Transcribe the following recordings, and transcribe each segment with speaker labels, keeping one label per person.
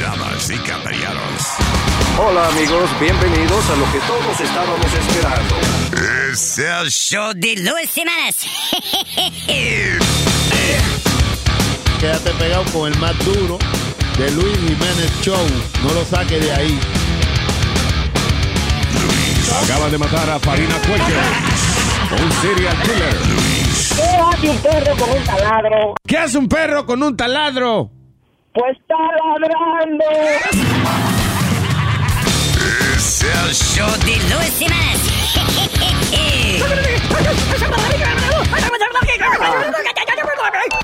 Speaker 1: Caballeros y caballeros.
Speaker 2: Hola amigos, bienvenidos a lo que todos estábamos esperando.
Speaker 1: Es el show de Luis Semanas.
Speaker 3: Quédate pegado con el más duro de Luis Jiménez Show. No lo saques de ahí.
Speaker 4: Acaban de matar a Farina Cuello. Un serial killer.
Speaker 5: ¿Qué hace un perro con un taladro?
Speaker 4: ¿Qué hace un perro con un taladro?
Speaker 5: Pues está ladrando.
Speaker 1: Es el show de Luis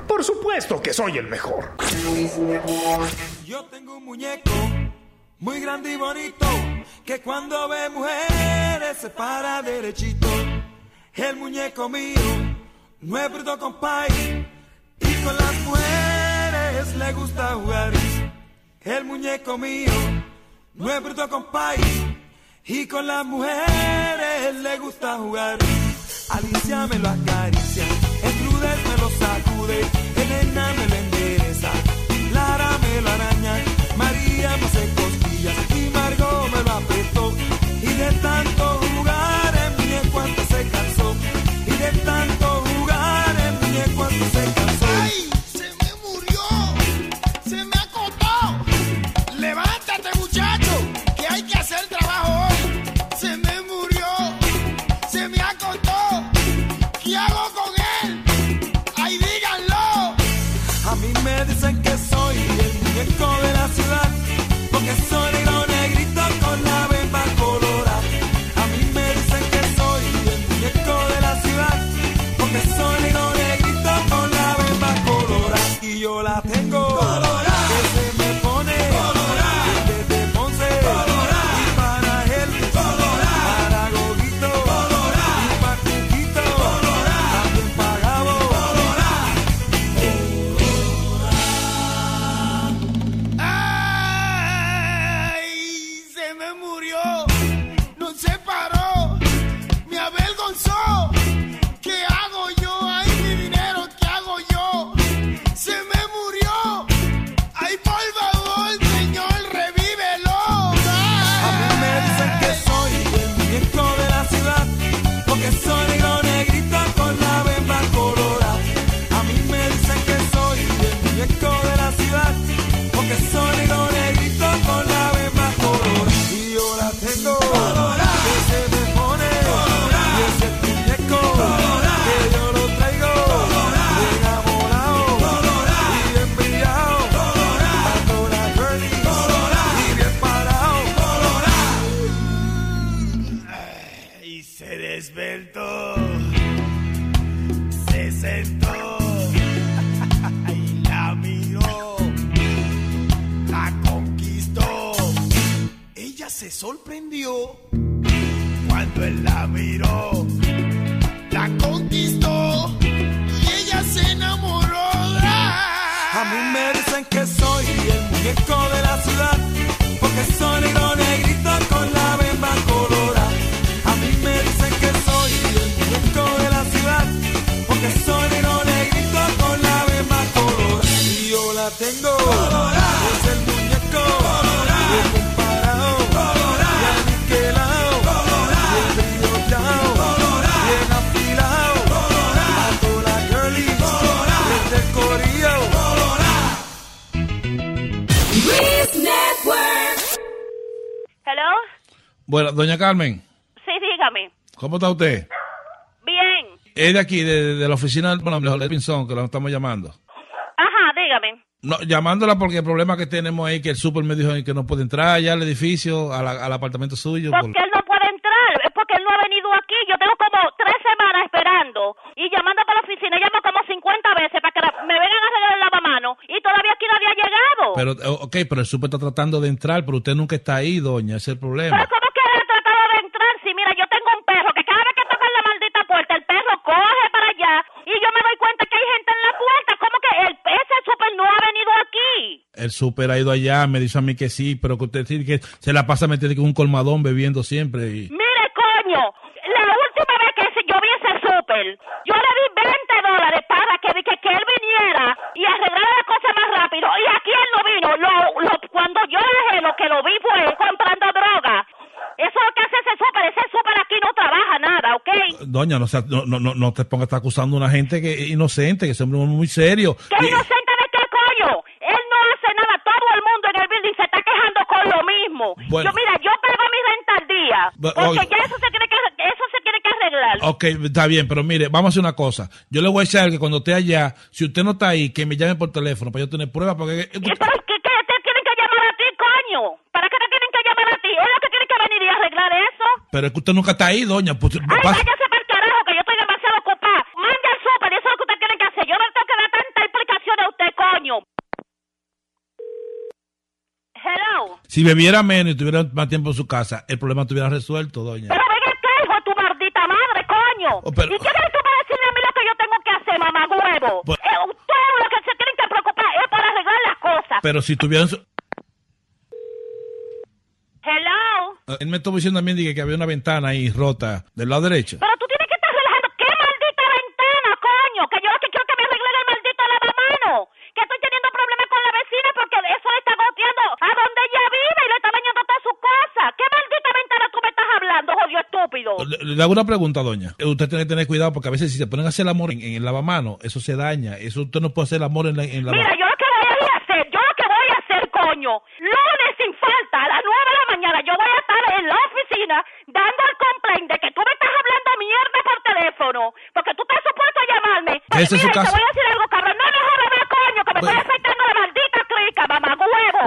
Speaker 6: Por supuesto que soy el mejor.
Speaker 7: Yo tengo un muñeco muy grande y bonito que cuando ve mujeres se para derechito. El muñeco mío no es bruto compay y con las mujeres le gusta jugar. El muñeco mío no es bruto compay y con las mujeres le gusta jugar. Alicia me lo acaricia, Estrudes me lo sacude, Elena me lo endereza, Lara me lo araña, María me hace costillas y Margot me lo apretó. Y de tanto jugar en mí en cuanto se cansó, y de tanto jugar en mí en cuanto se cansó.
Speaker 8: ¡Se me murió! ¡Se me acotó! ¡Levántate, muchacho! ¡Que hay que hacer trabajo hoy! ¡Se me murió! ¡Se me acotó! ¿Qué hago con él? ¡Ay, díganlo!
Speaker 7: A mí me dicen que soy el muñeco de la ciudad, porque soy negro negrito con la bemba colorada. A mí me dicen que soy el muñeco de la ciudad, porque soy negro negrito con la bemba colorada. Y yo la tengo colorada, que se me pone colorada, desde Ponce colorada, y para él colorada, para Goguito colorada, y para Cuquito colorada, también para Gabo colorada.
Speaker 8: ¡Ay! ¡Se me murió! ¡No se paró! ¡Me avergonzó! ¿Qué hago yo? ¡Ay, mi dinero! ¿Qué hago yo? ¡Se me murió! ¡Ay, por favor, señor, revívelo!
Speaker 7: A mí me dicen que soy el muñeco de la ciudad, porque soy negro negrito con la bemba colorada. A mí me dicen que soy el muñeco de la ciudad, porque soy negro negrito con la bemba colorada. Y yo la tengo colorada, que se me pone colorada, y ese muñeco colorada, que yo lo traigo colorada, enamorado colorada, y embriagado colorada, dando la girly colorada, y bien parado colorada.
Speaker 8: Y se despertó, se sentó y la miró, la conquistó. Ella se sorprendió cuando él la miró, la conquistó y ella se enamoró.
Speaker 7: A mí me dicen que soy el muñeco de la ciudad, porque soy negro negrito con la bemba colorada. A mí me dicen que soy el muñeco de la ciudad, porque soy negro negrito con la bemba colorada. Y yo la tengo colorada, es el muñeco colorada, bien comparado colorada, bien aniquilado colorada, bien brillado colorada, bien afilado colorada, a toda la girly colorada, desde el corillo colorada.
Speaker 9: Luis Network.
Speaker 10: ¿Hello?
Speaker 11: Bueno, doña Carmen,
Speaker 10: Sí, dígame.
Speaker 11: ¿cómo está usted?
Speaker 10: Bien.
Speaker 11: Es de aquí, de, de la oficina del bueno, de Pinzón, que la estamos llamando.
Speaker 10: Ajá, dígame.
Speaker 11: No, llamándola porque el problema que tenemos es que el súper me dijo que no puede entrar ya al edificio, a la- al apartamento suyo. por-
Speaker 10: Porque él no puede entrar, es porque él no ha venido aquí. Yo tengo como tres semanas esperando y llamando para la oficina. Llamo como 50 veces para que la- me vengan a arreglar el lavamanos y todavía aquí nadie ha llegado.
Speaker 11: Pero, eh, ok, pero el súper está tratando de entrar, pero usted nunca está ahí, doña, ese es el problema.
Speaker 10: Pero ¿cómo que él ha tratado de entrar? Si mira, yo tengo un perro que cada vez que toca la maldita puerta, el perro coge para allá y yo me doy cuenta que hay gente en la puerta. ¿Cómo que el, ese súper no ha venido aquí?
Speaker 11: El súper ha ido allá, me dice a mí que sí, pero que usted tiene que se la pasa metiendo en un colmadón bebiendo siempre. Y...
Speaker 10: Mire, coño, la última vez que ese- yo vi ese súper, yo le di 20 dólares para que, que, que él viniera y arreglara la cosa más rápido. Y aquí él no vino. Lo- lo- cuando yo le dejé lo que lo vi fue comprando droga. Eso es lo que hace ese súper. Ese súper aquí no trabaja nada, ¿ok?
Speaker 11: Doña, no, seas- no, no, no- no te pongas a estar acusando a una gente que es inocente, que es un hombre muy serio.
Speaker 10: ¿Qué
Speaker 11: Y-
Speaker 10: inocente de qué coño? Él no hace nada. Todo el mundo en el building se está quejando con lo mismo.
Speaker 11: Bueno.
Speaker 10: Yo, mira, yo pago mi renta al día.
Speaker 11: Bu-
Speaker 10: Porque
Speaker 11: oye.
Speaker 10: ya eso se tiene que, eso se tiene que arreglar.
Speaker 11: Ok, está bien, pero mire, vamos a hacer una cosa. Yo le voy a echar que cuando esté allá, si usted no está ahí, que me llame por teléfono para yo tener pruebas. Porque,
Speaker 10: ¿Y para qué, qué te tienen que llamar a ti, coño? ¿Para qué te tienen que llamar a ti? ¿Es lo que tiene que venir y arreglar eso?
Speaker 11: pero es que usted nunca está ahí, doña. Pues,
Speaker 10: Ay,
Speaker 11: pasa-
Speaker 10: váyase para el carajo, que yo estoy demasiado ocupada. Mande el súper, eso es lo que usted tiene que hacer. Yo no le tengo que dar tanta explicación a usted, coño. Hello.
Speaker 11: si bebiera menos y tuviera más tiempo en su casa, el problema estuviera resuelto, doña.
Speaker 10: Pero venga acá, hijo de tu maldita madre, coño.
Speaker 11: Oh, pero-
Speaker 10: ¿Y qué eres tú para decirme a mí lo que yo tengo que hacer, mamá huevo?
Speaker 11: Pues-
Speaker 10: Eh, ustedes lo que se tienen que preocupar es para arreglar las cosas.
Speaker 11: Pero si tuvieran. su- eh,
Speaker 10: Hello.
Speaker 11: Eh, Él me estuvo diciendo también dije, que había una ventana ahí rota del lado derecho.
Speaker 10: Pero tú tienes que estar relajando. ¡Qué maldita ventana, coño! Que yo lo que quiero es que me arregle el maldito lavamano. Que estoy teniendo problemas con la vecina porque eso le está goteando a donde ella vive y le está bañando toda su casa. ¿Qué maldita ventana tú me estás hablando, jodido estúpido?
Speaker 11: Le, le hago una pregunta, doña. Eh, Usted tiene que tener cuidado porque a veces si se ponen a hacer el amor en, en el lavamano, eso se daña. Eso usted no puede hacer el amor en la, en la-
Speaker 10: Mira, yo lo que voy a ir a hacer, yo lo que voy a hacer, coño, lunes sin falta, a las nueve de la mañana, yo voy a estar en la oficina dando el complaint de que tú me estás hablando mierda por teléfono, porque tú estás supuesto a llamarme. Porque,
Speaker 11: Ese es su
Speaker 10: mira, y
Speaker 11: caso.
Speaker 10: te voy a decir algo, cabrón, no me jodas más, coño, que me estoy afectando la maldita clica, mamagüevo.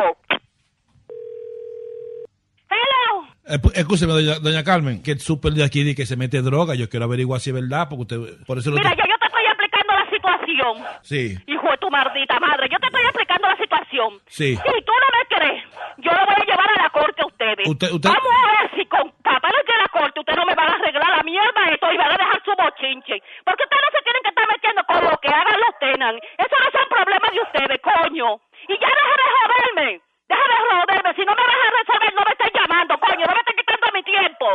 Speaker 10: Hello.
Speaker 11: Eh, pu- Escúcheme, doña, doña Carmen, que el súper de aquí dice que se mete droga. Yo quiero averiguar si es verdad, porque usted. Por eso lo
Speaker 10: Mira,
Speaker 11: que-
Speaker 10: ya yo te estoy explicando la situación.
Speaker 11: Sí.
Speaker 10: Hijo de tu maldita madre, yo te estoy explicando la situación.
Speaker 11: Sí.
Speaker 10: Si tú no me crees, yo lo voy a llevar a la corte a ustedes.
Speaker 11: Usted- usted-
Speaker 10: Vamos a ver si con papeles de la corte ustedes no me van a arreglar la mierda esto y van a dejar su bochinche. Porque ustedes no se tienen que estar metiendo con lo que hagan los tenan. Eso no son problemas de ustedes, coño. Y ya deja de joderme. Deja de joderme. Si no me vas a resolver, no me estén llamando, coño. No me estén quitando mi tiempo.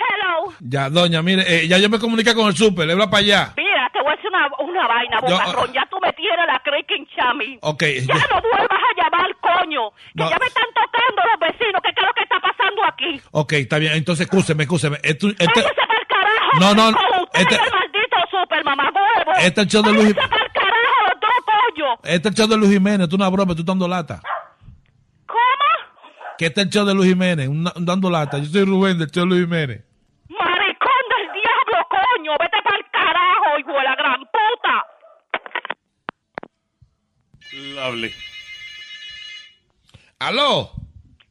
Speaker 10: Hello.
Speaker 11: Ya, doña, mire, eh, ya yo me comuniqué con el súper, le habla para allá.
Speaker 10: Mira, te voy a decir una, una vaina,
Speaker 11: Yo-
Speaker 10: bocarrón. Ya tú me tienes la creca hinchada a mí.
Speaker 11: Ok,
Speaker 10: Ya
Speaker 11: yo-
Speaker 10: no vuelvas a llamar, coño. Que
Speaker 11: No.
Speaker 10: ya me están tocando los vecinos. que qué es lo que está pasando aquí?
Speaker 11: Ok, está bien, entonces escúcheme, escúcheme. Esto- este-
Speaker 10: Váyase pa'l carajo.
Speaker 11: No, no,
Speaker 10: con usted
Speaker 11: este-
Speaker 10: y el maldito super mamagüevo.
Speaker 11: Este es el show de Luis-
Speaker 10: Váyase pa'l carajo los dos, coño.
Speaker 11: este es el show de Luis Jiménez, tú una broma, tú dando lata.
Speaker 10: ¿Cómo?
Speaker 11: Que este es el show de Luis Jiménez, un- un dando lata. Yo soy Rubén del show de Luis Jiménez.
Speaker 10: Maricón del diablo, coño. Vete pa'l carajo, hijo de la gran puta.
Speaker 12: Lovely.
Speaker 11: Aló,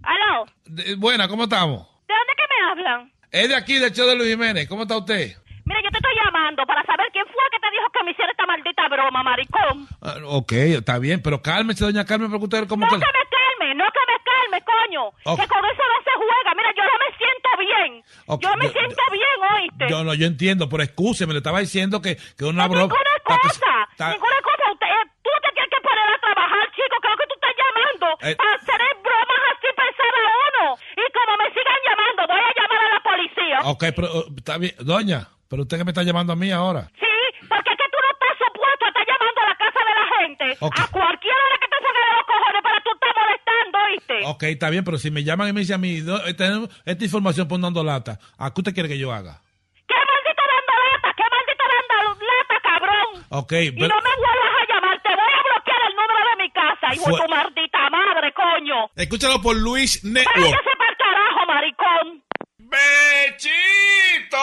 Speaker 10: Aló,
Speaker 11: de- buena, ¿cómo estamos?
Speaker 10: ¿de dónde que me hablan?
Speaker 11: Es de aquí, del show de Luis Jiménez, ¿cómo está usted?
Speaker 10: Mira, yo te estoy llamando para saber quién fue que te dijo que me hiciera esta maldita broma, maricón.
Speaker 11: Ah, ok, está bien, pero cálmese, doña Carmen, porque usted como
Speaker 10: No
Speaker 11: que...
Speaker 10: que me calme, no que me calme, coño.
Speaker 11: Ok.
Speaker 10: Que con eso no se juega. Mira, yo no me siento bien.
Speaker 11: Ok,
Speaker 10: Yo me
Speaker 11: yo-
Speaker 10: siento bien, ¿oíste?
Speaker 11: Yo no, yo entiendo, pero escúcheme, le estaba diciendo que, que una
Speaker 10: ninguna
Speaker 11: broma... para que-
Speaker 10: cosa,
Speaker 11: está-
Speaker 10: ninguna cosa. Usted, eh, tú te tienes que poner a trabajar, chico. Creo que tú estás llamando
Speaker 11: Eh.
Speaker 10: para hacer bromas así pensar a uno. Y como me sigan llamando, voy a llamar a la policía.
Speaker 11: Ok, pero uh, está bien, doña, pero usted que me está llamando a mí ahora.
Speaker 10: Sí, porque es que tú no estás supuesto a estar llamando a la casa de la gente.
Speaker 11: Ok.
Speaker 10: A cualquiera hora que te salga de los cojones, para tú estás molestando, ¿oíste?
Speaker 11: Ok, está bien, pero si me llaman y me dicen a mí, "Do- eh, tenemos esta información por dando lata, ¿a qué usted quiere que yo haga?
Speaker 10: ¡Qué maldito dando lata! ¡Qué maldito dando lata, cabrón!
Speaker 11: Ok,
Speaker 10: Y
Speaker 11: pero-
Speaker 10: no me vuelvas a llamar, te voy a bloquear el número de mi casa, hijo de
Speaker 11: Fue-
Speaker 10: tu maldita madre, coño.
Speaker 12: Escúchalo por Luis Network.
Speaker 10: Váyase para carajo, maricón.
Speaker 12: ¡Bechito!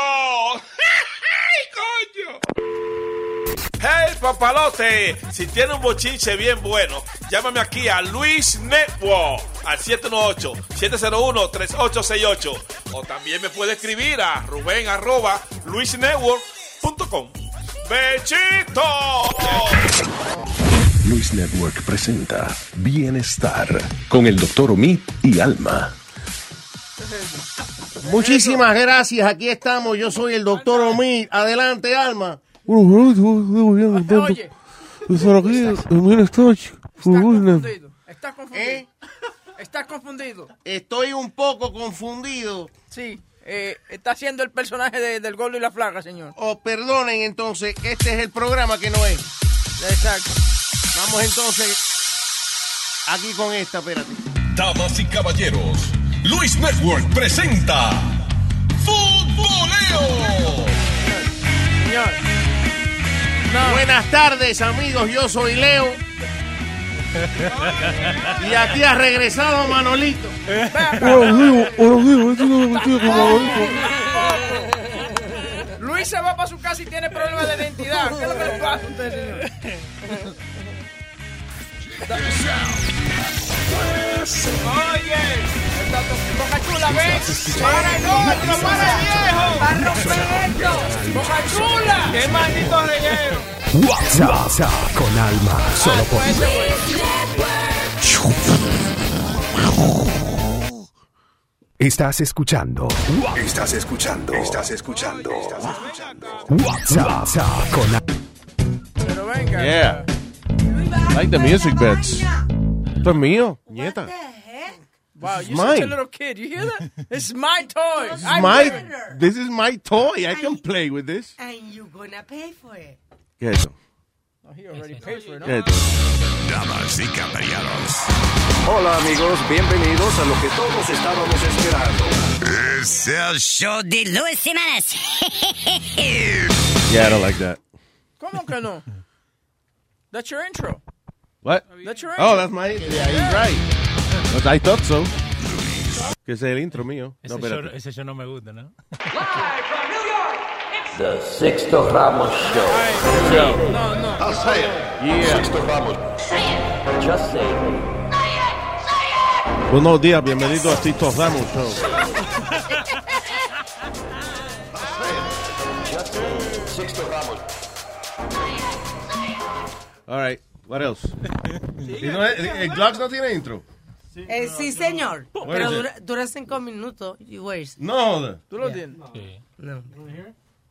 Speaker 12: ¡Ay, coño! ¡Hey, papalote! Si tiene un bochinche bien bueno, llámame aquí a Luis Network al 718-701-3868. O también me puede escribir a ruben arroba luisnetwork.com. ¡Bechito!
Speaker 4: Luis Network presenta Bienestar con el doctor Omid y Alma.
Speaker 13: Muchísimas gracias, aquí estamos. Yo soy el doctor Omid. Adelante, Alma.
Speaker 7: Oye, confundido. Estás confundido. Estás confundido.
Speaker 13: ¿Eh? Estoy un poco confundido.
Speaker 7: Sí, eh, está haciendo el personaje de- del gordo y la flaca, señor.
Speaker 13: Oh, perdonen entonces, este es el programa que no es.
Speaker 7: Exacto.
Speaker 4: Vamos entonces aquí con esta, espérate.
Speaker 6: Damas y caballeros, Luis Network presenta Futboleo.
Speaker 4: Señor. Buenas tardes, amigos. Yo soy Leo. Y aquí ha regresado Manolito.
Speaker 13: Luis se va para su casa y tiene problemas de identidad. ¿Qué es lo que le pasa a usted, señor?
Speaker 14: Oye,
Speaker 13: Boca chula, ven. Para el otro, para el viejo. Para romper esto. Boca chula.
Speaker 14: qué maldito relleno.
Speaker 7: WhatsApp con alma. Solo
Speaker 13: Ah,
Speaker 7: por
Speaker 13: pues,
Speaker 7: Estás escuchando.
Speaker 15: Estás escuchando. Estás escuchando.
Speaker 7: WhatsApp con alma.
Speaker 4: Yeah. Like the music beds. Esto es mío, nieta.
Speaker 13: Wow,
Speaker 4: It's
Speaker 13: you're such a
Speaker 4: mine.
Speaker 13: little kid. You hear that? It's my toy. I
Speaker 4: My,
Speaker 13: did it.
Speaker 4: this is my toy. I can play with this.
Speaker 16: And you gonna pay for it.
Speaker 4: ¿Qué es eso?
Speaker 13: He already paid for it.
Speaker 4: ¿Qué es eso?
Speaker 15: Damas y caballeros. Hola amigos, bienvenidos a lo que todos estábamos esperando.
Speaker 17: Es el show de Luis Semanas.
Speaker 4: Yeah, I don't like that.
Speaker 13: ¿Cómo que no? That's your intro.
Speaker 4: What?
Speaker 13: That's your intro.
Speaker 4: Oh, that's my. Yeah, right. But I thought so. Que ese es el intro mío. No,
Speaker 18: Ese, show,
Speaker 4: espérate.
Speaker 18: ese show no me gusta, ¿no?
Speaker 19: The Sixto Ramos Show. Say it.
Speaker 13: No, no.
Speaker 19: I'll say it. Yeah. Sixto Ramos. Say it. Just say it.
Speaker 4: Buenos días, bienvenido a Tito Ramos Show.
Speaker 19: Just say it. Sixto Ramos.
Speaker 4: All right, what else? Y no es- el Glocks no tiene intro.
Speaker 16: Eh, sí, señor.
Speaker 4: Where
Speaker 16: Pero
Speaker 4: is it?
Speaker 16: dura, dura cinco minutos. You wait.
Speaker 4: No.
Speaker 13: ¿Tú lo tienes?
Speaker 16: No.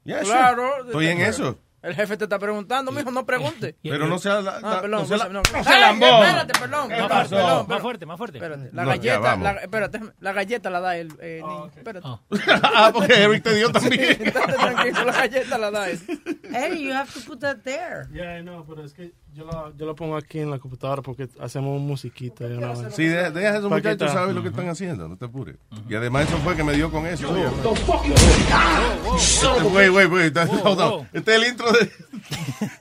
Speaker 4: Yeah, sure.
Speaker 13: Claro.
Speaker 4: Estoy en eso.
Speaker 13: El jefe te está preguntando, mijo, no pregunte.
Speaker 4: Pero no sea la-
Speaker 13: Ah,
Speaker 4: la-
Speaker 13: perdón,
Speaker 4: no sea la-
Speaker 13: no,
Speaker 4: no sea
Speaker 13: Ey,
Speaker 4: lambón.
Speaker 13: Espérate, perdón.
Speaker 4: ¿Qué
Speaker 13: perdón,
Speaker 4: pasó?
Speaker 13: perdón,
Speaker 4: Más
Speaker 13: perdón.
Speaker 18: fuerte, más fuerte.
Speaker 13: Espérate, la
Speaker 4: No, ya,
Speaker 13: galleta,
Speaker 4: vamos.
Speaker 13: la, espérate, la galleta la da el eh, niño. Espérate.
Speaker 4: ah, porque Eric te dio
Speaker 13: Sí,
Speaker 4: también.
Speaker 13: estate tranquilo, la galleta la da él. eh,
Speaker 16: Hey, you have to put that there.
Speaker 20: Yeah, I know, pero es que yo lo, yo lo pongo aquí en la computadora porque hacemos musiquita. de una vez.
Speaker 4: Sí, deja, deja a esos
Speaker 20: Paquita.
Speaker 4: muchachos, sabes lo que están haciendo, no te apures. Y además eso fue que me dio con eso. Wait, wait, wait,
Speaker 13: Oh,
Speaker 4: hold on. Este es el intro de,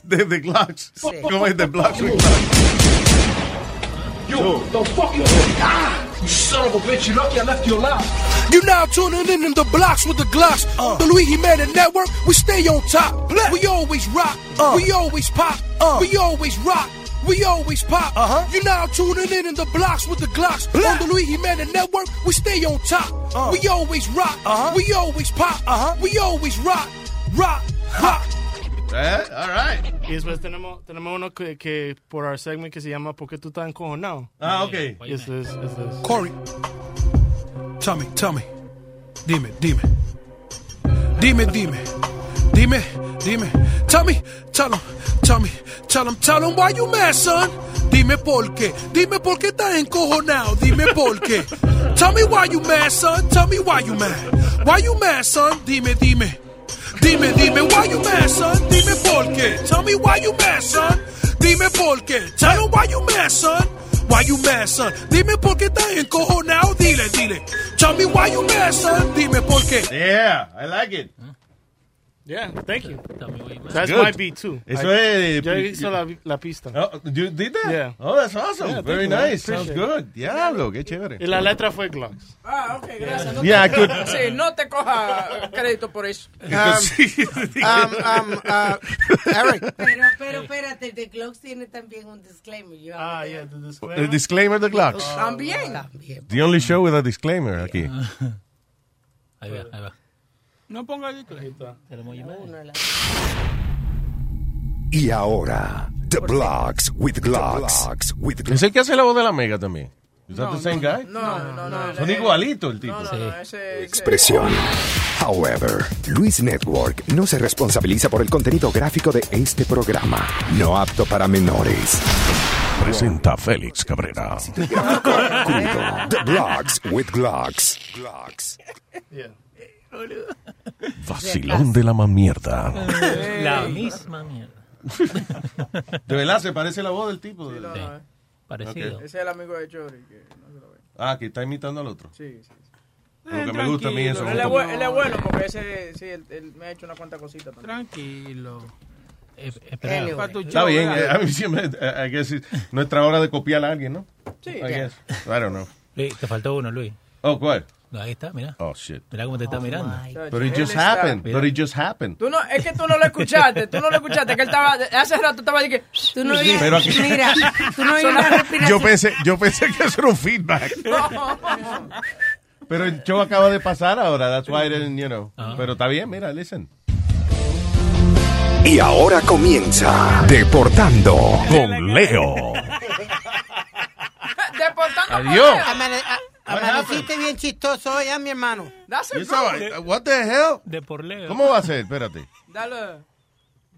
Speaker 4: de, de Glocks. ¿Cómo es de Glocks? with Glocks?
Speaker 21: Yo, the fucking ah, you son of a bitch, you lucky I left your lap. You now tuning in in the blocks with the glocks. The Luis Jimenez Network, we stay on top. We always rock, we always pop, we always rock. We always pop. Uh. Uh-huh. You now tuning in in the blocks with the Glocks on the Luis Jimenez Network. We stay on top. We always rock. Uh. Uh-huh. We always pop. Uh-huh. We always rock, rock, rock.
Speaker 4: Eh,
Speaker 20: Y después tenemos, tenemos uno que, que por our segment que se llama ¿Por qué tú estás encojonado?
Speaker 4: Ah, ok.
Speaker 20: Este es, este es.
Speaker 21: Corey, tell me, tell me. Dime, dime. Dime, dime. Dime, dime. Tell me, tell him, tell me, tell him, tell him why you mad, son. Dime por qué. Dime por qué estás encojonado. Dime por qué. tell me why you mad, son. Tell me why you mad. Why you mad, son? Dime, dime. Dime, dime, why you mad, son? Dime por qué. Tell me why you mad, son. Dime por qué. Tell him why you mad, son. Why you mad, son? Dime por qué estás encojonado. Dile, dile. Tell me why you mad, son. Dime por qué.
Speaker 4: Yeah, I like it.
Speaker 20: Yeah, thank you.
Speaker 4: That's
Speaker 20: That's
Speaker 4: Good.
Speaker 20: my beat too.
Speaker 4: Eso
Speaker 20: I-
Speaker 4: es- eh,
Speaker 20: Yo hice la, la pista.
Speaker 4: Oh, you did that?
Speaker 20: Yeah.
Speaker 4: Oh, that's awesome.
Speaker 20: Yeah,
Speaker 4: Very
Speaker 20: thank you, man.
Speaker 4: nice. Sounds
Speaker 20: Appreciate
Speaker 4: good.
Speaker 20: it.
Speaker 4: Diablo, qué chévere.
Speaker 20: Y la letra fue Glocks.
Speaker 13: Ah, ok, gracias. No
Speaker 4: Yeah, I
Speaker 13: te,
Speaker 4: could-
Speaker 13: sí, no te coja crédito por eso.
Speaker 4: Um, um, uh,
Speaker 20: Eric.
Speaker 16: Pero, pero, espérate, The Glocks tiene también un disclaimer. You have
Speaker 20: Ah, yeah, the disclaimer.
Speaker 4: El Eh, disclaimer de Glocks.
Speaker 20: Oh.
Speaker 13: También.
Speaker 4: The only show with a disclaimer aquí.
Speaker 18: Ahí va, ahí va.
Speaker 13: No ponga el crédito.
Speaker 7: Y ahora, The Blocks with Glocks. with
Speaker 4: Es el que hace la voz de la Mega también. ¿Es
Speaker 7: No,
Speaker 4: the same guy?
Speaker 13: No, no, no.
Speaker 4: Son igualitos el tipo.
Speaker 7: Expresión. However, Luis Network no se responsabiliza por el contenido gráfico de este programa, no apto para menores.
Speaker 6: Presenta Félix Cabrera.
Speaker 7: Crudo. The Blocks with Glocks.
Speaker 6: Vacilón de la mamierda.
Speaker 18: La misma mierda.
Speaker 4: De verdad, se parece la voz del tipo.
Speaker 13: Sí,
Speaker 4: de-
Speaker 13: lo- eh.
Speaker 4: Parecido.
Speaker 13: Ese es el amigo de Chori. Que no se lo ve.
Speaker 4: Ah, que está imitando al otro.
Speaker 13: Sí, sí.
Speaker 4: Lo que me gusta a mí es eso.
Speaker 13: Él es, bu- él es bueno porque ese, sí, él, él me ha hecho una cuanta cosita también.
Speaker 15: Tranquilo.
Speaker 19: Eh,
Speaker 13: espera. Anyway.
Speaker 15: Para tu
Speaker 4: Está
Speaker 15: show,
Speaker 4: bien, eh,
Speaker 15: ¿verdad?
Speaker 4: a mí siempre, eh, I guess it's nuestra hora de copiar a alguien, ¿no?
Speaker 13: Sí,
Speaker 4: I
Speaker 13: ya.
Speaker 4: guess. I don't know.
Speaker 19: Luis, te faltó uno, Luis.
Speaker 4: Oh, ¿cuál?
Speaker 19: No, ahí está, mira.
Speaker 4: Oh, shit.
Speaker 19: Mira cómo te está mirando.
Speaker 4: But it just happened. But it just happened.
Speaker 13: Tú no, es que tú no lo escuchaste, tú no lo escuchaste, que él estaba, hace rato estaba diciendo que... Tú
Speaker 16: no
Speaker 4: Sí, oías- pero aquí- mira,
Speaker 16: tú no oías
Speaker 13: Sonaba-
Speaker 16: la respiración.
Speaker 4: Yo pensé, yo pensé que eso era un feedback. Pero el show acaba de pasar ahora. That's why I didn't, you know. Pero está bien, mira, listen.
Speaker 22: Y ahora comienza Deportando con Leo.
Speaker 13: Deportando
Speaker 4: Adiós.
Speaker 23: Amane- a- Amaneciste bien chistoso hoy, ¿eh, mi hermano.
Speaker 4: Y esa- what the hell?
Speaker 23: De por Leo.
Speaker 4: ¿Cómo va a ser? Espérate.
Speaker 13: Dale.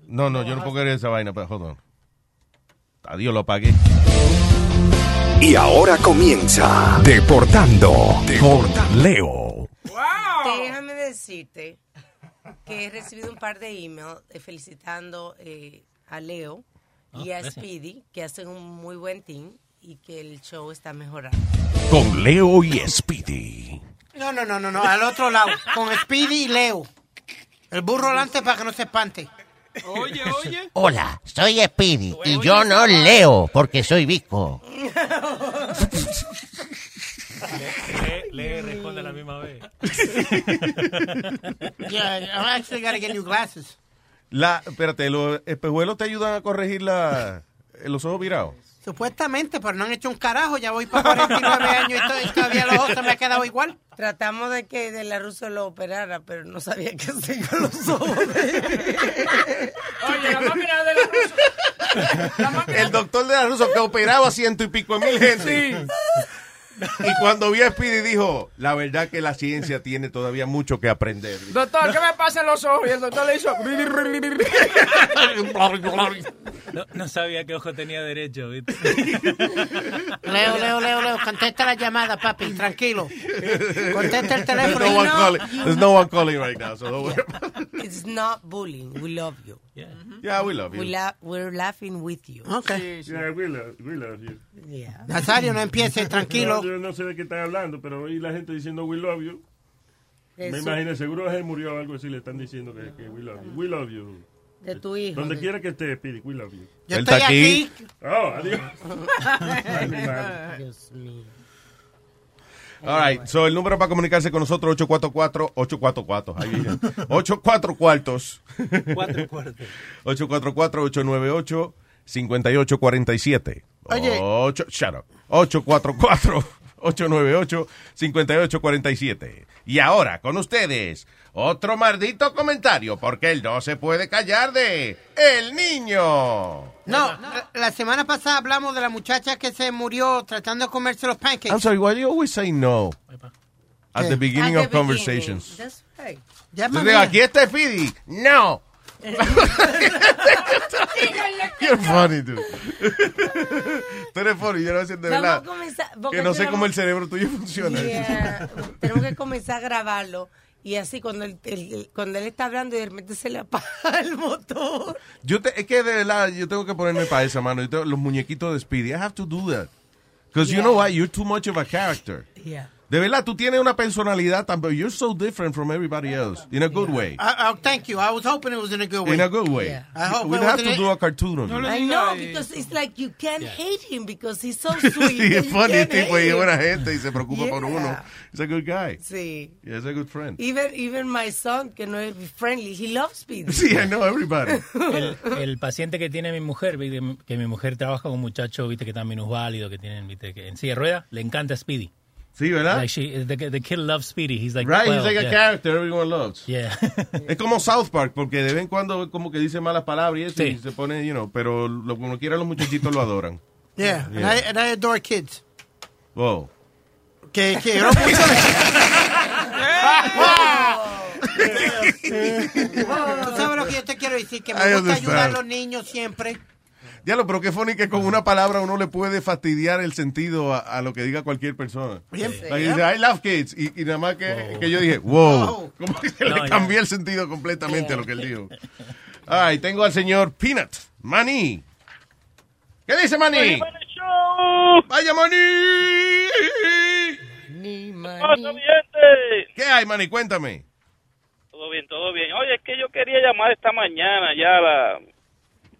Speaker 4: No, no, yo no puedo creer esa vaina, pero hold on. Adiós, lo apagué.
Speaker 22: Y ahora comienza Deportando, con Leo.
Speaker 16: Déjame decirte que he recibido un par de emails eh, felicitando eh, a Leo y
Speaker 24: Ah,
Speaker 16: a
Speaker 24: gracias.
Speaker 16: Speedy, que hacen un muy buen team y que el show está mejorando.
Speaker 22: Con Leo y Speedy.
Speaker 23: No, no, no, no, no, al otro lado, con Speedy y Leo. El burro delante para que no se espante. Oye, oye.
Speaker 25: Hola, soy Speedy y yo no leo porque soy visco.
Speaker 19: Le, le responde a la misma vez.
Speaker 23: Yeah, I actually gotta get new glasses.
Speaker 4: La, espérate, ¿los espejuelos te ayudan a corregir la, eh, los ojos virados?
Speaker 23: Supuestamente, pero no han hecho un carajo. Ya voy para 49 años y, to- y todavía los ojos se me han quedado igual.
Speaker 16: Tratamos de que de la Russo lo operara, pero no sabía qué hacer con los ojos.
Speaker 13: Oye, la máquina de la Russo.
Speaker 4: El doctor de la Russo que operaba ciento y pico de mil gente. Y cuando vio a Speedy dijo, la verdad que la ciencia tiene todavía mucho que aprender.
Speaker 13: Doctor, ¿qué me pasa en los ojos? Y el doctor le hizo...
Speaker 19: No, no sabía qué ojo tenía derecho, ¿viste?
Speaker 23: Leo, Leo, Leo, Leo, contesta la llamada, papi, tranquilo. Contesta el
Speaker 4: There's
Speaker 23: teléfono.
Speaker 4: no one calling, there's no one calling right now, so don't worry.
Speaker 16: It's not bullying. We love you.
Speaker 4: Yeah, we love you.
Speaker 16: We la- we're laughing with you.
Speaker 23: Okay.
Speaker 26: Yeah, we love, we love you.
Speaker 23: Nazario, no empieces, tranquilo.
Speaker 26: No, yo no sé de qué están hablando, pero oí la gente diciendo we love you. Me
Speaker 16: Eso.
Speaker 26: imagino, seguro él murió o algo así, le están diciendo que, que we love you. We love you.
Speaker 16: De tu hijo.
Speaker 26: Donde
Speaker 16: De-
Speaker 26: quiera que esté, Piri, we love you.
Speaker 16: Yo Él está estoy aquí. aquí.
Speaker 26: Oh, adiós. Ay, mi madre.
Speaker 16: Dios mío.
Speaker 4: All right, so el número para comunicarse con nosotros 844-844. Ahí viene. 844 cuartos.
Speaker 19: Cuatro cuartos.
Speaker 4: 844-898-5847.
Speaker 23: Oye.
Speaker 4: Ocho- shut up. 844-898-5847. Y ahora, con ustedes, otro maldito comentario, porque él no se puede callar de El Niño.
Speaker 23: No, la, la semana pasada hablamos de la muchacha que se murió tratando de comerse los pancakes.
Speaker 4: I'm sorry, why do you always say no at the beginning of conversations?
Speaker 23: Ya,
Speaker 4: Entonces,
Speaker 23: mami.
Speaker 4: aquí está Fidi. No. You're funny, dude. Tú eres funny, yo no sé de
Speaker 16: Vamos
Speaker 4: verdad.
Speaker 16: a comenzar, porque
Speaker 4: Que no sé
Speaker 16: tenemos-
Speaker 4: cómo el cerebro tuyo funciona.
Speaker 16: Yeah. eh, Tenemos que comenzar a grabarlo. Y así, cuando él, él- él- cuando él está hablando y de repente se le apaga el motor.
Speaker 4: Yo te, es que de verdad, yo tengo que ponerme para esa mano. Yo tengo- los muñequitos de Speedy. I have to do that. Because you know what? You're too much of a character. De verdad, tú tienes una personalidad tan... But you're so different from everybody else. In a good way.
Speaker 23: I- I- Ah, thank you. I was hoping it was in a good way.
Speaker 4: In a good way.
Speaker 23: I hope
Speaker 4: We'd
Speaker 23: it
Speaker 4: have
Speaker 23: wasn't
Speaker 4: to
Speaker 23: in-
Speaker 4: do a cartoon on you.
Speaker 16: I know, because it's like you can't hate him because he's so sweet.
Speaker 4: Sí,
Speaker 16: and
Speaker 4: es
Speaker 16: you
Speaker 4: funny
Speaker 16: can't
Speaker 4: tipo
Speaker 16: hate
Speaker 4: y es
Speaker 16: him.
Speaker 4: buena gente y se preocupa por uno.
Speaker 16: Yeah.
Speaker 4: He's a good guy.
Speaker 16: Sí.
Speaker 4: Yeah, he's a good friend.
Speaker 16: Even, even my son, que no es friendly, he loves people.
Speaker 4: Sí, I know everybody.
Speaker 19: El, el paciente que tiene mi mujer, viste, que, mi mujer trabaja con muchachos, viste, que están minusválidos, que tienen, viste, que en silla de rueda, le encanta Speedy.
Speaker 4: Sí, ¿verdad?
Speaker 19: Like she, the, the kid loves Speedy. He's like,
Speaker 4: Right, he's
Speaker 19: 12,
Speaker 4: like a
Speaker 19: yeah.
Speaker 4: character everyone loves.
Speaker 19: Yeah.
Speaker 4: Es como South Park, porque de vez en cuando como que dice malas palabras y, eso, y se pone, you know, pero lo, como quiera los muchachitos lo adoran.
Speaker 23: Yeah, And,
Speaker 4: Yeah.
Speaker 23: I, and I adore kids.
Speaker 4: Wow.
Speaker 23: Que quiero mucho. Tú sabes lo que yo te quiero decir, que me
Speaker 4: I
Speaker 23: gusta
Speaker 4: understand.
Speaker 23: ayudar a los niños siempre.
Speaker 4: Diablo, pero qué funny que con una palabra uno le puede fastidiar el sentido a, a lo que diga cualquier persona.
Speaker 23: Bien.
Speaker 4: Like, dice, I love kids. Y, y nada más que, que yo dije, wow. Como que le cambié el sentido completamente a lo que él dijo. All right, tengo al señor Peanut, Manny. ¿Qué dice Manny? Vaya Manny.
Speaker 27: pasa, mi gente?
Speaker 4: ¿Qué hay, Manny? Cuéntame.
Speaker 27: Todo bien, todo bien. Oye, es que yo quería llamar esta mañana ya a la,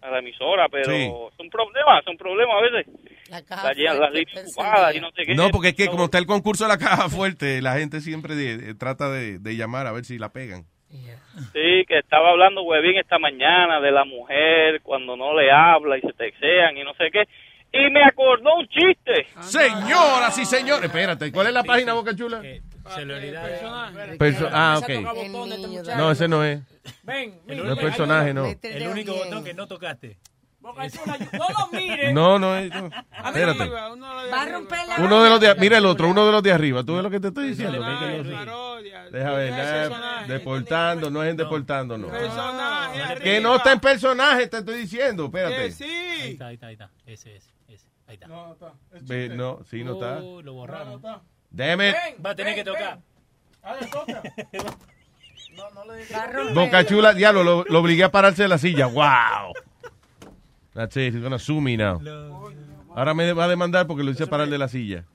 Speaker 27: a la emisora, pero
Speaker 4: Sí.
Speaker 27: son problemas, son problemas a veces.
Speaker 16: La,
Speaker 27: lle- las líneas ocupadas y no sé qué.
Speaker 4: No, porque es que como está el concurso de la caja fuerte, la gente siempre de- trata de, de llamar a ver si la pegan.
Speaker 27: Sí, que estaba hablando Huevín esta mañana de la mujer cuando no le habla y se texean y no sé qué. Y me acordó un chiste.
Speaker 4: Señoras y señores, espérate, ¿cuál es la página, Boca Chula?
Speaker 13: Eh,
Speaker 19: eh.
Speaker 4: Perso- ah, ok. No, ese no es.
Speaker 19: este Ven,
Speaker 4: No es personaje, no.
Speaker 19: El único botón que no tocaste.
Speaker 13: No lo mires.
Speaker 4: No, eh, no es. no.
Speaker 13: A mí
Speaker 4: Espérate.
Speaker 13: arriba, uno de-
Speaker 16: Va a romper la
Speaker 4: Uno de los de, mira el otro, uno de los de arriba. ¿Tú ves lo que te estoy diciendo? Que hay que no- Deja ver, deja- deportando, no es en deportando, no.
Speaker 19: Personaje
Speaker 4: Que no está en personaje, te estoy diciendo, espérate.
Speaker 19: Ahí está, ahí está, ahí está. Ese, ese, ese. Ahí está. No, está.
Speaker 4: Ve, no, sí, no está.
Speaker 19: lo borraron.
Speaker 4: Damn it.
Speaker 19: Va a tener que tocar.
Speaker 4: Boca Chula, diablo, lo, lo obligué a pararse de la silla. ¡Wow! That's it, he's gonna sue me now. Ahora me va a demandar porque lo hice parar de la silla.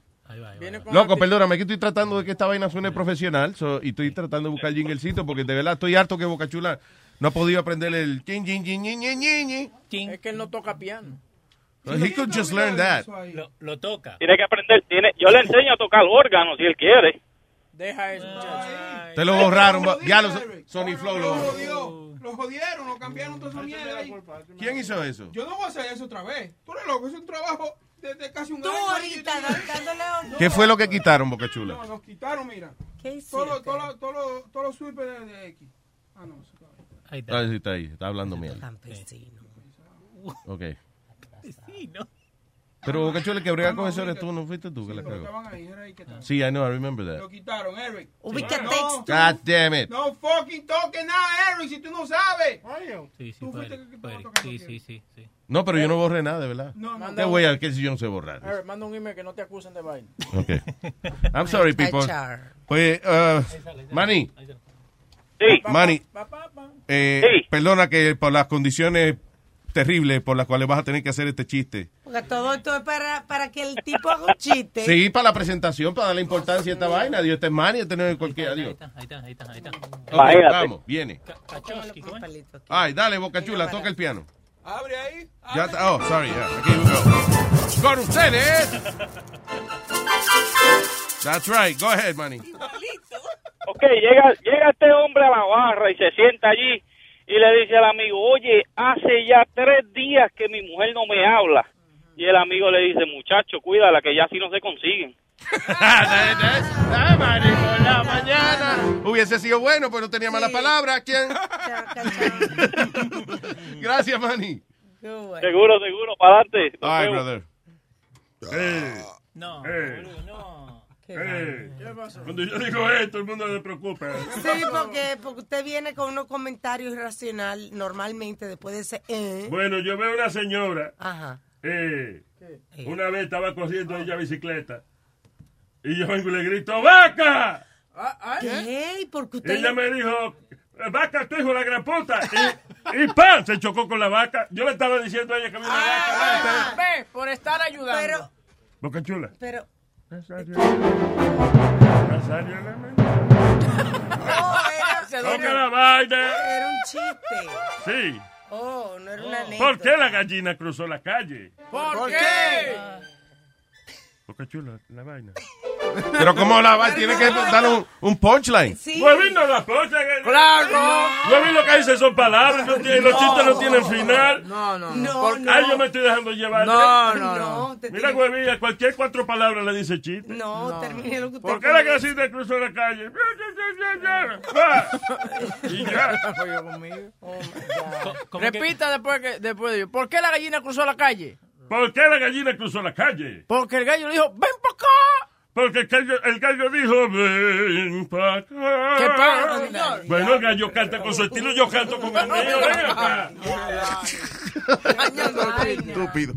Speaker 4: Loco, perdóname, que estoy tratando de que esta vaina suene profesional so- y estoy tratando de buscar jinglecito porque de verdad estoy harto que Boca Chula no ha podido aprender el chin, chin, chin, chin, chin, chin, chin.
Speaker 13: Es que él no toca piano.
Speaker 4: So He could just learn that.
Speaker 19: Lo, lo toca.
Speaker 27: Tiene que aprender, tiene, yo le enseño a tocar órgano si él quiere.
Speaker 13: Deja eso, muchacho.
Speaker 4: Te lo borraron. ba- Ya lo Sony Flow lo borró.
Speaker 7: jodió, lo jodieron, lo cambiaron toda esa mierda ahí.
Speaker 4: ¿Quién hizo eso?
Speaker 7: Yo no voy a hacer eso otra vez. Tú eres loco, es un trabajo desde casi un
Speaker 16: Tú
Speaker 7: año.
Speaker 16: ahorita, dándole
Speaker 4: ¿Qué fue lo que quitaron, Boca Chula?
Speaker 7: No, nos quitaron, mira.
Speaker 16: ¿Qué
Speaker 7: Todos los- todos los- todos los- todos los sweepers de, de X. Ah, no, eso está bien.
Speaker 19: Ahí
Speaker 4: está. Ah, sí, está ahí, está hablando mierda. Ok.
Speaker 19: Sí, no.
Speaker 4: Pero Boca Chula, el que brega con eso eres tú, Ah, no fuiste tú que Ah. la
Speaker 7: Pero
Speaker 4: cagó.
Speaker 7: estaban ahí, era ahí que estaban.
Speaker 4: Sí, I know, I remember that.
Speaker 7: Lo quitaron, Eric.
Speaker 16: Ubica
Speaker 7: No,
Speaker 16: texto.
Speaker 4: God damn it.
Speaker 7: No fucking toque nada, Eric, si tú no sabes.
Speaker 19: Sí, sí,
Speaker 7: Tú
Speaker 19: fue
Speaker 7: fuiste
Speaker 19: Eric,
Speaker 7: el que
Speaker 19: fue
Speaker 7: te
Speaker 19: Eric. Sí, sí, sí, sí.
Speaker 4: No, pero yo no borré nada, de verdad.
Speaker 13: No, no.
Speaker 4: ¿Qué voy a que si yo no sé borrar?
Speaker 13: A ver, manda un email que no te acusen de vaina.
Speaker 4: Ok. I'm sorry, people. Pues, uh, Manny.
Speaker 27: Sí.
Speaker 4: Manny. eh, Perdona que por las condiciones terribles por las cuales vas a tener que hacer este chiste.
Speaker 16: Porque todo esto es para, para que el tipo haga un chiste.
Speaker 4: Sí, para la presentación, para darle importancia a esta vaina. Dios, este es Manny, este no es cualquier. Adiós.
Speaker 19: Ahí está, ahí está, ahí está.
Speaker 4: Ok, vamos, viene. Ay, dale, Boca Chula, toca el piano.
Speaker 7: Abre ahí.
Speaker 4: Ya está. Oh, sorry, yeah. Aquí we go. Con ustedes. That's right. Go ahead, Manny.
Speaker 27: Ok, llega, llega este hombre a la barra y se sienta allí y le dice al amigo, oye, hace ya tres días que mi mujer no me habla. Y el amigo le dice, muchacho, cuídala, que ya así no se consiguen.
Speaker 4: la mañana. Hubiese sido bueno, pero no tenía mala palabra. ¿Quién? Gracias, Manny.
Speaker 27: Seguro, seguro, para adelante. Nos
Speaker 4: Ay,
Speaker 27: vemos.
Speaker 4: brother. Eh,
Speaker 19: No,
Speaker 26: eh,
Speaker 19: no.
Speaker 26: eh.
Speaker 16: ¿Qué pasó?
Speaker 26: Cuando yo digo esto, el mundo le preocupa.
Speaker 16: Sí, porque, porque usted viene con unos comentarios irracional normalmente después de ese... eh.
Speaker 26: Bueno, yo veo una señora.
Speaker 16: Ajá. Ah.
Speaker 26: eh, una vez estaba corriendo ella bicicleta. Y yo vengo y le grito, ¡Vaca!
Speaker 13: Ah, ¿eh?
Speaker 16: ¿Qué? ¿Y por qué usted...
Speaker 26: Ella me dijo, vaca, tu hijo de la gran puta. Y, y ¡pam! Se chocó con la vaca. Yo le estaba diciendo a ella que había una
Speaker 16: Ah.
Speaker 26: vaca.
Speaker 13: Ve, por estar ayudando. Pero,
Speaker 26: Boca chula.
Speaker 16: pero...
Speaker 26: Nazario, Toca la vaina.
Speaker 16: Era un chiste.
Speaker 26: Sí.
Speaker 16: Oh, no era una ley.
Speaker 26: ¿Por qué la gallina cruzó la calle?
Speaker 16: ¿Por qué?
Speaker 26: Boca chula, la vaina.
Speaker 4: Pero ¿cómo la va? Tiene que dar un, un punchline.
Speaker 26: Huevín no la posa. que-
Speaker 13: Claro.
Speaker 26: Huevín lo que dice son palabras. no tiene- Los chistes no tienen final.
Speaker 13: No, no,
Speaker 26: No,
Speaker 13: no. ¿Por qué?
Speaker 26: Ay, yo me estoy dejando llevar.
Speaker 13: No, no, no.
Speaker 26: Mira, huevín, a cualquier cuatro palabras le dice chiste.
Speaker 16: No, termine lo que usted...
Speaker 26: ¿Por qué la casita cruzó la calle? Va. Y ya.
Speaker 13: Repita después, que, después de yo. ¿Por qué la gallina cruzó la calle?
Speaker 26: ¿Por qué la gallina cruzó la calle?
Speaker 13: Porque el gallo le dijo, ven para acá.
Speaker 26: Porque el gallo, el gallo dijo, ven para acá.
Speaker 13: ¿Qué pasa, señor?
Speaker 26: Bueno, el gallo canta con su estilo, yo canto con el mío. ven acá.
Speaker 4: Estúpido.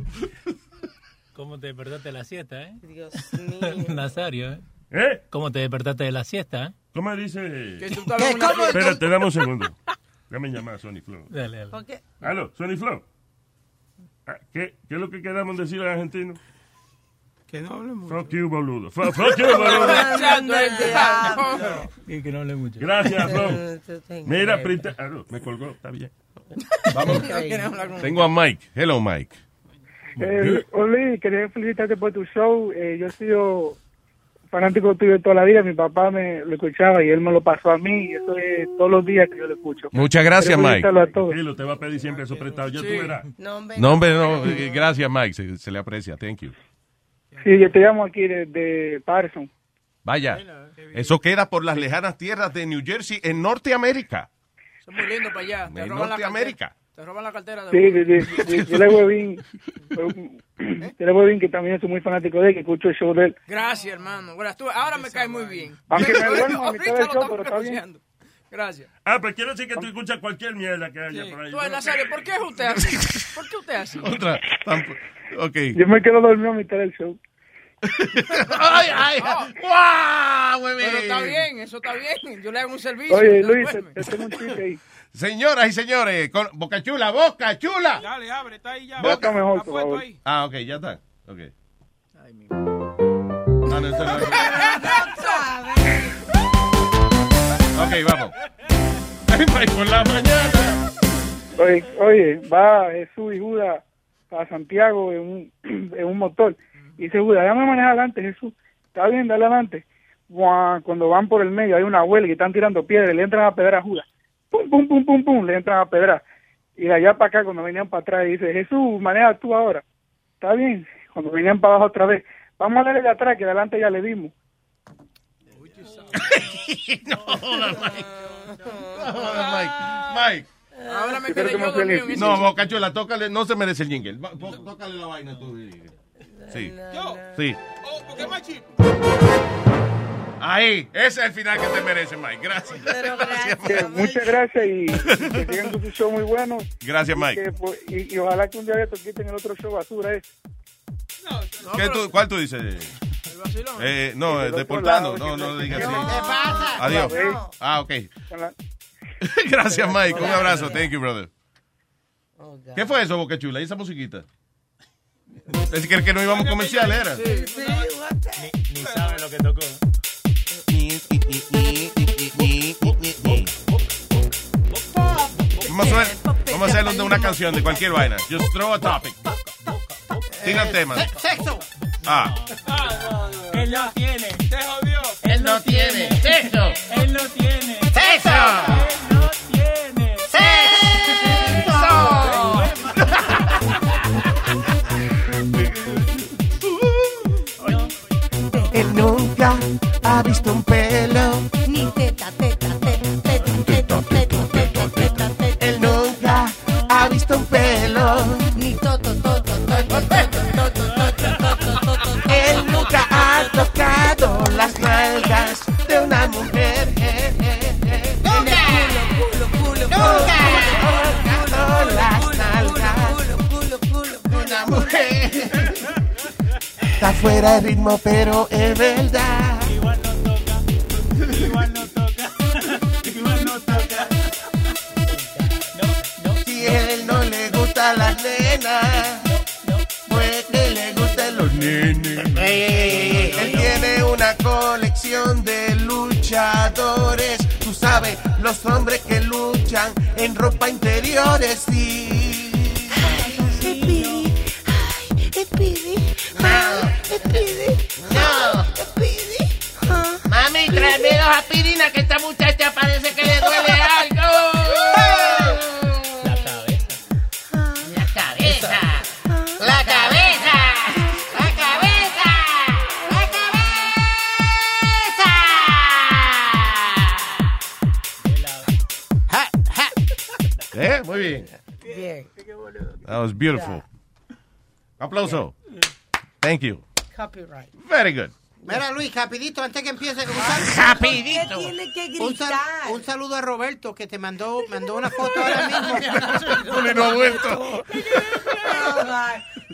Speaker 19: ¿Cómo te despertaste de la siesta, eh?
Speaker 16: Dios
Speaker 19: Nazario, eh.
Speaker 26: ¿Eh?
Speaker 19: ¿Cómo te despertaste de la siesta, eh?
Speaker 26: ¿Cómo dice?
Speaker 13: hablando de una-
Speaker 26: Espérate, dame un segundo. Déjame llamar a Sony Flow.
Speaker 28: Dale, dale.
Speaker 16: Porque
Speaker 26: Aló, Sony Flow. Ah, ¿Qué, ¿Qué es lo que quedamos en decir al argentino?
Speaker 29: Que no hable mucho.
Speaker 26: Fuck you, boludo. Fu- Fuck you, boludo.
Speaker 28: Y que no hable mucho.
Speaker 26: Gracias, Flow.
Speaker 28: Esto está increíble.
Speaker 26: Mira, Prita. Aló, me colgó, está bien.
Speaker 4: Vamos. Tengo a Mike. Hello, Mike.
Speaker 30: Eh, Oli, quería felicitarte por tu show. Eh, yo he sido fanático tuyo toda la vida. Mi papá me lo escuchaba y él me lo pasó a mí. Y eso es todos los días que yo lo escucho.
Speaker 4: Muchas gracias,
Speaker 30: Quería
Speaker 4: Mike.
Speaker 30: felicitarlo a todos.
Speaker 26: Tranquilo, te va a pedir siempre eso prestado. Yo tú verás.
Speaker 4: No, hombre, no. eh, Gracias, Mike. Se, se le aprecia. Thank you.
Speaker 30: Sí, yo te llamo aquí de, de Patterson.
Speaker 4: Vaya. Eso queda por las lejanas tierras de New Jersey en Norteamérica.
Speaker 13: Son muy lindos para allá. Te
Speaker 4: En
Speaker 13: roban la
Speaker 4: Norteamérica.
Speaker 13: cartera. Te roban la cartera. de
Speaker 30: Sí,
Speaker 13: uno.
Speaker 30: sí, sí, sí, yo le huevín. Yo le huevín que también soy muy fanático de él, que escucho el show de él.
Speaker 13: Gracias, hermano. Gracias. Tú, ahora me cae muy bien.
Speaker 30: Aunque me
Speaker 13: Ahorita
Speaker 30: duerma a mitad del
Speaker 13: lo
Speaker 30: show,
Speaker 13: estamos
Speaker 30: pero está bien.
Speaker 13: negociando. Gracias.
Speaker 26: Ah, pero quiero decir que tú escuchas cualquier mierda que haya por ahí.
Speaker 13: Tú, Nazario, ¿por qué es usted así? ¿Por qué usted es así?
Speaker 4: Otra. Tampo- Ok.
Speaker 30: Yo me quedo dormido a mitad del show.
Speaker 4: ¡Ay, ay! ¡Guau, güey!
Speaker 13: Pero está bien, eso está bien. Yo le hago un servicio. pues.
Speaker 4: Oye,
Speaker 13: usted
Speaker 4: Luis,
Speaker 13: duerme.
Speaker 4: Señoras y señores, con, Boca Chula, Boca Chula.
Speaker 31: Dale, abre, está ahí ya.
Speaker 4: Boca.
Speaker 31: Está
Speaker 4: mejor,
Speaker 31: puesto ahí.
Speaker 4: Ah, ok, ya está. Ok. Ah, no, eso no es. Ok, vamos. por la mañana.
Speaker 30: Oye, oye, va Jesús y Judas a Santiago en un, en un motor. Y dice Judas, déjame manejar adelante, Jesús. Está bien, dale adelante. Guau, Cuando van por el medio hay una huelga y están tirando piedras, y le entran a pedrar a Judas. Pum, pum, pum, pum, pum, le entran a pedrar. Y de allá para acá, cuando venían para atrás, dice, Jesús, maneja tú ahora. Está bien. Cuando venían para abajo otra vez, vamos a darle de atrás, que de adelante ya le dimos.
Speaker 4: no, jodas, Mike. No, jodas, Mike. Mike.
Speaker 13: Ahora me
Speaker 4: Yo
Speaker 13: quedé
Speaker 4: creo que
Speaker 13: yo
Speaker 4: hemos
Speaker 13: dormido en
Speaker 4: feliz.
Speaker 13: ese
Speaker 4: No,
Speaker 13: sitio.
Speaker 4: Boca Chula, tócale, no se merece el jingle. Va- po- Tócale la vaina tú. Sí. Sí.
Speaker 31: Oh, ¿por qué más chico?
Speaker 4: Ahí, ese es el final que te merece, Mike. Gracias. Gracias,
Speaker 30: Que muchas gracias y que sigan con su show muy bueno.
Speaker 4: Gracias,
Speaker 30: Y
Speaker 4: Mike.
Speaker 30: que, pues, y, y ojalá que un día de estos quiten el otro show basura eh. ese.
Speaker 4: ¿Qué tú- ¿Cuál tú dices? Eh, no, eh, deportando. No, no digas así. Adiós. Ah, ok. Gracias, Mike. Un abrazo. Thank you, brother. ¿Qué fue eso, Boca Chula? ¿Y esa musiquita? Es que, que no íbamos comercial, era.
Speaker 28: Ni sabe lo que tocó.
Speaker 4: Vamos a, hacer- vamos a hacerlo de una canción, de cualquier vaina. Just throw a topic. Tira temas.
Speaker 23: Sexo.
Speaker 4: Ah.
Speaker 32: Él no tiene. Te jodió.
Speaker 23: Él no tiene. Sexo.
Speaker 32: Él no tiene.
Speaker 23: Sexo.
Speaker 7: Él nunca ha visto un pelo. Ni teta, teta, teta, teta, teta, teta, teta, teta. Él nunca ha visto un pelo. Ni toto, toto, toto, toto, toto, toto, toto, toto. Él nunca ha tocado las nalgas de una mujer. ¡Nunca! ¡Nunca! Tocado las nalgas de una mujer. Está fuera de ritmo, pero es verdad.
Speaker 32: Igual no toca. Igual no toca.
Speaker 7: Si él no le gusta a las nenas, pues que le gustan los nenes. Él tiene una colección de luchadores. Tú sabes, los hombres que luchan en ropa interiores y.
Speaker 23: Mami, tráeme dos aspirinas que esta muchacha parece que le duele
Speaker 19: Ah!
Speaker 23: algo. La cabeza. La cabeza. La cabeza. La cabeza. La cabeza.
Speaker 4: ¿Eh? Muy bien.
Speaker 16: Bien.
Speaker 4: That was beautiful. Aplauso. Thank you.
Speaker 16: Copyright.
Speaker 4: Very good.
Speaker 23: Mira, Luis, rapidito, antes que empiece. Un saludo,
Speaker 16: rapidito. ¿Por qué tiene que gritar?
Speaker 23: Un, sal- un saludo a Roberto, que te mandó, mandó una foto ahora mismo.
Speaker 4: Juli no ha vuelto.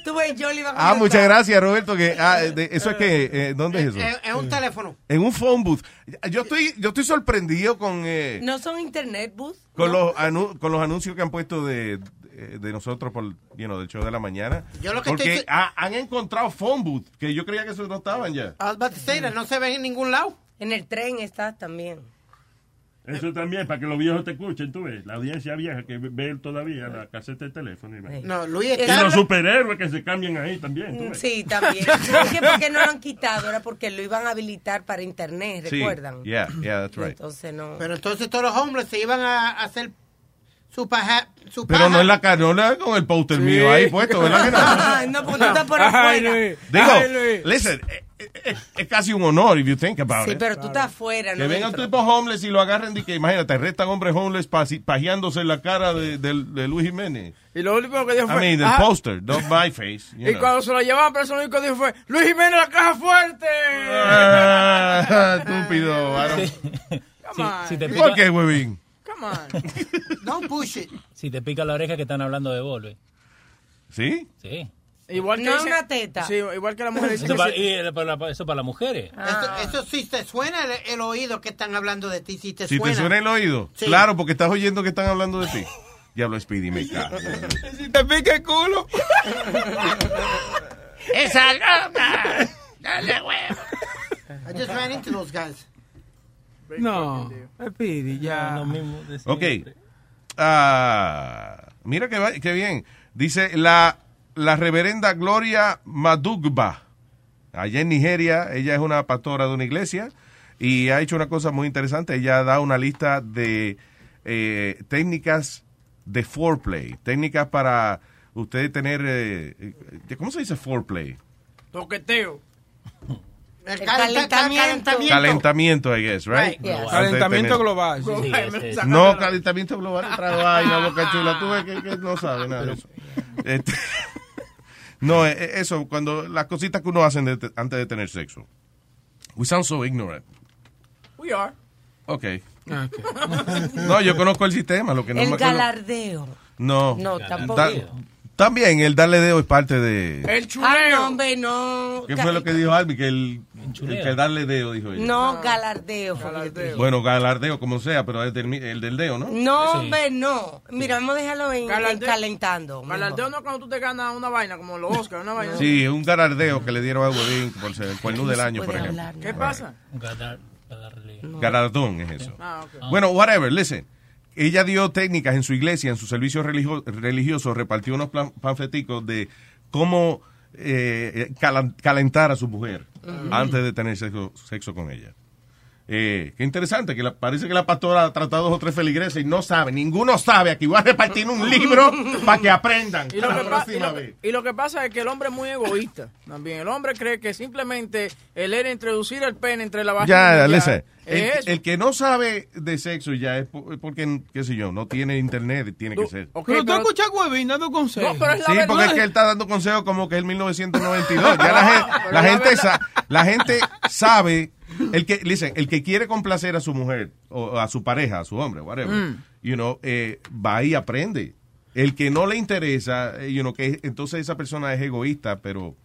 Speaker 16: Tú ves, yo le iba a
Speaker 4: Ah,
Speaker 16: contestar.
Speaker 4: muchas gracias, Roberto. Que, ah, de- ¿Eso es que eh, ¿Dónde es eso?
Speaker 16: Eh, eh, un teléfono.
Speaker 4: En un phone booth. Yo estoy, yo estoy sorprendido con, eh,
Speaker 16: No son internet bus.
Speaker 4: con, los anu- con los anuncios que han puesto de, de- de nosotros por, you know, del show de la mañana.
Speaker 23: Yo lo que
Speaker 4: Porque
Speaker 23: estoy-
Speaker 4: ha- han encontrado phone booth, que yo creía que eso no estaban ya.
Speaker 16: Ah,
Speaker 23: I was about to say that, no se ven en ningún lado.
Speaker 16: En el tren estás también.
Speaker 26: Eso también, para que los viejos te escuchen, tú ves. La audiencia vieja que ve todavía la caseta de teléfono. y va.
Speaker 23: No, Luis
Speaker 26: Y
Speaker 23: está-
Speaker 26: los superhéroes que se cambian ahí también,
Speaker 3: Mm,
Speaker 26: tú ves.
Speaker 16: Mm, Sí, también. Es que porque no lo han quitado, era porque lo iban a habilitar para internet, ¿recuerdan?
Speaker 4: Yeah, yeah, that's right.
Speaker 16: Entonces no.
Speaker 23: Pero entonces todos los hombres se iban a a hacer su paja. Su
Speaker 4: Pero no es la carola con el póster mío ahí puesto, ¿verdad que no?
Speaker 23: Ay, no,
Speaker 16: pues,
Speaker 23: porque tú estás por afuera. Ay, Luis.
Speaker 4: Digo,
Speaker 23: Ay, Luis.
Speaker 4: listen, eh, eh, eh, es, casi un honor if you think about
Speaker 16: Sí,
Speaker 4: it.
Speaker 16: pero tú estás afuera,
Speaker 4: Que
Speaker 16: ¿no?
Speaker 4: vengan
Speaker 16: dentro.
Speaker 4: tipos homeless y lo agarren de que, imagínate, restan hombres homeless pasi- pajeándose en la cara de, de- de Luis Jiménez.
Speaker 13: Y lo último que dijo
Speaker 4: I
Speaker 13: fue.
Speaker 4: mean,
Speaker 13: "Ah".
Speaker 4: el póster, not my face. you
Speaker 13: Y
Speaker 4: know.
Speaker 13: cuando se lo llevaban, pero eso lo único que dijo fue: Luis Jiménez, la caja fuerte.
Speaker 4: Ah, estúpido, varón.
Speaker 19: Sí, si te
Speaker 4: ¿Por qué, huevín?
Speaker 13: Come on.
Speaker 23: Don't push it.
Speaker 19: Si te pica la oreja que están hablando de vos, Luis.
Speaker 4: ¿Sí?
Speaker 19: Sí.
Speaker 13: Igual que
Speaker 23: No
Speaker 13: dice-
Speaker 23: una teta.
Speaker 13: Sí, igual que la mujer dice
Speaker 19: Eso
Speaker 13: que
Speaker 19: para,
Speaker 13: sí.
Speaker 19: y, eh, para la- eso para las mujeres.
Speaker 16: ah.
Speaker 23: Eso, eso sí te suena el, el oído que están hablando de ti. Si te
Speaker 4: Si
Speaker 23: suena.
Speaker 4: te suena el oído.
Speaker 23: Sí.
Speaker 4: Claro, porque estás oyendo que están hablando de ti. Diablo Speedy, me cago.
Speaker 23: Si te pica el culo.
Speaker 15: ¡Esa loca! ¡Dale huevo!
Speaker 23: I just ran into those guys.
Speaker 13: No, Speedy, ya.
Speaker 4: Ok. Ah, mira que, va- que bien. Dice la, la reverenda Gloria Madugba. Allá en Nigeria, ella es una pastora de una iglesia y ha hecho una cosa muy interesante. Ella da una lista de eh, técnicas de foreplay, técnicas para usted tener. eh, eh, ¿Cómo se dice foreplay?
Speaker 13: Toqueteo.
Speaker 23: El
Speaker 13: calentamiento.
Speaker 4: Calentamiento, I guess, right?
Speaker 13: Right, yes.
Speaker 4: Antes de
Speaker 33: Calentamiento
Speaker 4: tener-
Speaker 33: global.
Speaker 13: Sí,
Speaker 33: sí, sí.
Speaker 4: No, calentamiento global, otra vaina, boca chula. Tú ves que, que no sabe nada de eso. Este, no, eh, eh, eso, cuando las cositas que uno hace de- antes de tener sexo. We sound so ignorant.
Speaker 13: We are.
Speaker 4: Ok. No, yo conozco el sistema, lo que no
Speaker 16: el
Speaker 4: me acuerdo-
Speaker 16: galardeo.
Speaker 4: No.
Speaker 16: No, tampoco.
Speaker 4: también el darle dedo es parte de...
Speaker 13: El
Speaker 16: chuleo. Ah, no, hombre, no.
Speaker 4: ¿Qué
Speaker 16: Ga-
Speaker 4: fue lo que dijo Albi? Que el,
Speaker 16: chuleo.
Speaker 4: el que darle dedo, dijo ella.
Speaker 16: No, galardeo. fue lo que te dije.
Speaker 4: Bueno, galardeo, como sea, pero el del, el del dedo, ¿no?
Speaker 16: No,
Speaker 4: Sí.
Speaker 16: hombre, Eh, no. Mira, vamos a dejarlo en, en
Speaker 13: Galardeo.
Speaker 16: calentando.
Speaker 13: Galardeo no es cuando tú te ganas una vaina, como los Oscars, una vaina.
Speaker 4: Sí, un galardeo que le dieron a Huevín por ser el cuerno del año, por ejemplo.
Speaker 13: ¿Qué pasa?
Speaker 4: Galardón es eso.
Speaker 13: Ah, ok.
Speaker 4: Bueno, whatever, listen. Ella dio técnicas en su iglesia, en su servicio religio- religioso, repartió unos plan- panfleticos de cómo eh, cala- calentar a su mujer
Speaker 13: Mm.
Speaker 33: mm.
Speaker 26: Ujú.
Speaker 4: antes de tener sexo, sexo con ella. Eh, qué interesante, que la- parece que la pastora ha tratado dos o tres feligreses y no sabe, ninguno sabe. Aquí voy a repartir un libro para que aprendan.
Speaker 13: Y lo,
Speaker 4: Para
Speaker 13: que
Speaker 4: la
Speaker 13: pa- y,
Speaker 4: próxima
Speaker 13: lo,
Speaker 4: vez.
Speaker 13: que- y lo que pasa es que el hombre es muy egoísta también. El hombre cree que simplemente el era introducir el pene entre la vagina. y
Speaker 4: Ya, listen.
Speaker 13: Es
Speaker 4: El,
Speaker 13: eso.
Speaker 4: el que no sabe de sexo ya es po- porque, qué sé yo, no tiene internet, tiene que ser.
Speaker 33: pero tú escuchas Huevín dando consejos.
Speaker 13: No, pero es la
Speaker 4: Sí,
Speaker 13: verdad.
Speaker 4: porque es que él está dando consejos como que es el 1992. Ya la gente, la gente, sa- la gente sabe, el que, listen, el que quiere complacer a su mujer o a su pareja, a su hombre, whatever,
Speaker 3: Mm.
Speaker 4: you know, eh, va y aprende. El que no le interesa, eh, you know, que entonces esa persona es egoísta, pero,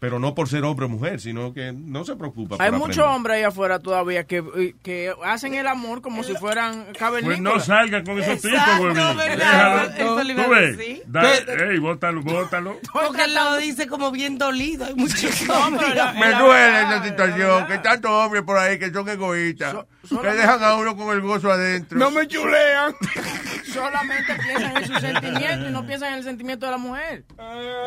Speaker 4: pero no por ser hombre o mujer, sino que no se preocupa.
Speaker 13: Hay
Speaker 4: por
Speaker 13: muchos
Speaker 4: aprender.
Speaker 13: hombres ahí afuera todavía que, que hacen el amor como si fueran
Speaker 26: Pues
Speaker 13: cavernícolas.
Speaker 26: no salga con esos tipos, güey.
Speaker 13: ¿verdad? Eso le iba a
Speaker 26: Tú ves.
Speaker 13: decir.
Speaker 26: Da-
Speaker 13: Pero-
Speaker 26: Ey, bótalo, bótalo.
Speaker 16: Porque él lo dice como bien dolido. Hay mucho
Speaker 3: Me duele esa situación, que hay tantos hombres por ahí que son egoístas, que dejan a uno con el gozo adentro. No me chulean.
Speaker 13: solamente piensan en su sentimiento y no piensan en el sentimiento de la mujer.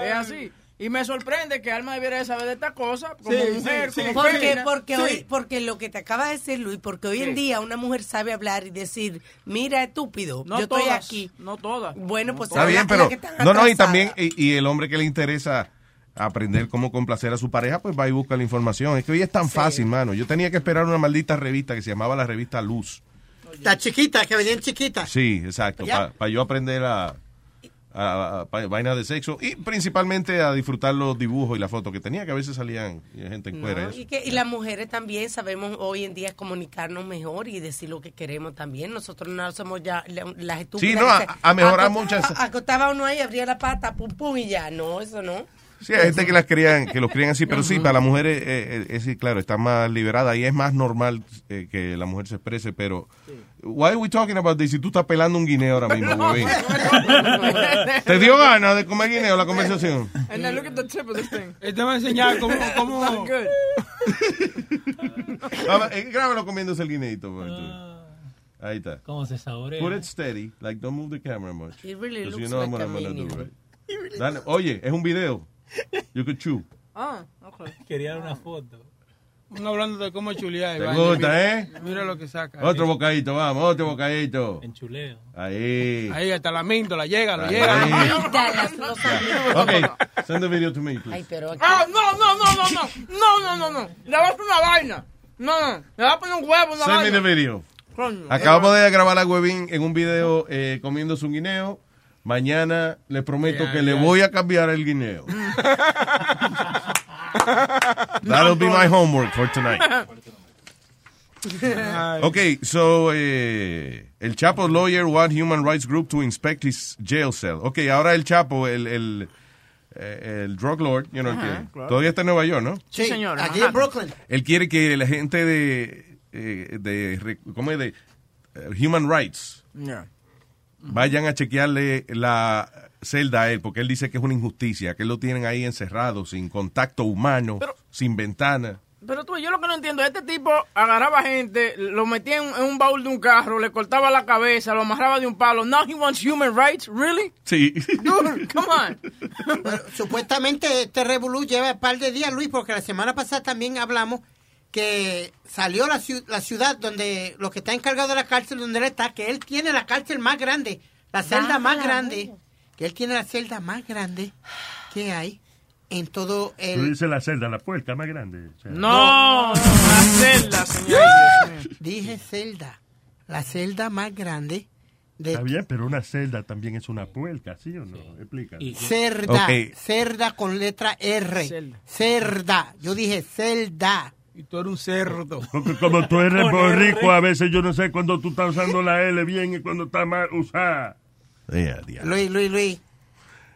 Speaker 13: Es así. Y me sorprende que Alma debiera de saber de esta cosa como
Speaker 16: Sí,
Speaker 13: mujer,
Speaker 16: sí, sí.
Speaker 13: como
Speaker 16: porque,
Speaker 13: fémina.
Speaker 16: porque,
Speaker 13: Sí.
Speaker 16: hoy, porque lo que te acabas de decir, Luis, porque hoy en
Speaker 13: Sí.
Speaker 16: día una mujer sabe hablar y decir, mira, estúpido,
Speaker 13: No
Speaker 16: yo estoy
Speaker 13: todas,
Speaker 16: aquí.
Speaker 13: No todas.
Speaker 16: Bueno, pues
Speaker 4: Está
Speaker 16: habla
Speaker 4: bien,
Speaker 16: con
Speaker 4: pero
Speaker 16: la que están
Speaker 4: no, no, y
Speaker 16: atrasadas.
Speaker 4: también y, y el hombre que le interesa aprender cómo complacer a su pareja, pues va y busca la información. Es que hoy es tan fácil, mano. Yo tenía que esperar una maldita revista que se llamaba la revista Luz.
Speaker 23: Las chiquitas, que venían chiquitas.
Speaker 4: Sí, exacto,
Speaker 23: Ya.
Speaker 4: para yo aprender a, a- a- pa- vainas de sexo y principalmente a disfrutar los dibujos y las fotos que tenía, que a veces salían y gente en cuera. y
Speaker 16: No,
Speaker 4: eso.
Speaker 16: y, que, y las mujeres también sabemos hoy en día comunicarnos mejor y decir lo que queremos también. Nosotros no somos ya la- las estúpidas.
Speaker 4: Sí, no, a-
Speaker 16: que se-
Speaker 4: a mejorar
Speaker 16: acot-
Speaker 4: muchas-
Speaker 16: a- Acotaba uno ahí, abría la pata, pum, pum, y ya. No, eso no.
Speaker 4: Sí, hay gente que las crían, que los crían así, pero sí, para las mujeres, eh, eh, es sí, claro, está más liberada y es más normal eh, que la mujer se exprese, pero why are we talking about this si tú estás pelando un guineo ahora mismo, güey? ¿Te dio ganas de comer guineo la conversación?
Speaker 13: And now look at the tip of this thing.
Speaker 33: Él te va a Eh, enseñar cómo- cómo-
Speaker 13: Not good.
Speaker 4: Vamos, eh, Grábalo comiéndose el guineito. por favor. Ahí está.
Speaker 19: Ah. ¿Cómo se saborea?
Speaker 4: Put it steady, like don't move the camera much.
Speaker 19: It really
Speaker 4: 'Cause
Speaker 19: looks
Speaker 4: you know
Speaker 19: like
Speaker 4: what
Speaker 19: a
Speaker 4: I'm gonna do,
Speaker 19: minion.
Speaker 4: right? Dale, oye, es un video. You could chew.
Speaker 13: Ah, okay.
Speaker 19: Quería una foto.
Speaker 33: Uno hablando de cómo chulear.
Speaker 4: Te
Speaker 33: Iván.
Speaker 4: gusta,
Speaker 33: Mira-
Speaker 4: ¿eh?
Speaker 33: Mira lo que saca.
Speaker 4: Otro bocadito, vamos, otro bocadito. En
Speaker 19: chuleo.
Speaker 4: Ahí.
Speaker 33: Ahí hasta la mintola, llega, la
Speaker 4: Ahí.
Speaker 33: llega.
Speaker 16: Quítalas, los
Speaker 4: Okay, send the video to me,
Speaker 16: Ay,
Speaker 4: please.
Speaker 16: pero aquí-
Speaker 13: Ah, no, no, no, no, no. No, no, no, no. Le vas a poner una vaina. No, no. Le vas a poner un huevo, una
Speaker 4: Send me
Speaker 13: vaina.
Speaker 4: the video.
Speaker 13: Coño.
Speaker 4: Acabamos de grabar a Webin en un video eh, comiéndose un guineo. Mañana les prometo
Speaker 33: Ya,
Speaker 4: que le
Speaker 33: ya.
Speaker 4: voy a cambiar el guineo. That'll be my homework for tonight.
Speaker 33: Ay.
Speaker 4: Okay, so eh, el Chapo lawyer want human rights group to inspect his jail cell. Okay, ahora el Chapo, el, el, eh, el drug lord, you know, el
Speaker 23: Ajá,
Speaker 4: que
Speaker 23: claro.
Speaker 4: todavía está en Nueva York, ¿no?
Speaker 23: Sí,
Speaker 13: señor,
Speaker 23: Aquí en
Speaker 13: Manhattan.
Speaker 23: Brooklyn.
Speaker 4: Él quiere que la gente de, eh, de re- ¿cómo es? De eh, human rights
Speaker 13: Yeah.
Speaker 4: vayan a chequearle la celda a él, porque él dice que es una injusticia, que él lo tienen ahí encerrado, sin contacto humano, sin ventana.
Speaker 13: Pero tú, yo lo que no entiendo, este tipo agarraba gente, lo metía en, en un baúl de un carro, le cortaba la cabeza, lo amarraba de un palo. Now he wants human rights, really?
Speaker 4: Sí.
Speaker 13: Dude, come on.
Speaker 23: Bueno, supuestamente este revolú lleva un par de días, Luis, porque la semana pasada también hablamos que salió la, ciu- la ciudad donde los que está encargado de la cárcel donde él está, que él tiene la cárcel más grande, la celda más
Speaker 16: Válgame.
Speaker 23: grande, que él tiene la celda más grande que hay en todo
Speaker 26: Tú
Speaker 23: el...
Speaker 26: dices la celda, la puerta más grande. o sea.
Speaker 13: No, la celda, señor.
Speaker 23: Dije celda, la celda más grande de
Speaker 26: Está bien, pero una celda también es una puerta, ¿sí o no? Explica.
Speaker 23: Cerda, cerda con letra R. Cerda. Yo dije cerda.
Speaker 33: Y tú eres un cerdo.
Speaker 26: Porque como tú eres borrico, a veces yo no sé cuando tú estás usando la L bien y cuando está mal usada.
Speaker 4: Yeah, yeah.
Speaker 23: Luis, Luis, Luis.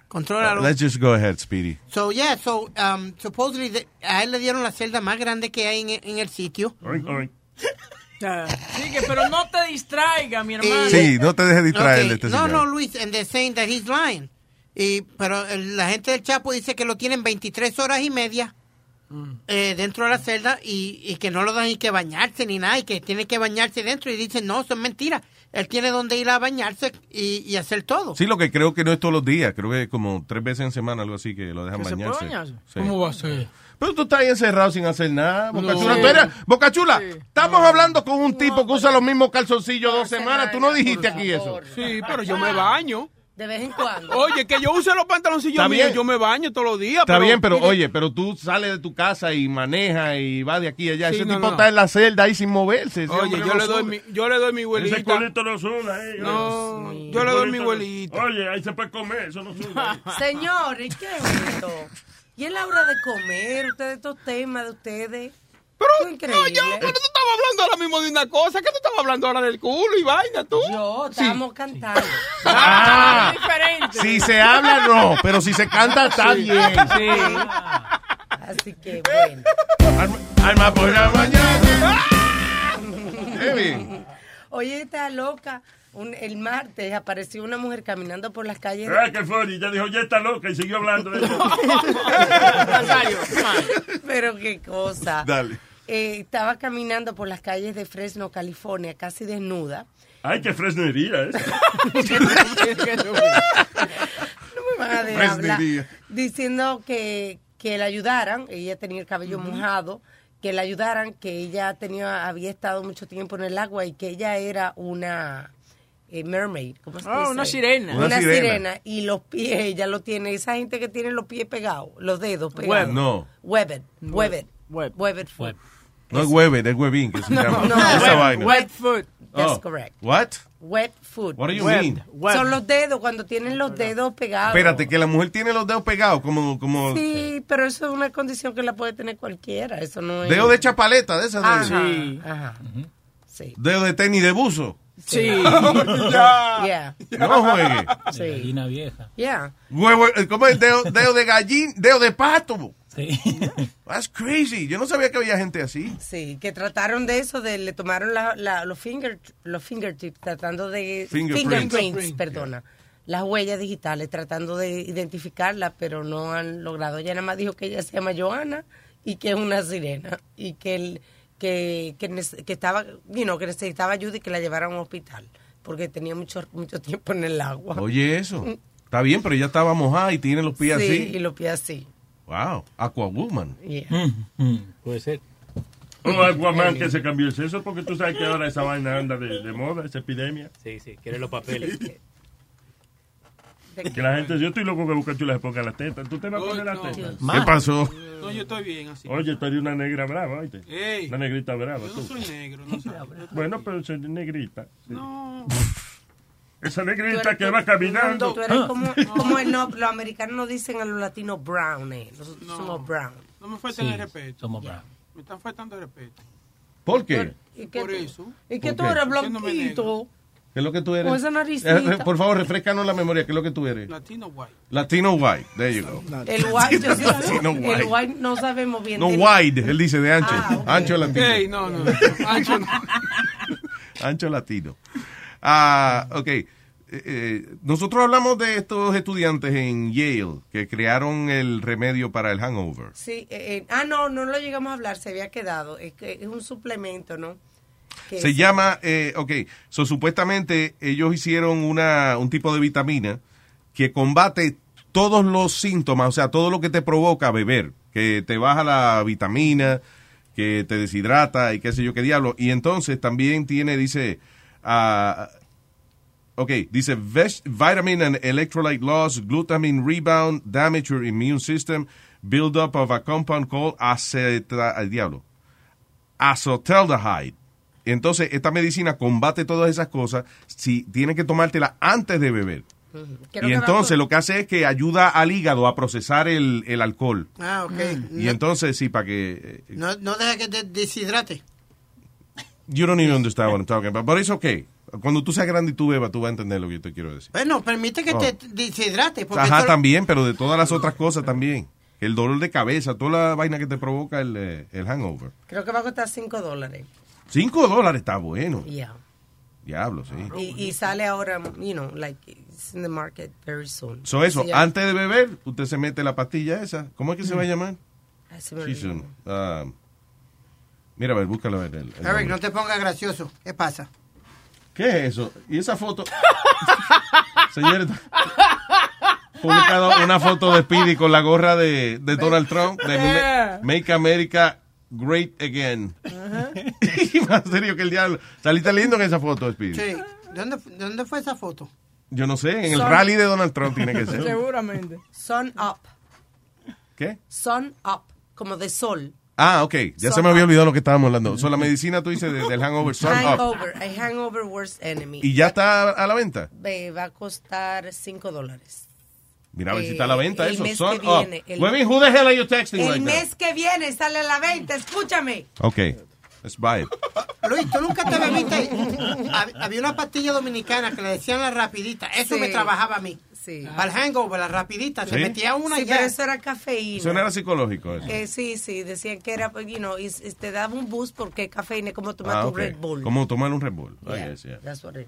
Speaker 23: Contrólalo.
Speaker 4: Let's just go ahead, Speedy.
Speaker 23: So, yeah, so, um, supposedly, the- a él le dieron la celda más grande que hay en, e, en el sitio.
Speaker 26: Oink, oink.
Speaker 13: Sigue, pero no te distraiga, mi hermano.
Speaker 4: Sí, no te dejes distraer de este
Speaker 23: no,
Speaker 4: señor.
Speaker 23: no, Luis, and they're saying that he's lying. Y, pero el- la gente del Chapo dice que lo tienen 23 horas y media
Speaker 13: Mm.
Speaker 23: eh, dentro de la celda y, y que no lo dan ni que bañarse ni nada y que tiene que bañarse dentro. Y dicen, no, son mentiras. Él tiene donde ir a bañarse y, y hacer todo.
Speaker 4: Sí, lo que creo que no es todos los días, creo que como tres veces en semana, algo así, que lo dejan bañarse. Sí.
Speaker 33: ¿Cómo va a ser?
Speaker 4: Pero tú estás ahí encerrado sin hacer nada, Boca
Speaker 33: No.
Speaker 4: Chula.
Speaker 33: Sí.
Speaker 4: Tú eres- Boca Chula, estamos hablando con un tipo que usa los mismos calzoncillos dos semanas. Tú no dijiste aquí eso.
Speaker 33: Sí, pero yo me baño.
Speaker 16: De vez en cuando.
Speaker 33: Oye, que yo use los pantaloncillos
Speaker 4: Está
Speaker 33: míos,
Speaker 4: bien.
Speaker 33: yo me baño todos los días.
Speaker 4: Está bien, pero
Speaker 33: Mire,
Speaker 4: oye, pero tú sales de tu casa y manejas y vas de aquí a allá.
Speaker 33: Sí,
Speaker 4: Ese
Speaker 33: no,
Speaker 4: tipo
Speaker 33: no.
Speaker 4: está en la celda ahí sin moverse. Ese
Speaker 33: Oye,
Speaker 4: hombre
Speaker 33: yo
Speaker 4: no
Speaker 33: le, doy
Speaker 4: sube.
Speaker 33: mi, yo le doy mi
Speaker 26: Ese
Speaker 33: abuelita.
Speaker 26: culito no suda, ¿eh?
Speaker 33: No,
Speaker 26: Oye,
Speaker 33: yo le doy mi
Speaker 26: culito no-
Speaker 33: abuelita.
Speaker 26: Oye, ahí se puede comer, eso no suda.
Speaker 16: Señor, ¿y qué es esto? Y es la hora de comer, ustedes, estos temas de ustedes. Pero,
Speaker 33: No, yo, pero tú estabas hablando ahora mismo de una cosa. ¿Qué tú estabas hablando ahora del culo y vaina, tú?
Speaker 16: Yo, estábamos cantando.
Speaker 4: Ah,
Speaker 16: diferente.
Speaker 4: si se habla, no, pero si se canta, está
Speaker 13: Ah,
Speaker 16: Sí,
Speaker 4: bien.
Speaker 16: sí. Así que, bueno.
Speaker 4: Alma, alma por la mañana. Qué bien.
Speaker 16: Oye, está loca. Un- el martes apareció una mujer caminando por las calles.
Speaker 26: Ah, qué funny. Ya dijo, ya está loca y siguió hablando de eso.
Speaker 16: Pero qué cosa.
Speaker 26: Dale.
Speaker 16: Eh, estaba caminando por las calles de Fresno, California, casi desnuda.
Speaker 26: Ay, qué fresnería es.
Speaker 16: No me van a dejar hablar.
Speaker 26: Fresnería.
Speaker 16: Diciendo que, que la ayudaran. Ella tenía el cabello mojado. Que la ayudaran, que ella tenía había estado mucho tiempo en el agua y que ella era una eh, mermaid. ¿cómo se
Speaker 13: Ah,
Speaker 16: dice?
Speaker 13: una sirena.
Speaker 16: Una,
Speaker 13: Una
Speaker 16: sirena.
Speaker 13: sirena.
Speaker 16: Y los pies, ella lo tiene. Esa gente que tiene los pies pegados, los dedos pegados.
Speaker 4: Web. No.
Speaker 16: Webbed. Webbed. Webbed foot.
Speaker 4: No es hueve, es huevín que se llama.
Speaker 16: no.
Speaker 4: Esa
Speaker 16: Web-
Speaker 4: vaina.
Speaker 16: web foot. That's
Speaker 4: Oh.
Speaker 16: correct.
Speaker 4: What?
Speaker 16: Wet foot.
Speaker 4: What do you Web, mean? web.
Speaker 16: Son los dedos, cuando tienen los dedos pegados.
Speaker 4: Espérate, que la mujer tiene los dedos pegados, como, como
Speaker 16: Sí, pero eso es una condición que la puede tener cualquiera. Eso no es.
Speaker 4: dedos de chapaleta, de esas.
Speaker 16: Ajá,
Speaker 4: de-
Speaker 16: ajá.
Speaker 4: Dedos de tenis de buzo.
Speaker 13: Sí.
Speaker 16: Yeah.
Speaker 3: No juegue.
Speaker 16: Sí.
Speaker 19: Gallina vieja.
Speaker 16: Yeah.
Speaker 3: Huevo, eh, ¿cómo es? Deo, deo de gallín, deo de pato. That's crazy. Yo no sabía que había gente así.
Speaker 16: Sí, que trataron de eso, de le tomaron la- la- los, finger, los fingertips, tratando de...
Speaker 3: Fingerprints.
Speaker 16: fingerprints, perdona. Las huellas digitales, tratando de identificarlas, pero no han logrado. Ella nada más dijo que ella se llama Joana y que es una sirena y que el, que, que, nece- que estaba, you know, que necesitaba ayuda y que la llevaran a un hospital porque tenía mucho, mucho tiempo en el agua.
Speaker 4: Oye, eso. Está bien, pero ya estaba mojada y tiene los
Speaker 16: sí,
Speaker 4: pies así.
Speaker 16: y los pies así.
Speaker 4: Wow, Aquawoman.
Speaker 16: yeah.
Speaker 19: Mm, Puede ser.
Speaker 26: Un Oh, Aquaman que se cambió el sexo porque tú sabes que ahora esa vaina anda de, de moda, esa epidemia.
Speaker 19: Sí, sí, quiere los papeles.
Speaker 26: Que la gente, yo estoy loco que Bocachula se ponga las tetas. ¿Tú te vas a poner las tetas?
Speaker 4: ¿Qué pasó?
Speaker 33: No, yo estoy bien así.
Speaker 26: Oye, tú eres una negra brava, oíste.
Speaker 33: Ey.
Speaker 26: Una negrita brava,
Speaker 33: Yo no
Speaker 26: tú.
Speaker 33: soy negro, no sabes.
Speaker 26: Bueno, pero soy negrita.
Speaker 33: No.
Speaker 26: Esa
Speaker 16: Tú
Speaker 26: negrita
Speaker 16: eres
Speaker 26: que
Speaker 16: como-
Speaker 26: va caminando.
Speaker 16: Tú
Speaker 4: Ah.
Speaker 16: eres como, como el no- los americanos nos dicen a los latinos brown, eh. Nosotros somos brown.
Speaker 33: No me falten el respeto.
Speaker 19: Somos
Speaker 33: Me están faltando el respeto.
Speaker 4: ¿Por qué?
Speaker 16: ¿Y
Speaker 33: Por eso.
Speaker 16: ¿Y
Speaker 4: que ¿Por tú qué? eres
Speaker 33: blanquito?
Speaker 4: ¿Qué es lo que tú eres?
Speaker 33: Con esa naricita.
Speaker 4: Eh, por favor, refrescanos la memoria. ¿Qué es lo que tú eres?
Speaker 33: Latino white.
Speaker 4: Latino white. There you go.
Speaker 16: El white, yo sí-
Speaker 4: Latino
Speaker 16: el
Speaker 4: white.
Speaker 16: white no sabemos bien.
Speaker 4: No
Speaker 16: de-
Speaker 4: wide, él dice de ancho.
Speaker 16: Ah, ok.
Speaker 4: Ancho latino.
Speaker 33: Ey, no, no. Ancho no.
Speaker 4: Ancho latino. Ah, ok. Eh, eh, nosotros hablamos de estos estudiantes en Yale que crearon el remedio para el hangover.
Speaker 16: Sí, eh, eh, ah, no, no lo llegamos a hablar, se había quedado. Es que es un suplemento, ¿no? Que
Speaker 4: Se
Speaker 16: es-
Speaker 4: llama, eh, ok, so, supuestamente ellos hicieron una, un tipo de vitamina que combate todos los síntomas, o sea, todo lo que te provoca beber, que te baja la vitamina, que te deshidrata y qué sé yo qué diablo. Y entonces también tiene, dice, ah, ok, dice ves- vitamin and electrolyte loss, glutamine rebound, damage your immune system, build up of a compound called aceta, al diablo, azotaldehyde. Entonces, esta medicina combate todas esas cosas. Si tienes que tomártela antes de beber.
Speaker 16: Creo
Speaker 4: y
Speaker 16: que va
Speaker 4: entonces
Speaker 16: por-
Speaker 4: lo que hace es que ayuda al hígado a procesar el, el alcohol.
Speaker 23: Ah, ok.
Speaker 4: Y entonces, sí, para que... eh,
Speaker 23: No, no deja que te deshidrate.
Speaker 4: You don't even understand what I'm talking about. But it's okay. Cuando tú seas grande y tú bebas, tú vas a entender lo que yo te quiero decir.
Speaker 23: Bueno, permite que
Speaker 4: Oh.
Speaker 23: te deshidrate. Porque
Speaker 4: Ajá,
Speaker 23: eso-
Speaker 4: también, pero de todas las otras cosas también. El dolor de cabeza, toda la vaina que te provoca el, eh, el hangover.
Speaker 16: Creo que va a costar 5 dólares.
Speaker 4: Cinco dólares está bueno.
Speaker 16: Yeah.
Speaker 4: Diablo, sí.
Speaker 16: Y, y sale ahora, you know, like it's in the market very soon.
Speaker 4: So eso,
Speaker 16: Sí, ya.
Speaker 4: antes de beber, usted se mete la pastilla esa. ¿Cómo es que se va Mm. a llamar?
Speaker 16: Ay, se me
Speaker 4: Sí, sí.
Speaker 16: olvidó.
Speaker 4: Ah, mira, a ver, búscalo. a ver, el- el
Speaker 23: Eric,
Speaker 4: nombre.
Speaker 23: no te pongas gracioso. ¿Qué pasa?
Speaker 4: ¿Qué es eso? Y esa foto... Señores, publicado una foto de Speedy con la gorra de, de Donald Trump. De
Speaker 15: Yeah.
Speaker 23: Eh.
Speaker 4: Ma- Make America Great Again. Y más serio que el diablo. Saliste lindo en esa foto, Speedy.
Speaker 23: Sí. ¿Dónde, ¿Dónde fue esa foto?
Speaker 4: Yo no sé, en el
Speaker 16: Son-
Speaker 4: rally de Donald Trump tiene que ser.
Speaker 16: Seguramente. Sun up.
Speaker 4: ¿Qué?
Speaker 16: Sun up. Como de sol.
Speaker 4: Ah, ok. Ya se me había olvidado lo que estábamos hablando. So, la medicina, tú dices, de- del hangover. Sun Up.
Speaker 16: Hangover. A hangover worst enemy.
Speaker 4: Y ya está a la venta.
Speaker 16: Ve, va a costar 5 dólares.
Speaker 4: Mira, a ver
Speaker 16: Eh,
Speaker 4: si está a la venta
Speaker 16: el
Speaker 4: eso.
Speaker 16: mes
Speaker 4: Son
Speaker 16: que
Speaker 4: up.
Speaker 16: viene, el-
Speaker 4: Webin, who the hell are you texting
Speaker 16: El
Speaker 4: right now?
Speaker 16: mes que viene sale a la venta. Escúchame.
Speaker 4: Ok, let's buy it.
Speaker 23: Luis, tú nunca te bebiste. Hab- Había una pastilla dominicana que le decían la rapidita. Eso
Speaker 16: Sí.
Speaker 23: me trabajaba a mí.
Speaker 16: Sí.
Speaker 23: Para el hangover, la rapidita. Te
Speaker 4: Sí.
Speaker 23: metía una
Speaker 16: Sí,
Speaker 23: y ya.
Speaker 16: pero eso era cafeína.
Speaker 4: Eso no era psicológico. Eso.
Speaker 16: Eh, sí, sí, decían que era, pues, you know, y, y te daba un boost porque cafeína es como tomar
Speaker 4: Ah,
Speaker 16: tu
Speaker 4: ok.
Speaker 16: Red Bull.
Speaker 4: Como tomar un Red Bull. Oh,
Speaker 16: Yeah,
Speaker 4: yes, yeah.
Speaker 16: that's what it is.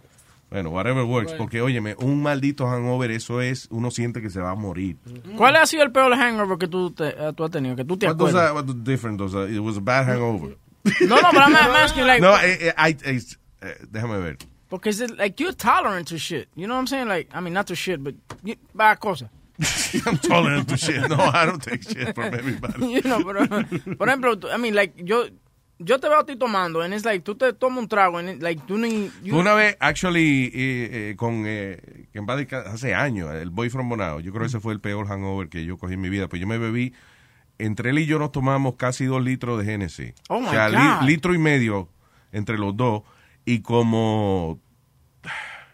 Speaker 4: Bueno, whatever works.
Speaker 13: Bueno.
Speaker 4: Porque, óyeme, un maldito hangover, eso es, uno siente que se va a morir.
Speaker 13: ¿Cuál ha sido el peor hangover que tú, te- eh, tú has tenido? Que tú te
Speaker 4: What was
Speaker 13: acuerdas.
Speaker 4: that? What was different? Was that- it was a bad hangover.
Speaker 13: No, no, but I'm, I'm asking like,
Speaker 4: No, eh, eh, I- eh, eh, déjame ver.
Speaker 13: porque it's like you're tolerant to shit. You know what I'm saying? Like, I mean, not to shit, but you, bad cosas.
Speaker 4: I'm tolerant to shit. No, I don't take shit from everybody.
Speaker 13: You know, pero, por ejemplo, tú- I mean, like, yo, yo te veo a ti tomando, and it's like, tú te tomas un trago, and it's like, tú ni... you-
Speaker 4: Una vez, actually, eh, eh, con, eh, que en paz descanse, hace años, el Boy from Bonao, yo creo que ese fue el peor hangover que yo cogí en mi vida. Pues yo me bebí, entre él y yo nos tomamos casi dos litros de Genesis.
Speaker 15: Oh, my
Speaker 4: o sea,
Speaker 15: God.
Speaker 4: litro y medio entre los dos. Y como,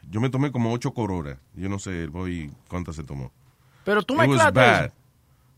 Speaker 4: yo me tomé como ocho coronas. Yo no sé, el Boy, ¿cuántas se tomó?
Speaker 13: Pero tú
Speaker 4: It
Speaker 13: me
Speaker 4: was bad.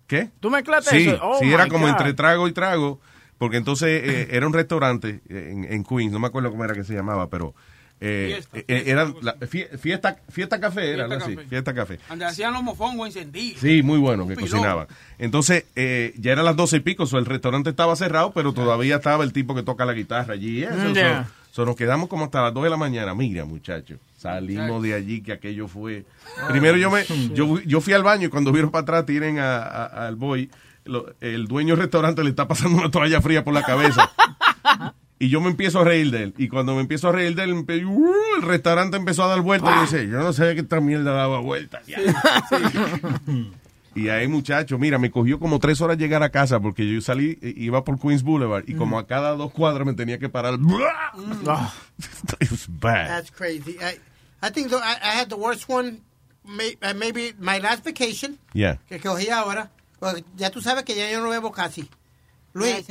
Speaker 4: ¿Qué?
Speaker 13: Tú mezclaste
Speaker 4: sí,
Speaker 13: eso. Oh,
Speaker 4: sí, era
Speaker 13: my
Speaker 4: como
Speaker 13: God.
Speaker 4: entre trago y eh, trago, porque entonces eh, era un restaurante en, en Queens, no me acuerdo cómo era que se llamaba, pero eh, eh, era la- fie- fiesta, fiesta café, era
Speaker 33: Fiesta
Speaker 4: algo así,
Speaker 33: Café.
Speaker 4: fiesta café.
Speaker 33: Donde hacían los mofongos encendidos.
Speaker 4: Sí, muy bueno, que
Speaker 33: pilón.
Speaker 4: cocinaba. Entonces, eh, ya eran las doce y pico, so, el restaurante estaba cerrado, pero todavía estaba el tipo que toca la guitarra allí. y eso,
Speaker 33: Mm,
Speaker 4: so-
Speaker 33: yeah.
Speaker 4: so, nos quedamos como hasta las dos de la mañana. Mira, muchachos, salimos de allí, que aquello fue...
Speaker 33: Oh,
Speaker 4: Primero yo me
Speaker 33: shit.
Speaker 4: yo, yo fui al baño y cuando vieron para atrás tienen a- a- al boy, lo- el dueño del restaurante le está pasando una toalla fría por la cabeza. Y yo me empiezo a reír de él. Y cuando me empiezo a reír de él, empe- ¡uh! el restaurante empezó a dar vueltas. Y dice, yo no sabía que esta mierda daba vueltas. ya. Y ahí, muchacho, mira, me cogió como tres horas llegar a casa porque yo salí, eh, iba por Queens Boulevard y
Speaker 23: Mm.
Speaker 4: como a cada dos cuadras me tenía que parar.
Speaker 23: Ah.
Speaker 4: It was bad.
Speaker 23: That's crazy. I, I think though, I, I had the worst one, may, uh, maybe my last vacation,
Speaker 4: Yeah.
Speaker 23: que cogí ahora. Pues, Ya tú sabes que ya yo no bebo casi. Luis,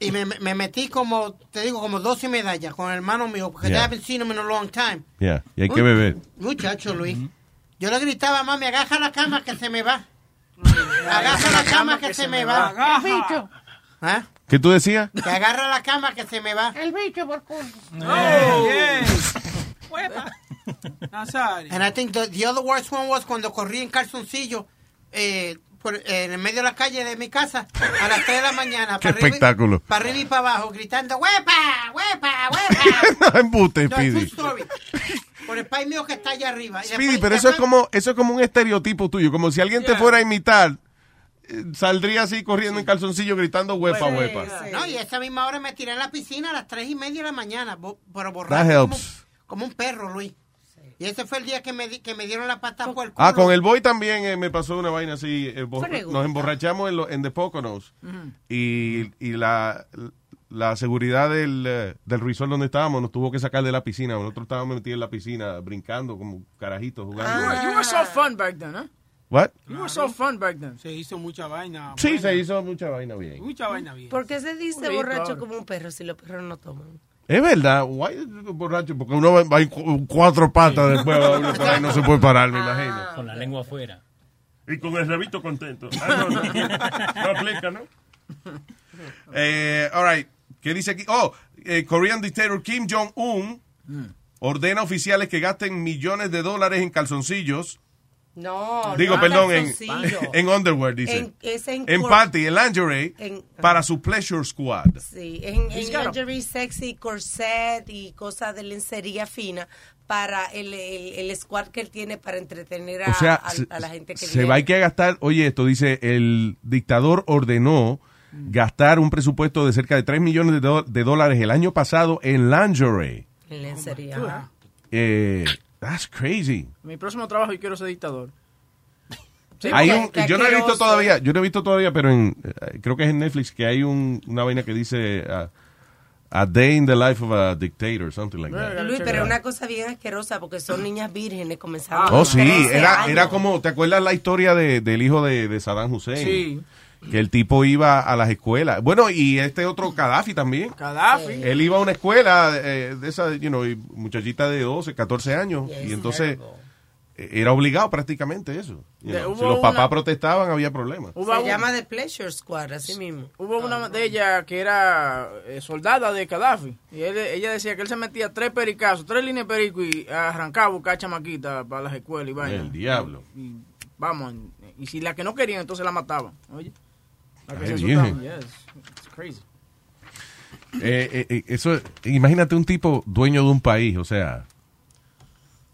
Speaker 23: y, y me, me metí como, te digo, como 12 medallas con el hermano mío, porque
Speaker 4: Yeah.
Speaker 23: I haven't seen him in a long time.
Speaker 4: Yeah. Y hay que beber.
Speaker 23: Muchacho, Luis. Yo le gritaba, mami, agaja la cama que se me va. Agaja la cama que se me va. Mm-hmm. El bicho.
Speaker 4: ¿Qué tú decías?
Speaker 23: ¿Eh? Que agarra la cama que se me va. El bicho por culo.
Speaker 33: Oh, yes. Nazario.
Speaker 23: And I think the, the other worst one was cuando corrí en calzoncillo eh, por- eh, en el medio de la calle de mi casa a las 3 de la mañana.
Speaker 4: Qué
Speaker 23: para arriba y-
Speaker 4: espectáculo.
Speaker 23: Para arriba y para abajo, gritando, ¡huepa! ¡huepa! ¡huepa!
Speaker 4: Embuste,
Speaker 23: No,
Speaker 4: Speedy.
Speaker 23: true story. Por el país mío que está allá arriba. Y
Speaker 4: Speedy,
Speaker 23: después-
Speaker 4: pero eso es como eso es como un estereotipo tuyo, como si alguien te fuera a imitar, eh, saldría así corriendo en calzoncillo gritando huepa, huepa.
Speaker 23: No, y a esa misma hora me tiré en la piscina a las 3 y media de la mañana, bo- pero
Speaker 4: That
Speaker 23: borracho como,
Speaker 4: helps.
Speaker 23: como un perro, Luis. Y ese fue el día que me, di- que me dieron la pata por el culo.
Speaker 4: Ah, con el boy también eh, me pasó una vaina así, eh, bo-
Speaker 23: Fregó.
Speaker 4: nos emborrachamos en, lo- en The Poconos y, y la, la seguridad del, eh, del resort donde estábamos nos tuvo que sacar de la piscina, nosotros estábamos metidos en la piscina brincando como carajitos jugando.
Speaker 23: Ah.
Speaker 13: You were so fun back then, huh?
Speaker 4: What?
Speaker 13: You were so fun back then.
Speaker 33: Se hizo mucha vaina.
Speaker 23: Ah,
Speaker 33: pues,
Speaker 4: Sí, se hizo mucha vaina bien.
Speaker 33: Mucha vaina bien.
Speaker 16: ¿Por qué se dice
Speaker 33: Sí,
Speaker 16: borracho
Speaker 33: claro.
Speaker 16: como un perro si los perros no toman?
Speaker 4: Es verdad, guay, borracho, porque uno va, va en cu- cuatro patas después, va uno por ahí no se puede parar,
Speaker 16: Ah.
Speaker 4: me imagino.
Speaker 19: Con la lengua afuera.
Speaker 26: Y con el rabito contento. Ah, no, no, no aplica, ¿no?
Speaker 16: Ah.
Speaker 4: Eh, all right. ¿Qué dice aquí? Oh, eh, Korean dictator Kim Jong-un
Speaker 16: Mm.
Speaker 4: ordena a oficiales que gasten millones de dólares en calzoncillos.
Speaker 16: No,
Speaker 4: digo,
Speaker 16: no
Speaker 4: perdón, en,
Speaker 16: calzoncillo.
Speaker 4: en underwear, dice.
Speaker 16: En- es en
Speaker 4: En
Speaker 16: cor-
Speaker 4: panty, en lingerie,
Speaker 16: En-
Speaker 4: para su pleasure squad.
Speaker 16: Sí, en,
Speaker 13: He's
Speaker 16: en
Speaker 13: got 'em.
Speaker 16: lingerie sexy, corset y cosas de lencería fina para el, el, el squad que él tiene para entretener a,
Speaker 4: O sea,
Speaker 16: a-
Speaker 4: se,
Speaker 16: a la gente que
Speaker 4: se
Speaker 16: viene.
Speaker 4: va a hay que gastar, oye esto, dice, el dictador ordenó gastar un presupuesto de cerca de 3 millones de, do- de dólares el año pasado en lingerie.
Speaker 16: En lencería. ajá.
Speaker 4: Eh, that's crazy.
Speaker 13: Mi próximo trabajo yo quiero ser dictador. Sí,
Speaker 4: Hay
Speaker 13: porque-
Speaker 4: un-
Speaker 13: que
Speaker 4: yo no he visto
Speaker 13: asqueroso.
Speaker 4: todavía, yo no he visto todavía, pero en, eh, creo que es en Netflix que hay un- una vaina que dice uh, A Day in the Life of a Dictator, something like that.
Speaker 16: Luis, pero es una cosa bien asquerosa porque son niñas vírgenes
Speaker 13: Ah,
Speaker 16: comenzaron.
Speaker 4: Ah. Oh, sí, era, era como, ¿te acuerdas la historia de- del hijo de, de Saddam Hussein?
Speaker 16: Sí.
Speaker 4: Que el tipo iba a las escuelas. Bueno, y este otro Gaddafi también.
Speaker 13: Gaddafi.
Speaker 4: Él iba a una escuela eh, de esa, you know, y muchachita de 12, 14 años, y entonces eh, era obligado prácticamente eso. you
Speaker 13: De-
Speaker 4: know. Si
Speaker 13: hubo
Speaker 4: los
Speaker 13: una-
Speaker 4: papás protestaban, había problemas.
Speaker 16: Se llama The Pleasure Squad, así mismo. Ah,
Speaker 13: Hubo una de ellas que era eh, soldada de Gaddafi. Y él- ella decía que él se metía tres pericazos, tres líneas de perico y arrancaba a buscar chamaquita para las escuelas y vaina.
Speaker 4: El diablo.
Speaker 13: Vamos, y si la que no querían, entonces la mataban. Oye, la que
Speaker 4: Ay,
Speaker 13: se
Speaker 4: bien.
Speaker 13: asustaba. Yes, it's crazy.
Speaker 4: Eh, eh, eh, eso, imagínate un tipo dueño de un país, o sea,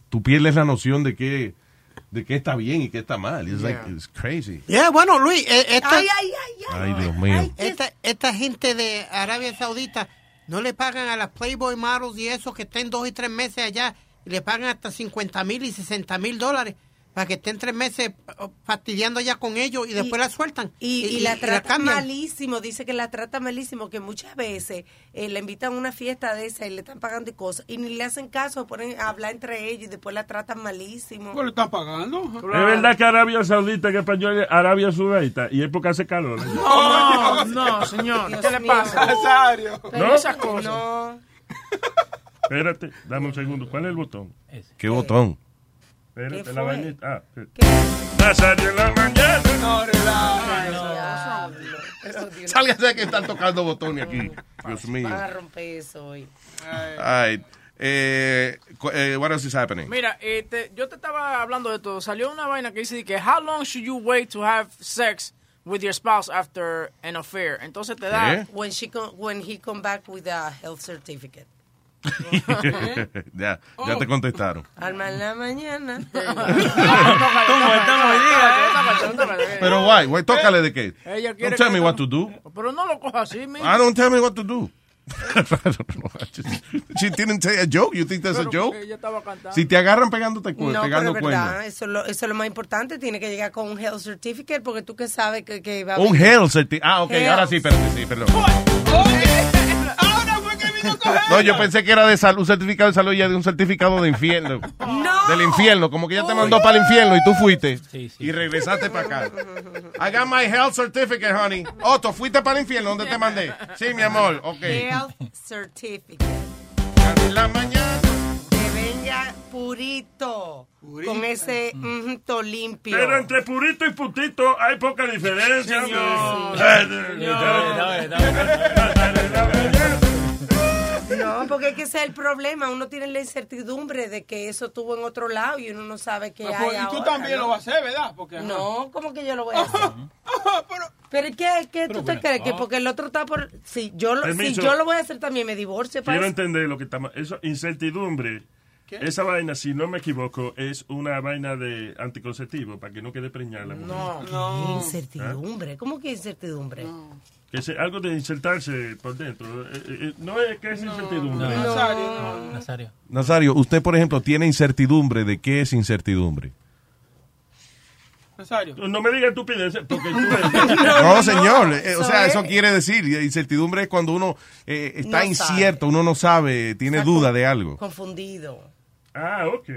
Speaker 4: tú pierdes la noción de que de qué está bien y qué está mal. It's like,
Speaker 23: Yeah.
Speaker 4: it's crazy.
Speaker 23: Yeah, bueno, Luis, eh, esta,
Speaker 4: Ay, Dios mío.
Speaker 23: esta, esta gente de Arabia Saudita no le pagan a las Playboy models y eso que estén dos y tres meses allá. Y le pagan hasta 50 mil y 60 mil dólares para que estén tres meses eh, fastidiando allá con ellos y después la sueltan.
Speaker 16: Y, y la trata
Speaker 23: cambian.
Speaker 16: malísimo, dice que la trata malísimo, que muchas veces eh, la invitan a una fiesta de esa y le están pagando y cosas y ni le hacen caso, ponen a hablar entre ellos y después la tratan malísimo.
Speaker 33: ¿Cómo le están pagando?
Speaker 26: Es verdad que Arabia Saudita en español es Arabia Saudita y es porque hace calor. ¿eh?
Speaker 13: No, no, señor. ¿Qué le pasa?
Speaker 33: Nazario.
Speaker 13: Pero esas cosas.
Speaker 26: Espérate, dame un segundo. ¿Cuál es el botón?
Speaker 4: Qué botón.
Speaker 26: Espérate,
Speaker 4: ¿Qué
Speaker 26: la
Speaker 4: fue?
Speaker 26: vainita. Ah, sí. Nazario en la mañana.
Speaker 33: No,
Speaker 4: Sálgase que están tocando botones aquí. Dios mío.
Speaker 16: Van a romper eso hoy.
Speaker 4: All right. Eh, cu- eh, what else is happening?
Speaker 13: Mira, eh, te- yo te estaba hablando de esto. Salió una vaina que dice que how long should you wait to have sex with your spouse after an affair? Entonces te da
Speaker 16: When, she co- when he come back with a health certificate.
Speaker 4: ya, ya te contestaron.
Speaker 16: Alma en la mañana.
Speaker 4: Pero why? Why? Tócale de qué.
Speaker 13: Eh, Ella
Speaker 4: Don't
Speaker 13: quiere
Speaker 4: tell
Speaker 13: que
Speaker 4: me
Speaker 13: yo-
Speaker 4: what to do.
Speaker 13: Pero no lo cojas así, mi.
Speaker 4: I don't tell me what to do. I don't know. I just- she didn't say a joke. You think that's a joke?
Speaker 16: ella estaba cantando.
Speaker 4: Si te agarran pegándote cu-
Speaker 16: No, pero
Speaker 4: pues, pegando
Speaker 16: es
Speaker 4: cuernos.
Speaker 16: verdad, eso es, lo, eso es lo más importante. Tiene que llegar con un health certificate porque tú que sabes que, que va a
Speaker 4: Un
Speaker 16: venir.
Speaker 4: hell certi- Ah, ok,
Speaker 16: Hell.
Speaker 4: ahora sí, espérate, sí, perdón. No, yo pensé que era de salud, un certificado de salud y ya de un certificado de infierno. Del infierno, como que ya te mandó para el infierno y tú fuiste. Y regresaste para acá. I got my health certificate, honey. Otto, fuiste para el infierno, ¿dónde te mandé? Sí, mi amor, ok.
Speaker 16: Health certificate.
Speaker 4: la mañana.
Speaker 16: Que venga purito. Con ese mjito limpio.
Speaker 26: Pero entre purito y putito hay poca diferencia. hombre. Eh,
Speaker 16: No, porque es que ese es el problema. Uno tiene la incertidumbre de que eso estuvo en otro lado y uno no sabe qué
Speaker 33: Pues,
Speaker 16: hay.
Speaker 33: y tú
Speaker 16: ahora,
Speaker 33: también
Speaker 16: ¿no?
Speaker 33: lo vas a hacer, ¿verdad? Porque, ajá.
Speaker 16: No, ¿cómo que yo lo voy a hacer? pero, ¿qué, qué tú te
Speaker 4: ah.
Speaker 16: crees? Que
Speaker 26: no.
Speaker 16: porque el otro está por. Si yo, lo, si
Speaker 26: Permiso.
Speaker 16: yo lo voy a hacer también, me divorcio. pues. para
Speaker 26: Quiero
Speaker 16: eso.
Speaker 26: entender lo que está mal. Eso, incertidumbre.
Speaker 16: ¿Qué?
Speaker 26: Esa vaina, si no me equivoco, es una vaina de anticonceptivo para que no quede preñada la mujer.
Speaker 16: No,
Speaker 26: No.
Speaker 16: Incertidumbre. ¿Cómo que incertidumbre?
Speaker 26: Que se- algo de insertarse por dentro. Eh, eh, eh, no es que es incertidumbre.
Speaker 19: No.
Speaker 26: Nazario,
Speaker 19: Nazario.
Speaker 4: Nazario, usted, por ejemplo, tiene incertidumbre de qué es incertidumbre.
Speaker 26: Nazario. No me digas estupideces porque tú
Speaker 4: No, señor. eh, o sea, eso quiere decir, eh, incertidumbre es cuando uno eh, está
Speaker 26: No
Speaker 4: incierto, uno no sabe, tiene duda de algo.
Speaker 16: Confundido.
Speaker 26: Ah, ok.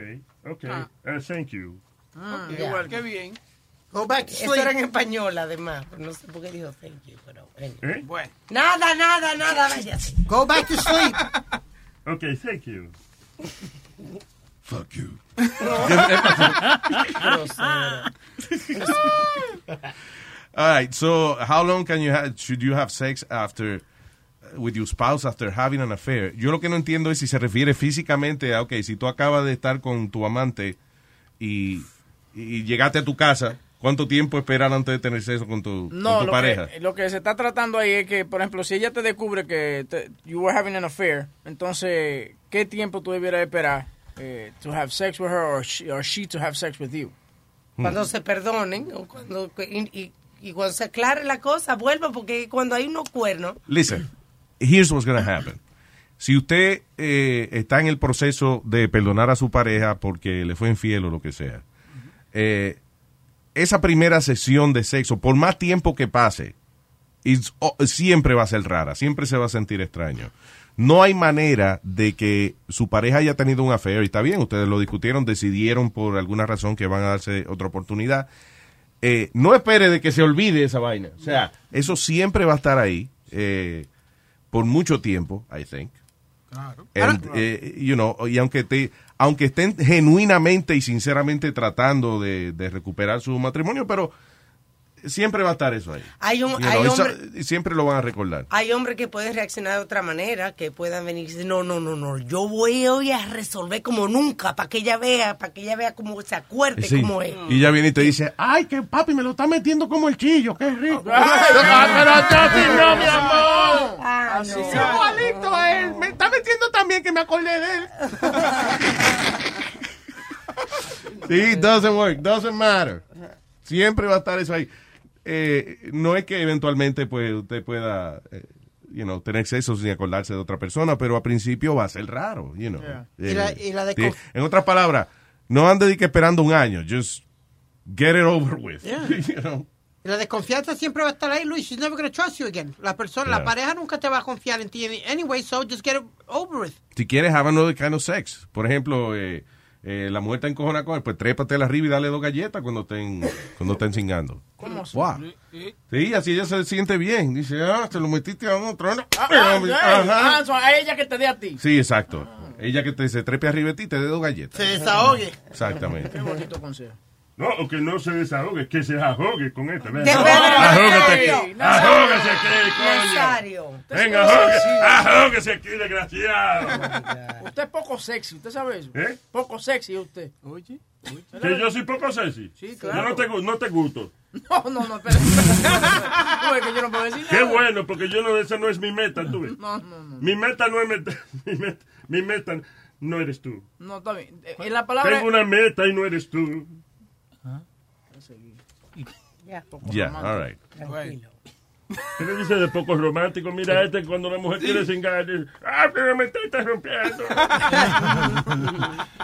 Speaker 26: Ok. Eh, thank you.
Speaker 23: Ah,
Speaker 33: Ok,
Speaker 16: Ya.
Speaker 33: bueno, qué bien.
Speaker 16: Eso era en español, además. No sé por qué dijo thank you, pero bueno.
Speaker 26: ¿Eh?
Speaker 16: Nada, nada, nada, váyase.
Speaker 23: Go back to sleep.
Speaker 26: Ok, thank you.
Speaker 4: Fuck you. All right, so how long can you ha- should you have sex after uh, with your spouse after having an affair? Yo lo que no entiendo es si se refiere físicamente a, ok, si tú acabas de estar con tu amante y, y llegaste a tu casa, ¿cuánto tiempo esperar antes de tener sexo con tu, con
Speaker 13: No,
Speaker 4: tu
Speaker 13: lo
Speaker 4: pareja?
Speaker 13: que, lo que se está tratando ahí es que, por ejemplo, si ella te descubre que te- you were having an affair, entonces, ¿qué tiempo tú debieras esperar eh, to have sex with her or she, or she to have sex with you? Mm.
Speaker 4: Mm.
Speaker 16: Cuando se perdonen o cuando, y, y- y cuando se aclare la cosa, vuelva porque cuando hay unos cuernos.
Speaker 4: Listen, here's what's gonna happen. Si usted eh, está en el proceso de perdonar a su pareja porque le fue infiel o lo que sea, eh, esa primera sesión de sexo, por más tiempo que pase, it's- o- siempre va a ser rara, siempre se va a sentir extraño. No hay manera de que su pareja haya tenido un affair, y está bien, ustedes lo discutieron, decidieron por alguna razón que van a darse otra oportunidad. Eh, no espere de que se olvide esa vaina. O sea, eso siempre va a estar ahí eh, por mucho tiempo, I think.
Speaker 21: Claro.
Speaker 4: And, eh, you know, y aunque te, aunque estén genuinamente y sinceramente tratando de, de recuperar su matrimonio, pero siempre va a estar eso ahí.
Speaker 16: Hay un-
Speaker 4: You know,
Speaker 16: hay
Speaker 4: eso-
Speaker 16: hombre-
Speaker 4: siempre lo van a recordar.
Speaker 16: Hay hombres que pueden reaccionar de otra manera, que puedan venir y decir, no, no, no, no, yo voy hoy a resolver como nunca, para que ella vea, para que ella vea cómo se acuerde,
Speaker 4: Sí.
Speaker 16: cómo es.
Speaker 4: Y ya viene y te dice, ay, que papi me lo está metiendo como el Ah, chillo, qué rico. no, mi amor.
Speaker 16: Ah,
Speaker 15: no.
Speaker 4: Es igualito a él. Me está metiendo también que me acordé de él. Sí, doesn't work, doesn't matter. Siempre va a estar eso ahí. Eh, no es que eventualmente pues, usted pueda eh, you know, tener sexo sin acordarse de otra persona, pero al principio va a ser raro. You know.
Speaker 23: Yeah.
Speaker 4: Eh,
Speaker 23: Y la- y la de
Speaker 4: sí.
Speaker 23: conf-
Speaker 4: En otras palabras, no ande de que esperando un año. Just get it over with.
Speaker 23: Yeah.
Speaker 4: You know.
Speaker 23: Y La desconfianza siempre va a estar ahí, Luis. She's never going to trust you again. La persona, la
Speaker 4: Yeah.
Speaker 23: pareja nunca te va a confiar en ti. Anyway, so just get it over it.
Speaker 4: Si quieres, have another kind of sex. Por ejemplo, eh, eh, la mujer está encojona con él, pues trépate arriba y dale dos galletas cuando estén, cuando estén cingando.
Speaker 13: ¿Cómo así?
Speaker 4: Guau. Sí, así ella se siente bien. Dice, ah, te lo metiste a otro. ¿no?
Speaker 13: Ah, ah,
Speaker 4: Ajá.
Speaker 13: hey, ah, so a ella que te dé a ti.
Speaker 4: Sí, exacto. Ella que te se trepe arriba de ti, te dé dos galletas.
Speaker 13: Se desahogue.
Speaker 4: Exactamente.
Speaker 13: Qué bonito consejo.
Speaker 26: No, o que no se desahogue, que se ahogue con esto. Ven,
Speaker 15: De
Speaker 26: ahó-
Speaker 15: verdad,
Speaker 26: ahógate
Speaker 15: Nazario,
Speaker 26: aquí.
Speaker 15: Nazario.
Speaker 26: Ahógase aquí,
Speaker 13: Nazario.
Speaker 26: coño.
Speaker 13: Usted
Speaker 26: Venga,
Speaker 13: es un
Speaker 26: ahógase,
Speaker 13: desgraciado.
Speaker 26: ahógase aquí, desgraciado.
Speaker 13: Usted es poco sexy, ¿usted sabe eso?
Speaker 26: ¿Eh?
Speaker 13: Poco sexy usted. Oye, oye.
Speaker 26: Que yo soy poco sexy.
Speaker 13: Sí, claro.
Speaker 26: Yo no te, gu- no te gusto.
Speaker 13: No, no, no, espera. Tú ves que yo no puedo decir
Speaker 26: Qué
Speaker 13: nada.
Speaker 26: bueno, porque yo no, esa no es mi meta, tú ves.
Speaker 13: No, no, no.
Speaker 26: Mi meta no es meta, mi meta, mi meta no eres tú.
Speaker 13: No, está bien. Eh, En la palabra...
Speaker 26: Tengo una meta y no eres tú.
Speaker 13: Ya.
Speaker 26: Ya, all right. ¿Qué le dice de poco romántico? Mira, este cuando la mujer quiere cingar, dice, ah, pero me está interrumpiendo.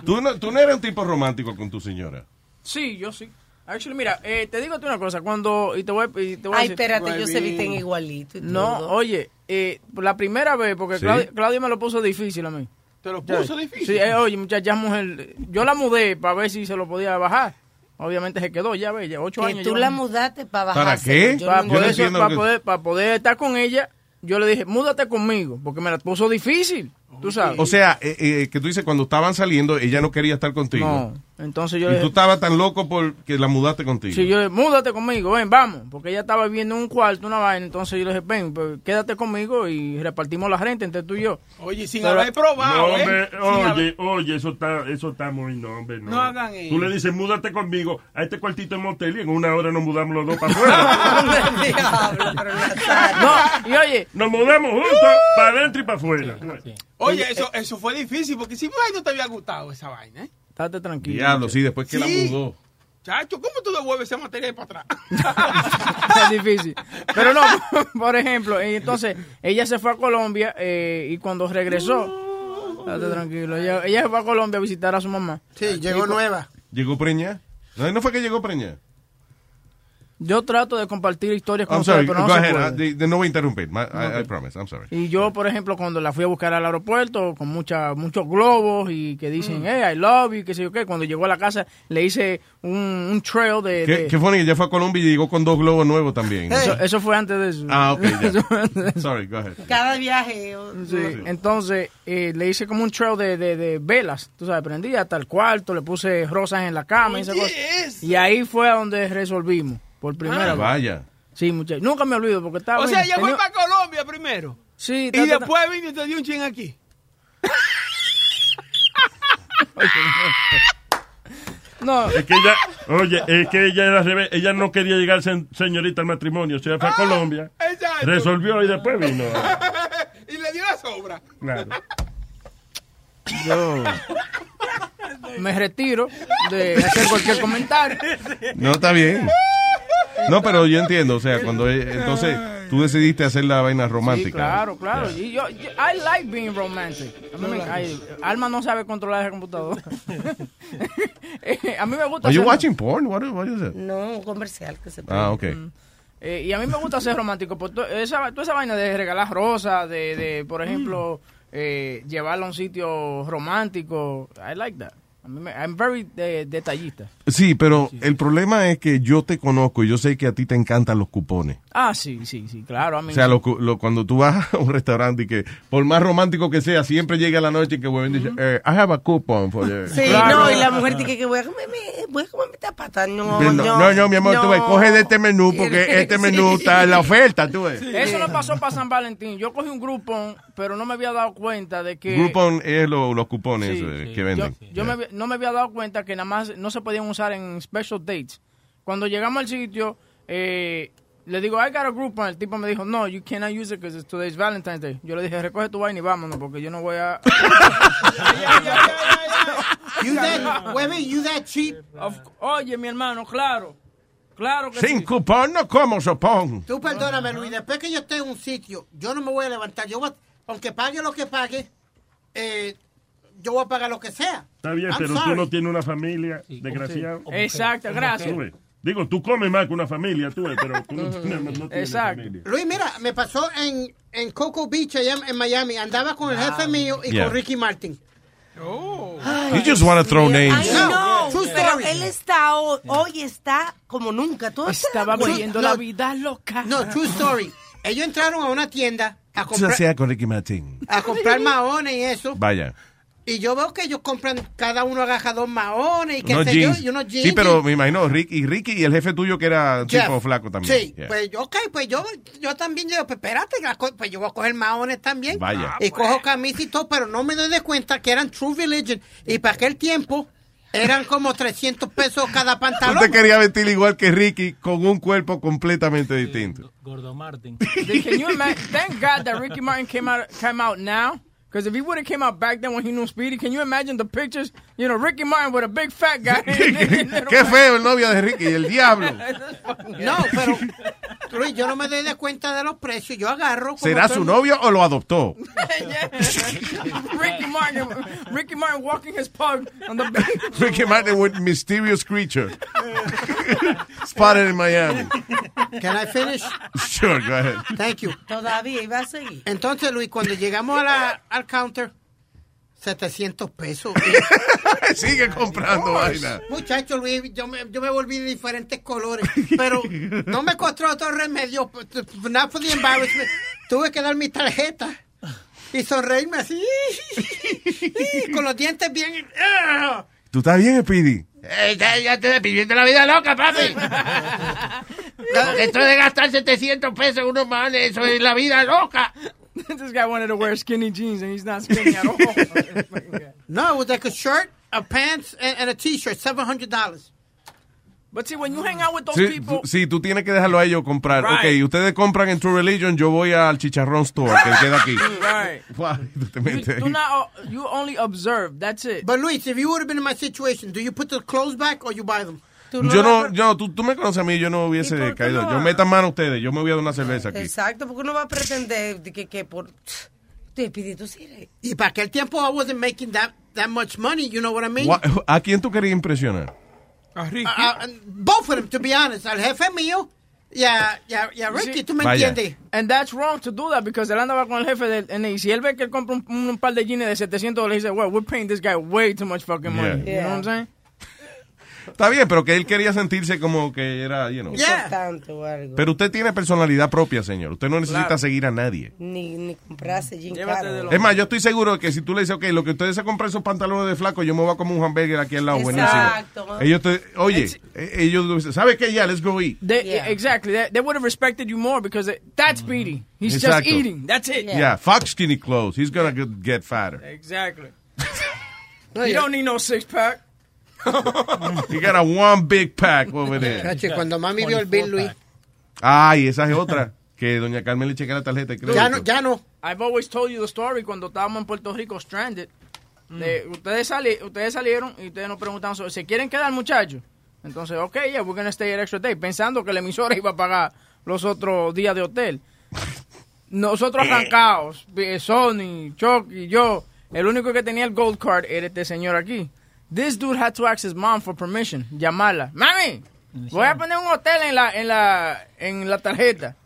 Speaker 4: ¿Tú no, tú no eres un tipo romántico con tu señora.
Speaker 13: Sí, yo sí. Actually, mira, eh, te digo a ti una cosa. Cuando. Y te voy, a- y te voy a
Speaker 16: Ay,
Speaker 13: decir-
Speaker 16: espérate, ellos se visten igualito. y
Speaker 13: No,
Speaker 16: todo.
Speaker 13: oye, eh, por la primera vez, porque
Speaker 16: ¿Sí?
Speaker 13: Claudia, Claudia me lo puso difícil a mí. ¿Te lo
Speaker 33: puso difícil?
Speaker 13: Sí, eh, oye, muchacha, mujer. Yo la mudé para ver si se lo podía bajar. Obviamente se quedó, ya ves, ya ocho
Speaker 16: Que
Speaker 13: años.
Speaker 16: tú
Speaker 13: yo-
Speaker 16: la mudaste para bajar.
Speaker 4: ¿Para qué? Yo
Speaker 13: Para,
Speaker 4: no
Speaker 13: poder,
Speaker 4: entiendo
Speaker 13: para
Speaker 4: que-
Speaker 13: poder, para poder estar con ella, yo le dije, múdate conmigo, porque me la puso difícil. Tú sabes.
Speaker 4: O sea, eh, eh, que tú dices, cuando estaban saliendo, ella no quería estar contigo.
Speaker 13: Entonces yo le
Speaker 4: Y tú
Speaker 13: dije,
Speaker 4: estabas tan loco porque la mudaste contigo.
Speaker 13: Sí, yo le dije, múdate conmigo, ven, vamos. Porque ella estaba viviendo en un cuarto, una vaina. Entonces yo le dije, ven, pues, quédate conmigo y repartimos la renta entre tú y yo.
Speaker 33: Oye,
Speaker 13: sin
Speaker 33: haber probado,
Speaker 26: No,
Speaker 33: ¿eh?
Speaker 26: hombre,
Speaker 33: Sin
Speaker 26: oye,
Speaker 33: haber-
Speaker 26: oye, eso está, eso está muy, no, hombre, no.
Speaker 33: No hagan eso.
Speaker 26: Tú le dices, múdate conmigo a este cuartito en motel y en una hora nos mudamos los dos para afuera.
Speaker 13: no, y oye.
Speaker 26: Nos mudamos juntos para adentro y para afuera.
Speaker 33: Oye, eso, eso fue difícil porque si ay, no te había gustado esa vaina, ¿eh?
Speaker 13: Estate tranquilo.
Speaker 4: Diablo, sí, después que
Speaker 33: Sí.
Speaker 4: la mudó.
Speaker 33: Chacho, ¿cómo tú devuelves ese material para atrás?
Speaker 13: es difícil. Pero no, por ejemplo, y entonces ella se fue a Colombia eh, y cuando regresó, estate tranquilo, ella, ella se fue a Colombia a visitar a su mamá. Sí,
Speaker 4: llegó nueva. ¿Llegó preña? No, no fue que llegó preña.
Speaker 13: Yo trato de compartir historias con
Speaker 4: I'm
Speaker 13: ustedes,
Speaker 4: sorry,
Speaker 13: pero no
Speaker 4: go
Speaker 13: se
Speaker 4: ahead.
Speaker 13: puede.
Speaker 4: I- de- de- no voy a interrumpir. My- I, I promise, I'm sorry.
Speaker 13: Y yo, por ejemplo, cuando la fui a buscar al aeropuerto, con mucha, muchos globos y que
Speaker 4: Mm.
Speaker 13: dicen, hey, I love you, qué sé yo qué. Cuando llegó a la casa, le hice un, un trail de...
Speaker 4: Qué,
Speaker 13: de-
Speaker 4: qué funny, ella fue a Colombia y llegó con dos globos nuevos también.
Speaker 13: Eso, eso fue antes de eso.
Speaker 4: Ah, ok, ya. Sorry, go ahead.
Speaker 16: Cada viaje. o-
Speaker 13: Sí, Entonces, eh, le hice como un trail de, de- de velas, tú sabes, prendí hasta el cuarto, le puse rosas en la cama y esa cosa. Y ahí fue a donde resolvimos, por primera
Speaker 4: Ah,
Speaker 13: vez.
Speaker 4: vaya.
Speaker 13: Sí, muchachos, nunca me olvido porque estaba...
Speaker 33: o sea,
Speaker 13: bien,
Speaker 33: ella fue
Speaker 13: tenía-
Speaker 33: para Colombia primero.
Speaker 13: Sí,
Speaker 33: Y
Speaker 13: ta- ta- ta-
Speaker 33: después vino y te dio un chin aquí.
Speaker 13: No.
Speaker 26: Es que ella, oye, es que ella era al revés. Ella no quería llegar sen- señorita al matrimonio. Se
Speaker 23: Ah,
Speaker 26: fue a Colombia,
Speaker 33: exacto.
Speaker 26: resolvió y después vino.
Speaker 33: Y le dio la sobra.
Speaker 26: Claro.
Speaker 13: Yo me retiro de hacer cualquier comentario.
Speaker 4: No, está bien. No, pero yo entiendo, o sea, cuando ella- entonces tú decidiste hacer la vaina romántica.
Speaker 13: Sí, claro, claro. Y yo, yo- I like being romantic. A mí me- ay, Alma no sabe controlar el computador. Eh, a mí me gusta.
Speaker 4: Are you
Speaker 13: ser-
Speaker 4: watching porn? What, what is it?
Speaker 16: No, un comercial que se
Speaker 4: Ah, ok.
Speaker 13: eh, y a mí me gusta ser romántico. Por to- esa, toda esa vaina de regalar rosas, de, de, por ejemplo, eh, llevarla a un sitio romántico. I like that. A mí me, I'm very de- detallista.
Speaker 4: Sí, pero el problema es que yo te conozco y yo sé que a ti te encantan los cupones.
Speaker 13: Ah, sí, sí, sí, claro. A mí
Speaker 4: O sea, lo cu- lo- cuando tú vas a un restaurante y que, por más romántico que sea, siempre llega la noche y que vuelven y dicen, eh, I have a coupon for you.
Speaker 16: Sí, no, y la mujer dice que voy a comerme, voy a comerme esta pata. No,
Speaker 4: No,
Speaker 16: yo-
Speaker 4: no, no, mi amor, tú ves, coge de este menú
Speaker 16: Sí.
Speaker 4: porque este menú está en la oferta, tú ves.
Speaker 13: Eso no pasó para San Valentín. Yo cogí un grupo, pero no me había dado cuenta de que.
Speaker 4: Groupon es lo- los cupones eh, que venden.
Speaker 13: Yo me había- no me había dado cuenta que nada más no se podían usar en special dates. Cuando llegamos al sitio, eh, le digo, I got a Groupon. El tipo me dijo, no, you cannot use it because it's today's Valentine's Day. Yo le dije, recoge tu vaina y vámonos porque yo no voy a...
Speaker 23: You that- women, you that cheap.
Speaker 13: Oye, mi hermano, claro. Claro que
Speaker 4: Sin
Speaker 13: sí.
Speaker 4: cupón no como sopón.
Speaker 23: Tú perdóname, Luis, después que yo esté en un sitio, yo no me voy a levantar. Yo voy a- aunque pague lo que pague, eh, yo voy a pagar lo que sea.
Speaker 26: Está bien,
Speaker 23: I'm
Speaker 26: pero tú
Speaker 23: sorry.
Speaker 26: no tienes una familia, desgraciado.
Speaker 23: sí. Exacto, gracias.
Speaker 26: Tú ves. Digo, tú comes más que una familia, tú, ves, pero tú no tienes, no tienes
Speaker 23: Exacto.
Speaker 26: familia.
Speaker 23: Luis, mira, me pasó en, en Coco Beach, allá en- en Miami. Andaba con
Speaker 26: Ah.
Speaker 23: el jefe mío y
Speaker 4: Yeah.
Speaker 23: con Ricky Martin.
Speaker 26: Oh.
Speaker 4: You just wanna throw names.
Speaker 23: No,
Speaker 16: True
Speaker 23: pero
Speaker 16: story.
Speaker 23: él
Speaker 16: está ho- hoy está como nunca. Todo Estaba
Speaker 23: viviendo la
Speaker 13: vida loca.
Speaker 23: No, true story. Ellos entraron a una tienda a
Speaker 4: Eso
Speaker 23: comprar,
Speaker 4: sea con Ricky Martin.
Speaker 23: a comprar maones y eso.
Speaker 4: Vaya.
Speaker 23: Y yo veo que ellos compran cada uno agaja dos maones y qué
Speaker 4: No
Speaker 23: sé
Speaker 4: jeans.
Speaker 23: yo, y unos jeans.
Speaker 4: Sí, pero
Speaker 23: y-
Speaker 4: me imagino, Rick, y Ricky y el jefe tuyo que era
Speaker 23: Jeff.
Speaker 4: tipo flaco también.
Speaker 23: Sí,
Speaker 4: Yeah.
Speaker 23: pues ok, pues yo, yo también, yo, pues espérate, las co- pues yo voy a coger maones también.
Speaker 4: Vaya.
Speaker 23: Y cojo camisas y todo, pero no me doy de cuenta que eran True Religion. Y para aquel tiempo eran como 300 pesos cada
Speaker 4: Tú
Speaker 23: pantalón.
Speaker 4: te querías vestir igual que Ricky con un cuerpo completamente distinto.
Speaker 19: Gordo Martin.
Speaker 13: Can you imagine? Thank God that Ricky Martin came out came out now. Because if he would have came out back then when he knew Speedy, can you imagine the pictures? You know, Ricky Martin with a big fat guy.
Speaker 4: Qué feo el novio de Ricky, el diablo.
Speaker 23: No, pero Luis, yo no me doy de cuenta de los precios. Yo agarro. como
Speaker 4: ¿Será
Speaker 23: todo
Speaker 4: su
Speaker 23: el
Speaker 4: novio o lo adoptó?
Speaker 13: Ricky Martin, Ricky Martin walking his pug on the back.
Speaker 4: Ricky Martin with Mysterious Creature. Spotted in Miami.
Speaker 23: Can I finish?
Speaker 4: Sure, go ahead.
Speaker 23: Thank you. Todavía iba a seguir. Entonces, Luis, cuando llegamos a la- al counter, 700 pesos.
Speaker 4: Sigue comprando vaina.
Speaker 23: Muchacho Luis, yo me, yo me volví de diferentes colores, pero no me costó otro remedio. pues, Not for the embarrassment. Tuve que dar mi tarjeta y sonreírme así, con los dientes bien. ¡ah!
Speaker 4: ¿Tú estás bien, Speedy?
Speaker 7: ya, ya te viviendo la vida loca, papi. No, esto de gastar 700 pesos en unos manes, eso es la vida loca.
Speaker 13: this guy wanted to wear skinny jeans and he's not skinny at all.
Speaker 23: No, it was like a shirt, a pants, and, and a t-shirt, $700.
Speaker 13: But see, when you hang out with those
Speaker 4: Sí,
Speaker 13: people,
Speaker 4: tú, sí, tú tienes que dejarlo a ellos comprar.
Speaker 13: Right.
Speaker 4: Ok, ustedes compran en True Religion, yo voy al Chicharrón Store, que queda aquí.
Speaker 13: right?
Speaker 4: Guay, tú te metes ahí.
Speaker 13: Do not. uh, You only observe. That's it.
Speaker 23: But Luis, if you would have been in my situation, do you put the clothes back or you buy them?
Speaker 4: Yo no, yo, tú, tú me conoces a mí, yo no hubiese caído.
Speaker 16: no?
Speaker 4: Yo metan mano a ustedes, yo me voy a dar una cerveza aquí.
Speaker 16: Exacto, porque uno va a pretender de que, que por... Te pide tú sí eh. eres.
Speaker 23: Y para aquel tiempo, I wasn't making that, that much money, you know what I mean?
Speaker 4: Gua- ¿A quién tú querías impresionar? Ah,
Speaker 23: Uh, uh, both of them, to be honest. Al jefe mío y a, y a- y a Ricky, ¿tú me
Speaker 4: Vaya.
Speaker 23: entiendes?
Speaker 13: And that's wrong to do that because él andaba con el jefe del NA. Y Si él ve que él compra un, un par de jeans de 700 dólares, dice, well, we're paying this guy way too much fucking money.
Speaker 4: Yeah.
Speaker 13: You know what I'm saying?
Speaker 4: Está bien, pero que él quería sentirse como que era, you know.
Speaker 23: Um,
Speaker 16: Importante o algo.
Speaker 4: Pero usted tiene personalidad propia, señor. Usted no necesita
Speaker 16: Claro.
Speaker 4: seguir a nadie.
Speaker 16: Ni, ni comprarse jean
Speaker 13: Llévate
Speaker 16: caro.
Speaker 4: Es más, yo estoy seguro que si tú le dices, ok, lo que ustedes se compran esos pantalones de flaco, yo me voy a comer un hamburger aquí al lado,
Speaker 13: Exacto.
Speaker 4: buenísimo. Ellos te, oye, eh, ellos, ¿sabes qué? Ya, let's go eat.
Speaker 13: They, Exactly. They, they would have respected you more because they- that's Speedy. He's just
Speaker 4: Mm-hmm. Exacto.
Speaker 13: eating. That's it.
Speaker 4: Yeah, fuck skinny clothes. He's gonna get, get fatter.
Speaker 13: Exactly. you don't need no six pack.
Speaker 4: He got a one big pack over there.
Speaker 23: Chacho, cuando mami vio el bill, Luis,
Speaker 4: Ay, esa es otra. Que doña Carmen le chequea la tarjeta de crédito.
Speaker 23: ya no.
Speaker 13: I've always told you the story cuando estábamos en Puerto Rico stranded. de- ustedes, sali- ustedes salieron y ustedes nos preguntaron, sobre, ¿se quieren quedar muchachos? Entonces, ok, yeah, we're gonna stay an extra day. Pensando que la emisora iba a pagar los otros días de hotel. Nosotros arrancados, eh, Sony, Chuck y yo. El único que tenía el gold card era este señor aquí. This dude had to ask his mom for permission, llamarla. Mami, voy a poner un hotel en la, en la, en la tarjeta.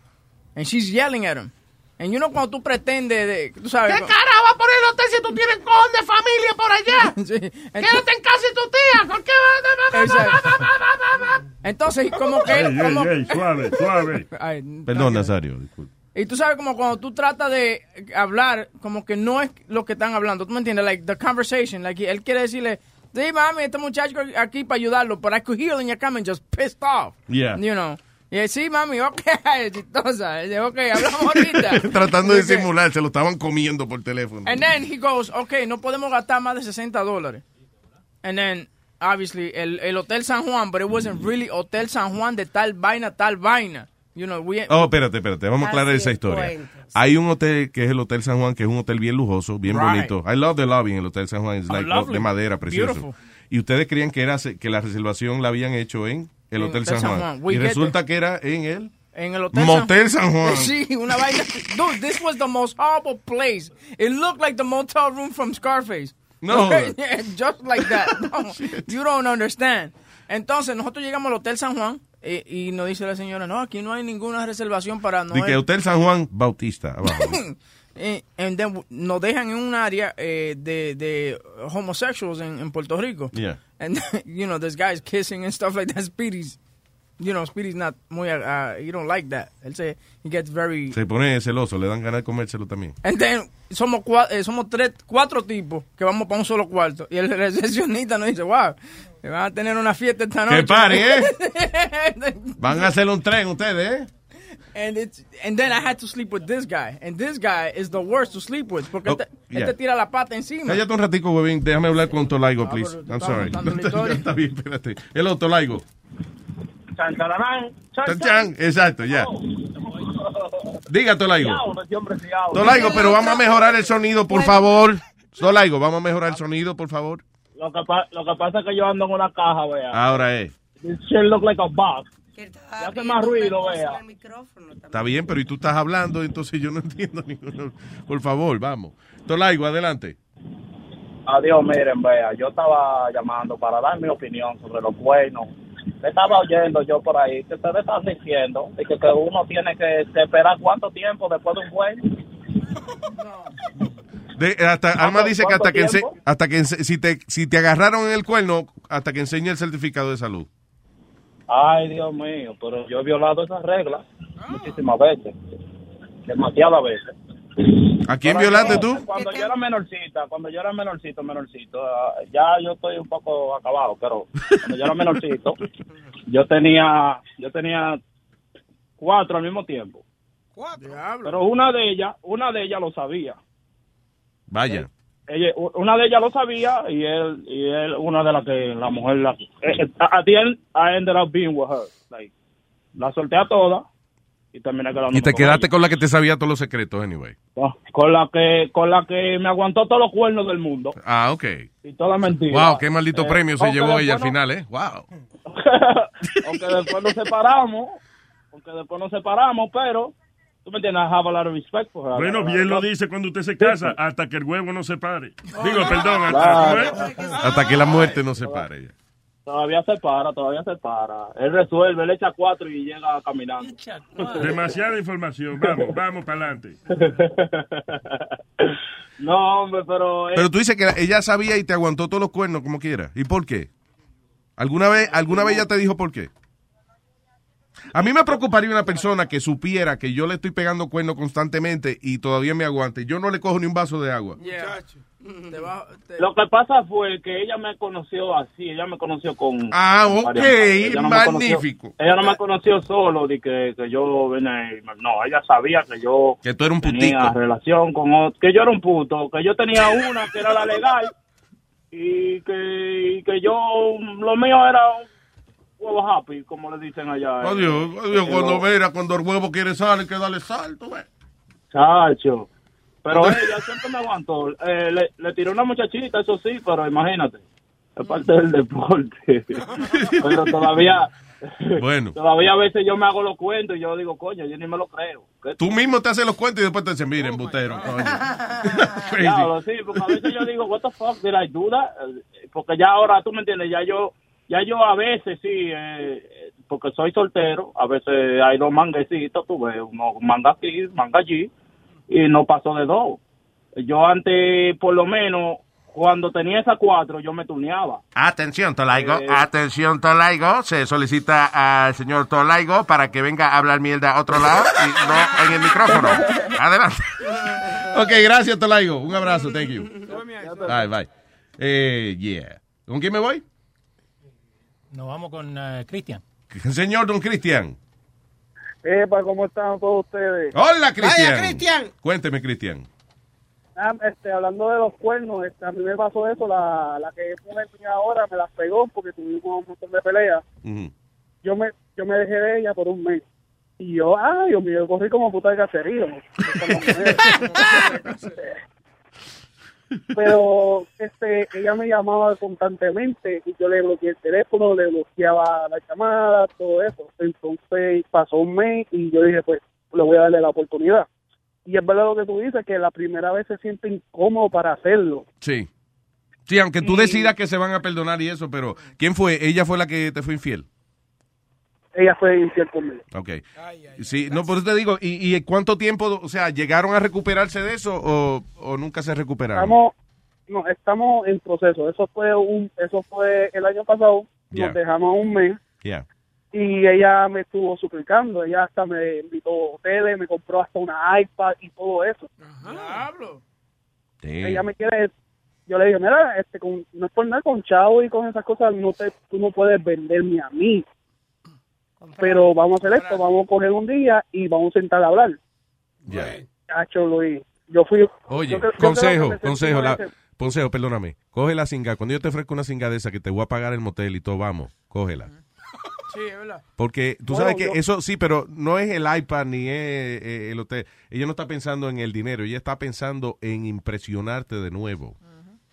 Speaker 13: And she's yelling at him. And you know cuando tú pretendes, de, tú
Speaker 7: ¿Qué
Speaker 13: sabes. cu-
Speaker 7: cara va a poner usted si tú tienes cojón de familia por allá?
Speaker 13: Sí, ent-
Speaker 7: Quédate en casa de tu tía. ¿Por qué va?
Speaker 13: Entonces, como que
Speaker 26: Ey,
Speaker 13: él, como-
Speaker 26: ey, ey, suave, suave.
Speaker 13: Ay,
Speaker 4: Perdón, Nazario. disculpe.
Speaker 13: Y tú sabes como cuando tú tratas de hablar, como que no es lo que están hablando. ¿Tú me entiendes? Like the conversation. Like él quiere decirle, sí, mami, este muchacho aquí para ayudarlo. Pero I could hear Doña Carmen just pissed off.
Speaker 4: Yeah.
Speaker 13: You know. Y él, sí, mami, ok, chistosa. Y dice, ok, hablamos ahorita.
Speaker 4: Tratando de
Speaker 13: Y dice,
Speaker 4: simular, se lo estaban comiendo por teléfono.
Speaker 13: And then he goes, ok, no podemos gastar más de 60 dólares. And then, obviously, el, el Hotel San Juan, but it wasn't really Hotel San Juan de tal vaina, tal vaina. You know, we...
Speaker 4: Oh, espérate, espérate, vamos a aclarar
Speaker 13: Así
Speaker 4: esa
Speaker 13: es, pues.
Speaker 4: historia.
Speaker 13: cuento.
Speaker 4: Hay un hotel que es el Hotel San Juan, que es un hotel bien lujoso, bien
Speaker 13: Right.
Speaker 4: bonito. I love the lobby en el Hotel San Juan, es like
Speaker 13: lovely.
Speaker 4: de madera, precioso.
Speaker 13: Beautiful.
Speaker 4: Y ustedes creían que era que la reservación la habían hecho en el
Speaker 13: En
Speaker 4: Hotel, San Juan.
Speaker 13: We
Speaker 4: Y
Speaker 13: get
Speaker 4: resulta que era en el
Speaker 13: En el Hotel
Speaker 4: Motel San Juan.
Speaker 13: Sí, una vaina. Dude, this was the most horrible place. It looked like the motel room from Scarface.
Speaker 4: No.
Speaker 13: Yeah, just like that. No, you don't understand. Entonces, nosotros llegamos al Hotel San Juan eh, y nos dice la señora, no, aquí no hay ninguna reservación para
Speaker 4: de que
Speaker 13: Noel.
Speaker 4: Hotel San Juan Bautista. abajo.
Speaker 13: Eh, and then nos dejan en un área eh, de, de homosexuals en, en Puerto Rico.
Speaker 4: Yeah.
Speaker 13: And, you know, this guy's kissing and stuff like that. Speedy's you know, Speedy's not muy, uh, he don't like that. Él se, he gets very...
Speaker 4: Se pone celoso, le dan ganas de comérselo también.
Speaker 13: And then, somos, cua- eh, somos tres, cuatro tipos que vamos para un solo cuarto. Y el recepcionista nos dice, wow, que van a tener una fiesta esta noche.
Speaker 4: Que pare,
Speaker 13: ¿eh?
Speaker 4: Van a hacer un tren ustedes, ¿eh?
Speaker 13: and, it's, and then I had to sleep with this guy. And this guy is the worst to sleep with. Porque
Speaker 4: Oh,
Speaker 13: él, te, él
Speaker 4: yeah.
Speaker 13: te tira la pata encima.
Speaker 4: Cállate un ratico, huevín. Déjame hablar con Tolaigo, please.
Speaker 13: pero tú
Speaker 4: I'm
Speaker 13: estabas
Speaker 4: sorry.
Speaker 13: contando la historia.
Speaker 4: Está bien, espérate. Hello, Tolaigo.
Speaker 27: Santalamán.
Speaker 4: Chan, chan. Exacto, ya. Diga, Tolaigo.
Speaker 27: Diablo, ese hombre es diablo.
Speaker 4: Tolaigo, pero vamos a mejorar el sonido, por favor. Tolaigo, vamos a mejorar el sonido, por favor.
Speaker 27: Lo que, pa- lo que pasa es que yo ando en una caja, vea.
Speaker 4: Ahora es.
Speaker 27: This shit look like a box. Y hace más ruido, vea.
Speaker 4: Está bien, pero y tú estás hablando, entonces yo no entiendo ninguno. Por favor, vamos. Tolaigo, adelante.
Speaker 27: Adiós, miren, vea. Yo estaba llamando para dar mi opinión sobre los cuernos. Te estaba oyendo yo por ahí que ustedes están diciendo de que, que uno tiene que esperar cuánto tiempo después de un cuerno.
Speaker 4: De- hasta, Alma dice que hasta que,
Speaker 27: ¿Cuánto
Speaker 4: ense-
Speaker 27: tiempo?
Speaker 4: hasta que ense- si, te, si te agarraron en el cuerno, hasta que enseñe el certificado de salud.
Speaker 27: Ay, Dios mío, pero yo he violado esas reglas muchísimas veces. Demasiadas veces.
Speaker 4: ¿A quién
Speaker 27: Pero
Speaker 4: violaste
Speaker 27: yo,
Speaker 4: tú?
Speaker 27: Cuando yo era menorcita, cuando yo era menorcito, menorcito, ah, ya yo estoy un poco acabado, pero cuando yo era menorcito, yo tenía, yo tenía cuatro al mismo tiempo. Pero una de ellas, una de ellas lo sabía.
Speaker 4: Vaya.
Speaker 27: Ella, u- una de ellas lo sabía y él, y él, una de las que la mujer la, eh, eh, at the end, I ended up being with her. Like, la solté a toda y terminé quedando
Speaker 4: Y te quedaste con la que te sabía todos los secretos, anyway.
Speaker 27: con la que, con la que me aguantó todos los cuernos del mundo.
Speaker 4: Ah, ok.
Speaker 27: Y toda mentira.
Speaker 4: Wow, qué maldito
Speaker 27: Eh,
Speaker 4: premio se
Speaker 27: aunque
Speaker 4: llevó ella al
Speaker 27: después
Speaker 4: final, ¿eh? Wow.
Speaker 27: no- aunque después nos separamos, aunque después nos separamos, pero tú me entiendes, I have a lot of respect for her.
Speaker 26: Bueno, bien lo dice cuando usted se casa, hasta que el huevo no se pare. Digo, perdón,
Speaker 27: Claro.
Speaker 26: hasta,
Speaker 4: Hasta que la muerte nos separe.
Speaker 27: Todavía se para, todavía se para. Él resuelve, él echa cuatro y llega caminando.
Speaker 26: Demasiada información. Vamos, vamos para adelante.
Speaker 27: No, hombre, pero... eh, él-
Speaker 4: Pero tú dices que la- ella sabía y te aguantó todos los cuernos como quiera. ¿Y por qué? ¿Alguna vez, alguna vez ella te dijo por qué? A mí me preocuparía una persona que supiera que yo le estoy pegando cuernos constantemente y todavía me aguante. Yo no le cojo ni un vaso de agua.
Speaker 13: Te va- te-
Speaker 27: Lo que pasa fue que ella me conoció así, ella me conoció con...
Speaker 4: Ah,
Speaker 27: con
Speaker 4: ok,
Speaker 27: varias mujeres. Ella no me
Speaker 4: magnífico.
Speaker 27: conoció- ella no me conoció solo de que, que yo venía... y- No, ella sabía que yo...
Speaker 4: Que tú eres un
Speaker 27: Tenía
Speaker 4: putico.
Speaker 27: relación con otro, que yo era un puto, que yo tenía una que era la legal y que, y que yo, Um, lo mío era un huevo happy, como le dicen allá. eh.
Speaker 4: Adiós, adiós.
Speaker 27: Pero-
Speaker 4: Cuando mira, cuando el huevo quiere sal, hay que darle sal, tú ves.
Speaker 27: Chacho. Pero eh, ella siempre me aguantó. Eh, le, le tiró una muchachita, eso sí, pero imagínate. Es parte del deporte. pero todavía,
Speaker 4: Bueno,
Speaker 27: todavía a veces yo me hago los cuentos y yo digo, coño, yo ni me lo creo. ¿Qué
Speaker 4: tú mismo te haces los cuentos y después te dicen, miren, butero, Crazy.
Speaker 27: Diablo, sí, porque a veces yo digo, what the fuck, de la ayuda, eh, porque ya ahora, tú me entiendes, ya yo, ya yo a veces sí, eh, eh, porque soy soltero, a veces hay dos manguecitos, tú ves, uno manga aquí, manga allí, y no paso de dos. Yo antes, por lo menos, cuando tenía esas cuatro, yo me tuneaba.
Speaker 4: Atención, Tolaigo.
Speaker 27: Eh.
Speaker 4: Atención, Tolaigo. Se solicita al señor Tolaigo para que venga a hablar mierda a otro lado y no en el micrófono. Adelante. ok, gracias, Tolaigo. Un abrazo. Thank you. Bye, bye. Eh, yeah. ¿Con quién me voy?
Speaker 19: Nos vamos con eh, Cristian.
Speaker 4: Señor Don Cristian.
Speaker 10: Epa, ¿cómo están todos ustedes?
Speaker 4: Hola, Cristian.
Speaker 10: Vaya, Cristian.
Speaker 4: Cuénteme, Cristian.
Speaker 10: Ah, este, hablando de los cuernos, este, a mí me pasó eso, la, la que es mujer mía ahora me las pegó porque tuvimos un montón de peleas. Yo me, yo me dejé de ella por un mes. Y yo, ay, Dios mío, yo corrí como puta de cacerío. Pero este, ella me llamaba constantemente y yo le bloqueé el teléfono, le bloqueaba la llamada, todo eso. Entonces pasó un mes y yo dije, pues, le voy a darle la oportunidad. Y es verdad lo que tú dices, que la primera vez se siente incómodo para hacerlo.
Speaker 4: Sí. Sí, aunque tú decidas que se van a perdonar y eso, pero ¿quién fue? ¿Ella fue la que te fue infiel?
Speaker 10: Ella fue infiel conmigo.
Speaker 4: Ok. sí, no, por eso te digo, ¿y, y cuánto tiempo, o sea, llegaron a recuperarse de eso o, o nunca se recuperaron?
Speaker 10: Estamos, no, estamos en proceso. Eso fue un, eso fue el año pasado.
Speaker 4: Ya.
Speaker 10: Nos dejamos un mes.
Speaker 4: Ya.
Speaker 34: y ella me estuvo suplicando, ella hasta me invitó a hoteles, me compró hasta una iPad y todo eso.
Speaker 13: Diablo.
Speaker 34: Ella me quiere, yo le dije, mira, este, con, no es por nada con chavo y con esas cosas, no te, tú no puedes venderme a mí. Pero vamos a hacer esto, vamos a coger un día y vamos a sentar a hablar.
Speaker 4: Ya.
Speaker 34: Cacho Luis, yo fui...
Speaker 4: Oye,
Speaker 34: yo creo- yo creo que
Speaker 4: consejo,
Speaker 34: me
Speaker 4: consejo, la,
Speaker 34: sentí mal.
Speaker 4: consejo, perdóname. Coge la cinga. Cuando yo te ofrezco una cinga de esa que te voy a pagar el motel y todo, vamos, cógela.
Speaker 13: Sí, es verdad.
Speaker 4: Porque tú
Speaker 13: Bueno,
Speaker 4: sabes que
Speaker 13: yo-
Speaker 4: eso sí, pero no es el iPad ni es eh, el hotel. Ella no está pensando en el dinero, ella está pensando en impresionarte de nuevo.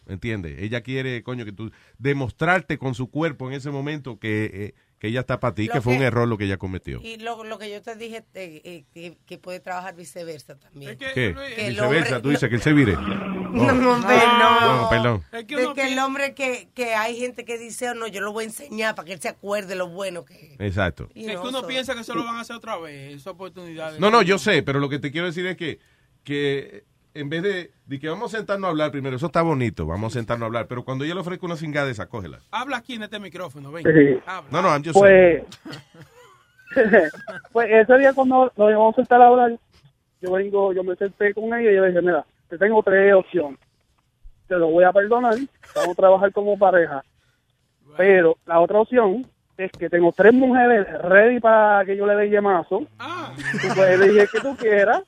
Speaker 4: ¿Entiendes? Ella quiere, coño, que tú demostrarte con su cuerpo en ese momento que, eh, que ella está para ti,
Speaker 16: Lo
Speaker 4: que fue un
Speaker 16: que-
Speaker 4: error lo que ella cometió.
Speaker 16: Y lo, lo que yo te dije, eh, eh, que, que puede trabajar viceversa también.
Speaker 4: ¿Qué?
Speaker 16: Que el
Speaker 4: Viceversa,
Speaker 16: hombre-
Speaker 4: tú dices que él se vire.
Speaker 16: No, no, no.
Speaker 4: No, perdón.
Speaker 16: Es que, el hombre que, que hay gente que dice, "Oh, no, yo lo voy a enseñar para que él se acuerde lo bueno que
Speaker 4: Exacto.
Speaker 16: Y
Speaker 35: es
Speaker 16: no,
Speaker 35: que uno
Speaker 16: so-
Speaker 35: piensa que eso lo van a hacer otra vez, esa oportunidad. de-
Speaker 4: No, no, yo sé, pero lo que te quiero decir es que, que en vez de, de que vamos a sentarnos a hablar primero, eso está bonito, vamos a sentarnos a hablar, pero cuando yo le ofrezco una cingada de esa, cógela.
Speaker 35: Habla aquí en este micrófono, ven. Ah,
Speaker 4: Sí.
Speaker 35: Habla.
Speaker 4: No, no, I'm just
Speaker 34: Pues, pues ese día cuando nos íbamos a sentar a hablar, yo vengo, yo me senté con ella y yo le dije, mira, te tengo tres opciones. Te lo voy a perdonar, vamos a trabajar como pareja. Pero la otra opción es que tengo tres mujeres ready para que yo le dé yemazo. Tú puedes elegir que tú quieras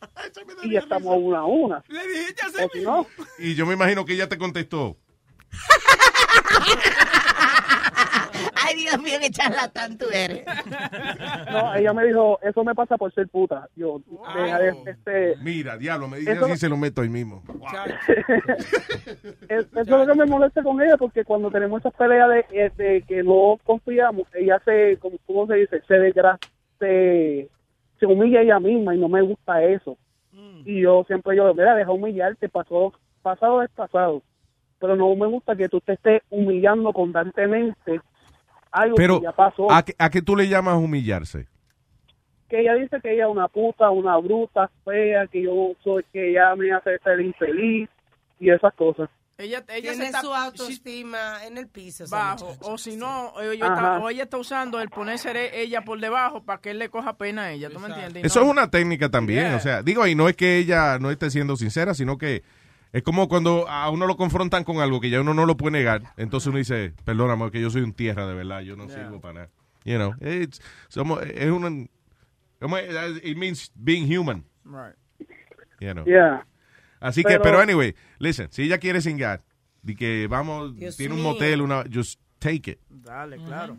Speaker 34: y estamos una a una. O si no,
Speaker 4: Y yo me imagino que ella te contestó.
Speaker 7: Ay, Dios mío, qué charlatán tú eres.
Speaker 34: no, ella me dijo, eso me pasa por ser puta. Yo, deja de- este,
Speaker 4: Mira, diablo, me dice
Speaker 34: Eso-
Speaker 4: así, se lo meto ahí mismo.
Speaker 34: Es- Eso es lo que me molesta con ella, porque cuando tenemos esas peleas de, eh, de que no confiamos, ella se, como ¿cómo se dice, se desgra se, se humilla ella misma y no me gusta eso. Y yo siempre yo, mira, deja humillarte, pasó, pasado es pasado. Pero no me gusta que tú te estés humillando constantemente algo
Speaker 4: Pero,
Speaker 34: que ya pasó.
Speaker 4: ¿a, qué- ¿a qué tú le llamas humillarse?
Speaker 34: Que ella dice que ella es una puta, una bruta, fea, que yo soy, que ella me hace ser infeliz y esas cosas.
Speaker 13: Ella, ella
Speaker 16: Tiene
Speaker 13: se está
Speaker 16: su autoestima en el piso. esa
Speaker 13: bajo.
Speaker 16: muchacha.
Speaker 13: O si no, o ella,
Speaker 16: Ajá.
Speaker 13: está, o ella está usando el ponerse de- ella por debajo para que él le coja pena a ella. ¿Tú me entiendes? Y
Speaker 4: Eso
Speaker 13: no-
Speaker 4: es una técnica también, o sea, digo, y no es que ella no esté siendo sincera, sino que es como cuando a uno lo confrontan con algo que ya uno no lo puede negar, entonces uno dice, perdón amor, que yo soy un tierra de verdad, yo no sirvo para nada. You know, it's- somos, es un, ¿cómo es? it means being human, you know.
Speaker 34: Yeah.
Speaker 4: Así que,
Speaker 34: Pero-
Speaker 4: pero anyway, listen, si ella quiere singar, di que vamos,
Speaker 13: Dios
Speaker 4: tiene un
Speaker 13: mío.
Speaker 4: motel, una, just take it.
Speaker 13: Dale, claro.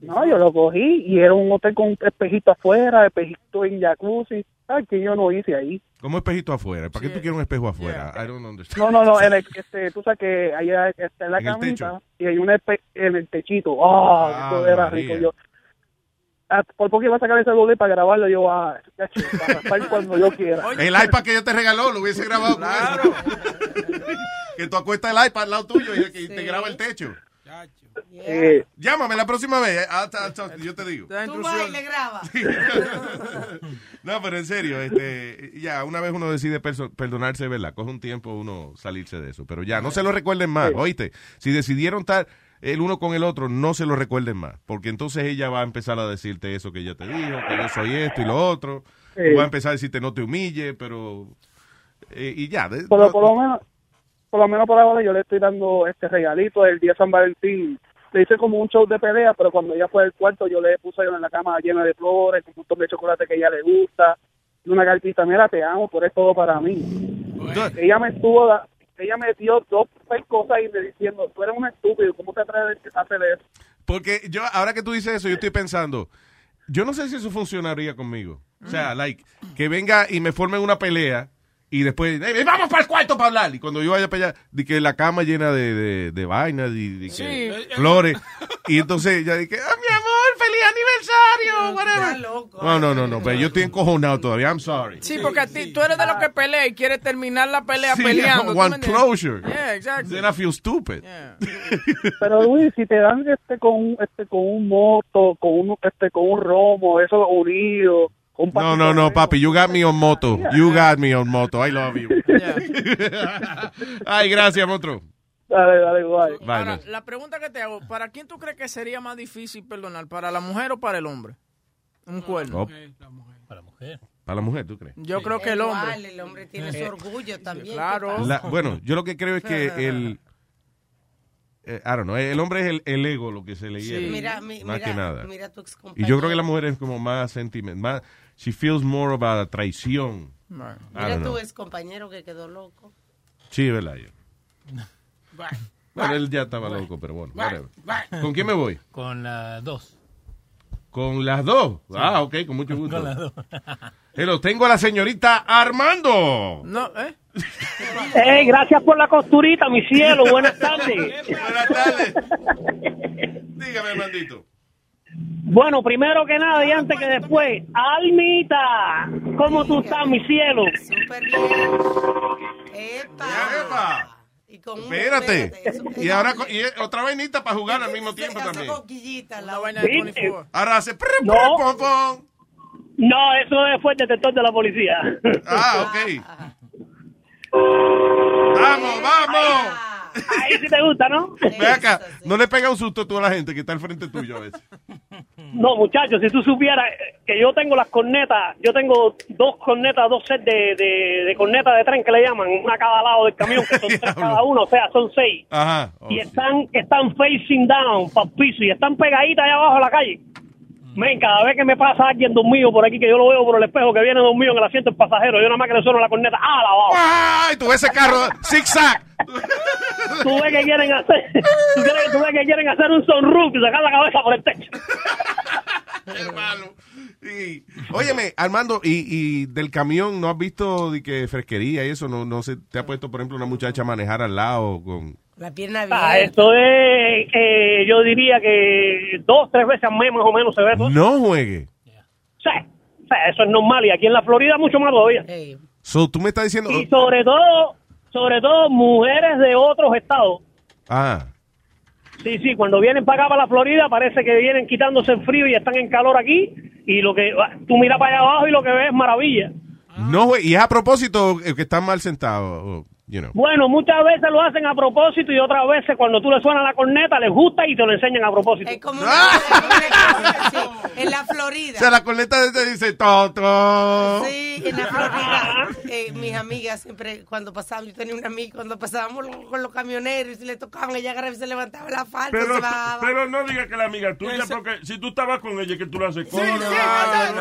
Speaker 34: No, yo lo cogí y era un hotel con un espejito afuera, espejito en jacuzzi. Ay, que yo no hice ahí.
Speaker 4: Como espejito afuera, ¿para qué tú quieres un espejo afuera? I don't understand.
Speaker 34: No, no, no, en el- este, tú sabes que allá está la
Speaker 4: En el
Speaker 34: camita
Speaker 4: techo.
Speaker 34: y hay un espe en el techito. ah, eso
Speaker 4: Ah,
Speaker 34: era
Speaker 4: María.
Speaker 34: rico yo. Ah, Por poco iba a sacar el celular para grabarlo, yo ah, chacho, para raspar cuando yo quiera.
Speaker 4: El iPad que yo te regaló lo hubiese grabado con eso. que tú acuestas el iPad al lado tuyo y, y te graba el techo.
Speaker 34: Eh,
Speaker 4: Llámame la próxima vez. ah, ta- ta- yo te digo.
Speaker 16: Tú vas y le grabas.
Speaker 4: No, pero en serio, este, ya, una vez uno decide perso- perdonarse, ¿verdad? Coge un tiempo uno salirse de eso. Pero ya, no se lo recuerden más, oíste. Si decidieron estar el uno con el otro, no se lo recuerden más. Porque entonces ella va a empezar a decirte eso que ella te dijo, que yo soy esto y lo otro.
Speaker 34: Sí.
Speaker 4: Tú vas a empezar a decirte no te humille, pero... eh, y ya, de-
Speaker 34: pero por lo menos, por lo menos por ahora yo le estoy dando este regalito el día de San Valentín. Le hice como un show de pelea, pero cuando ella fue al cuarto yo le puse en la cama llena de flores, un montón de chocolate que a ella le gusta, y una cartita, mira, te amo, por eres todo para mí. Ella me estuvo, da- ella me dio dos cosas y me diciendo, tú eres un estúpido, ¿cómo te atreves a hacer eso?
Speaker 4: Porque yo, ahora que tú dices eso, yo estoy pensando, yo no sé si eso funcionaría conmigo. O sea, like, que venga y me formen una pelea y después, "Hey, vamos para el cuarto para hablar. Y cuando yo vaya para allá, di que la cama llena de, de, de vainas, y de que
Speaker 36: Sí.
Speaker 4: flores. Y entonces ya di que, "Ah, mi amor, feliz aniversario,
Speaker 36: whatever.
Speaker 4: no, no, no, no, pero yo estoy encojonado todavía, I'm sorry.
Speaker 13: Sí, porque a ti, tú eres de los que pelea y quieres terminar la pelea
Speaker 4: Sí,
Speaker 13: peleando. ¿tú me
Speaker 4: one
Speaker 13: entiendes?
Speaker 4: closure.
Speaker 13: Yeah, exactly.
Speaker 4: Then I feel stupid.
Speaker 34: Pero Luis, si te dan este con un, este con un moto, con un, este con un romo, eso unido, con un
Speaker 4: No, no, no, papi, you got me on moto. You got me on moto. I love you. Ay, gracias, monstruo.
Speaker 10: Dale, dale, igual.
Speaker 4: Bye,
Speaker 13: Ahora,
Speaker 4: bye.
Speaker 13: la pregunta que te hago, ¿para quién tú crees que sería más difícil perdonar? ¿Para la mujer o para el hombre? Un cuerno.
Speaker 4: No. Para la mujer, ¿tú crees?
Speaker 13: Yo creo que el
Speaker 16: Igual,
Speaker 13: hombre.
Speaker 16: el hombre tiene su
Speaker 13: Eh,
Speaker 16: orgullo también.
Speaker 13: claro.
Speaker 16: ¿qué
Speaker 4: La-
Speaker 16: pasa?
Speaker 4: bueno, yo lo que creo es que el... eh, I don't know, el hombre es el, el ego lo que se le
Speaker 16: Sí.
Speaker 4: hiere,
Speaker 16: Mira, mi-
Speaker 4: más
Speaker 16: mira-
Speaker 4: que nada.
Speaker 16: mira tu
Speaker 4: y
Speaker 16: excompañero.
Speaker 4: yo creo que la mujer es como más sentiment, más, she feels more about traición. I
Speaker 13: Right.
Speaker 4: don't
Speaker 16: Mira
Speaker 4: know.
Speaker 16: tu ex compañero que quedó loco.
Speaker 4: Sí, Velayo. Bueno, él ya estaba loco, pero bueno. whatever. ¿Con quién me voy?
Speaker 19: Con las dos.
Speaker 4: Con las dos. Ah, ok, con mucho gusto.
Speaker 19: Con las dos.
Speaker 4: Hello, tengo a la señorita Armando.
Speaker 13: No, ¿eh?
Speaker 37: Hey, gracias por la costurita, mi cielo. Buenas tardes.
Speaker 4: Buenas tardes. Dígame, Armandito.
Speaker 37: Bueno, primero que nada y antes que después, Almita, ¿cómo tú estás, mi cielo?
Speaker 16: Y con un-
Speaker 4: Espérate. Y ahora co- y eh, otra vainita para jugar al mismo tiempo
Speaker 16: Hace
Speaker 4: también.
Speaker 16: coquillita la Ah,
Speaker 37: de Sí, 24.
Speaker 4: Ahora hace. prr,
Speaker 37: No.
Speaker 4: prr, pom, pom.
Speaker 37: No, eso fue el detector de la policía.
Speaker 4: Ah, ok. ¡Vamos, vamos!
Speaker 37: Ahí sí te gusta, ¿no?
Speaker 4: Ve acá, no le pega un susto tú a la gente que está al frente tuyo a veces.
Speaker 37: No, muchachos, si tú supieras eh, que yo tengo las cornetas, yo tengo dos cornetas, dos sets de, de, de cornetas de tren que le llaman, una a cada lado del camión, que son tres cada uno, o sea, son seis.
Speaker 4: Ajá.
Speaker 37: y están, están facing down para piso y están pegaditas allá abajo en la calle.
Speaker 4: Mm.
Speaker 37: Men, cada vez que me pasa alguien dormido por aquí, que yo lo veo por el espejo, que viene dormido en el asiento del pasajero, yo nada más que le sueno la corneta, ¡ah, la abajo!
Speaker 4: ¡Ay, tú ves ese carro, zig-zag!
Speaker 37: ¿Tú ves que quieren hacer? ¿Tú crees que- tú ves que quieren hacer un sunroof y sacar la cabeza por este el techo?
Speaker 4: Sí. Óyeme, Armando, y, y del camión, ¿no has visto de que fresquería y eso? ¿No, no se te ha puesto, por ejemplo, una muchacha a manejar al lado con...
Speaker 16: La pierna
Speaker 37: Ah, eso es, eh, yo diría que dos, tres veces al mes más o menos se ve eso.
Speaker 4: No juegue.
Speaker 37: Sí, sí, eso es normal y aquí en la Florida mucho más todavía.
Speaker 4: So, tú me estás diciendo...
Speaker 37: Y sobre todo, sobre todo mujeres de otros estados.
Speaker 4: Ah,
Speaker 37: Sí, sí, cuando vienen para acá, para la Florida, parece que vienen quitándose el frío y están en calor aquí. Y lo que ah, tú miras para allá abajo y lo que ves es maravilla.
Speaker 4: no juegue. Y es a propósito eh, que están mal sentados, o, you know.
Speaker 37: Bueno, muchas veces lo hacen a propósito y otras veces cuando tú le suenas la corneta les gusta y te lo enseñan a propósito.
Speaker 16: En la Florida.
Speaker 4: O sea, la coleta de te dice, toto.
Speaker 16: Sí, en la Florida, eh, mis amigas siempre, cuando pasábamos, yo tenía una amiga, cuando pasábamos lo- con los camioneros y se le tocaban, ella agarraba y se levantaba la falda.
Speaker 26: Pero,
Speaker 16: se bajaba.
Speaker 26: pero no digas que la amiga tuya, porque si tú estabas con ella, que tú la haces con
Speaker 16: Nazario,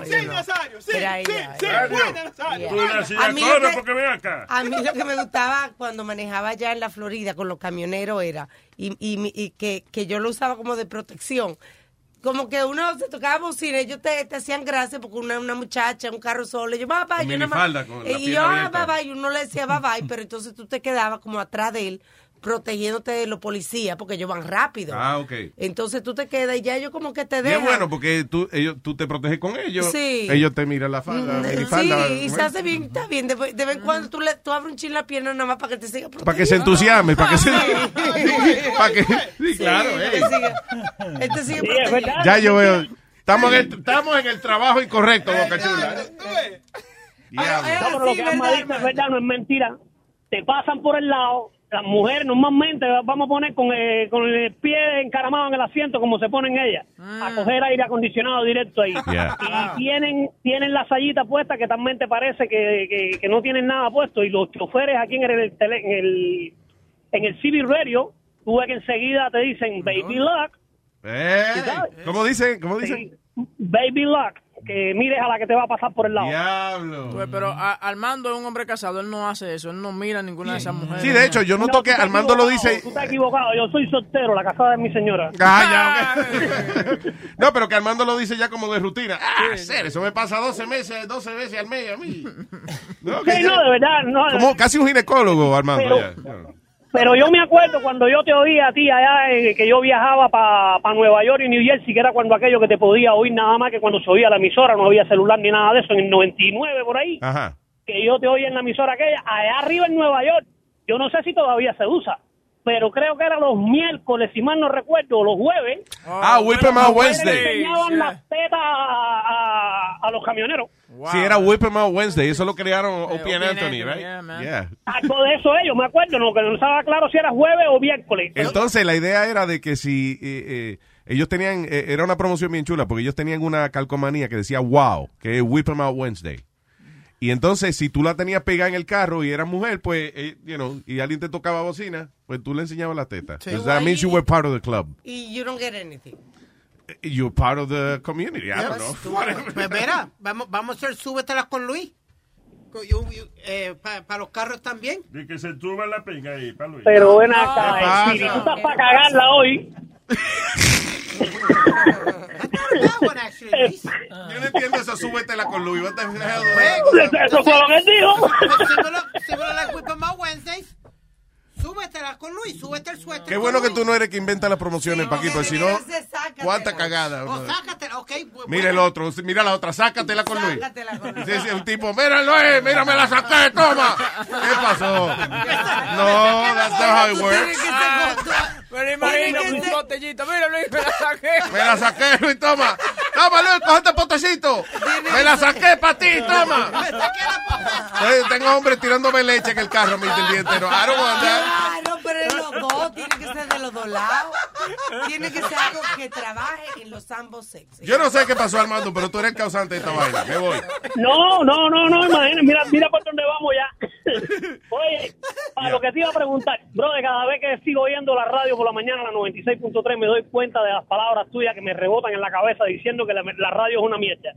Speaker 26: Adiós.
Speaker 16: sí, Nazario, sí, Era sí, ella, sí, era
Speaker 26: Adiós.
Speaker 16: ella. Nazario.
Speaker 26: Tú le hacías
Speaker 16: A mí este- lo
Speaker 26: coro,
Speaker 16: que-
Speaker 26: porque ven acá.
Speaker 16: A mí lo que me gustaba cuando manejaba ya en la Florida con los camioneros era, y, y mi- y que, que yo lo usaba como de protección. Como que uno se tocaba bocina, ellos te, te hacían gracia porque una, una muchacha, un carro solo, y yo, papá,
Speaker 4: Con
Speaker 16: yo nada más-
Speaker 4: minifalda, con la
Speaker 16: y
Speaker 4: pierna
Speaker 16: yo, ah,
Speaker 4: abierta.
Speaker 16: bye, bye, y uno le decía bye bye, pero entonces tú te quedabas como atrás de él, protegiéndote de los policías, porque ellos van rápido.
Speaker 4: Ah, ok.
Speaker 16: Eh, Entonces tú te quedas y ya ellos como que te
Speaker 4: Y es
Speaker 16: dejan.
Speaker 4: bueno porque tú, ellos, tú te proteges con ellos.
Speaker 16: Sí. Mm,
Speaker 4: Ellos te miran la falda, minifalda,
Speaker 16: Sí, y se hace bien, está bien. De, de vez en cuando tú, le, tú abres un chin la pierna nada más para que te siga protegiendo.
Speaker 4: Para que se entusiasme, para que se... para Ah, que... Sí, claro,
Speaker 16: Sí,
Speaker 4: eh.
Speaker 16: Él te sigue, él te sigue protegiendo.
Speaker 4: Ya yo veo. Estamos en este- el, estamos en el trabajo incorrecto, Boca Chula. ¿eh?
Speaker 37: No, pero lo que Alma dice es verdad, no es mentira. Te pasan por el lado. Las mujeres normalmente vamos a poner con, eh, con el pie encaramado en el asiento como se ponen ellas. A coger aire acondicionado directo ahí.
Speaker 15: Yeah.
Speaker 37: Y tienen, tienen la sayita puesta que talmente parece que, que- que no tienen nada puesto. Y los choferes aquí en el, tele- en el, en el CB Radio, tú ves que enseguida te dicen baby luck.
Speaker 4: Eh,
Speaker 37: ¿Sí sabes?
Speaker 4: ¿Cómo dicen? ¿Cómo dicen?
Speaker 37: Sí, baby luck. Que mires a la que te va a pasar por el lado.
Speaker 4: Diablo.
Speaker 13: Pues, pero a- Armando es un hombre casado, él no hace eso, él no mira a ninguna de esas mujeres.
Speaker 4: Sí, de hecho, yo noto que Armando lo dice...
Speaker 37: Tú estás equivocado, yo soy soltero, la casada es mi señora.
Speaker 4: Ah, ya, ok. no, pero que Armando lo dice ya como de rutina. Ah, ser, eso me pasa 12 meses, 12 veces al mes a mí. No, que
Speaker 37: Sí,
Speaker 4: ya-
Speaker 37: no, de verdad, no.
Speaker 4: Como casi un ah. ginecólogo, Armando.
Speaker 37: Pero-
Speaker 4: ya.
Speaker 37: Pero yo me acuerdo cuando yo te oía a ti allá, eh, que yo viajaba para Nueva York y New Jersey, que era cuando aquello que te podía oír nada más que cuando se oía la emisora, no había celular ni nada de eso, en el 99 por ahí,
Speaker 4: Ajá.
Speaker 37: que yo te oía en la emisora aquella, allá arriba en Nueva York. Yo no sé si todavía se usa, pero creo que era los miércoles, si mal no recuerdo, o los jueves.
Speaker 4: Ah, Whip 'em Out
Speaker 37: Las mujeres
Speaker 4: Wednesday.
Speaker 37: enseñaban las tetas a, a- a los camioneros.
Speaker 4: Sí, era Whip 'em Out Wednesday. Eso lo crearon OP
Speaker 37: O.P. Eh,
Speaker 4: and
Speaker 37: and
Speaker 4: Anthony,
Speaker 37: Anthony,
Speaker 4: right?
Speaker 37: yeah, man.
Speaker 4: yeah.
Speaker 37: Algo de eso ellos, me acuerdo, no, que no estaba claro si era jueves o miércoles.
Speaker 4: Entonces, la idea era de que si eh, eh, ellos tenían, eh, era una promoción bien chula, porque ellos tenían una calcomanía que decía wow, que es Whip 'em Out Wednesday. Y entonces, si tú la tenías pegada en el carro y eras mujer, pues, eh, you know, y alguien te tocaba bocina, pues tú le enseñabas la teta.
Speaker 16: Sí.
Speaker 4: Because that means you were part of the club.
Speaker 16: Y you don't get anything.
Speaker 4: You're part of the community. I don't know.
Speaker 23: Pues verá, vamos, vamos a hacer súbetelas con Luis. Para eh, los carros también.
Speaker 26: De que se tuba la pinga ahí, pa' Luis.
Speaker 23: Pero
Speaker 37: ven acá, ¿Qué pasa? Espíritu, estás pa' cagarla hoy.
Speaker 4: Yo no entiendo eso, súbetela con Luis. What the hell?
Speaker 37: Eso fue lo que él dijo.
Speaker 23: Súbelo las Whip 'em Out Wednesdays. Súbetelas con Luis, súbete el suéter.
Speaker 4: Qué
Speaker 23: con
Speaker 4: bueno que
Speaker 23: Luis.
Speaker 4: tú no eres que inventa las promociones, Paquito, si no,
Speaker 23: Entonces, sácatela.
Speaker 4: cuánta cagada.
Speaker 23: O
Speaker 4: brother.
Speaker 23: sácatela, ok. pues,
Speaker 4: Mira el otro, mira la otra, sácatela con Luis.
Speaker 23: Sácatela con Luis.
Speaker 4: Dice un tipo, mira Luis, mira, me la saqué, toma. ¿Qué pasó? No, that's not how it works.
Speaker 16: Ah.
Speaker 13: Pero imagínate un botellito. Mira, Luis, me la saqué.
Speaker 4: Me la saqué, Luis, toma. Toma, Luis, coge este potecito. Me la saqué para ti, toma. Oye, Tengo hombres tirándome leche en el carro, mi diente. No, I don't want that.
Speaker 16: Claro, Ah, pero en los dos, tiene que ser de los dos lados. Tiene que ser algo que trabaje en los ambos sexos.
Speaker 4: Yo no sé qué pasó, Armando, pero tú eres el causante de esta vaina. Me voy.
Speaker 37: No, no, no, no, imagínate, mira, mira por dónde vamos ya. Oye, a lo que te iba a preguntar, bro, de cada vez que sigo oyendo la radio por la mañana, la 96.3, me doy cuenta de las palabras tuyas que me rebotan en la cabeza diciendo que la, la radio es una mierda.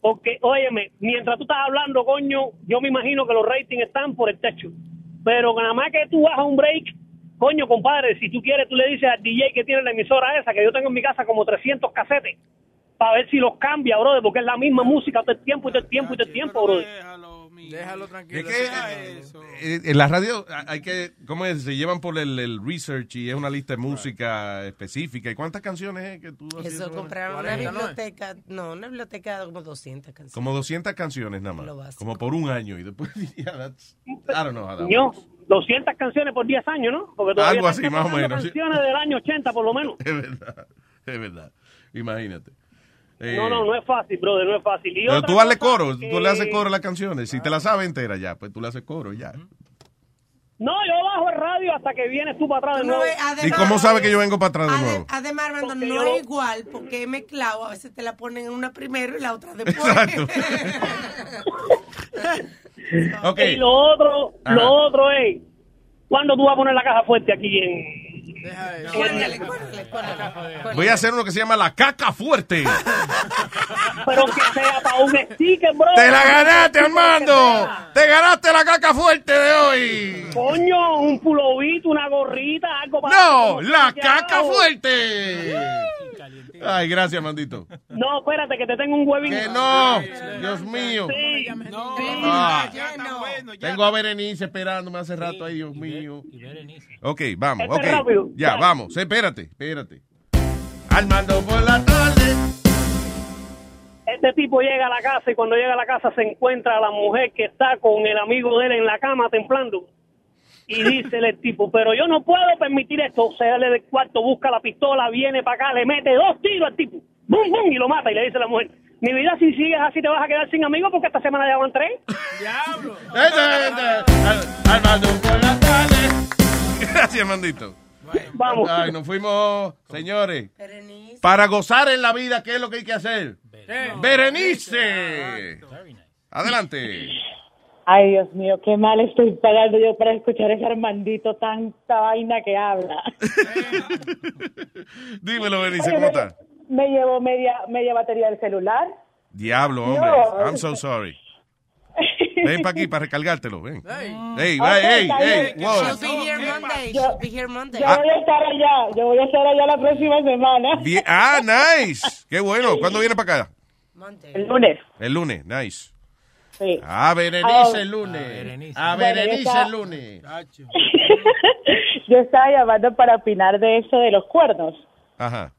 Speaker 37: Porque, óyeme, mientras tú estás hablando, coño, yo me imagino que los ratings están por el techo. Pero nada más que tú vas a un break, coño, compadre, si tú quieres, tú le dices al DJ que tiene la emisora esa, que yo tengo en mi casa como 300 casetes para ver si los cambia, brother, porque es la misma música todo el tiempo y todo el tiempo y todo el tiempo, brother.
Speaker 13: Déjalo tranquilo.
Speaker 4: Es que, eh, eh, en la radio ah, hay que, ¿cómo es? Se llevan por el, el research y es una lista de música específica. ¿Y cuántas canciones es que tú
Speaker 20: Pues
Speaker 4: has
Speaker 16: Eso
Speaker 4: hecho?
Speaker 16: compraron una biblioteca, no, una biblioteca de como 200 canciones.
Speaker 4: Como 200 canciones nada
Speaker 16: Lo
Speaker 4: más.
Speaker 16: básico.
Speaker 4: Como por un año. Y después, yeah, that's- I don't know how that
Speaker 37: Yo,
Speaker 4: works.
Speaker 37: 200 canciones por 10 años, ¿no? Porque todavía
Speaker 4: Algo
Speaker 37: están
Speaker 4: así, más o
Speaker 37: cantando
Speaker 4: menos, sí.
Speaker 37: canciones del año 80, por lo menos.
Speaker 4: Es verdad, es verdad. Imagínate. Eh,
Speaker 37: No, no, no es fácil, brother, no es fácil. Y
Speaker 4: Pero
Speaker 37: otra
Speaker 4: tú hazle
Speaker 37: cosa
Speaker 4: coro,
Speaker 37: que-
Speaker 4: tú le haces coro a las canciones. Si te la sabes entera ya, pues tú le haces coro ya.
Speaker 37: No, yo bajo el radio hasta que vienes tú para atrás de
Speaker 16: No,
Speaker 37: nuevo.
Speaker 16: eh, además-
Speaker 4: ¿Y cómo sabe que yo vengo para atrás de nuevo?
Speaker 16: Además, Armando, no es igual porque es mezclado. A veces te la ponen en una primero y la otra después.
Speaker 4: Exacto. Ok.
Speaker 37: Y lo otro,
Speaker 4: Ajá.
Speaker 37: lo otro es, ¿cuándo tú vas a poner la caja fuerte aquí en...
Speaker 4: Voy a hacer uno que se llama La Caca Fuerte.
Speaker 37: Pero que sea para un sticker, bro.
Speaker 4: ¡Te la ganaste, Armando! ¡Te ganaste la caca fuerte de hoy!
Speaker 37: Coño, un pulovito, una gorrita, algo para...
Speaker 4: ¡No!
Speaker 37: como
Speaker 4: Oh, ¡La
Speaker 37: que
Speaker 4: caca
Speaker 37: hago.
Speaker 4: fuerte! Ay, gracias, Mandito.
Speaker 37: No, espérate, que te tengo un huevín.
Speaker 4: Que no, Dios mío.
Speaker 37: Sí.
Speaker 4: Ah, Tengo a Berenice esperándome hace rato, ay, Dios mío. Ok, vamos,
Speaker 15: Este es rápido.
Speaker 4: ok. Ya, vamos, espérate, espérate. Armando por la tarde.
Speaker 37: Este tipo llega a la casa y cuando llega a la casa se encuentra a la mujer que está con el amigo de él en la cama templando. Y dice el tipo, pero yo no puedo permitir esto. Se sale del cuarto, busca la pistola, viene para acá, le mete dos tiros al tipo. ¡Bum, bum! Y lo mata. Y le dice la mujer, mi vida, si sigues así te vas a quedar sin amigos porque esta semana ya van tres.
Speaker 4: Armando por la tarde. Gracias, Mandito.
Speaker 37: Vamos.
Speaker 4: Ay, nos fuimos, señores. Para gozar en la vida, ¿qué es lo que hay que hacer? Berenice. Adelante.
Speaker 38: Ay, Dios mío, qué mal estoy pagando yo para escuchar ese Armandito tanta vaina que habla.
Speaker 4: Dímelo, Berenice, ¿cómo estás?
Speaker 38: Me llevo media media batería del celular.
Speaker 4: Diablo, hombre.
Speaker 38: No.
Speaker 4: I'm so sorry. Ven para aquí para recargártelo, ven. Hey,
Speaker 38: Ok,
Speaker 4: va, hey,
Speaker 38: está
Speaker 4: hey,
Speaker 38: bien.
Speaker 4: wow.
Speaker 16: She'll be here Monday. She'll be here Monday.
Speaker 38: Yo voy a estar allá, yo voy a estar allá la próxima semana.
Speaker 4: Bien- Ah, nice. Qué bueno. ¿Cuándo viene para acá?
Speaker 38: El lunes.
Speaker 4: El lunes, nice.
Speaker 38: Sí.
Speaker 4: Ah,
Speaker 38: Ah,
Speaker 4: Berenice el lunes. A
Speaker 38: Bueno,
Speaker 4: Berenice
Speaker 38: ya está.
Speaker 4: el lunes.
Speaker 38: Yo estaba llamando para opinar de eso de los cuernos,
Speaker 4: Ajá.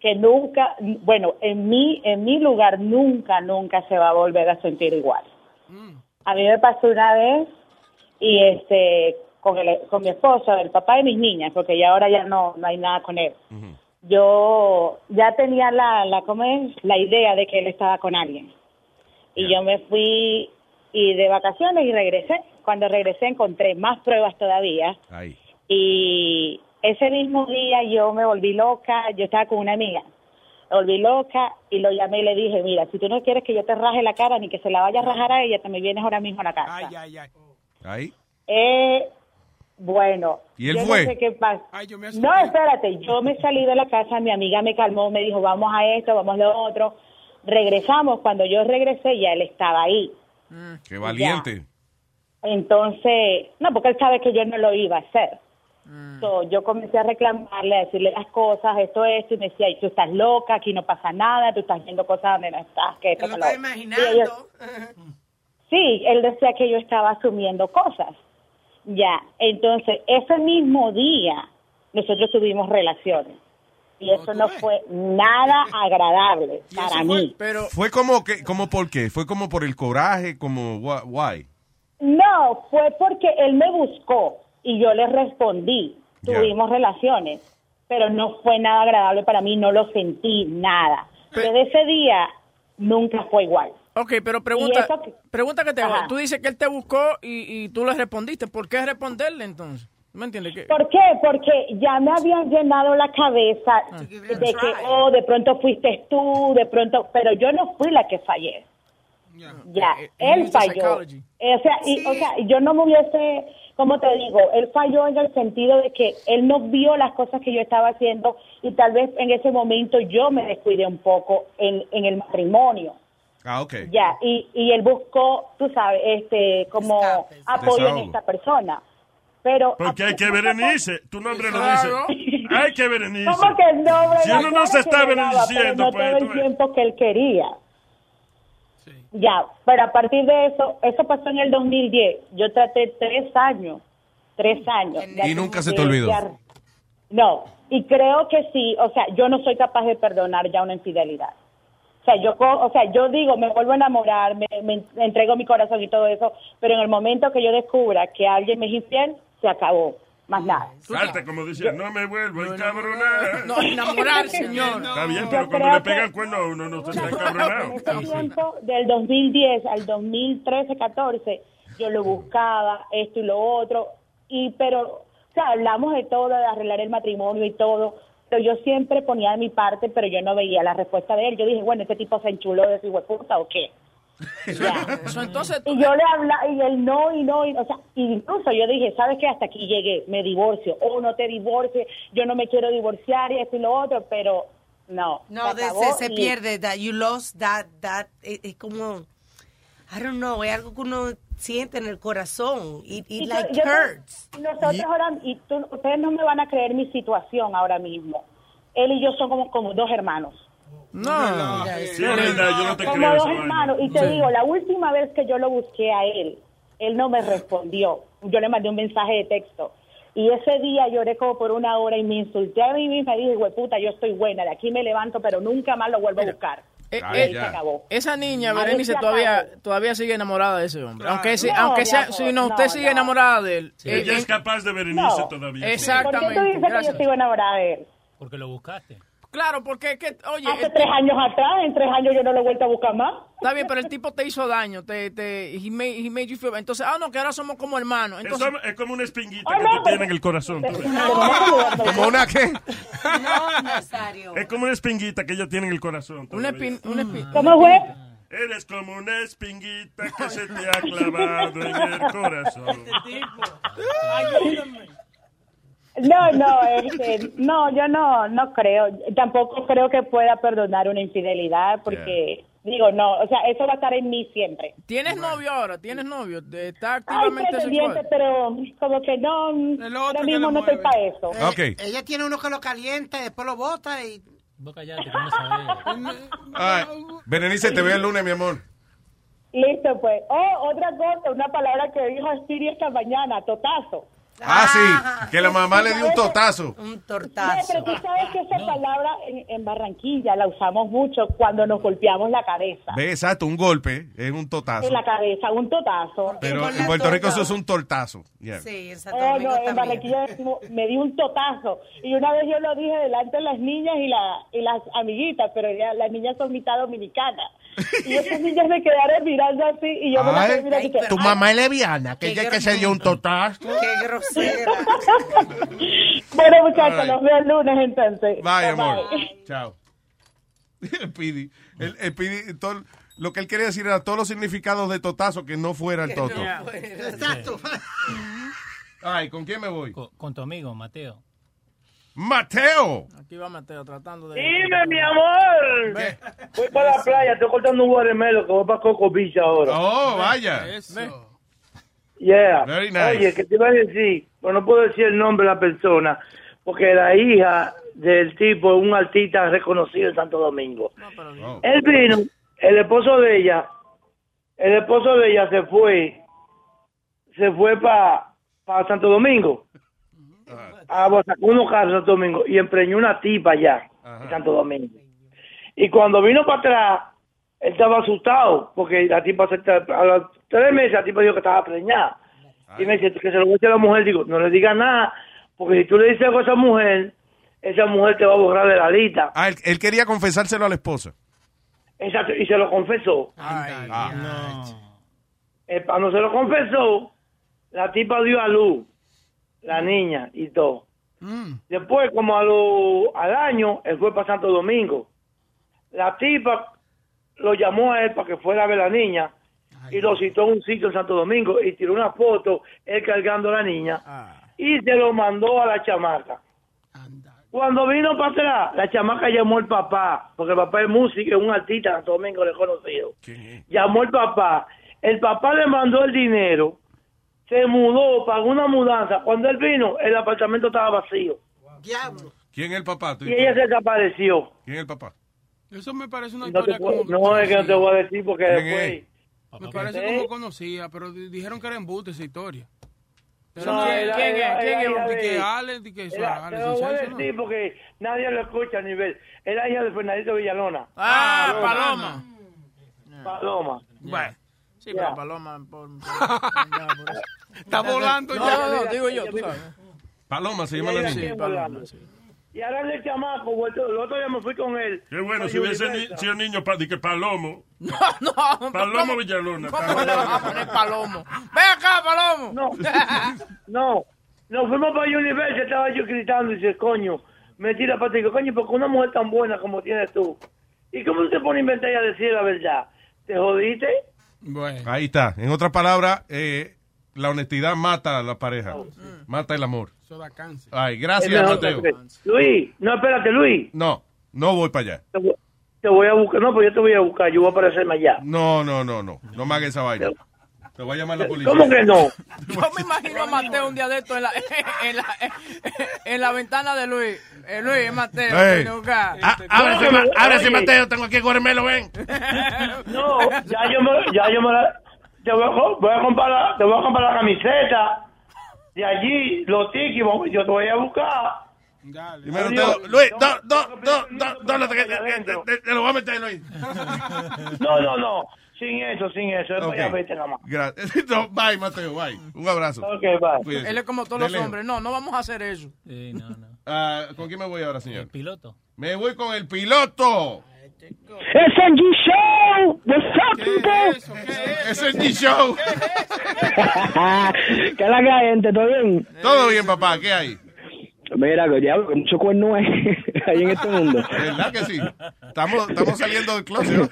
Speaker 38: que nunca, bueno, en mi en mi lugar nunca nunca se va a volver a sentir igual. A mí me pasó una vez y este con el, con mi esposo, el papá de mis niñas, porque ya ahora ya no no hay nada con él. Yo ya tenía la la ¿cómo es? la idea de que él estaba con alguien. Y yo me fui y de vacaciones y regresé. Cuando regresé encontré más pruebas todavía.
Speaker 4: Ahí.
Speaker 38: Y ese mismo día yo me volví loca, yo estaba con una amiga, me volví loca y lo llamé y le dije, mira, si tú no quieres que yo te raje la cara ni que se la vaya a rajar a ella, te me vienes ahora mismo a la casa.
Speaker 4: Ahí.
Speaker 38: Eh, bueno.
Speaker 4: ¿Y él
Speaker 38: yo
Speaker 4: fue?
Speaker 38: No, sé qué pasó. no, espérate, yo me salí de la casa, mi amiga me calmó, me dijo, vamos a esto, vamos a lo otro. Regresamos, cuando yo regresé ya él estaba ahí. Mm.
Speaker 4: Qué valiente.
Speaker 38: Entonces, no, porque él sabe que yo no lo iba a hacer. So, yo comencé a reclamarle, a decirle las cosas, esto, esto, y me decía, "Ay, tú estás loca, aquí no pasa nada, tú estás viendo cosas donde no estás, que esto, que lo
Speaker 16: está
Speaker 38: otro". Y ellos- sí, él decía que yo estaba asumiendo cosas. Ya, entonces, ese mismo día nosotros tuvimos relaciones. Y eso no fue nada agradable para mí.
Speaker 4: ¿Fue como, que, como por qué? ¿Fue como por el coraje? como wha- why?
Speaker 38: No, fue porque él me buscó y yo le respondí.
Speaker 4: Ya.
Speaker 38: Tuvimos relaciones, pero no fue nada agradable para mí, no lo sentí nada. Pero de ese día nunca fue igual.
Speaker 13: Ok, pero pregunta,
Speaker 38: eso
Speaker 13: pregunta que te hago.
Speaker 38: Ajá.
Speaker 13: Tú dices que él te buscó y, y tú le respondiste. ¿Por qué responderle entonces? ¿Me entiendes? ¿Qué?
Speaker 38: ¿Por qué? Porque ya me habían llenado la cabeza de que, oh, de pronto fuiste tú, de pronto, pero yo no fui la que fallé. Ya,
Speaker 13: Eh, eh,
Speaker 38: él
Speaker 13: it's a
Speaker 38: falló. Eh,
Speaker 13: psychology.
Speaker 38: O sea, y, o sea, yo no me hubiese, como te digo, él falló en el sentido de que él no vio las cosas que yo estaba haciendo y tal vez en ese momento yo me descuidé un poco en, en el matrimonio.
Speaker 4: Ah, ok.
Speaker 38: Ya, y, y él buscó, tú sabes, este, como apoyo
Speaker 26: Desahogo.
Speaker 38: en esta persona. Pero
Speaker 26: Porque hay que Berenice. Tu nombre lo
Speaker 38: Claro.
Speaker 26: dice. Hay que Berenice.
Speaker 38: ¿Cómo que no?
Speaker 26: Si
Speaker 38: Brenda?
Speaker 26: uno no se
Speaker 38: Claro
Speaker 26: está
Speaker 38: que llegaba, pero
Speaker 26: beneficiando,
Speaker 38: no
Speaker 26: pues.
Speaker 38: todo el tiempo que él quería. Ya, pero a partir de eso, eso pasó en el 2010. Yo traté tres años, tres años.
Speaker 4: Y nunca se te
Speaker 38: Eh,
Speaker 4: olvidó.
Speaker 38: ya- No, y creo que sí, o sea, yo no soy capaz de perdonar ya una infidelidad. O sea, yo, co- o sea, yo digo, me vuelvo a enamorar, me, me entrego mi corazón y todo eso, pero en el momento que yo descubra que alguien me es infiel, se acabó, más nada.
Speaker 26: Falta, como dice, no me vuelvo a encabronar.
Speaker 38: No, enamorar, señor.
Speaker 26: Está bien,
Speaker 38: No.
Speaker 26: pero
Speaker 38: Yo
Speaker 26: cuando
Speaker 38: creo
Speaker 26: le pegan cuernos a uno no se está encabronado.
Speaker 38: En ese tiempo, del 2010 al 2013-14, yo lo buscaba, esto y lo otro, y pero, o sea, hablamos de todo, de arreglar el matrimonio y todo, pero yo siempre ponía de mi parte, pero yo no veía la respuesta de él. Yo dije, bueno, este tipo se enchuló de su hueputa o qué.
Speaker 13: Eso entonces
Speaker 38: Y yo le hablaba, y él no, y no, y, o sea, incluso yo dije, ¿sabes qué? Hasta aquí llegué, me divorcio, o no te divorcies, yo no me quiero divorciar y esto y lo otro, pero no.
Speaker 16: No,
Speaker 38: se
Speaker 16: de-
Speaker 38: acabó
Speaker 16: se, se
Speaker 38: y-
Speaker 16: pierde. That you lost that, that. Es, es como, I don't know, es algo que uno siente en el corazón. It, it
Speaker 38: Y yo-
Speaker 16: like
Speaker 38: yo te-
Speaker 16: hurts.
Speaker 38: y nosotros ahora, y tú- ustedes no me van a creer mi situación ahora mismo. Él y yo son como, como dos hermanos.
Speaker 13: No.
Speaker 26: Sí, Brenda, yo no te
Speaker 38: Como
Speaker 26: creo
Speaker 38: dos
Speaker 26: esa vaina.
Speaker 38: hermanos. Y te digo, la última vez que yo lo busqué a él, él no me respondió. Yo le mandé un mensaje de texto. Y ese día lloré como por una hora y me insulté a mí misma y dije, güey, puta, yo estoy buena, de aquí me levanto, pero nunca más lo vuelvo a buscar.
Speaker 13: Eh,
Speaker 38: Y ahí
Speaker 13: eh,
Speaker 38: se acabó.
Speaker 13: Esa niña,
Speaker 38: Ahí
Speaker 13: Berenice,
Speaker 38: se
Speaker 13: todavía, todavía sigue enamorada de ese hombre. Aunque, si,
Speaker 38: No,
Speaker 13: aunque
Speaker 38: mi
Speaker 13: sea,
Speaker 38: amor,
Speaker 13: si no,
Speaker 38: no,
Speaker 13: usted sigue
Speaker 38: no.
Speaker 13: enamorada de él.
Speaker 38: Sí.
Speaker 13: eh,
Speaker 26: Ella
Speaker 13: eh,
Speaker 26: es capaz de Berenice todavía.
Speaker 13: No.
Speaker 38: ¿Por qué tú dices
Speaker 13: Exactamente.
Speaker 38: que yo sigo enamorada de él?
Speaker 19: Porque lo buscaste.
Speaker 13: Claro, porque es que, oye,
Speaker 38: Hace
Speaker 13: el-
Speaker 38: tres años atrás, en tres años yo no lo he vuelto a buscar más.
Speaker 13: está bien, pero el tipo te hizo daño, te, te, he made, he made you feel. Entonces, ah, no, que ahora somos como hermanos.
Speaker 26: Es
Speaker 13: Entonces,
Speaker 26: como- es como una espinguita
Speaker 38: Oh,
Speaker 26: que te
Speaker 38: pues,
Speaker 26: tiene en el corazón. tú ves.
Speaker 13: ¿Como una qué?
Speaker 16: No, Nazario.
Speaker 26: Es como una espinguita que ella tiene en el corazón. tú
Speaker 13: Una
Speaker 26: ves.
Speaker 13: espin- una espin-
Speaker 38: ¿Cómo fue?
Speaker 26: Eres como una espinguita que se te ha clavado en el corazón.
Speaker 38: Este No, no, este, no, yo no, no creo. Tampoco creo que pueda perdonar una infidelidad porque, digo, no, o sea, eso va a estar en mí siempre.
Speaker 13: Tienes novio ahora, tienes novio, de- está
Speaker 38: Ay,
Speaker 13: activamente
Speaker 38: pretendiente,
Speaker 13: sexual.
Speaker 38: pero como que no, ahora mismo no estoy para eso.
Speaker 4: Ok.
Speaker 23: Ella tiene uno que lo calienta, después lo bota y...
Speaker 4: All right. Berenice, te veo el lunes, mi amor.
Speaker 38: Listo, pues. Oh, otra cosa, una palabra que dijo Siri esta mañana, totazo.
Speaker 4: Ah, sí, que la mamá le dio un totazo.
Speaker 16: Un
Speaker 38: Sí, pero tú sabes que esa palabra en, en Barranquilla la usamos mucho cuando nos golpeamos la cabeza.
Speaker 4: Ve, exacto, un golpe, es un totazo.
Speaker 38: En la cabeza, un totazo.
Speaker 4: Pero en Puerto Rico eso es un tortazo. Yeah.
Speaker 16: Sí, en
Speaker 38: Eh, no, en Barranquilla decimos, me di un totazo. Y una vez yo lo dije delante de las niñas y, la, y las amiguitas, pero ya las niñas son mitad dominicanas. Y esas niñas me quedaron mirando así y yo me las
Speaker 7: Ay,
Speaker 38: quedé mirando. y que,
Speaker 7: tu
Speaker 38: "Ay,
Speaker 7: mamá es leviana, que ella que se dio un totazo.
Speaker 16: Qué grosera.
Speaker 38: bueno, muchachos,
Speaker 4: Ay.
Speaker 38: los veo el lunes entonces.
Speaker 4: Bye,
Speaker 38: Bye,
Speaker 4: amor.
Speaker 38: bye.
Speaker 4: Chao. El Pidi. El, el Pidi, todo- lo que él quería decir era todos los significados de totazo que no fueran toto.
Speaker 23: Exacto.
Speaker 4: Ay, ¿con quién me voy?
Speaker 19: Con, tu amigo, Mateo.
Speaker 4: Mateo.
Speaker 13: Aquí va Mateo tratando de.
Speaker 28: Dime, mi amor. Voy para la playa, estoy cortando un guaremelo que voy para Coco Beach ahora.
Speaker 4: Oh, vaya.
Speaker 28: Yeah.
Speaker 4: Very nice.
Speaker 28: Oye, que te iba a decir, pero no puedo decir el nombre de la persona, porque la hija del tipo es un artista reconocido en Santo Domingo.
Speaker 13: Oh.
Speaker 4: Oh.
Speaker 28: Él vino, el esposo de ella, el esposo de ella se fue, se fue para Santo Domingo. A sacó unos carros en Santo Domingo y empreñó una tipa allá en Santo Domingo. Y cuando vino para atrás, él estaba asustado porque la tipa se, a los tres meses la tipa dijo que estaba preñada. Y me dice que se lo dice a la mujer. Digo, no le digas nada porque si tú le dices algo a esa mujer, esa mujer te va a borrar de la lista.
Speaker 4: Ah, él, él quería confesárselo a la esposa.
Speaker 28: Exacto, y se lo confesó.
Speaker 4: Ah.
Speaker 28: Eh, cuando se lo confesó, la tipa dio a luz, la niña y todo.
Speaker 19: Mm.
Speaker 28: Después, como a lo- al año, él fue para Santo Domingo. La tipa lo llamó a él para que fuera a ver a la niña y lo citó a un sitio en Santo Domingo y tiró una foto, él cargando a la niña y se lo mandó a la chamaca. Cuando vino para atrás, la chamaca llamó al papá, porque el papá es músico, es un artista en Santo Domingo reconocido. Llamó el papá. El papá le mandó el dinero, se mudó, pagó una mudanza. Cuando él vino, el apartamento estaba vacío
Speaker 23: Diablo.
Speaker 4: ¿Quién es el papá? Tú
Speaker 28: y ella se desapareció.
Speaker 4: ¿Quién es el papá?
Speaker 34: Eso me parece una
Speaker 28: No, te
Speaker 34: historia
Speaker 28: puedo-
Speaker 34: como...
Speaker 28: no, es que no te voy a decir porque
Speaker 34: ¿Quién
Speaker 28: después...
Speaker 34: Me parece
Speaker 28: ¿Eh?
Speaker 34: como conocía, pero di- dijeron que era embuste esa historia.
Speaker 28: No,
Speaker 34: ¿quién,
Speaker 28: era-
Speaker 34: quién
Speaker 28: era-
Speaker 34: es?
Speaker 28: era
Speaker 34: ¿Quién es?
Speaker 28: hija
Speaker 34: Di que
Speaker 28: de-
Speaker 34: Alex, di que eso
Speaker 28: era-
Speaker 34: es Alex,
Speaker 28: te lo voy a
Speaker 34: ¿es eso, no?
Speaker 28: decir porque nadie lo escucha a nivel. Era hija de Fernandito Villalona.
Speaker 13: Ah,
Speaker 28: Paloma. Paloma.
Speaker 13: Bueno. Sí,
Speaker 28: Ya.
Speaker 13: pero Paloma. por- por- ya, por eso.
Speaker 28: Está volando
Speaker 13: no,
Speaker 28: ya.
Speaker 13: No, no, digo yo, tú sabes.
Speaker 4: Paloma se llama la
Speaker 28: Sí,
Speaker 4: niña.
Speaker 28: Paloma, Y ahora el chamaco, vuelto- el otro día me fui con él.
Speaker 26: Qué bueno,
Speaker 28: Para
Speaker 26: si hubiese ni-
Speaker 28: Universal.
Speaker 26: sido niño pa- de que Palomo.
Speaker 13: No,
Speaker 34: Ah,
Speaker 13: no.
Speaker 26: Palomo Villalona.
Speaker 13: ¿Cómo le van a poner Palomo? Ven acá, Palomo.
Speaker 28: No. No, nos fuimos para Universal, estaba yo gritando y dice, coño, mentira, Patricio, coño, porque una mujer tan buena como tienes tú. ¿Y cómo tú te pones a inventar y a decir la verdad? ¿Te jodiste?
Speaker 4: Ahí está. En otras palabras, eh, la honestidad mata a la pareja. Mata el amor.
Speaker 34: Eso da cáncer.
Speaker 4: Ay,
Speaker 28: Es
Speaker 4: gracias,
Speaker 28: mejor
Speaker 4: Mateo.
Speaker 28: que- Luis, no, espérate, Luis.
Speaker 4: No, no voy para allá.
Speaker 28: Te voy- Te voy a buscar, no, pues yo te voy a buscar, yo voy a aparecerme allá.
Speaker 4: No, no, no, no. No me hagas esa vaina. Te voy a llamar la policía.
Speaker 28: ¿Cómo que no?
Speaker 13: Yo me imagino a Mateo un día de esto en la, en la, en la ventana de Luis. Eh, Luis, es Mateo.
Speaker 7: Ey.
Speaker 13: ven acá.
Speaker 7: Ah, ábrase, ma- ábrase, Mateo, tengo aquí guarmelo, ven.
Speaker 28: No, ya yo me, ya yo me la, te voy a, co- voy a comprar la, te voy a comprar la camiseta de allí, los tickets, vamos, yo te voy a buscar.
Speaker 7: Primero todo- Luis, dos, dos, dos, dos, dos, lo que- que- que- te- te- te lo voy a meter, Luis.
Speaker 28: No, no, no, sin eso, sin eso, después ya vete nada más.
Speaker 4: Gracias. No, bye, Mateo, bye. Un abrazo.
Speaker 28: Ok, bye.
Speaker 4: Cuídese.
Speaker 13: Él es como todos
Speaker 4: De
Speaker 13: los
Speaker 4: lejos.
Speaker 13: hombres. No, no vamos a hacer eso.
Speaker 4: Ah, ¿Con quién me voy ahora, señor? El
Speaker 19: piloto.
Speaker 4: Me voy con el piloto.
Speaker 15: SNG Show! What's up, people?
Speaker 4: SNG Show!
Speaker 15: ¿Qué es la que hay, gente? ¿Todo bien?
Speaker 4: Todo bien, papá, ¿qué hay?
Speaker 22: Mira, que diablo, que mucho cuerno hay ahí en este mundo.
Speaker 4: ¿Verdad que sí? Estamos, estamos saliendo del closet. ¿no?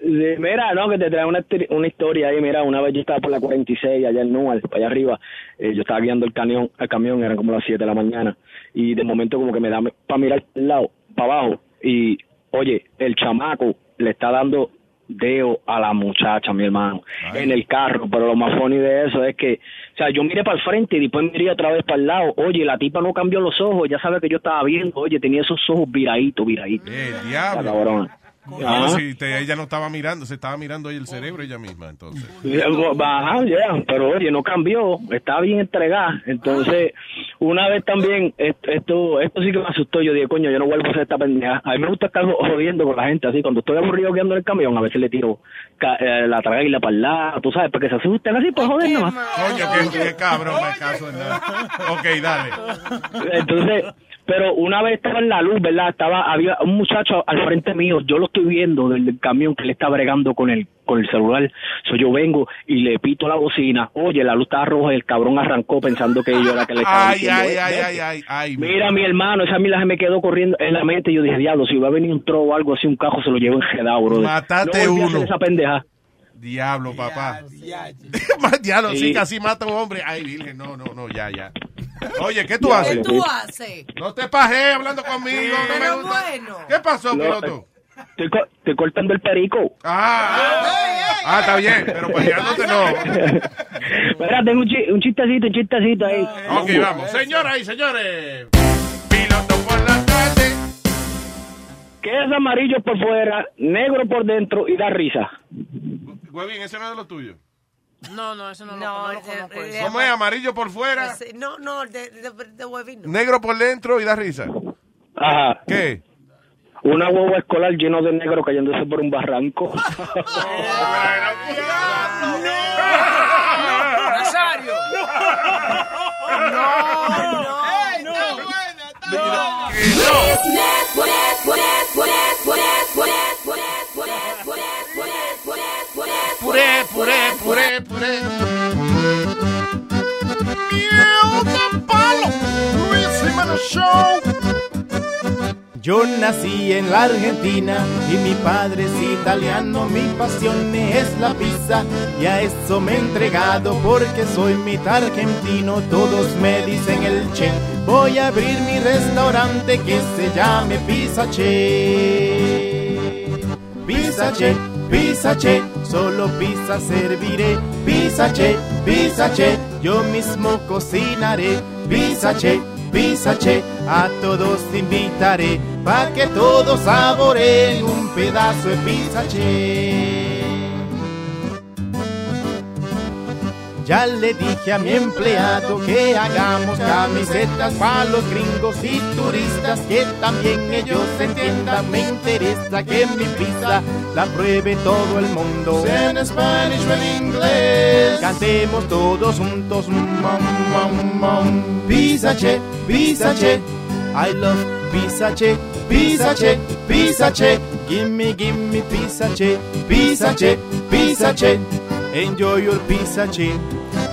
Speaker 22: Sí, mira, no, que te trae una, histori- una historia ahí. Mira, una vez yo estaba por la 46, allá en Nual, allá arriba. eh, yo estaba guiando el camión, el camión, eran como las 7 de la mañana. Y de momento, como que me da para mirar al lado, para abajo. Y, oye, el chamaco le está dando deo a la muchacha, mi hermano, en el carro. Pero lo más funny de eso es que, o sea, yo miré para el frente y después miré otra vez para el lado. Oye, la tipa no cambió los ojos, ya sabe que yo estaba viendo. Oye, tenía esos ojos viraditos, viraditos.
Speaker 4: El
Speaker 22: La cabrona.
Speaker 4: Bueno, si te- ella no estaba mirando, se estaba mirando ella el cerebro ella misma, entonces.
Speaker 22: Eh, Ajá, yeah, pero oye, no cambió, está bien entregada. Entonces, una vez también, esto, esto, esto sí que me asustó. Yo dije, coño, yo no vuelvo a hacer esta pendeja. A mí me gusta estar jodiendo con la gente, así. Cuando estoy aburrido guiando en el camión, a veces le tiro ca- eh, la traga y la parla, tú sabes, para que se asusten así, para joder nomás.
Speaker 4: Coño, qué, qué cabrón, no hay caso en nada. Ok, dale.
Speaker 22: Entonces, pero una vez estaba en la luz, ¿verdad? Estaba, había un muchacho al frente mío, yo lo estoy viendo del del camión que le está bregando con el, con el celular. So, yo vengo y le pito la bocina, oye, la luz estaba roja y el cabrón arrancó pensando que yo era que le estaba
Speaker 4: Ay,
Speaker 22: diciendo,
Speaker 4: ay,
Speaker 22: "Eh,
Speaker 4: ay,
Speaker 22: vete".
Speaker 4: ay, ay, ay.
Speaker 22: Mira, mi hermano, esa mila se me quedó corriendo en la mente. Yo dije, diablo, si va a venir un tro o algo así, un cajo se lo llevo enredado, bro.
Speaker 4: Matate
Speaker 22: no volví a hacer
Speaker 4: uno.
Speaker 22: esa pendeja.
Speaker 4: Diablo, papá. Más Diablo, sí,
Speaker 22: Sí.
Speaker 4: casi mata a un hombre. Ay, virgen, no, no, no, ya, ya. Oye, ¿qué tú
Speaker 22: Ya,
Speaker 4: haces?
Speaker 22: ¿Qué tú
Speaker 39: haces?
Speaker 4: No te pajes hablando conmigo. no me
Speaker 39: Pero
Speaker 4: gusta.
Speaker 39: bueno.
Speaker 4: ¿Qué pasó,
Speaker 22: No,
Speaker 4: piloto?
Speaker 22: Estoy, co- estoy cortando el perico.
Speaker 4: Ah, está bien, pero pajeándote no.
Speaker 22: Espera, tengo un, chi- un chistecito, un chistecito ahí.
Speaker 4: Ok, vamos. Señoras y señores.
Speaker 22: Que es amarillo por fuera, negro por dentro y da risa.
Speaker 4: Huevín, ese no es de lo tuyo.
Speaker 40: No, no, eso no,
Speaker 16: No,
Speaker 40: lo, no lo
Speaker 16: ese-
Speaker 40: conozco.
Speaker 16: el-
Speaker 40: eso.
Speaker 4: ¿Cómo es? Amarillo por fuera,
Speaker 16: Ese- No, no, de, de, de huevín no.
Speaker 4: negro por dentro y da risa.
Speaker 22: Ajá.
Speaker 4: ¿Qué?
Speaker 22: Una hueva escolar lleno de negro cayéndose por un barranco.
Speaker 7: ¡Nazario! ¡No! ¡No! ¡Ey, está buena, está buena!
Speaker 4: Puré, puré, puré, puré.
Speaker 7: ¡Miau, tan palo! ¡Luis Jiménez Show!
Speaker 8: Yo nací en la Argentina y mi padre es italiano, mi pasión es la pizza y a eso me he entregado porque soy mitad argentino, todos me dicen el che. Voy a abrir mi restaurante que se llame Pizza Che. Pizza Che, Pizza Che, solo pizza serviré. Pizza Che, Pizza Che, yo mismo cocinaré. Pizza Che, Pizza Che, a todos invitaré pa que todos saboreen un pedazo de Pizza Che. Ya le dije a mi empleado que hagamos camisetas para los gringos y turistas que también ellos entiendan. Me interesa que mi pizza la pruebe todo el mundo. En español o en inglés. Cantemos todos juntos. Mom, mom, mom. Pizza che, pizza che. I love pizza che, pizza che, pizza che. Gimme, gimme pizza che, pizza che, pizza che. Enjoy your pizza che.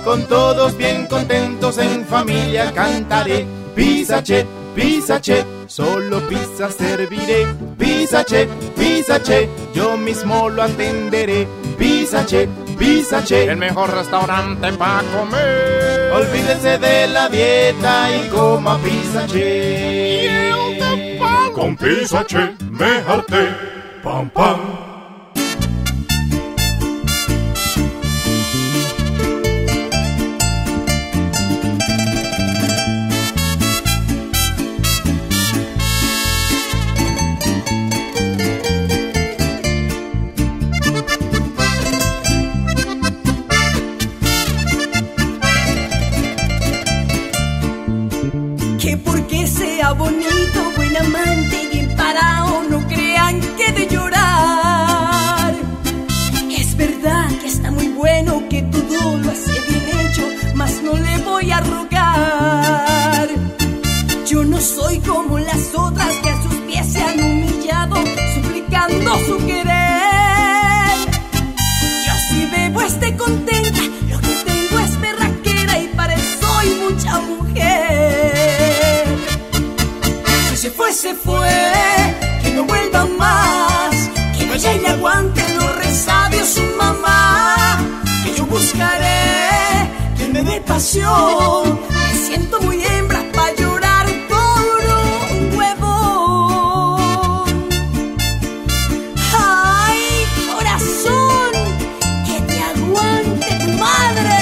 Speaker 8: Con todos bien contentos en familia cantaré. Pizza che, pizza che. Solo pizza serviré. Pizza che, pizza che. Yo mismo lo atenderé. Pizza che, pizza che. El mejor restaurante para comer. Olvídese de la dieta y coma pizza che.
Speaker 7: Con pizza che me harté. Pam, pam.
Speaker 6: Que porque sea bonito, buen amante y bien parado, no crean que de llorar. Es verdad que está muy bueno, que todo lo hace bien hecho, mas no le voy a rogar. Yo no soy como las otras que a sus pies se han humillado, suplicando su querer. Yo si bebo esté contenta, lo que tengo es berraquera y para eso soy mucha mujer. Si se fue, se fue, que no vuelva más, que vaya y le aguante los resabios su mamá, que yo buscaré quien me dé pasión, me siento muy hembra para llorar por un huevo. ¡Ay, corazón! ¡Que te aguante tu madre!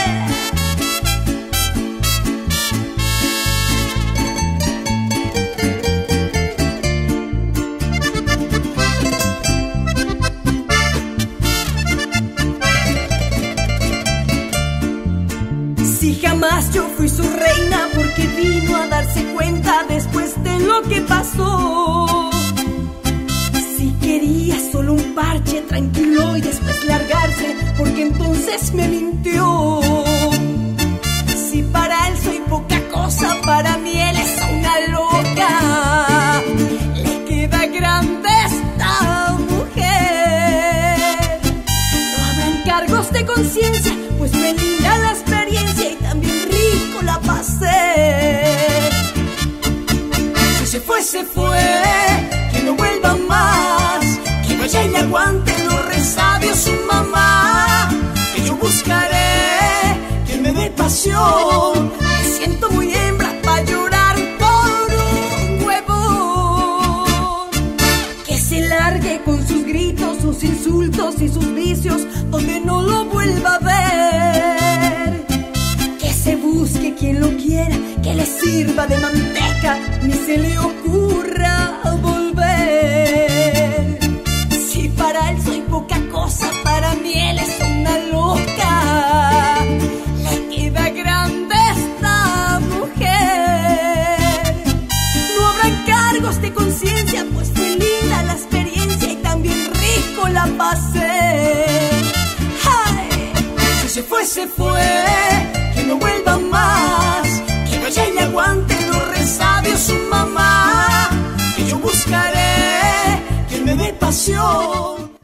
Speaker 6: Si jamás yo fui su reina porque vino a darse cuenta después de lo que pasó. Si quería solo un parche tranquilo y después largarse porque entonces me mintió. Si para él soy poca cosa, para mí él es una loca. Le queda grande esta mujer. No habrán cargos de conciencia, pues me linda la experiencia y también rico la pasé. Si se fue, se fue, que no vuelva más, que vaya y le aguante los resabios su mamá, que yo buscaré que me dé pasión, me siento muy hembra para llorar por un huevo. Que se largue con sus gritos, sus insultos y sus vicios, donde no lo vuelva a ver. Que se busque quien lo quiera, que le sirva de manteca, ni se le ocurra volver. Si para él soy poca cosa, para mí él es una loca. Le queda grande esta mujer. No habrá cargos de conciencia, pues fue linda la experiencia y también rico la pasé. ¡Ay! Si se fue, se fue, que no vuelva más, que vaya y le aguante los resabios su mamá, que yo buscaré quien me dé pasión.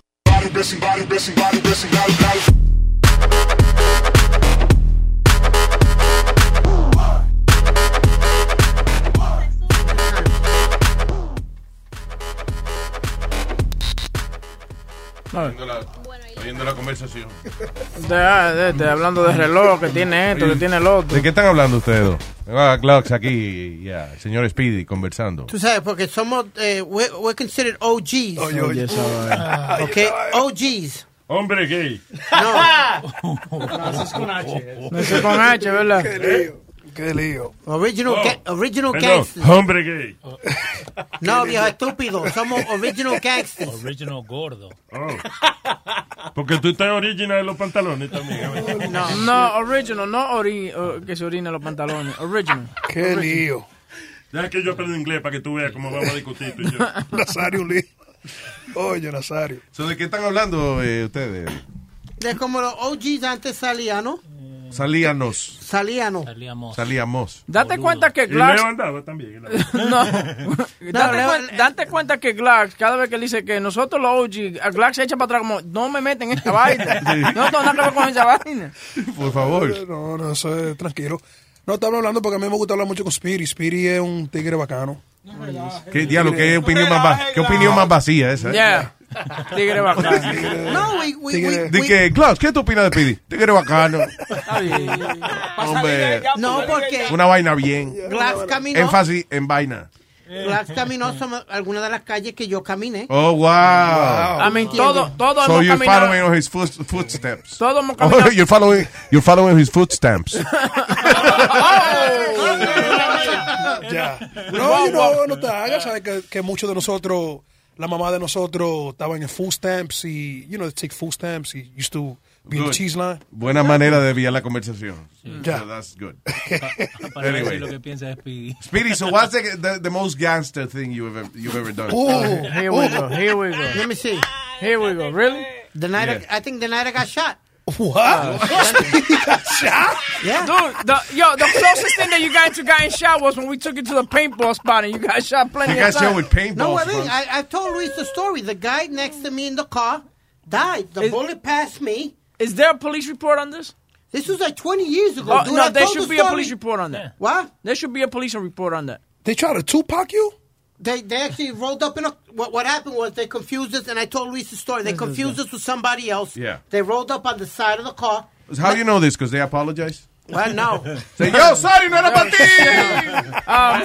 Speaker 4: Oyendo la, oyendo la conversación.
Speaker 13: Ya, ya, ya, hablando de reloj, que tiene esto, que tiene el otro.
Speaker 4: ¿De qué están hablando ustedes dos? Ah, Glocks aquí, ya, el señor Speedy conversando.
Speaker 23: Tú sabes, porque somos, eh, we're, we're considered OGs.
Speaker 4: Oye, oye, esa vaina.
Speaker 23: Ah, ok, OGs.
Speaker 26: Hombre gay.
Speaker 7: Ah.
Speaker 23: No.
Speaker 15: No, eso es con H.
Speaker 23: No, eso es con H, ¿verdad?
Speaker 15: Qué lío. Qué lío.
Speaker 23: Original,
Speaker 26: Oh.
Speaker 23: ga- original
Speaker 26: Perdón,
Speaker 23: gangsters.
Speaker 26: hombre gay.
Speaker 23: No, viejo estúpido. Somos original gangsters.
Speaker 19: Original gordo.
Speaker 26: Oh. Porque tú estás original en los pantalones también.
Speaker 13: No, no original, no ori o- que se orina los pantalones. Original.
Speaker 26: Qué
Speaker 13: Original.
Speaker 26: lío. Deja que yo aprenda inglés para que tú veas cómo vamos a discutir tú y yo.
Speaker 21: Nazario Lee. Oye, Nazario.
Speaker 4: So, ¿De qué están hablando eh, ustedes?
Speaker 23: Es como los OGs antes salían, ¿no?
Speaker 4: Salíanos.
Speaker 23: Salían, ¿no?
Speaker 4: Salíamos.
Speaker 13: Date cuenta que
Speaker 4: Y
Speaker 13: Glax.
Speaker 4: Leo
Speaker 26: andaba también.
Speaker 13: No. Date, cuen- date cuenta que Glax, cada vez que él dice que nosotros los OG, a Glax se echa para atrás como, no me meten en esta vaina.
Speaker 21: Sí.
Speaker 13: No tengo nada que ver con esa vaina.
Speaker 4: Por favor.
Speaker 21: Eh, No, no, eso es tranquilo. No estamos hablando porque a mí me gusta hablar mucho con Speedy. Speedy es un tigre bacano.
Speaker 4: ¿Qué diablo? ¿Qué opinión más, va- qué opinión más vacía esa? eh?
Speaker 21: Yeah.
Speaker 13: Tigre bacano.
Speaker 23: No, we, we,
Speaker 4: Tigre- Di que, Klaus, ¿qué tú opinas de Pidi? Tigre bacano. Hombre,
Speaker 23: No, porque
Speaker 4: una vaina bien.
Speaker 23: Glass caminó.
Speaker 4: Énfasis en vaina.
Speaker 23: Glass caminó sobre algunas de las calles que yo caminé.
Speaker 4: Oh, wow.
Speaker 23: I mean, todo- todo
Speaker 4: so
Speaker 23: hemos
Speaker 4: you're
Speaker 23: caminado-
Speaker 4: following his foot, footsteps.
Speaker 13: Todo hemos
Speaker 4: Oh, you're following, you're following his footsteps.
Speaker 21: Ya. No, you know, no te hagas. Sabes que, que muchos de nosotros, la mamá de nosotros, estaban en food stamps y, you know, they take food stamps y used to be in the
Speaker 4: Good.
Speaker 21: cheese line.
Speaker 4: Buena manera de desviar la conversación.
Speaker 21: Ya.
Speaker 4: So that's good.
Speaker 19: Para anyway.
Speaker 4: Anyway.
Speaker 19: lo que piensa de Speedy.
Speaker 4: Speedy, so what's the, the, the most gangster thing you've ever, you've ever done?
Speaker 13: Here we go, here we go.
Speaker 23: Let me see.
Speaker 13: Here we go, really?
Speaker 23: The night I, I think the night I got shot.
Speaker 21: What?
Speaker 23: Yeah.
Speaker 13: Dude, the, yo, the closest thing that you got to getting shot was when we took you to the paintball spot and you got shot plenty of times.
Speaker 23: No, I mean, I, I told Luis the story. The guy next to me in the car died. The bullet passed me.
Speaker 13: Is there a police report on this?
Speaker 23: This was like 20 years ago.
Speaker 13: Oh,
Speaker 23: dude. I
Speaker 13: no, there
Speaker 23: told
Speaker 13: should
Speaker 23: the
Speaker 13: be a
Speaker 23: story.
Speaker 13: police report on that.
Speaker 23: What?
Speaker 13: There should be a police report on that.
Speaker 21: They try to Tupac you?
Speaker 23: They they actually rolled up in a. What, what happened was they confused us, and I told Luis the story. They confused us with somebody else.
Speaker 4: Yeah.
Speaker 23: They rolled up on the side of the car.
Speaker 4: How do you know this? Because they apologize?
Speaker 23: Well, no.
Speaker 4: Say, yo, sorry, no era para ti.
Speaker 23: Um,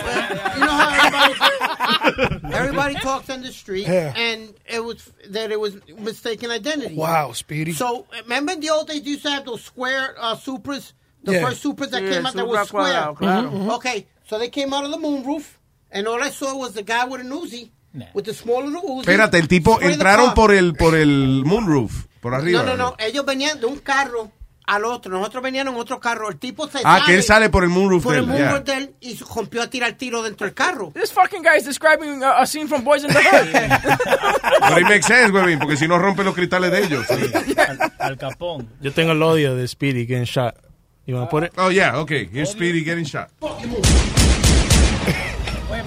Speaker 23: you know how everybody, everybody talks on the street,
Speaker 21: Yeah.
Speaker 23: and it was that it was mistaken identity.
Speaker 21: Wow, Speedy.
Speaker 23: So remember in the old days you used to have those square uh, Supras, the
Speaker 21: Yeah.
Speaker 23: first Supras that
Speaker 21: Yeah,
Speaker 23: came out that
Speaker 21: Supra
Speaker 23: were square. Mm-hmm.
Speaker 21: cuadrado, claro. Mhm, mhm.
Speaker 23: Okay, so they came out of the moonroof, and all I saw was the guy with an Uzi, with the small little Uzi.
Speaker 4: Espérate, el tipo
Speaker 23: spraying the
Speaker 4: entraron
Speaker 23: car.
Speaker 4: por el por el moonroof, por arriba.
Speaker 23: No, no, no. Ellos venían de un carro al otro. Nosotros veníamos en otro carro. El tipo se
Speaker 4: Ah, que él sale por el moonroof
Speaker 23: Por
Speaker 4: de
Speaker 23: el
Speaker 4: él,
Speaker 23: moonroof de él y se rompió a tirar tiro dentro del carro.
Speaker 13: This fucking guy is describing a, a scene from Boys in the Hood.
Speaker 4: Pero it makes sense, güey, porque si no rompe los cristales de ellos.
Speaker 19: Al Capón.
Speaker 30: Yo tengo el odio de Speedy getting shot. You
Speaker 13: Ah.
Speaker 30: wanna put it?
Speaker 4: Oh, yeah, okay. Here's Speedy getting shot.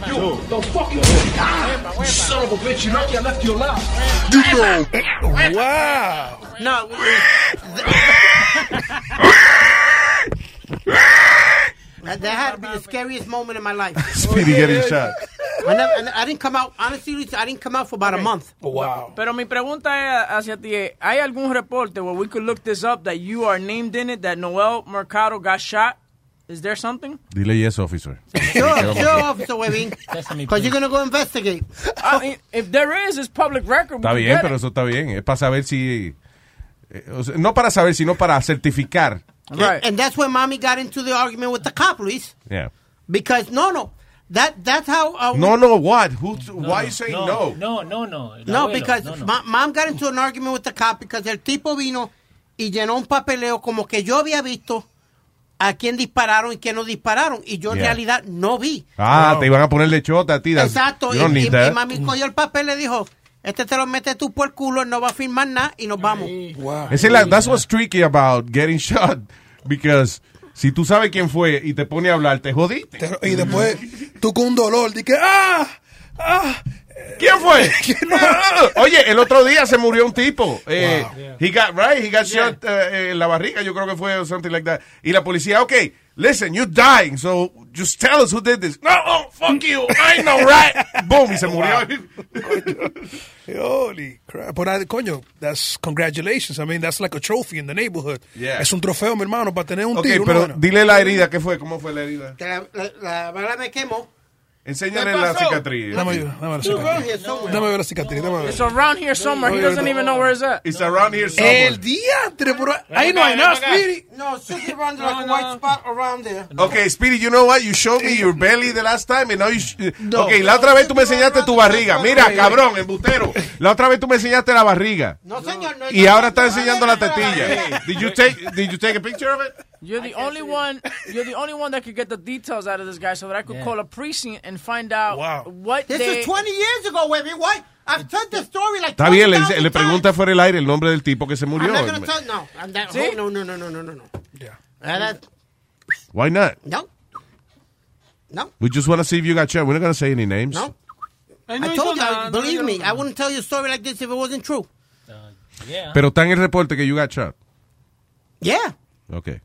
Speaker 15: You, the fucking ah, you son of a bitch, you lucky I left you alive.
Speaker 23: You know. Wow. No. That that had to be the scariest moment in my life.
Speaker 4: Speedy getting shot.
Speaker 23: I, never, I- I didn't come out. Honestly, I didn't come out for about a month.
Speaker 13: Oh,
Speaker 30: Wow.
Speaker 13: Pero mi pregunta es hacia ti. es, ¿Hay algún reporte where we could look this up that you are named in it that Noel Mercado got shot? Is there something?
Speaker 4: Dile yes, officer.
Speaker 23: Sure, sure, Officer Webin. Because you're going to go investigate.
Speaker 13: I mean, if there is, it's public record.
Speaker 4: Está
Speaker 13: We
Speaker 4: bien,
Speaker 13: get
Speaker 4: pero
Speaker 13: it.
Speaker 4: eso está bien. Es para saber si... eh, o sea, no para saber, sino para certificar.
Speaker 23: Right. And that's when mommy got into the argument with the cop, Luis.
Speaker 4: Yeah.
Speaker 23: Because, no, no. That, that's how. uh,
Speaker 4: No, Ah, no, what? Who, why you saying no?
Speaker 19: No, no, no. el
Speaker 23: No,
Speaker 19: abuelo,
Speaker 23: because
Speaker 19: no, no.
Speaker 23: ma- mom got into an argument with the cop because el tipo vino y llenó un papeleo como que yo había visto a quién dispararon y quién no dispararon y yo en
Speaker 4: Yeah.
Speaker 23: realidad no vi.
Speaker 4: Ah, te iban a poner lechota a ti. that's-
Speaker 23: Exacto.
Speaker 4: you don't
Speaker 23: Y,
Speaker 4: need
Speaker 23: y-
Speaker 4: that.
Speaker 23: y mami cogió el papel y le dijo, este te lo metes tú por el culo, él no va a firmar nada y nos vamos.
Speaker 4: Es el- that's what's tricky about getting shot. Because si tú sabes quién fue y te pone a hablar, te jodiste.
Speaker 21: Y después tú con un dolor, di que ¡ah! ¡ah!
Speaker 4: ¿Quién fue? Ah. Oye, el otro día se murió un tipo. Eh, He got, right, he got shot eh, en la barriga, yo creo que fue, or something like that. Y la policía, ok, listen, you're dying, so just tell us who did this. No, oh, fuck you, I know, right. Boom, y se murió.
Speaker 21: Holy crap. But I, coño, that's congratulations. I mean, that's like a trophy in the neighborhood.
Speaker 4: Yeah.
Speaker 21: Es un trofeo, mi hermano, para tener un
Speaker 4: Ok,
Speaker 21: tiro.
Speaker 4: pero
Speaker 21: una vaina.
Speaker 4: dile la herida, ¿qué fue? ¿Cómo fue la herida?
Speaker 23: Que la, la- la bala me quemó.
Speaker 4: Enséñale
Speaker 23: ¿Qué
Speaker 4: la
Speaker 23: pasó?
Speaker 4: cicatriz.
Speaker 21: Dame, dame la
Speaker 23: It's around
Speaker 21: cicatriz.
Speaker 23: here somewhere.
Speaker 21: Dame ver la cicatriz, dame ver.
Speaker 13: It's around here somewhere. He doesn't even know where it's at.
Speaker 4: It's around here
Speaker 21: El diantre, bro. Ahí no hay nada, Speedy.
Speaker 23: No, it's just around like a white spot around there.
Speaker 4: Ok, Speedy, you know what? You showed me your belly the last time and now you... sh- Ok, la otra vez tú me enseñaste tu barriga. Mira, cabrón, embustero. La otra vez tú me enseñaste la barriga.
Speaker 23: No, señor, no.
Speaker 4: Y ahora está enseñando la tetilla. Did you take, did you take a picture of it?
Speaker 13: You're the only one. You're the only one that could get the details out of this guy, so that I could
Speaker 4: Yeah.
Speaker 13: call a precinct and find out what
Speaker 23: This
Speaker 13: day.
Speaker 23: is 20 years ago, Webby. What? I've told the story like
Speaker 4: Está bien, le,
Speaker 23: 20,000
Speaker 4: le pregunta fuera el aire el nombre del tipo que se
Speaker 23: I'm
Speaker 4: murió.
Speaker 23: not gonna tell- no, I'm not- See? no, no, no, no, no, no, no. Uh, that-
Speaker 4: Why not?
Speaker 23: no,
Speaker 4: We just want to see if you got shot. We're not going to say any names.
Speaker 23: no.
Speaker 15: I
Speaker 23: I
Speaker 15: know it's
Speaker 23: told you,
Speaker 15: not-
Speaker 23: I-
Speaker 15: no,
Speaker 23: believe
Speaker 15: no,
Speaker 23: me,
Speaker 15: no,
Speaker 23: I wouldn't tell you a story like this if it wasn't true.
Speaker 4: Pero está en el reporte que you got shot.
Speaker 23: Yeah,
Speaker 4: Ok.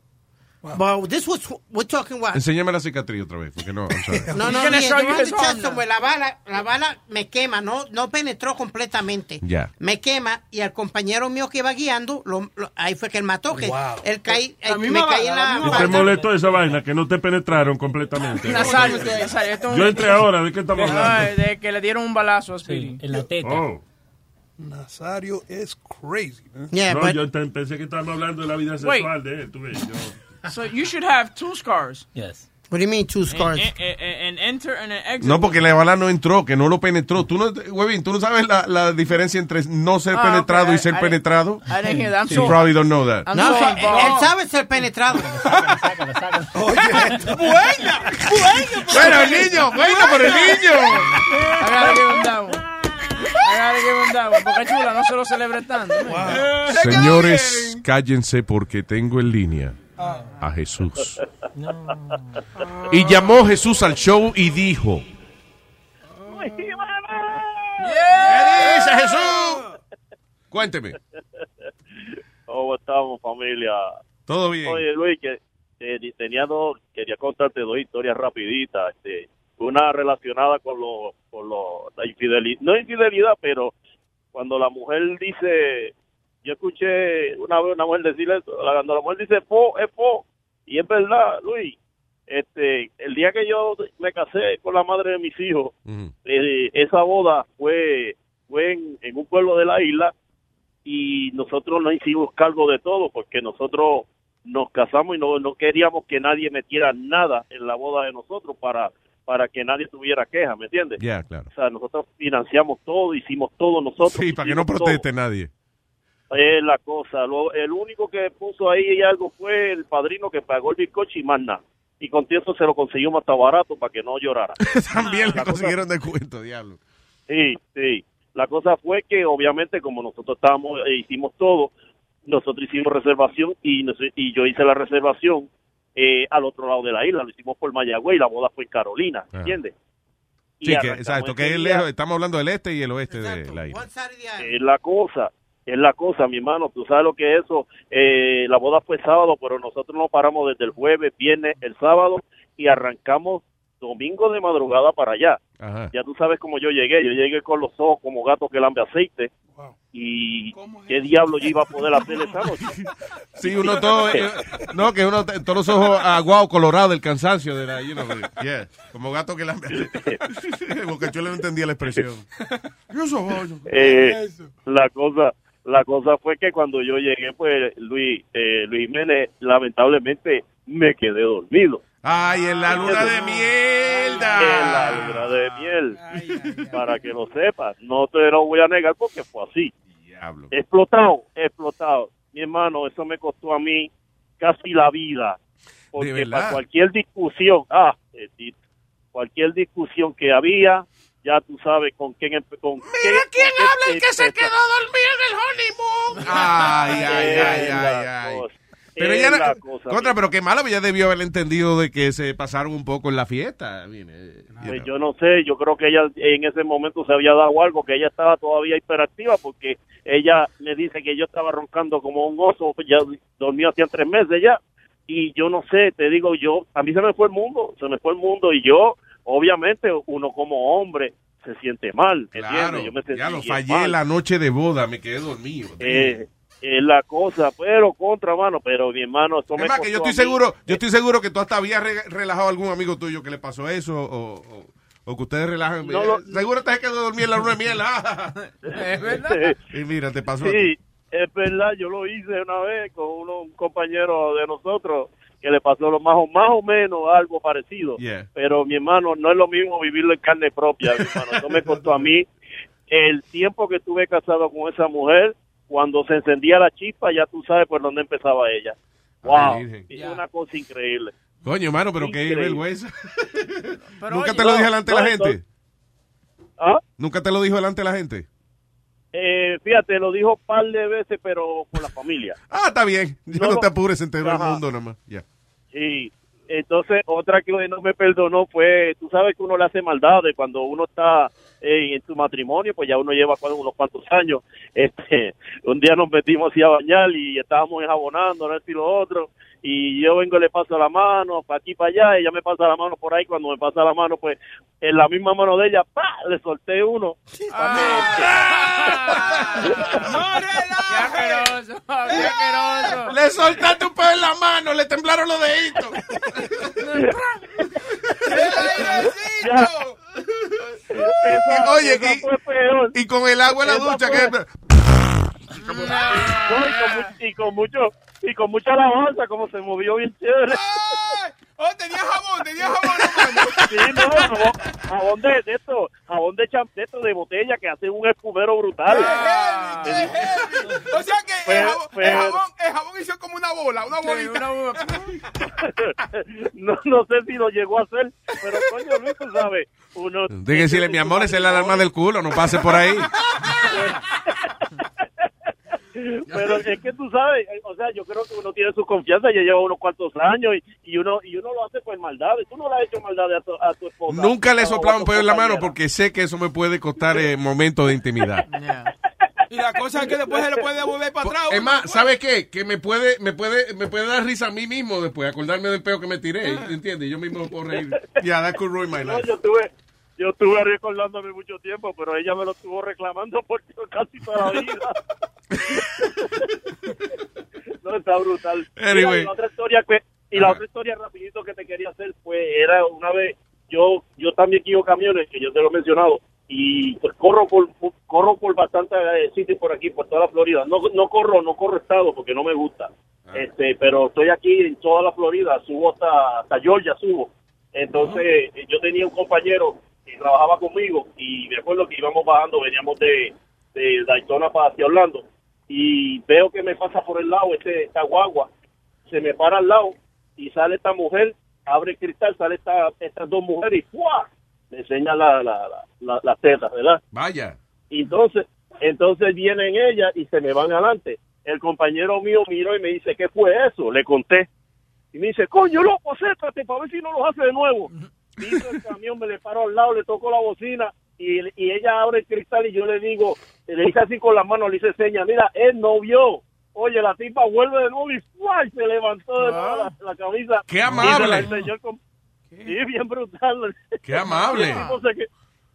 Speaker 23: but this was, we're talking what?
Speaker 4: Enséñame la cicatriz otra vez, porque no, I'm sorry.
Speaker 23: No, no,
Speaker 15: He's gonna
Speaker 23: mira,
Speaker 15: show you
Speaker 23: around
Speaker 15: his
Speaker 23: the
Speaker 15: arm
Speaker 23: chest
Speaker 15: now.
Speaker 23: somewhere. pues, la bala, la bala me quema, no, no penetró completamente.
Speaker 4: Ya.
Speaker 23: Me quema y al compañero mío que iba guiando, lo- lo- ahí fue que él mató, que él caí,
Speaker 15: La
Speaker 23: eh, me
Speaker 15: misma
Speaker 23: caí
Speaker 15: bala, la
Speaker 23: en la,
Speaker 15: misma
Speaker 23: falda.
Speaker 26: ¿Te molestó esa vaina que no te penetraron completamente?
Speaker 13: Nazario, Nazario, esto es un-
Speaker 26: Yo entré ahora, ¿de qué estamos
Speaker 13: Ay,
Speaker 26: hablando?
Speaker 13: de que le dieron un balazo a Speedy.
Speaker 26: en la teta. Oh.
Speaker 21: Nazario es crazy. man.
Speaker 26: no,
Speaker 23: pues.
Speaker 26: yo te- pensé que estábamos hablando de la vida sexual de él, tú ves. Yo,
Speaker 13: So you should have two scars.
Speaker 19: Yes.
Speaker 23: What do you mean two
Speaker 13: scars? An, an- an enter and an exit.
Speaker 4: No, porque la bala no entró, que no lo penetró. Tú no, huevín, tú no sabes la, la diferencia entre no ser
Speaker 23: Ah,
Speaker 4: penetrado
Speaker 23: ok,
Speaker 4: y ser
Speaker 23: I- I-
Speaker 4: penetrado.
Speaker 23: I didn't hear that. I'm
Speaker 4: You
Speaker 23: so-
Speaker 4: probably don't know that.
Speaker 23: No, él, él sabe ser penetrado.
Speaker 15: Buena, buena.
Speaker 4: Bueno, niño, bueno por el niño.
Speaker 13: pues. I gotta give him that one. I gotta give him that one. Porque chula, no se lo celebre tanto. man.
Speaker 4: Señores, cállense porque tengo en línea
Speaker 23: Ah.
Speaker 4: a Jesús. Y llamó Jesús al show y dijo, ¿qué dice Jesús? Cuénteme.
Speaker 3: ¿Cómo estamos, familia?
Speaker 4: Todo bien.
Speaker 3: Oye, Luis, que, que tenía dos, quería contarte dos historias rapiditas. este, una relacionada con, los con los la infidelidad, no infidelidad, pero cuando la mujer dice, yo escuché una vez una mujer decirle, eso, la- cuando la mujer dice po, es po, y es verdad, Luis. Este, el día que yo me casé con la madre de mis hijos, eh, esa boda fue, fue en, en un pueblo de la isla y nosotros nos hicimos cargo de todo porque nosotros nos casamos y no, no queríamos que nadie metiera nada en la boda de nosotros para, para que nadie tuviera queja, ¿me entiendes?
Speaker 4: Ya, claro.
Speaker 3: O sea, nosotros financiamos todo, hicimos todo nosotros.
Speaker 4: Sí, para que no
Speaker 3: hicimos todo.
Speaker 4: proteste nadie.
Speaker 3: es la cosa. Lo- el único que puso ahí algo fue el padrino que pagó el bizcocho y más nada. Y con eso se lo consiguió hasta barato para que no llorara.
Speaker 4: También lo consiguieron de cuento, diablo.
Speaker 3: Sí, sí. La cosa fue que obviamente como nosotros estábamos, eh, hicimos todo, nosotros hicimos reservación y, nos- y yo hice la reservación eh, al otro lado de la isla, lo hicimos por Mayagüez y la boda fue en Carolina,
Speaker 4: Ah.
Speaker 3: ¿entiendes? Y
Speaker 4: Sí, que,
Speaker 3: arrancamos
Speaker 4: exacto, que
Speaker 3: ese
Speaker 4: es
Speaker 3: día.
Speaker 4: lejos, estamos hablando del este y el oeste de la isla.
Speaker 3: Es la cosa, es la cosa, mi hermano. Tú sabes lo que es eso. Eh, la boda fue sábado, pero nosotros nos paramos desde el jueves, viernes, el sábado y arrancamos domingo de madrugada para allá.
Speaker 4: Ajá.
Speaker 3: Ya tú sabes cómo yo llegué. Yo llegué con los ojos como gato que lambe aceite. Y qué diablo yo iba a poder hacer esa noche.
Speaker 4: Sí, uno todo, eh, no, que uno, t- todos los ojos aguados, colorados del cansancio de la, you know, yeah, como gato que la... Porque yo no entendía la expresión.
Speaker 21: Yo soy hoyo.
Speaker 3: Eh, la cosa la cosa fue que cuando yo llegué pues Luis eh, Luis Jiménez lamentablemente me quedé dormido
Speaker 4: ay en la luna de
Speaker 3: en la luna de miel para que lo sepas no te lo voy a negar porque fue así explotado explotado mi hermano eso me costó a mí casi la vida porque
Speaker 4: verdad?
Speaker 3: para cualquier discusión ah bendito, cualquier discusión que había ya tú sabes con quién empe- con qué-
Speaker 15: quién
Speaker 3: con qué
Speaker 15: habla el que se
Speaker 3: empe-
Speaker 15: quedó dormido en el honeymoon.
Speaker 4: Ay, ay, ay,
Speaker 3: Es
Speaker 4: ay,
Speaker 3: la
Speaker 4: ay.
Speaker 3: cosa,
Speaker 4: Pero
Speaker 3: es
Speaker 4: ella,
Speaker 3: la
Speaker 4: la-
Speaker 3: cosa,
Speaker 4: contra, pero qué mala, ella debió haber entendido de que se pasaron un poco en la fiesta. mire, you know.
Speaker 3: Pues yo no sé, yo creo que ella en ese momento se había dado algo, que ella estaba todavía hiperactiva porque ella me dice que yo estaba roncando como un oso, ya dormía hacía tres meses ya, y yo no sé, te digo yo, a mí se me fue el mundo, se me fue el mundo y yo, obviamente, uno como hombre se siente mal, ¿me entiendes? Yo me sentí
Speaker 4: Ya lo
Speaker 3: bien
Speaker 4: fallé
Speaker 3: mal.
Speaker 4: la noche de boda, me quedé dormido.
Speaker 3: Eh, es la cosa, pero contra mano, pero mi hermano, esto me
Speaker 4: Es más, que yo
Speaker 3: costó a
Speaker 4: estoy
Speaker 3: mí.
Speaker 4: seguro, yo estoy seguro que tú hasta habías re- relajado a algún amigo tuyo que le pasó eso, o, o- o que ustedes relajan.
Speaker 3: No
Speaker 4: Eh,
Speaker 3: lo-
Speaker 4: Seguro te has quedado dormido en la luna de miel. ah. y mira, te pasó. a ti.
Speaker 3: Sí, es verdad, yo lo hice una vez con uno- un compañero de nosotros que le pasó lo más o, más o menos algo parecido.
Speaker 4: Yeah.
Speaker 3: Pero mi hermano, no es lo mismo vivirlo en carne propia, mi hermano. Eso me costó a mí el tiempo que estuve casado con esa mujer, cuando se encendía la chispa, ya tú sabes por dónde empezaba ella. Wow,
Speaker 4: Ay, virgen.
Speaker 3: es una cosa increíble.
Speaker 4: Coño, hermano, pero qué
Speaker 3: Increíble.
Speaker 4: vergüenza.
Speaker 3: Pero
Speaker 4: ¿Nunca
Speaker 3: oye,
Speaker 4: te lo
Speaker 3: no,
Speaker 4: dije delante de
Speaker 3: no,
Speaker 4: la gente?
Speaker 3: entonces- ¿Ah?
Speaker 4: ¿Nunca te lo dijo delante de la gente?
Speaker 3: Eh, fíjate, lo dijo un par de veces, pero con la familia.
Speaker 4: Ah, está bien. Ya
Speaker 3: No,
Speaker 4: no,
Speaker 3: no.
Speaker 4: te apures, se enteró el
Speaker 3: Ajá.
Speaker 4: mundo nomás. Ya.
Speaker 3: Sí. Entonces, otra que no me perdonó fue, tú sabes que uno le hace maldades cuando uno está eh, en tu matrimonio, pues ya uno lleva cuando- unos cuantos años. Este, un día nos metimos así a bañar y estábamos enjabonando, no esto y lo otro. Y yo vengo, y le paso la mano para aquí, para allá, ella me pasa la mano por ahí. Cuando me pasa la mano, pues en la misma mano de ella, ¡pa! le solté uno. Pa'
Speaker 13: ¡Qué asqueroso! ¡Qué asqueroso!
Speaker 4: Le soltaste un pedo en la mano, le temblaron los deditos.
Speaker 15: Ya.
Speaker 4: Oye, y, y con el agua en la ducha, que
Speaker 3: No, y, con, mu- y con mucho y con mucha alabanza como se movió bien chévere
Speaker 15: Oh, tenía jabón, tenía jabón.
Speaker 3: sí no jabón, jabón de, de esto jabón de champ de esto de botella que hace un escumero brutal
Speaker 4: Ah.
Speaker 15: O sea que el,
Speaker 3: Pero-
Speaker 15: jabón, el,
Speaker 3: pero-
Speaker 15: jabón, el jabón hizo como una bola, una bolita.
Speaker 3: no no sé si lo llegó a hacer pero coño Luis tú sabes uno
Speaker 4: Dije, decirle, mi amor, esa es la alarma del culo, no pase por ahí.
Speaker 3: pero es que tú sabes eh, o sea yo creo que uno tiene su confianza ya lleva unos cuantos años y, y uno y uno lo hace pues maldades tú no le has hecho maldades a tu, a tu esposa
Speaker 4: Nunca le he
Speaker 3: No, pues,
Speaker 4: soplado un
Speaker 3: a tu
Speaker 4: pedo en la mano
Speaker 3: compañera.
Speaker 4: porque sé que eso me puede costar eh, momentos de intimidad.
Speaker 15: Y la cosa es que después se le puede devolver para atrás.
Speaker 4: Es más, ¿sabes qué? Que me puede, me puede, me puede dar risa a mí mismo después, acordarme del peo que me tiré, ¿entiendes? Yo mismo puedo reír. Yeah, that could ruin my
Speaker 3: No,
Speaker 4: life.
Speaker 3: yo estuve, yo estuve recordándome mucho tiempo, pero ella me lo estuvo reclamando por casi toda la vida. no, está brutal. Mira,
Speaker 4: Anyway.
Speaker 3: y la otra historia, que, y la
Speaker 4: Ajá.
Speaker 3: otra historia rapidito que te quería hacer fue, era una vez, yo yo también guío camiones, que yo te lo he mencionado, y pues corro por, corro por bastante sitios por aquí, por toda la Florida. No, no corro, no corro estado porque no me gusta. Este, pero estoy aquí en toda la Florida, subo hasta, hasta Georgia, subo. Entonces, eh, yo tenía un compañero que trabajaba conmigo y me acuerdo que íbamos bajando, veníamos de, de Daytona para hacia Orlando. y veo que me pasa por el lado este, esta guagua. Se me para al lado y sale esta mujer, abre el cristal, sale esta, estas dos mujeres y ¡fua! Me enseña la, la, la, la- las tetas, ¿verdad?
Speaker 4: Vaya.
Speaker 3: Y entonces, entonces vienen ellas y se me van adelante. El compañero mío miró y me dice, ¿qué fue eso? Le conté. Y me dice, coño, loco, acéptate para ver si no los hace de nuevo. Vino el camión, me le paro al lado, le toco la bocina y, y ella abre el cristal y yo le digo, le hice así con la mano, le hice seña, mira, él no vio. Oye, la tipa vuelve de nuevo y ¡fua! y se levantó de nuevo la, la camisa.
Speaker 4: ¡Qué amable!
Speaker 3: Y se la enseñó el com- Sí, bien brutal.
Speaker 4: ¡Qué amable!
Speaker 3: Y el tipo se que-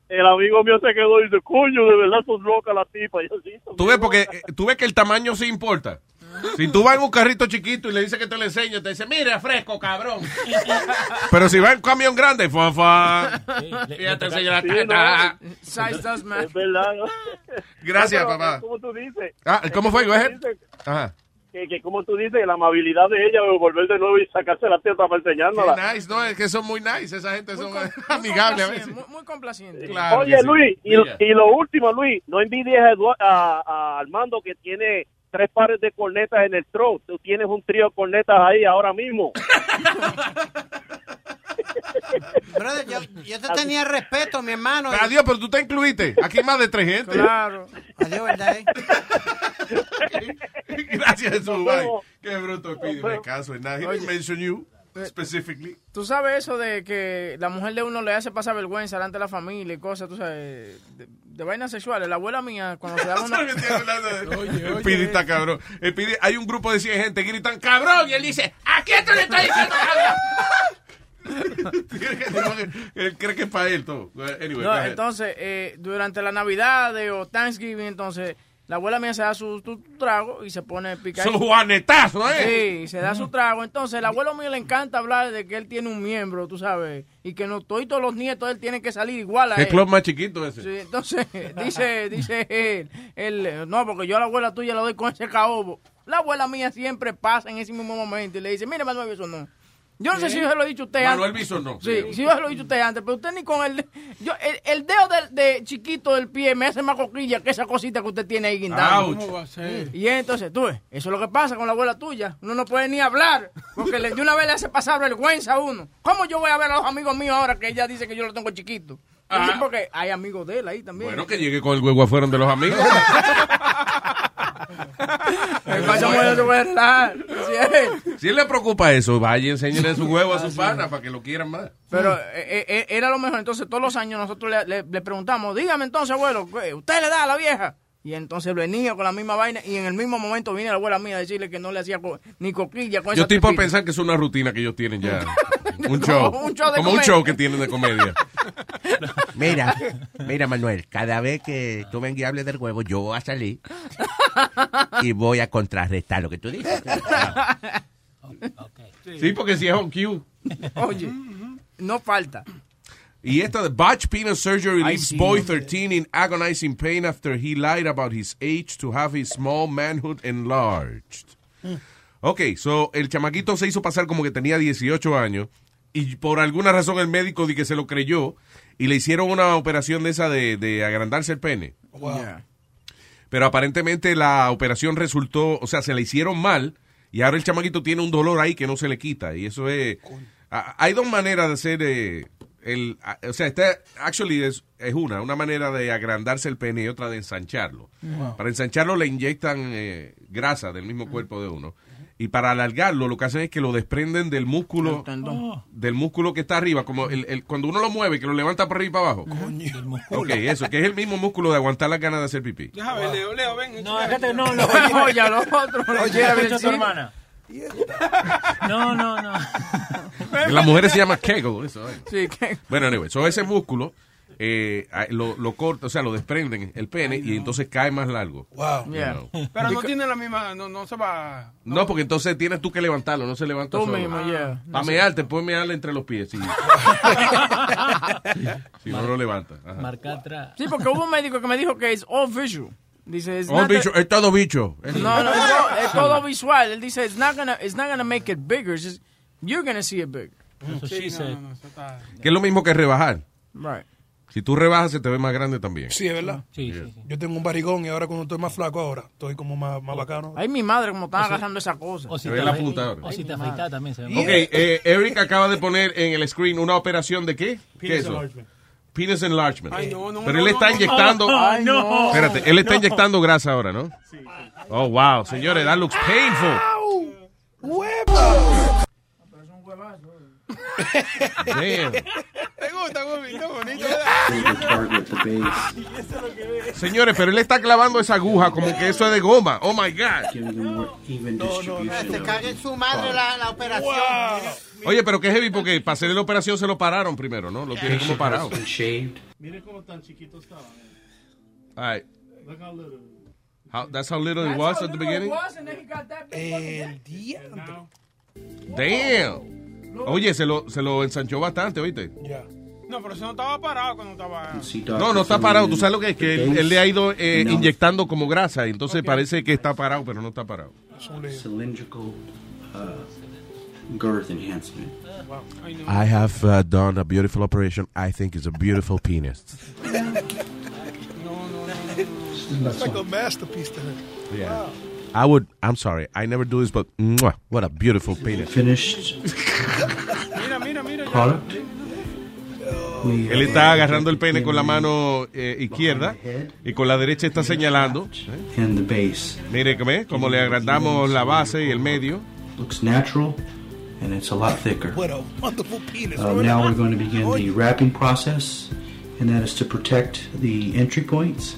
Speaker 3: El amigo mío se quedó y dice, coño, de verdad sos loca la tipa. Y yo, sí,
Speaker 4: Tú ves, porque, eh, tú ves que el tamaño sí importa. Si tú vas en un carrito chiquito y le dices que te lo enseño, te dice, mira, fresco, cabrón. Pero si vas en un camión grande, fa, fa. Ya te enseño la
Speaker 3: Sí,
Speaker 4: teta.
Speaker 3: no.
Speaker 13: Size does matter.
Speaker 3: Es verdad. ¿no?
Speaker 4: Ah. Gracias,
Speaker 3: Pero,
Speaker 4: papá.
Speaker 3: ¿Cómo tú dices?
Speaker 4: Ah, ¿Cómo fue? Go ahead.
Speaker 3: Dice
Speaker 4: Ajá.
Speaker 3: Que, que como tú dices, la amabilidad de ella de volver de nuevo y sacarse la teta para enseñárnosla.
Speaker 4: Qué nice, no, es que son muy nice, esa gente son amigables a veces.
Speaker 13: Muy, muy complaciente.
Speaker 4: Claro
Speaker 3: Oye,
Speaker 4: que sí.
Speaker 3: Luis, y,
Speaker 4: Diga.
Speaker 3: y lo último, Luis, no envidies a, Edu- a- a Armando que tiene tres pares de cornetas en el tro. Tú tienes un trío de cornetas ahí ahora mismo.
Speaker 23: Brother, yo, yo te tenía respeto, mi hermano. ¿eh?
Speaker 4: Adiós, pero tú te incluiste. Aquí hay más de tres gente.
Speaker 23: Adiós, ¿verdad? eh?
Speaker 4: Gracias, Jesús.
Speaker 23: vemos.
Speaker 4: bye. Qué bruto, pide. Me caso en nada. He didn't mention you
Speaker 13: Eh.
Speaker 4: specifically.
Speaker 13: Tú sabes eso de que la mujer de uno le hace pasar vergüenza delante de la familia y cosas, tú sabes, de, de vainas sexuales. La abuela mía, cuando se daba una...
Speaker 4: El Pidi está cabrón. El Pidi- hay un grupo de 100 gente que gritan cabrón y él dice, ¿a quién tú le estás diciendo cabrón? él cree que es para él todo. Anyway,
Speaker 13: No,
Speaker 4: go ahead.
Speaker 13: entonces, eh, durante la Navidad o Thanksgiving, entonces, la abuela mía se da su, tu- trago y se pone picante.
Speaker 4: Su juanetazo, ¿eh?
Speaker 13: Sí, se da su trago. Entonces, el abuelo mío le encanta hablar de que él tiene un miembro, tú sabes, y que no, todos los nietos de él tienen que salir igual a
Speaker 4: ¿Qué
Speaker 13: él.
Speaker 4: club más chiquito ese?
Speaker 13: Sí, entonces, dice, dice él, él, no, porque yo a la abuela tuya le doy con ese caobo. La abuela mía siempre pasa en ese mismo momento y le dice, mire, Manuel Bison, no. Yo no sé
Speaker 4: ¿Qué?
Speaker 13: si yo se lo he dicho a usted
Speaker 4: Manuel
Speaker 13: antes.
Speaker 4: Bison, no.
Speaker 13: Sí, sí, yo se lo he dicho a usted antes, pero usted ni con el, yo, el, el dedo del- de, chiquito del pie me hace más coquilla que esa cosita que usted tiene ahí guindando.
Speaker 34: Ouch. ¿Cómo va a ser?
Speaker 13: Y entonces, tú ves, eso es lo que pasa con la abuela tuya. Uno no puede ni hablar, porque le- de una vez le hace pasar vergüenza a uno. ¿Cómo yo voy a ver a los amigos míos ahora que ella dice que yo lo tengo chiquito? Entonces, Porque hay amigos de él ahí también.
Speaker 4: Ah. Bueno, que llegue con el huevo afuera de los amigos.
Speaker 13: El macho bueno se puede relajar. Así es.
Speaker 4: Si él le preocupa eso, vaya, enséñale su huevo
Speaker 7: Ah,
Speaker 4: a su pana para que lo quieran más.
Speaker 13: Pero eh, eh, era lo mejor. Entonces, todos los años nosotros le, le- le preguntamos, dígame entonces, abuelo, ¿qué ¿usted le da a la vieja? Y entonces venía con la misma vaina y en el mismo momento viene la abuela mía a decirle que no le hacía co- ni coquilla con
Speaker 7: pues,
Speaker 4: Yo
Speaker 13: esa
Speaker 4: estoy por
Speaker 13: tripita.
Speaker 4: pensar que es una rutina que ellos tienen ya. Un show.
Speaker 13: un show de
Speaker 4: Como un
Speaker 13: comedia.
Speaker 4: show que tienen de comedia.
Speaker 7: Mira, mira, Manuel, cada vez que tú vengas y hables del huevo, yo voy a salir y voy a contrarrestar lo que tú dices.
Speaker 4: Sí, porque si es on cue.
Speaker 13: Oye, no falta.
Speaker 4: Y esta de Botch Penis Surgery
Speaker 13: Ay,
Speaker 4: leaves
Speaker 13: sí,
Speaker 4: boy
Speaker 13: hombre.
Speaker 4: 13 in agonizing pain after he lied about his age to have his small manhood enlarged.
Speaker 13: Mm.
Speaker 4: Ok, so el chamaquito se hizo pasar como que tenía 18 años y por alguna razón el médico di que se lo creyó y le hicieron una operación de esa de, de agrandarse el pene.
Speaker 13: Yeah.
Speaker 4: Pero aparentemente la operación resultó, o sea, se la hicieron mal y ahora el chamaquito tiene un dolor ahí que no se le quita. Y eso es... a- hay dos maneras de hacer eh, el... a- o sea, esta actually es, es una, una manera de agrandarse el pene y otra de ensancharlo.
Speaker 15: Wow.
Speaker 4: Para ensancharlo le inyectan eh, grasa del mismo cuerpo de uno. Y para alargarlo lo que hacen es que lo desprenden del músculo
Speaker 19: Oh.
Speaker 4: del músculo que está arriba, como el, el- cuando uno lo mueve, que lo levanta para arriba y para abajo. Ok, eso, que es el mismo músculo de aguantar las ganas de hacer pipí.
Speaker 34: Deja ver, Leo, Leo, ven.
Speaker 19: No, déjate, no,
Speaker 34: lo
Speaker 19: lo
Speaker 13: Oye, a los otros. lo
Speaker 19: Oye,
Speaker 13: quiere ver
Speaker 19: escucha a tu
Speaker 13: cine.
Speaker 19: hermana. No, no, no.
Speaker 4: Las mujeres se llama Kegel, eso. eh.
Speaker 13: Sí, que-
Speaker 4: Bueno, anyway, so ese músculo eh, ah, lo, lo corta, o sea, lo desprenden el pene y entonces cae más largo. You
Speaker 34: Yeah.
Speaker 4: know.
Speaker 34: Pero no tiene la misma, no, no se va.
Speaker 4: No, porque entonces tienes tú que levantarlo, no se levanta
Speaker 34: Tú
Speaker 4: solo. Ah.
Speaker 34: mismo, yeah.
Speaker 4: Para mearte, puedes mearle entre los pies. sí. si no lo levantas. ajá.
Speaker 19: Marca atrás.
Speaker 13: Sí, porque hubo un médico que me dijo que es all visual. Dice, it's
Speaker 4: Oh,
Speaker 13: not
Speaker 4: bicho, es todo bicho. Es-
Speaker 13: No, no, es todo, es todo visual. Él dice, it's not gonna, it's not gonna make it bigger. It's just, you're gonna see it bigger.
Speaker 34: Sí, no, no, no, eso está-
Speaker 4: Que es lo mismo que rebajar.
Speaker 13: Right.
Speaker 4: Si tú rebajas, se te ve más grande también.
Speaker 21: Sí, es verdad. Yo tengo un barrigón y ahora cuando estoy más flaco ahora, estoy como más, más bacano.
Speaker 13: Ay, mi madre, como estaba agarrando esa cosa.
Speaker 21: o si
Speaker 4: Se ve la puta ahora.
Speaker 19: O si te afeitas también se ve
Speaker 4: Ok, eh, Eric acaba de poner en el screen una operación de qué? ¿Qué es eso? Penis enlargement. Pero él
Speaker 15: no,
Speaker 4: está
Speaker 15: no, no.
Speaker 4: inyectando.
Speaker 15: Ay, no.
Speaker 4: Espérate, él está
Speaker 15: No.
Speaker 4: inyectando grasa ahora, ¿no? Oh, wow, señores, that looks painful.
Speaker 15: ¡Huevo!
Speaker 4: Damn.
Speaker 15: Te gusta, Gumi, está bonito.
Speaker 4: Señores, pero él está clavando esa aguja como que eso es de goma. Oh my God.
Speaker 23: Se cague en su madre la, la operación.
Speaker 4: Oye, pero qué heavy porque para hacer la operación se lo pararon primero, ¿no? Lo tienen como parado.
Speaker 27: Miren cómo tan chiquito eh. estaba.
Speaker 4: All right.
Speaker 27: Look how little.
Speaker 4: How- that's how little it was at the beginning.
Speaker 34: Eh,
Speaker 21: El día.
Speaker 4: Damn. Oye, se lo, se lo ensanchó bastante, ¿oíste?
Speaker 34: No, pero eso no estaba parado cuando estaba.
Speaker 4: No, no está parado. Tú sabes lo que es, que él, él le ha ido eh, inyectando como grasa y entonces parece que está parado, pero no está parado.
Speaker 27: Cylindrical uh,
Speaker 7: Girth enhancement.
Speaker 34: Ay, no.
Speaker 7: I have uh, done a beautiful operation. I think it's a beautiful penis.
Speaker 21: It's like a masterpiece eh. to her.
Speaker 7: Yeah. I would. I'm sorry. I never do this, but mwah, what a beautiful penis. Finished.
Speaker 34: Mira, mira, mira. ya.
Speaker 4: Él está agarrando el pene con la mano eh, izquierda y con la derecha está señalando.
Speaker 27: and the base.
Speaker 4: Mire, ¿cómo es? Como le agrandamos la base y el medio.
Speaker 27: Looks natural and it's a lot thicker.
Speaker 21: What a wonderful penis.
Speaker 27: Uh, now we're going to begin the wrapping process, and that is to protect the entry points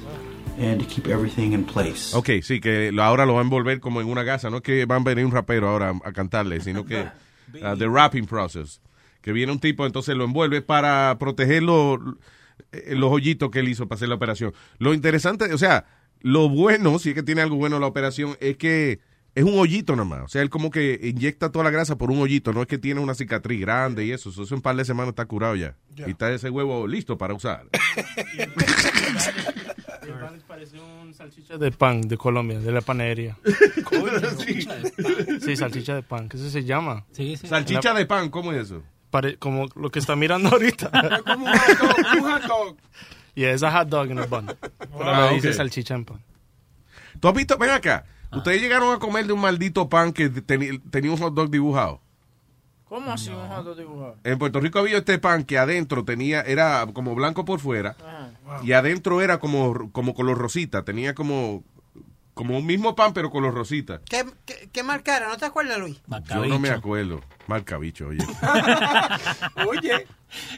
Speaker 27: and to keep everything in place.
Speaker 4: Ok, sí, que lo- ahora lo va a envolver como en una gasa. No es que van a venir un rapero ahora a, a cantarle, sino que uh, the wrapping process. Que viene un tipo, entonces lo envuelve para proteger lo- eh, los hoyitos que él hizo para hacer la operación. Lo interesante, o sea, lo bueno, si es que tiene algo bueno la operación, es que es un hoyito nomás. O sea, él como que inyecta toda la grasa por un hoyito. No es que tiene una cicatriz grande y eso. Eso en un par de semanas está curado ya. Y está ese huevo listo para usar.
Speaker 30: de pan de Colombia, de la panadería. Sí, salchicha de pan, ¿qué eso se llama?
Speaker 4: sí. Salchicha de pan, ¿cómo es eso?
Speaker 30: Pare- como lo que está mirando ahorita.
Speaker 34: Como un hot dog, un hot dog.
Speaker 30: yeah, it's a hot dog in a bun. Pero
Speaker 4: Ah,
Speaker 30: le dice
Speaker 4: ok.
Speaker 30: salchicha en pan.
Speaker 4: ¿Tú has visto? Ven acá. Ustedes llegaron a comer de un maldito pan que teni- tenía un hot dog dibujado.
Speaker 13: ¿Cómo
Speaker 4: eh,
Speaker 13: así un hot dog dibujado?
Speaker 4: En Puerto Rico había este pan que adentro tenía, era como blanco por fuera
Speaker 13: Ajá.
Speaker 4: y adentro era como, como color rosita. Tenía como, como un mismo pan pero color rosita.
Speaker 23: ¿Qué, qué, qué marca era? ¿No te acuerdas, Luis?
Speaker 4: Yo no me acuerdo. Marca bicho, oye.
Speaker 23: Oye.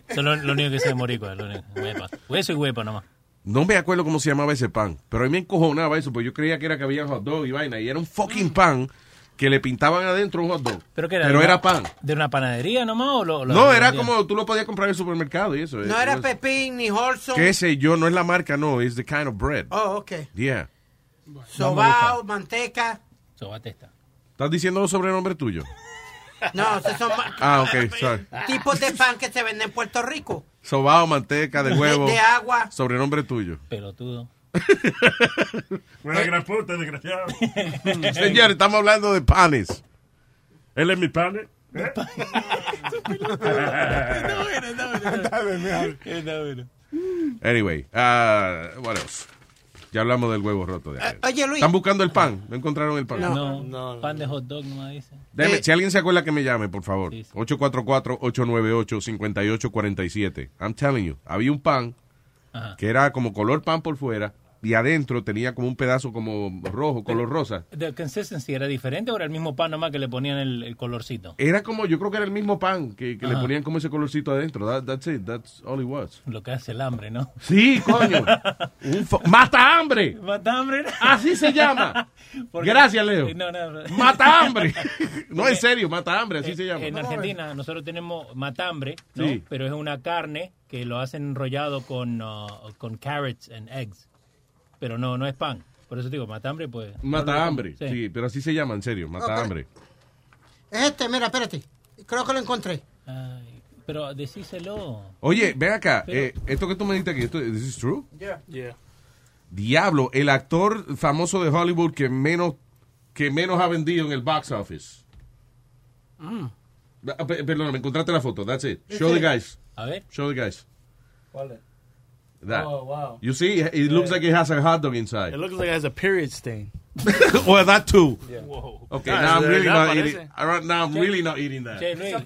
Speaker 19: Eso es lo, lo único que sé de Moricua. Lo único. Huepa. Hueso y huepa nomás.
Speaker 4: No me acuerdo cómo se llamaba ese pan, pero a mí me encojonaba eso, porque yo creía que era que había hot dog y vaina, y era un fucking pan que le pintaban adentro un hot dog.
Speaker 19: ¿Pero qué era?
Speaker 4: Pero
Speaker 19: ¿De
Speaker 4: era
Speaker 19: una-
Speaker 4: pan.
Speaker 19: ¿De una panadería nomás o lo, lo-
Speaker 4: No,
Speaker 19: lo-
Speaker 4: era
Speaker 19: lo-
Speaker 4: como tú lo podías comprar en el supermercado y eso. eh,
Speaker 23: No era Pepín ni Holson.
Speaker 4: Qué sé yo, no es la marca, no, es the kind of bread.
Speaker 23: Oh, ok.
Speaker 4: Yeah.
Speaker 23: Sobao, manteca.
Speaker 4: ¿Estás diciendo los sobrenombres tuyos?
Speaker 23: No, esos son ma-
Speaker 4: Ah, ok, sorry.
Speaker 23: tipos de pan que se venden en Puerto Rico.
Speaker 4: Sobao, manteca, de huevo.
Speaker 23: De agua.
Speaker 4: Sobrenombre tuyo.
Speaker 19: Pelotudo.
Speaker 26: Buena gran puta, desgraciado.
Speaker 4: Señor, estamos hablando de panes.
Speaker 26: Él es mi pane. ¿eh?
Speaker 4: Anyway, ah, what else? Ya hablamos del huevo roto. De ayer.
Speaker 19: oye, Luis.
Speaker 4: Están buscando el pan. No encontraron el pan.
Speaker 19: No, pan de hot dog nomás dice. Eh,
Speaker 4: Déjame, si alguien se acuerda que me llame, por favor. 844-898-5847. I'm telling you, había un pan
Speaker 19: Ajá.
Speaker 4: que era como color pan por fuera y adentro tenía como un pedazo como rojo, color rosa.
Speaker 19: ¿The consistency era diferente o era el mismo pan nomás que le ponían el, el colorcito?
Speaker 4: Era como, yo creo que era el mismo pan que, que le
Speaker 19: Ajá.
Speaker 4: ponían como ese colorcito adentro. That- that's it, that's all it was.
Speaker 19: Lo que hace el hambre, ¿no?
Speaker 4: Sí, coño. Un fo- mata hambre.
Speaker 19: Mata hambre.
Speaker 4: Así se llama.
Speaker 19: Porque- eh,
Speaker 4: Gracias, Leo.
Speaker 19: No, no.
Speaker 4: Mata hambre. No, en serio, mata hambre, así
Speaker 19: Eh,
Speaker 4: se llama.
Speaker 19: En Argentina nosotros tenemos matambre, ¿no?
Speaker 4: Sí.
Speaker 19: pero es una carne que lo hacen enrollado con, uh, con carrots and eggs. Pero no, no es pan. Por eso digo, matambre, pues.
Speaker 4: Mata hambre. Sí. pero así se llama, en serio, mata
Speaker 23: Ok.
Speaker 4: hambre.
Speaker 23: Es este, mira, espérate. Creo que lo encontré.
Speaker 19: Pero decíselo.
Speaker 4: Oye, ven acá, eh, esto que tú me dijiste aquí, esto, ¿this is true?
Speaker 19: Yeah. Yeah.
Speaker 4: Diablo, el actor famoso de Hollywood que menos que menos ha vendido en el box office.
Speaker 13: Mm.
Speaker 4: Ah, pe- Perdóname, encontraste la foto, that's it.
Speaker 19: That's
Speaker 4: Show the
Speaker 19: it.
Speaker 4: guys.
Speaker 19: A ver.
Speaker 4: Show the guys. That.
Speaker 30: Oh, wow.
Speaker 4: You see, it it looks like it has a hot dog inside.
Speaker 30: It looks like it has a period stain.
Speaker 4: well, that too.
Speaker 30: Whoa.
Speaker 4: Okay,
Speaker 30: Ah,
Speaker 4: now I'm
Speaker 30: de
Speaker 4: really
Speaker 30: verdad
Speaker 4: not
Speaker 30: parece.
Speaker 4: eating. I don't- Now I'm
Speaker 19: Che,
Speaker 4: really not eating that.
Speaker 19: Che, Luis.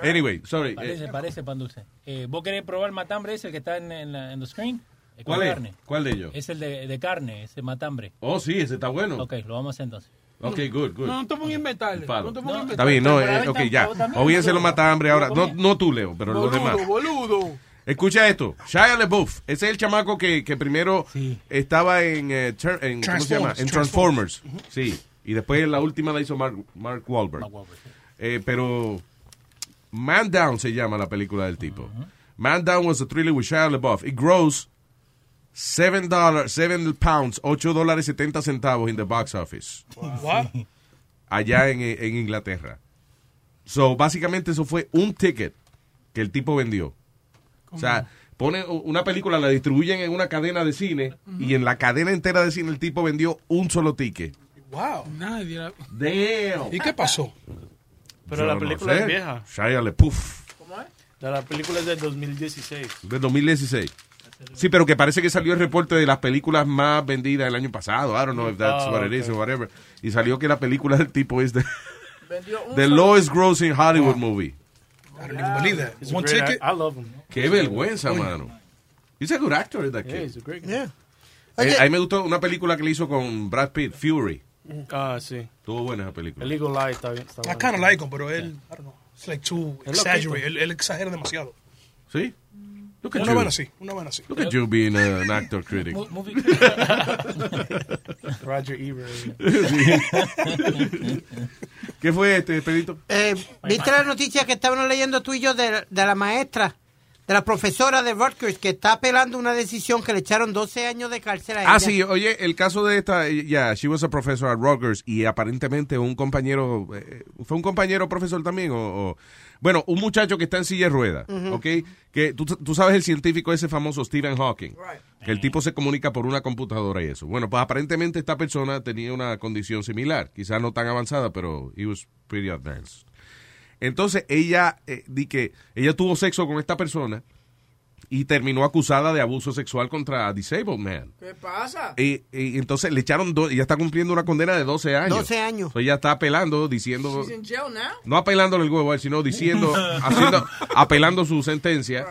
Speaker 4: Anyway, sorry.
Speaker 19: Parece,
Speaker 4: Eh,
Speaker 19: parece pan dulce. Eh, ¿Vos querés probar el matambre ese que está en, en la- en the screen? Eh, con
Speaker 4: ¿Cuál es?
Speaker 19: carne.
Speaker 4: ¿Cuál de ellos?
Speaker 19: Es el de, de carne, ese matambre.
Speaker 4: Oh, sí, ese está bueno.
Speaker 19: Ok, lo vamos a hacer entonces.
Speaker 4: Ok, good, good.
Speaker 34: No, no te pongas a inventarle.
Speaker 4: Palo.
Speaker 34: No te
Speaker 30: Pues
Speaker 34: pongas a
Speaker 4: Está bien, no,
Speaker 34: inventarle.
Speaker 4: eh, ok, ya. Obviamente lo mata hambre ahora. No, no tú, Leo, pero los demás.
Speaker 34: Boludo, boludo.
Speaker 4: Escucha esto. Shia LaBeouf. Ese es el chamaco que, que primero estaba en, eh, Ter- en- ¿cómo se llama?
Speaker 33: Transformers,
Speaker 4: En Transformers. Sí. Y después la última la hizo Mark, Mark Wahlberg. Eh, pero Man Down se llama la película del tipo. Man Down was a thriller with Shia LaBeouf. It grossed seven dollars, seven pounds, ocho dólares setenta centavos in the box office
Speaker 34: What?
Speaker 4: allá en, en Inglaterra. So, básicamente eso fue un ticket que el tipo vendió. O sea, pone u- una película, la distribuyen en una cadena de cine y en la cadena entera de cine el tipo vendió un solo ticket.
Speaker 34: Wow. Nadie. la-
Speaker 4: Damn.
Speaker 34: ¿Y qué pasó?
Speaker 30: Pero
Speaker 4: Yo
Speaker 30: la
Speaker 4: no
Speaker 30: película
Speaker 4: sé.
Speaker 30: es vieja.
Speaker 4: Shia LaBeouf,
Speaker 30: La, la película es del 2016.
Speaker 4: de 2016. Sí, pero que parece que salió el reporte de las películas más vendidas del año pasado. I don't know if that's
Speaker 30: Ah,
Speaker 4: what it
Speaker 30: ok.
Speaker 4: is or whatever. Y salió que la película del tipo es de...
Speaker 34: Vendió un
Speaker 4: The
Speaker 34: solo-
Speaker 4: lowest grossing Hollywood movie.
Speaker 21: Ah,
Speaker 34: I don't even believe that.
Speaker 30: He's Ah, a great act- I love him.
Speaker 4: Qué vergüenza, mano. He's a good actor, that
Speaker 30: Yeah,
Speaker 4: kid.
Speaker 30: he's a great guy.
Speaker 4: Eh, a mí me gustó una película que le hizo con Brad Pitt, Fury.
Speaker 30: Ah, sí.
Speaker 4: Estuvo buena esa película.
Speaker 30: El Eagle Eye está bien. Está
Speaker 21: I
Speaker 30: bueno.
Speaker 21: kind of like him, pero él, I don't know. It's like too
Speaker 30: Es
Speaker 21: exaggerate.
Speaker 30: loquito.
Speaker 21: Él, él exagera demasiado.
Speaker 4: ¿Sí? Look at
Speaker 21: Una
Speaker 4: you.
Speaker 21: buena sí, una buena sí.
Speaker 4: Look at you being a- an actor critic.
Speaker 21: Mo- movie-
Speaker 30: Roger Ebert.
Speaker 4: Sí. ¿Qué fue este, Pedrito?
Speaker 23: Eh, ¿Viste la noticia que estábamos leyendo tú y yo de, de la maestra, de la profesora de Rutgers, que está apelando una decisión que le echaron 12 años de cárcel a ella?
Speaker 4: Ah, sí, oye, el caso de esta, eh, ya, she was a professor at Rutgers y aparentemente un compañero, eh, fue un compañero profesor también, o, o- bueno, un muchacho que está en silla de ruedas,
Speaker 33: Ujú.
Speaker 4: ¿ok? Que tú, tú sabes el científico ese famoso Stephen Hawking, que el tipo se comunica por una computadora y eso. Bueno, pues aparentemente esta persona tenía una condición similar, quizás no tan avanzada, pero he was pretty advanced. Entonces ella, eh, di que ella tuvo sexo con esta persona y terminó acusada de abuso sexual contra a disabled man.
Speaker 13: ¿Qué pasa?
Speaker 4: Y, y entonces le echaron dos, ella está cumpliendo una condena de 12 años.
Speaker 13: 12 años.
Speaker 4: So, ella está apelando, diciendo,
Speaker 13: She's in jail now.
Speaker 4: no apelándole el huevo a él, sino diciendo, haciendo, apelando su sentencia.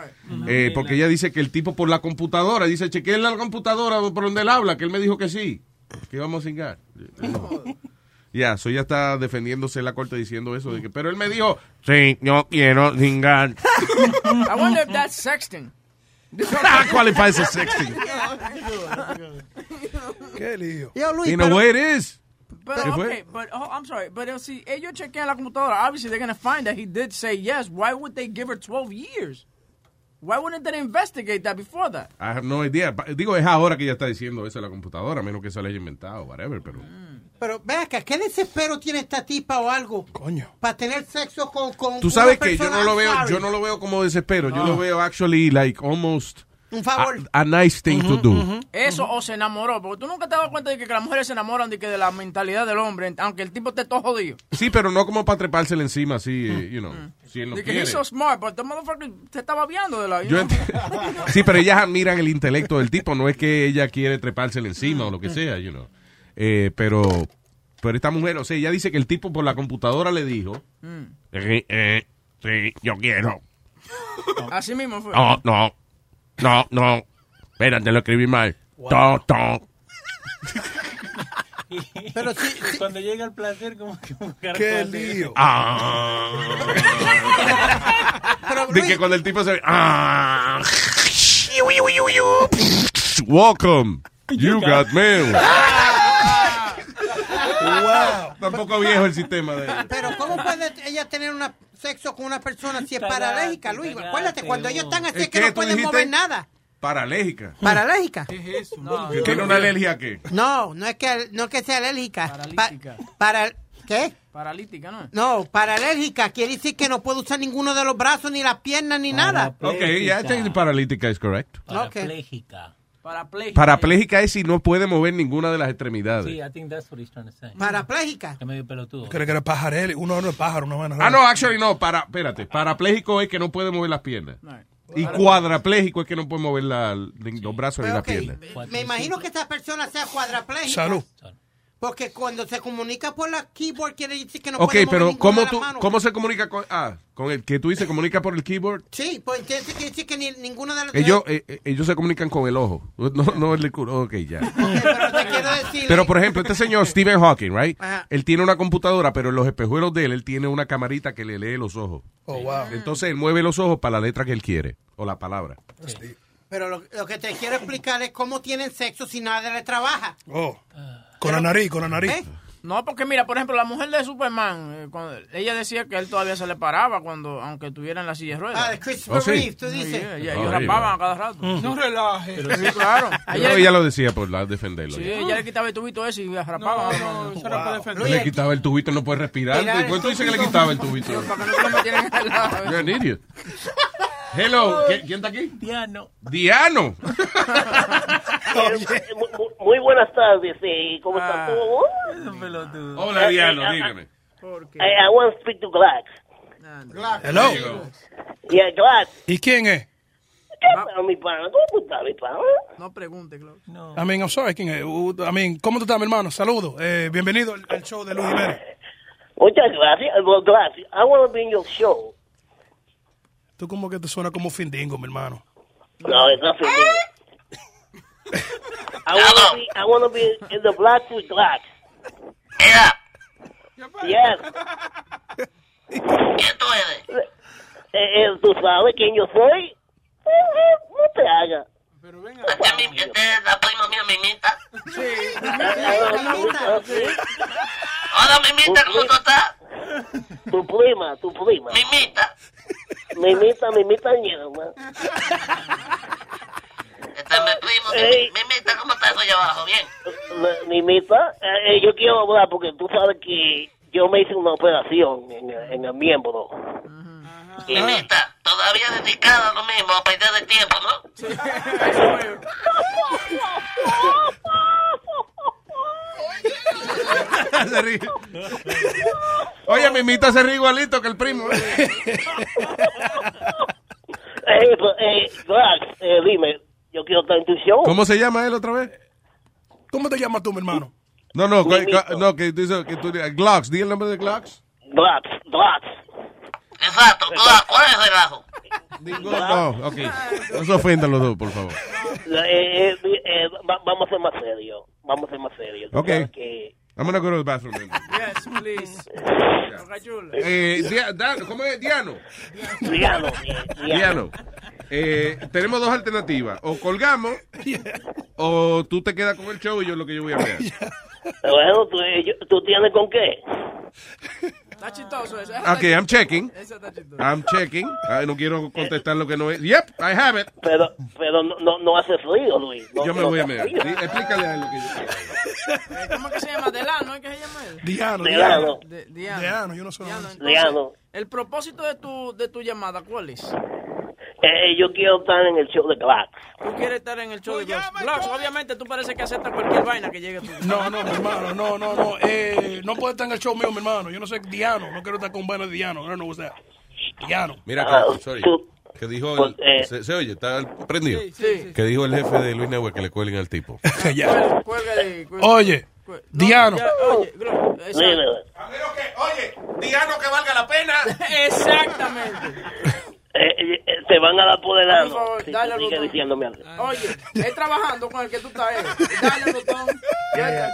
Speaker 4: eh, porque ella dice que el tipo por la computadora, dice, chequeen la computadora por donde él habla, que él me dijo que sí, que íbamos a cingar. Ya, so ella está defendiéndose en la corte diciendo eso, de que, pero él me dijo, sí, yo quiero cingar.
Speaker 13: I wonder if that's sexting.
Speaker 4: That qualifies Ah, as sexting.
Speaker 21: Qué lío.
Speaker 23: Yo,
Speaker 4: You know what it is.
Speaker 13: But
Speaker 4: ¿Qué fue?
Speaker 13: okay, but oh, I'm sorry, but uh, si ellos chequean la computadora, obviously they're gonna find that he did say yes. Why would they give her 12 years? Why wouldn't they investigate that before that?
Speaker 4: I have Ah, no idea. Pa- Digo, es ahora que ella está diciendo eso en la computadora, a menos que se la haya inventado, whatever, pero...
Speaker 23: Pero ve acá, ¿qué desespero tiene esta tipa o algo?
Speaker 21: Coño.
Speaker 23: Para tener sexo con. con
Speaker 4: Tú
Speaker 23: una
Speaker 4: sabes que yo
Speaker 23: persona
Speaker 4: no lo veo,
Speaker 23: unsafe.
Speaker 4: yo no lo veo como desespero, yo
Speaker 23: Ah.
Speaker 4: lo veo actually like almost
Speaker 23: Un
Speaker 4: a, a nice thing to do.
Speaker 13: Ah, Eso o se enamoró, porque tú nunca te das cuenta de que, que las mujeres se enamoran de, que de la mentalidad del hombre, aunque el tipo esté todo jodido.
Speaker 4: Sí, pero no como para trepársela encima así, eh, you know, si él no
Speaker 13: De que
Speaker 4: quiere.
Speaker 13: he's so smart, but the motherfucker se estaba viando de la. you
Speaker 4: Yo
Speaker 13: know?
Speaker 4: Sí, pero ellas admiran el intelecto del tipo, no es que ella quiere trepársela encima o lo que sea, you know. Eh, pero pero esta mujer, o sea, ella dice que el tipo por la computadora le dijo,
Speaker 13: Mm.
Speaker 4: "Sí, eh, sí, yo quiero.
Speaker 13: Así mismo fue.
Speaker 4: No, no, no, no. Espérate, lo escribí mal.
Speaker 19: Wow.
Speaker 4: To, to.
Speaker 23: Pero
Speaker 19: Cuando llega el placer, como que un carajo
Speaker 21: Qué
Speaker 19: hace-
Speaker 21: lío.
Speaker 4: Ah, De que cuando el tipo se ve. ah. Welcome. You got mail.
Speaker 21: wow.
Speaker 4: Tampoco viejo el sistema de
Speaker 23: Pero ¿cómo puede ella tener una sexo con una persona si es
Speaker 19: Cagaste,
Speaker 23: paralógica, Luis?
Speaker 19: cagaste,
Speaker 23: Acuérdate, cuando ellos están así
Speaker 4: ¿Es
Speaker 23: es que
Speaker 4: que
Speaker 23: no
Speaker 4: tú
Speaker 23: pueden
Speaker 4: dijiste?
Speaker 23: mover nada.
Speaker 4: Paralógica.
Speaker 23: ¿Paralógica?
Speaker 4: ¿Que tiene una alergia a qué?
Speaker 23: No, no es que, no es que sea alérgica. Paralítica. para, ¿Qué?
Speaker 13: Paralítica, ¿no?
Speaker 23: No, paralérgica quiere decir que no puede usar ninguno de los brazos, ni las piernas, ni nada.
Speaker 4: Ok, ya yeah, paralítica es correcto.
Speaker 19: Parapléjica.
Speaker 4: Parapléjica es si no puede mover ninguna de las extremidades.
Speaker 19: Sí, I think that's what he's trying to say.
Speaker 23: Parapléjica.
Speaker 19: Que medio pelotudo.
Speaker 21: Creo que era pajarel, uno no es pájaro, una buena.
Speaker 4: Ah, no, actually no. Para, espérate. Parapléjico es que no puede mover las piernas. Y cuadrapléjico es que no puede mover la- los brazos ni la pierna.
Speaker 23: Me imagino que esta persona sea cuadraplégica.
Speaker 4: Salud.
Speaker 23: Porque cuando se comunica por la keyboard quiere decir que no
Speaker 4: ok,
Speaker 23: puede mover
Speaker 4: pero
Speaker 23: ninguna de
Speaker 4: ¿cómo,
Speaker 23: las
Speaker 4: tú,
Speaker 23: manos.
Speaker 4: ¿cómo se comunica con, ah, con el que tú dices comunica por el keyboard?
Speaker 23: Sí, pues entonces quiere decir que ni, ninguna de las
Speaker 4: Ellos, eh, eh, ellos se comunican con el ojo, no, no el culo. Ok, ya.
Speaker 23: Pero te quiero decir...
Speaker 4: Pero por ejemplo, este señor Stephen Hawking, right?
Speaker 23: Ajá.
Speaker 4: Él tiene una computadora, pero en los espejuelos de él, él tiene una camarita que le lee los ojos. Ah.
Speaker 23: Oh, wow.
Speaker 4: Entonces él mueve los ojos para la letra que él quiere o la palabra.
Speaker 23: Pero lo, lo que te quiero explicar es cómo tienen sexo si nadie le trabaja.
Speaker 21: Oh.
Speaker 13: Ah.
Speaker 21: Con la nariz, con la nariz.
Speaker 13: ¿Eh? No, porque mira, por ejemplo, la mujer de Superman, eh, cuando- ella decía que él todavía se le paraba cuando, aunque tuviera en la silla de ruedas. Ah, de
Speaker 23: Christopher
Speaker 4: Oh, sí. Reeve, tú
Speaker 23: dices.
Speaker 13: Yeah, yeah,
Speaker 4: Oh,
Speaker 13: ellos
Speaker 4: sí,
Speaker 13: rapaban
Speaker 4: va.
Speaker 13: a cada rato.
Speaker 21: No relaje.
Speaker 13: Pero sí, claro.
Speaker 4: Yo
Speaker 13: Ella
Speaker 4: creo
Speaker 13: le-
Speaker 4: que ella lo decía por la- defenderlo.
Speaker 13: Ah, Sí,
Speaker 4: ya.
Speaker 13: ella le quitaba el tubito ese y rapaban. No, no,
Speaker 4: le quitaba el tubito, no puede respirar.
Speaker 13: Mira,
Speaker 4: ¿Y cuánto dice que le
Speaker 13: estúpido.
Speaker 4: quitaba el tubito? You're an idiot. Hello, ¿qui- ¿quién está aquí?
Speaker 19: Diano.
Speaker 4: Diano.
Speaker 33: Eh, mu- mu- Muy buenas tardes. eh,
Speaker 4: Ah.
Speaker 33: ¿Cómo están todos?
Speaker 4: Hola, Diano,
Speaker 33: Eh, eh,
Speaker 4: dígame.
Speaker 33: I, I want to speak to Glax.
Speaker 21: Hello.
Speaker 33: Yeah, Glax.
Speaker 21: ¿Y quién es?
Speaker 33: ¿Qué pasa, mi pana? ¿Cómo tú estás, mi pana?
Speaker 13: No pregunte, claro. No.
Speaker 21: I mean, I'm sorry, ¿quién es? Uh, I mean, ¿cómo tú estás, mi hermano? Saludos. Eh, bienvenido al, al show de Luis Jiménez.
Speaker 33: Muchas gracias. Eh, Well, Glax, I want to be in your show.
Speaker 21: Tú como que te suena como findingo, mi hermano.
Speaker 33: No, it's not for me. I want to be, I want to be in the black with Glax. Yes. Eh, eh, ¿Tú sabes quién yo soy? Eh, eh, No te hagas.
Speaker 15: Hola, Mimita, ¿cómo tú estás?
Speaker 33: Tu prima, tu prima.
Speaker 15: Mimita,
Speaker 33: Mimita, mimita ñama.
Speaker 15: este es mi primo.
Speaker 33: Ey.
Speaker 15: Mimita, ¿cómo estás allá abajo? Bien.
Speaker 33: Me- Mimita, eh, eh, yo quiero hablar porque tú sabes que yo me hice una operación en, el- en el miembro. Eh,
Speaker 15: Mimita, todavía dedicada a lo mismo, a perder el tiempo, ¿no?
Speaker 4: Se ríe. Oye, Mimita se ríe igualito que el primo.
Speaker 33: Eh, pero, eh, Glax, eh, dime, yo quiero estar en tu show.
Speaker 4: ¿Cómo se llama él otra vez?
Speaker 21: Oh. ¿Cómo te llamas tú, mi hermano?
Speaker 4: No, no, cu- cu- no que dice que tú digas Glocks, di el nombre de Glocks.
Speaker 33: Glax, Glax.
Speaker 15: Exacto, Glax, ¿cuál es el relajo?
Speaker 4: No, ok. No se ofendan los dos, por favor.
Speaker 33: Eh, eh, eh, va- vamos a ser más serios. Vamos a ser más serios. Tú
Speaker 4: Ok.
Speaker 33: sabes que-
Speaker 4: I'm gonna go to the bathroom. then.
Speaker 13: Yes, please.
Speaker 4: Eh, Dia- Dan- ¿Cómo es? Diano.
Speaker 33: Diano.
Speaker 4: Diano. Eh, tenemos dos alternativas. O colgamos, o tú te quedas con el show y yo lo que yo voy a ver.
Speaker 33: Bueno, tú, eh, yo- ¿tú tienes con qué?
Speaker 13: Está chistoso eso.
Speaker 4: Ok, I'm checking.
Speaker 13: Eso está chistoso.
Speaker 4: I'm checking. Ay, no quiero contestar lo que no es. Yep, I have it.
Speaker 33: Pero, pero no, no, no hace frío, Luis. No-
Speaker 4: Yo me
Speaker 33: no
Speaker 4: voy a
Speaker 33: hace
Speaker 4: mear.
Speaker 33: frío.
Speaker 4: Sí, Explícale a él lo que yo
Speaker 13: Eh, ¿Cómo es que se llama? Delano, ¿es que se llama él?
Speaker 21: Diano,
Speaker 33: Diano.
Speaker 13: De- Diano.
Speaker 21: Diano, yo no sé
Speaker 13: Diano, entonces,
Speaker 33: Diano.
Speaker 13: El propósito de tu, de tu llamada, ¿cuál es?
Speaker 33: Eh, yo quiero estar en el show de Glax.
Speaker 13: Tú quieres estar en el show de Glass. Glass, obviamente tú parece que aceptas cualquier vaina que llegue a tu
Speaker 21: No, no, mi hermano, no, no, no. Eh, no puede estar en el show mío, mi hermano. Yo no soy Diano. No quiero estar con vaina de Diano. I don't know what's that. Diano.
Speaker 4: Mira,
Speaker 11: Ah.
Speaker 4: que, sorry. Que dijo el- se, se oye, está prendido. Que dijo el jefe de Luis Nahua que le cuelguen al tipo.
Speaker 21: Ya.
Speaker 13: Cuélgale, cuélgale.
Speaker 21: Oye, Diano.
Speaker 13: Ya, Oye, Glass, exacto.
Speaker 4: Diano, que valga la pena.
Speaker 13: Exactamente.
Speaker 33: Eh, eh, eh, te van a dar por el ano.
Speaker 13: Por favor,
Speaker 33: si tú
Speaker 13: dale al
Speaker 33: sigues
Speaker 13: botón.
Speaker 33: diciéndome algo.
Speaker 13: Oye, él trabajando con el que tú estás. eh. Dale al botón.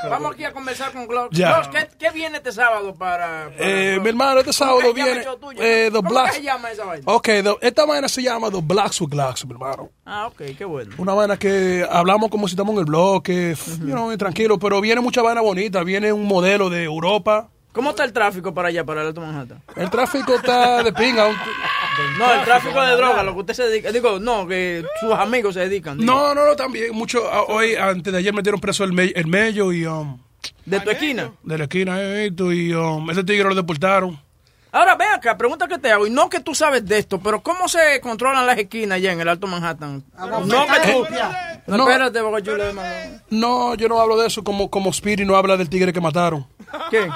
Speaker 13: Vamos aquí a conversar con Glock.
Speaker 21: Ya.
Speaker 13: Glock, ¿qué, qué viene este sábado para.? para-
Speaker 21: Eh, mi hermano, este sábado
Speaker 13: ¿Cómo que se llama
Speaker 21: viene
Speaker 13: el show tuyo?
Speaker 21: eh, The
Speaker 13: ¿Cómo que
Speaker 21: Blacks.
Speaker 13: se llama esa vaina?
Speaker 21: Ok, the- esta vaina se llama The Blacks with Glacks, mi hermano.
Speaker 13: Ah, ok, qué bueno.
Speaker 21: Una vaina que hablamos como si estamos en el bloque, f- you know, eh, tranquilo, pero viene mucha vaina bonita. Viene un modelo de Europa.
Speaker 13: ¿Cómo está el tráfico para allá, para el Alto Manhattan?
Speaker 21: El tráfico está de pinga. un-
Speaker 13: No, el tráfico de droga, lo que usted se dedica. Digo, no, que sus amigos se dedican. digo.
Speaker 21: No, no, no, también. Mucho, a- hoy, antes de ayer, metieron preso el, me- el Mello y. um,
Speaker 13: ¿De tu esquina?
Speaker 21: de la esquina, eh, esto, y um, ese tigre lo deportaron.
Speaker 13: Ahora ve acá, pregunta que te hago, y no que tú sabes de esto, pero ¿cómo se controlan las esquinas allá en el Alto Manhattan? No que tú. No,
Speaker 21: No.
Speaker 13: espérate, Boca Chula de Manhattan.
Speaker 21: No, yo no hablo de eso como, como Spirit no habla del tigre que mataron.
Speaker 13: ¿Qué?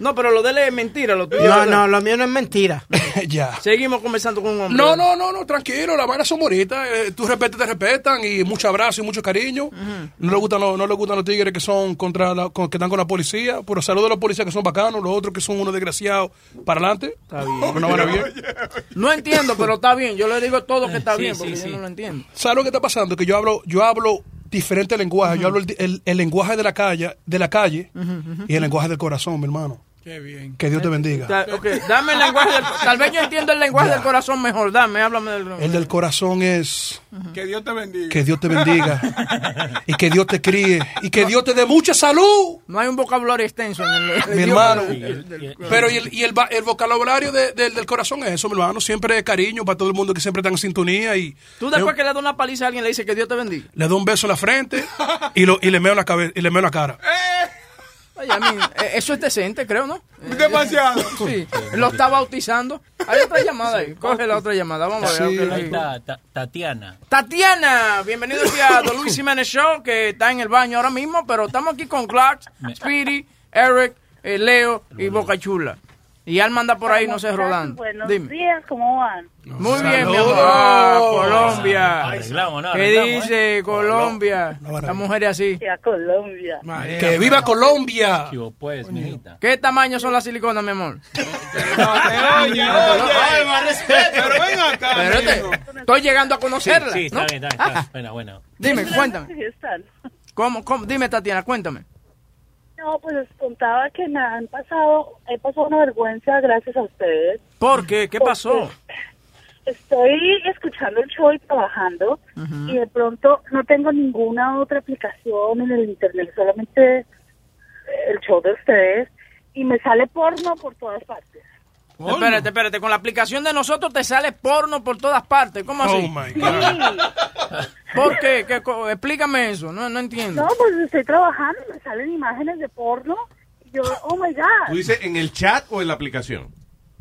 Speaker 13: No, pero lo de él es mentira, lo tuyo.
Speaker 41: No, no, lo mío no es mentira.
Speaker 13: ya. Seguimos conversando con un hombre.
Speaker 21: No, no, no, no, tranquilo, las vainas son bonitas. eh, tú respetas, te respetan y mucho abrazo y mucho cariño. No le gustan los, no le gustan los tigres que son contra la- con- que están con la policía, pero saludos a los policías que son bacanos, los otros que son unos desgraciados para adelante. Está bien. pues. No, van bien.
Speaker 13: No entiendo, pero está bien. Yo le digo todo que está
Speaker 21: Sí,
Speaker 13: bien,
Speaker 21: sí,
Speaker 13: porque
Speaker 21: sí.
Speaker 13: yo no lo entiendo.
Speaker 21: ¿Sabes lo que está pasando? Que yo hablo, yo hablo diferente lenguaje. Yo hablo el, el- el lenguaje de la calle, de la calle y el lenguaje del corazón, mi hermano.
Speaker 13: Qué bien.
Speaker 21: Que Dios te bendiga.
Speaker 13: dame el lenguaje del, Tal vez yo entiendo el lenguaje del corazón mejor. Dame, háblame del
Speaker 21: El del corazón es
Speaker 42: Que Dios te bendiga.
Speaker 21: que Dios te bendiga y que Dios te críe y que Dios te dé mucha salud.
Speaker 13: No hay un vocabulario extenso en el.
Speaker 21: Mi hermano. Pero y el, y el, va- el vocabulario de- del- del corazón es eso, mi hermano. Siempre cariño para todo el mundo que siempre está en sintonía y
Speaker 13: Tú después que le das una paliza a alguien le dices que Dios te bendiga.
Speaker 21: le doy un beso en la frente y, lo, y le meo la cabeza y le meo la cara.
Speaker 13: Oye, a mí, eh, eso es decente, creo, ¿no? Eh,
Speaker 21: Demasiado.
Speaker 13: Sí, lo está bautizando. Hay otra llamada ahí. Coge la otra llamada. Vamos a ver. ok,
Speaker 19: Ahí
Speaker 13: ok.
Speaker 19: está Ta- Tatiana.
Speaker 13: Tatiana, bienvenido aquí a The Luis Jiménez Show, que está en el baño ahora mismo, pero estamos aquí con Clark, Speedy, Eric, eh, Leo y Boca Chula. Y Alma anda por ahí, no sé, rodando.
Speaker 33: Buenos
Speaker 13: Dime.
Speaker 33: días, ¿cómo van?
Speaker 19: pues,
Speaker 13: Muy bien, mi amor.
Speaker 33: Saludos.
Speaker 13: Ah, Colombia.
Speaker 19: Ah, Arreglamos, ¿no?
Speaker 13: ¿Qué
Speaker 19: Arreglamos, ¿eh?
Speaker 13: dice Colombia? Las mujeres así.
Speaker 33: Colombia.
Speaker 21: Que viva Colombia.
Speaker 19: Pues, mijita.
Speaker 13: ¿Qué tamaño son las siliconas, mi amor? Ah,
Speaker 19: oye, oye.
Speaker 7: más respeto, pero ven acá,
Speaker 13: Pero te- estoy llegando a conocerla.
Speaker 19: Sí, sí, está
Speaker 13: ¿no?
Speaker 19: bien, está bien, está
Speaker 13: Ah,
Speaker 19: bien. Bueno, bueno.
Speaker 13: Dime, cuéntame. ¿Cómo, cómo? Dime, Tatiana, cuéntame.
Speaker 33: No, pues les contaba que me han pasado, he pasado una vergüenza gracias a ustedes.
Speaker 13: ¿Por qué? ¿Qué pasó?
Speaker 33: Estoy escuchando el show y trabajando y de pronto no tengo ninguna otra aplicación en el internet, solamente eh, el show de ustedes y me sale porno por todas partes.
Speaker 13: Espérate, espérate. Con la aplicación de nosotros te sale porno por todas partes. ¿Cómo así?
Speaker 21: Oh, my
Speaker 13: ¿Por qué? ¿Qué co- Explícame eso. No, no entiendo.
Speaker 4: Mm.
Speaker 33: No, pues estoy trabajando, me salen imágenes de porno y yo, oh my god.
Speaker 4: ¿Tú dices en el chat o en la aplicación?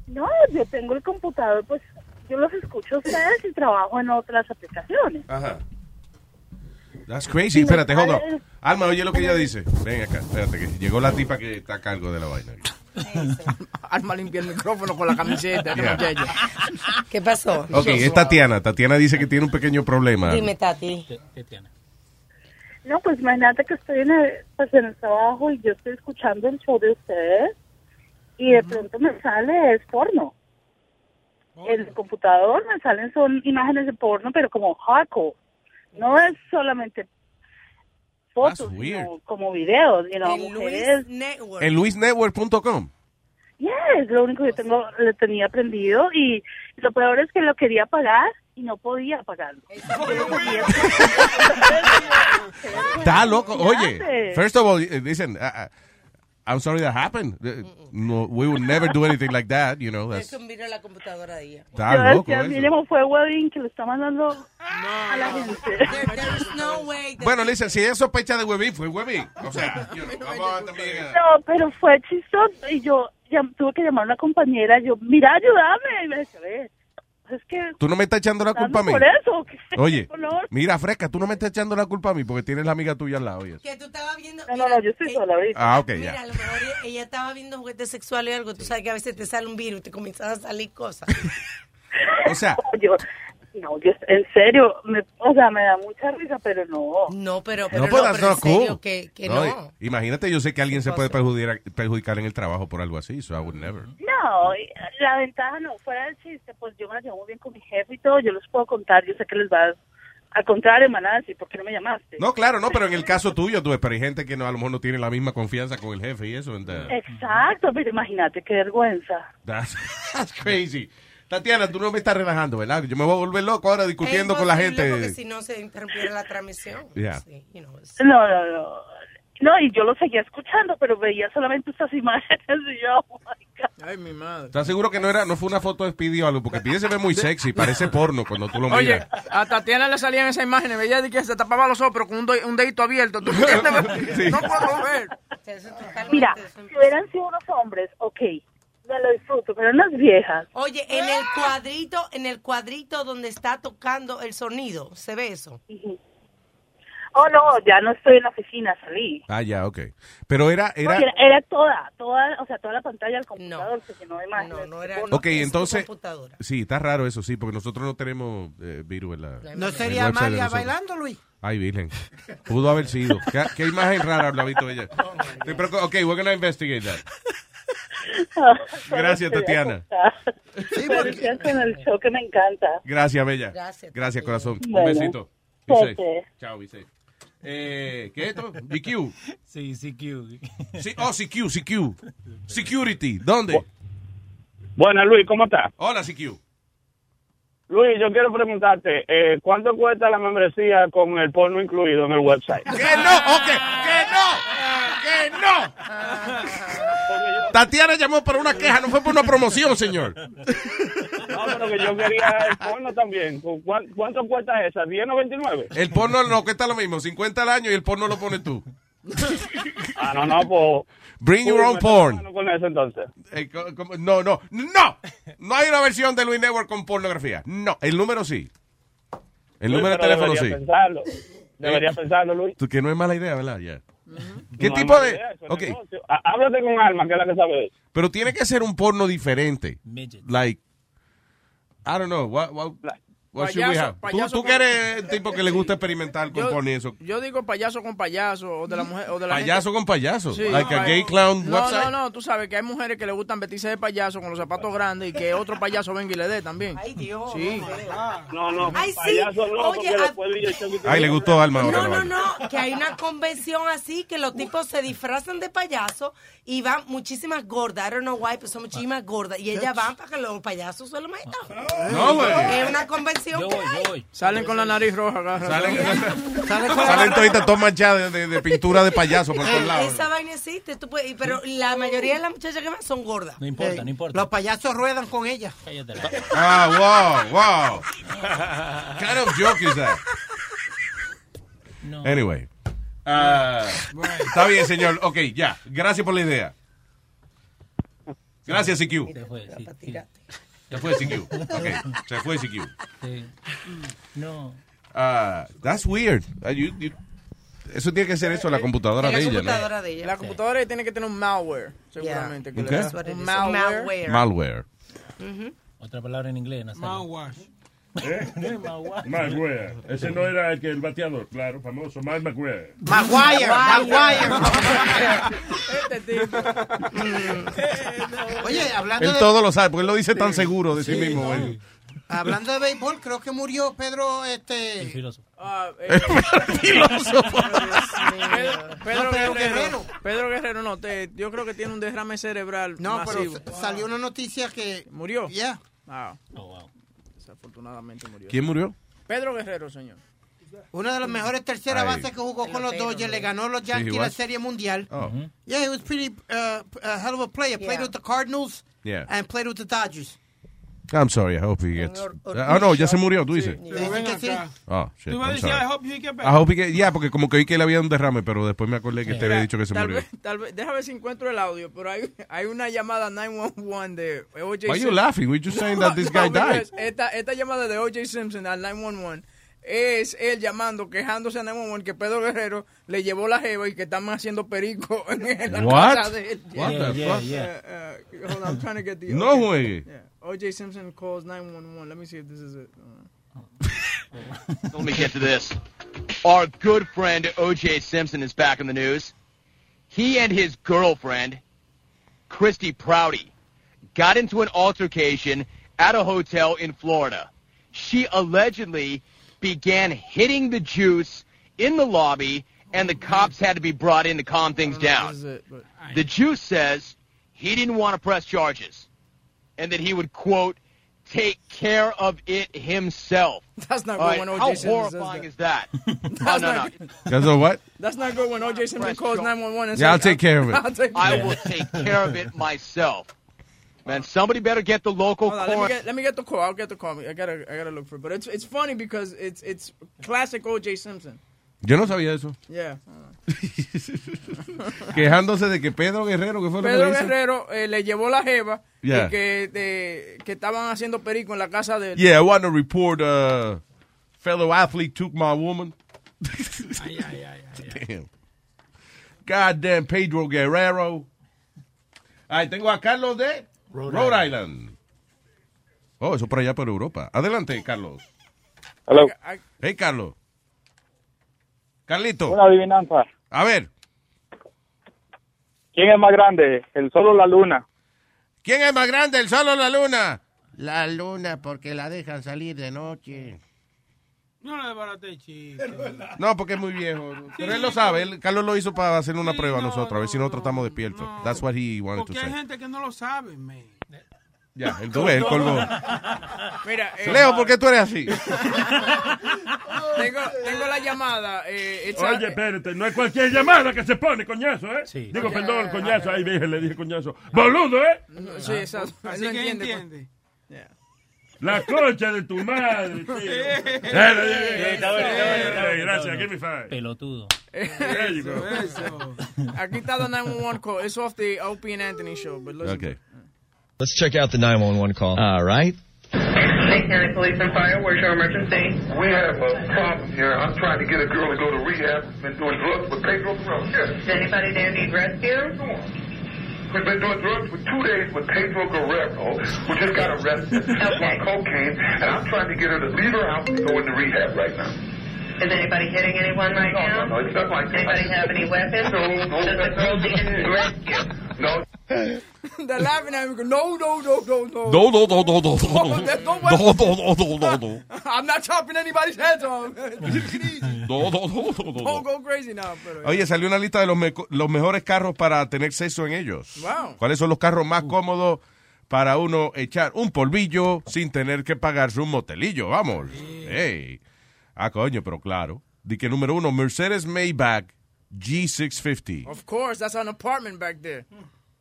Speaker 33: No, yo tengo el computador, pues yo los escucho a ustedes y trabajo en otras aplicaciones.
Speaker 4: Ajá. That's crazy. Espérate, hold on. Alma, oye lo que ella dice. Ven acá, espérate, que llegó la tipa que está a cargo de la vaina.
Speaker 13: Alma limpia el micrófono con la camiseta. este
Speaker 4: Yeah.
Speaker 16: ¿Qué pasó?
Speaker 4: Ok, es Tatiana. Tatiana dice que tiene un pequeño problema.
Speaker 16: Dime, Tati.
Speaker 33: No, pues imagínate que estoy en el, pues, en el trabajo y yo estoy escuchando el show de ustedes y de pronto me sale es porno. En el computador me salen son imágenes de porno, pero como hardcore. No es solamente fotos, sino como videos, you know, mujeres.
Speaker 4: En luisnetwork.com.
Speaker 33: Yes, lo único que yo tengo, le tenía aprendido y lo peor es que lo quería pagar y no podía pagarlo.
Speaker 4: Está loco. Oye,
Speaker 33: haces?
Speaker 4: first of all, eh, listen, I- I- I'm sorry that happened. Eh, No, we would never do anything like that, you know. That's,
Speaker 16: Eso mira la computadora de ella.
Speaker 4: está
Speaker 33: Yo
Speaker 4: loco
Speaker 33: decía,
Speaker 4: eso.
Speaker 33: mínimo fue Webbing que lo está mandando a la gente.
Speaker 4: Bueno, listen, si ella sospecha de Webin, fue Webin. O sea, you know, vamos a también... a-
Speaker 33: No, pero fue chistoso y yo llam- tuve que llamar a una compañera. Yo, mira, ayúdame. Y me dice, "Ve, es que.
Speaker 4: Tú no me estás echando la
Speaker 33: dame
Speaker 4: culpa a mí.
Speaker 33: Por eso. ¿o qué?
Speaker 4: Oye,
Speaker 33: Color.
Speaker 4: mira, fresca, tú no me estás echando la culpa a mí porque tienes la amiga tuya al lado. y eso.
Speaker 33: No, no, no, yo estoy sola ahorita.
Speaker 4: Ah, ok,
Speaker 16: Mira,
Speaker 4: ya.
Speaker 16: a lo mejor e- ella estaba viendo juguetes sexuales o algo. Tú sabes que a veces te sale un virus y te comienzan a salir cosas.
Speaker 4: O sea,
Speaker 33: Yo, no, yo, en serio, me- o sea, me da mucha risa, pero no.
Speaker 16: No, pero,
Speaker 4: no, pues, that's not cool.
Speaker 16: que,
Speaker 4: No, i- Imagínate, yo sé que alguien se puede perjudicar, perjudicar en el trabajo por algo así, so I would never.
Speaker 33: No, y la ventaja no, fuera del chiste, pues yo me la llevo muy bien con mi jefe y todo, yo les puedo contar, yo sé que les va a... Al contrario, me van a decir, ¿por qué no me llamaste?
Speaker 4: No, claro, no, pero en el caso tuyo, tú, pero hay gente que no, a lo mejor no tiene la misma confianza con el jefe y eso. and, uh,
Speaker 33: Exacto, pero imagínate qué vergüenza.
Speaker 4: that's, that's crazy. Tatiana, tú no me estás relajando, ¿verdad? Yo me voy a volver loco ahora discutiendo con la
Speaker 16: Porque
Speaker 4: gente.
Speaker 16: si no se interrumpiera la transmisión.
Speaker 4: Yeah.
Speaker 33: No, no, no. No, y yo lo seguía escuchando, pero veía solamente estas imágenes y yo, oh my God.
Speaker 13: Ay, mi madre.
Speaker 4: ¿Estás seguro que no era no fue una foto de Speedy o algo? Porque Speedy se ve muy sexy, parece porno cuando tú lo
Speaker 13: Oye,
Speaker 4: miras.
Speaker 13: a Tatiana le salían esas imágenes. Veía de que se tapaba los ojos, pero con un, do- un dedito abierto. ¿Tú entiendes? No puedo ver.
Speaker 33: Mira, si hubieran sido unos hombres, ok, me lo disfruto, pero unas viejas.
Speaker 16: Oye, en el cuadrito, en el cuadrito donde está tocando el sonido, ¿se ve eso?
Speaker 33: Oh, no, ya no estoy en la oficina, salí.
Speaker 4: Ah, ya, ok. Pero era,
Speaker 33: No,
Speaker 4: era...
Speaker 33: Era, era toda, toda, o sea, toda la pantalla del computador, porque no hay más. No, no era.
Speaker 4: Ok, entonces... Sí, está raro eso, sí, porque nosotros no tenemos eh, virus en la... en
Speaker 23: ¿No
Speaker 4: el
Speaker 23: sería
Speaker 4: website de
Speaker 23: Amalia
Speaker 4: nosotros.
Speaker 23: bailando, Luis?
Speaker 4: Ay, virgen. Pudo haber sido. ¿Qué, qué imagen rara habrá visto ella? Sí, pero, ok, we're gonna investigate that. Gracias, Tatiana.
Speaker 33: Pero ustedes con el show que me encanta.
Speaker 4: Gracias, bella.
Speaker 33: Gracias,
Speaker 4: Gracias, corazón.
Speaker 33: Bueno.
Speaker 4: Un besito. Be
Speaker 33: Ok.
Speaker 4: safe. Chao, be safe. Eh, ¿Qué es esto? BQ.
Speaker 19: Sí, CQ.
Speaker 4: Sí, oh, CQ, CQ. Security. ¿Dónde?
Speaker 27: Buenas, Luis, ¿cómo estás?
Speaker 4: Hola, CQ.
Speaker 27: Luis, yo quiero preguntarte, eh, ¿cuánto cuesta la membresía con el porno incluido en el website?
Speaker 4: ¡Que no! ¡Ok! ¡Que no! ¡Que no! Tatiana llamó para una queja, no fue por una promoción, señor.
Speaker 27: No, pero que yo quería el porno también. ¿Cu- cuán- ¿Cuánto cuesta esa? ¿10.99?
Speaker 4: El porno no cuesta lo mismo, 50 al año y el porno lo pones tú.
Speaker 27: Ah, no, no, pues...
Speaker 4: Bring your
Speaker 27: Uy,
Speaker 4: own
Speaker 27: me
Speaker 4: porn.
Speaker 27: tomo Con eso, entonces.
Speaker 4: Eh, co- como- no, no, no. No hay una versión de Luis Network con pornografía. No, el número sí. El
Speaker 27: Luis,
Speaker 4: número de
Speaker 27: pero
Speaker 4: teléfono sí.
Speaker 27: debería Pensarlo. Debería
Speaker 4: Eh.
Speaker 27: pensarlo, Luis.
Speaker 4: Tú, que no es mala idea, ¿verdad? Ya. ¿Qué
Speaker 27: No hay
Speaker 4: tipo
Speaker 27: mala
Speaker 4: de...?
Speaker 27: idea, eso es
Speaker 4: ok,
Speaker 27: negocio. Há- Háblate con Alma, que es la que sabe.
Speaker 4: pero tiene que ser un porno diferente. Like, I don't know, what, what, what should we
Speaker 13: Payaso,
Speaker 4: have? Tú,
Speaker 13: payaso
Speaker 4: tú
Speaker 13: con-
Speaker 4: que eres el tipo que le gusta experimentar con porno y eso.
Speaker 13: Yo digo payaso con payaso o de la mujer o de la
Speaker 4: Payaso
Speaker 13: gente-
Speaker 4: con payaso.
Speaker 13: Sí.
Speaker 4: like a gay clown
Speaker 13: no,
Speaker 4: website.
Speaker 13: No, no, tú sabes que hay mujeres que le gustan vestirse de payaso con los zapatos grandes y que otro payaso venga y le dé también. Ay, Dios. Sí.
Speaker 27: Ah. No, no,
Speaker 16: Ay, sí.
Speaker 27: payaso no,
Speaker 16: Oye,
Speaker 27: porque
Speaker 16: a-
Speaker 27: después el DJ Chucky te
Speaker 4: Ay, le
Speaker 27: dice,
Speaker 4: gustó Alma ahora.
Speaker 16: No, no,
Speaker 4: vaya.
Speaker 16: no, que hay una convención así que los tipos se disfrazan de payaso y van muchísimas gordas. I don't know why, pero son muchísimas gordas. Y ellas van para que los payasos se lo metan.
Speaker 4: No, güey.
Speaker 16: Es una convención que hay.
Speaker 13: Salen con la nariz roja, agarra.
Speaker 4: Salen,
Speaker 16: Salen con la
Speaker 4: Salen
Speaker 16: barba. Eh,
Speaker 4: toditas todas manchadas de, de- de pintura de payaso por todos lados.
Speaker 16: Ah, Esa vaina existe, tú puedes- y- pero la mayoría de las muchachas que van son gordas.
Speaker 19: No importa, no importa.
Speaker 23: Los payasos ruedan con ella.
Speaker 4: Ah, wow, wow. What kind of joke is that? Anyway. Ah, Está bien, señor. Ok, ya. Gracias por la idea. Gracias, CQ.
Speaker 19: Se fue, sí, sí.
Speaker 4: Se fue CQ. Ok, se fue CQ.
Speaker 19: Sí. No.
Speaker 4: Ah, that's weird. Ah, you- you- eso tiene que ser eso, la computadora de ella, ¿no?
Speaker 13: de ella. La computadora tiene que tener un malware, seguramente. que
Speaker 4: ¿Un
Speaker 13: le
Speaker 4: qué?
Speaker 13: da.
Speaker 4: That's what it
Speaker 13: Un
Speaker 16: is.
Speaker 13: malware.
Speaker 4: Malware.
Speaker 19: Otra palabra en inglés, Nazario.
Speaker 7: Malware.
Speaker 26: ¿Eh?
Speaker 19: Malware.
Speaker 26: Maguire. Ese no era el, que, el bateador, claro, famoso. Mike Maguire.
Speaker 23: Maguire, Maguire. Este
Speaker 26: Este
Speaker 23: Oye, hablando
Speaker 4: Él
Speaker 23: de,
Speaker 4: todo lo sabe, porque él lo dice tan seguro de sí, mismo. güey.
Speaker 23: hablando de béisbol, creo que murió Pedro, este... El
Speaker 19: filósofo.
Speaker 4: El filósofo.
Speaker 13: Pedro, Pedro
Speaker 23: No,
Speaker 13: Guerrero.
Speaker 23: Pedro
Speaker 13: Pedro Guerrero, no. te- yo creo que tiene un derrame cerebral
Speaker 23: No,
Speaker 13: masivo.
Speaker 23: pero salió una noticia que...
Speaker 13: ¿Murió?
Speaker 23: Ya.
Speaker 13: Ah. Desafortunadamente murió.
Speaker 4: ¿Quién murió?
Speaker 13: Pedro Guerrero, señor.
Speaker 23: Una de las mejores terceras
Speaker 4: Ay.
Speaker 23: bases que jugó con los
Speaker 13: Pelotero,
Speaker 23: Dodgers,
Speaker 13: ¿no?
Speaker 23: le ganó a los
Speaker 4: Sí,
Speaker 23: Yankees
Speaker 4: he
Speaker 23: la
Speaker 4: was.
Speaker 23: Serie Mundial.
Speaker 4: Oh. Mhm.
Speaker 23: Yeah, he was pretty uh, a hell of a player. Played with the Cardinals
Speaker 4: Yeah.
Speaker 23: and played with the Dodgers.
Speaker 4: I'm sorry, I hope he gets.
Speaker 23: Or- or-
Speaker 4: Ah, no, ya se murió, tú dices.
Speaker 23: Dicen
Speaker 7: ven
Speaker 23: que sí.
Speaker 7: acá.
Speaker 4: Oh, shit.
Speaker 7: Tú vas a
Speaker 4: I'm
Speaker 7: decir,
Speaker 4: sorry.
Speaker 7: I hope he get better.
Speaker 4: I hope he get- yeah, porque como que oí que le había dado un derrame, pero después me acordé que te había dicho que se
Speaker 13: Eh, tal
Speaker 4: murió.
Speaker 13: Vez, tal vez, déjame ver si encuentro el audio, pero hay, hay una llamada 911 de OJ
Speaker 4: Why you
Speaker 13: Simpson.
Speaker 4: laughing? We're just saying that this
Speaker 13: No,
Speaker 4: guy died.
Speaker 13: because Esta, esta llamada de OJ Simpson al 911 es él llamando, quejándose a 911 que Pedro Guerrero le llevó la jeva y que están haciendo perico en la
Speaker 4: What?
Speaker 13: casa de él.
Speaker 4: What the Yeah, yeah, fuck? yeah.
Speaker 13: Uh, uh, hold on, I'm trying to get the...
Speaker 4: No way.
Speaker 13: Yeah. OJ Simpson calls 911. Let me see if this is it. Uh,
Speaker 43: Let me get to this. Our good friend O.J. Simpson is back in the news. He and his girlfriend, Christy Prouty, got into an altercation at a hotel in Florida. She allegedly began hitting the juice in the lobby, and the cops had to be brought in to calm things down.
Speaker 13: this is it, but...
Speaker 43: The Jew says he didn't want to press charges and that he would, quote, take care of it himself.
Speaker 13: That's not
Speaker 43: All
Speaker 13: good when O.J.
Speaker 43: How
Speaker 13: Simpson says
Speaker 43: horrifying
Speaker 13: that.
Speaker 43: is that? no,
Speaker 13: That's
Speaker 43: no,
Speaker 13: not
Speaker 43: no.
Speaker 4: That's all what?
Speaker 13: That's not good when OJ Simpson calls 911 and
Speaker 4: Yeah, I'll
Speaker 43: says,
Speaker 4: take care of it.
Speaker 13: I'll take
Speaker 43: I
Speaker 13: care.
Speaker 43: will take care of it myself. Man, somebody better get the local
Speaker 13: Hold on, let me
Speaker 43: coroner.
Speaker 13: get let me get the call. I'll get the call. I gotta I gotta look for it. But it's it's funny because it's it's classic OJ Simpson.
Speaker 4: Yo no sabía eso.
Speaker 13: Yeah.
Speaker 4: Quejándose de que Pedro Guerrero, que fue lo
Speaker 13: Pedro
Speaker 4: que dice?
Speaker 13: Guerrero eh, le llevó la jeva
Speaker 4: Yeah.
Speaker 13: y que, de- que estaban haciendo perico en la casa de él.
Speaker 4: Yeah, I want to report uh fellow athlete took my woman. Damn. Goddamn Pedro Guerrero. Ahí tengo a Carlos de Rhode, Island. Oh, eso por allá por Europa. Adelante, Carlos.
Speaker 8: Hello.
Speaker 4: Hey, Carlos. Carlito.
Speaker 8: Una adivinanza.
Speaker 4: A ver.
Speaker 8: ¿Quién es más grande, el sol o la luna?
Speaker 7: ¿Quién es más grande, el sol o la luna? La luna, porque la dejan salir de noche.
Speaker 34: No le desbaraté chiste.
Speaker 4: No, porque es muy viejo. Pero él lo sabe. Él- Carlos lo hizo para hacer una prueba a nosotros, a ver si nosotros estamos despiertos. That's what he wanted to
Speaker 34: Porque hay
Speaker 4: say.
Speaker 34: gente que no lo sabe, man.
Speaker 4: Ya, el tú ves, el colgó.
Speaker 13: Mira, eh,
Speaker 4: Leo, ¿por qué tú eres así?
Speaker 13: tengo, tengo la llamada. eh, it's
Speaker 26: Oye,
Speaker 13: a-
Speaker 26: espérate, no es cualquier llamada que se pone, coñazo, ¿eh? Digo,
Speaker 13: Ya,
Speaker 26: perdón,
Speaker 13: ya,
Speaker 26: coñazo, ahí dije, le dije coñazo. ¡Boludo, eh!
Speaker 13: No, sí, exacto.
Speaker 34: Así
Speaker 13: no
Speaker 34: que
Speaker 13: entiende.
Speaker 34: entiende.
Speaker 26: La concha de tu madre, tío. Eh, eh, eh, eh,
Speaker 19: Está bueno, está bueno, está
Speaker 26: eh,
Speaker 19: bueno.
Speaker 26: Gracias, give me five.
Speaker 19: Pelotudo.
Speaker 26: There you go.
Speaker 13: Aquí está the 911 call. It's off the OP and Anthony show, but listen.
Speaker 28: Let's check out the 911 call. All right.
Speaker 20: Hey, County Police and Fire, where's your emergency?
Speaker 24: We have a problem here. I'm trying to get a girl to go to rehab. Been doing drugs with Pedro Guerrero. Yes.
Speaker 20: Does anybody there need rescue?
Speaker 24: We've been doing drugs for two days with Pedro Guerrero. We just got arrested.
Speaker 20: Okay.
Speaker 24: On cocaine. And I'm trying to get her to leave her house and go into rehab right now.
Speaker 20: Is anybody hitting anyone right now?
Speaker 24: No, it's not like
Speaker 20: Anybody have any weapons?
Speaker 24: No, no,
Speaker 20: Does the girl need rescue?
Speaker 24: No.
Speaker 13: They're laughing at me. go, No, no, no, no, no.
Speaker 4: No, no, no, no, no, no, no. No, no, no, no, no, no.
Speaker 13: I'm not chopping anybody's heads off.
Speaker 4: No, no, no, no, no, no.
Speaker 13: Don't go crazy now. Pero,
Speaker 4: Oye, salió una lista de los, meco- los mejores carros para tener sexo en ellos.
Speaker 13: Wow.
Speaker 4: ¿Cuáles son los carros más cómodos para uno echar un polvillo sin tener que pagarse un motelillo? Vamos. Ey. Ah, coño, pero claro. Di que número uno, Mercedes Maybach G650.
Speaker 13: Of course, that's an apartment back there.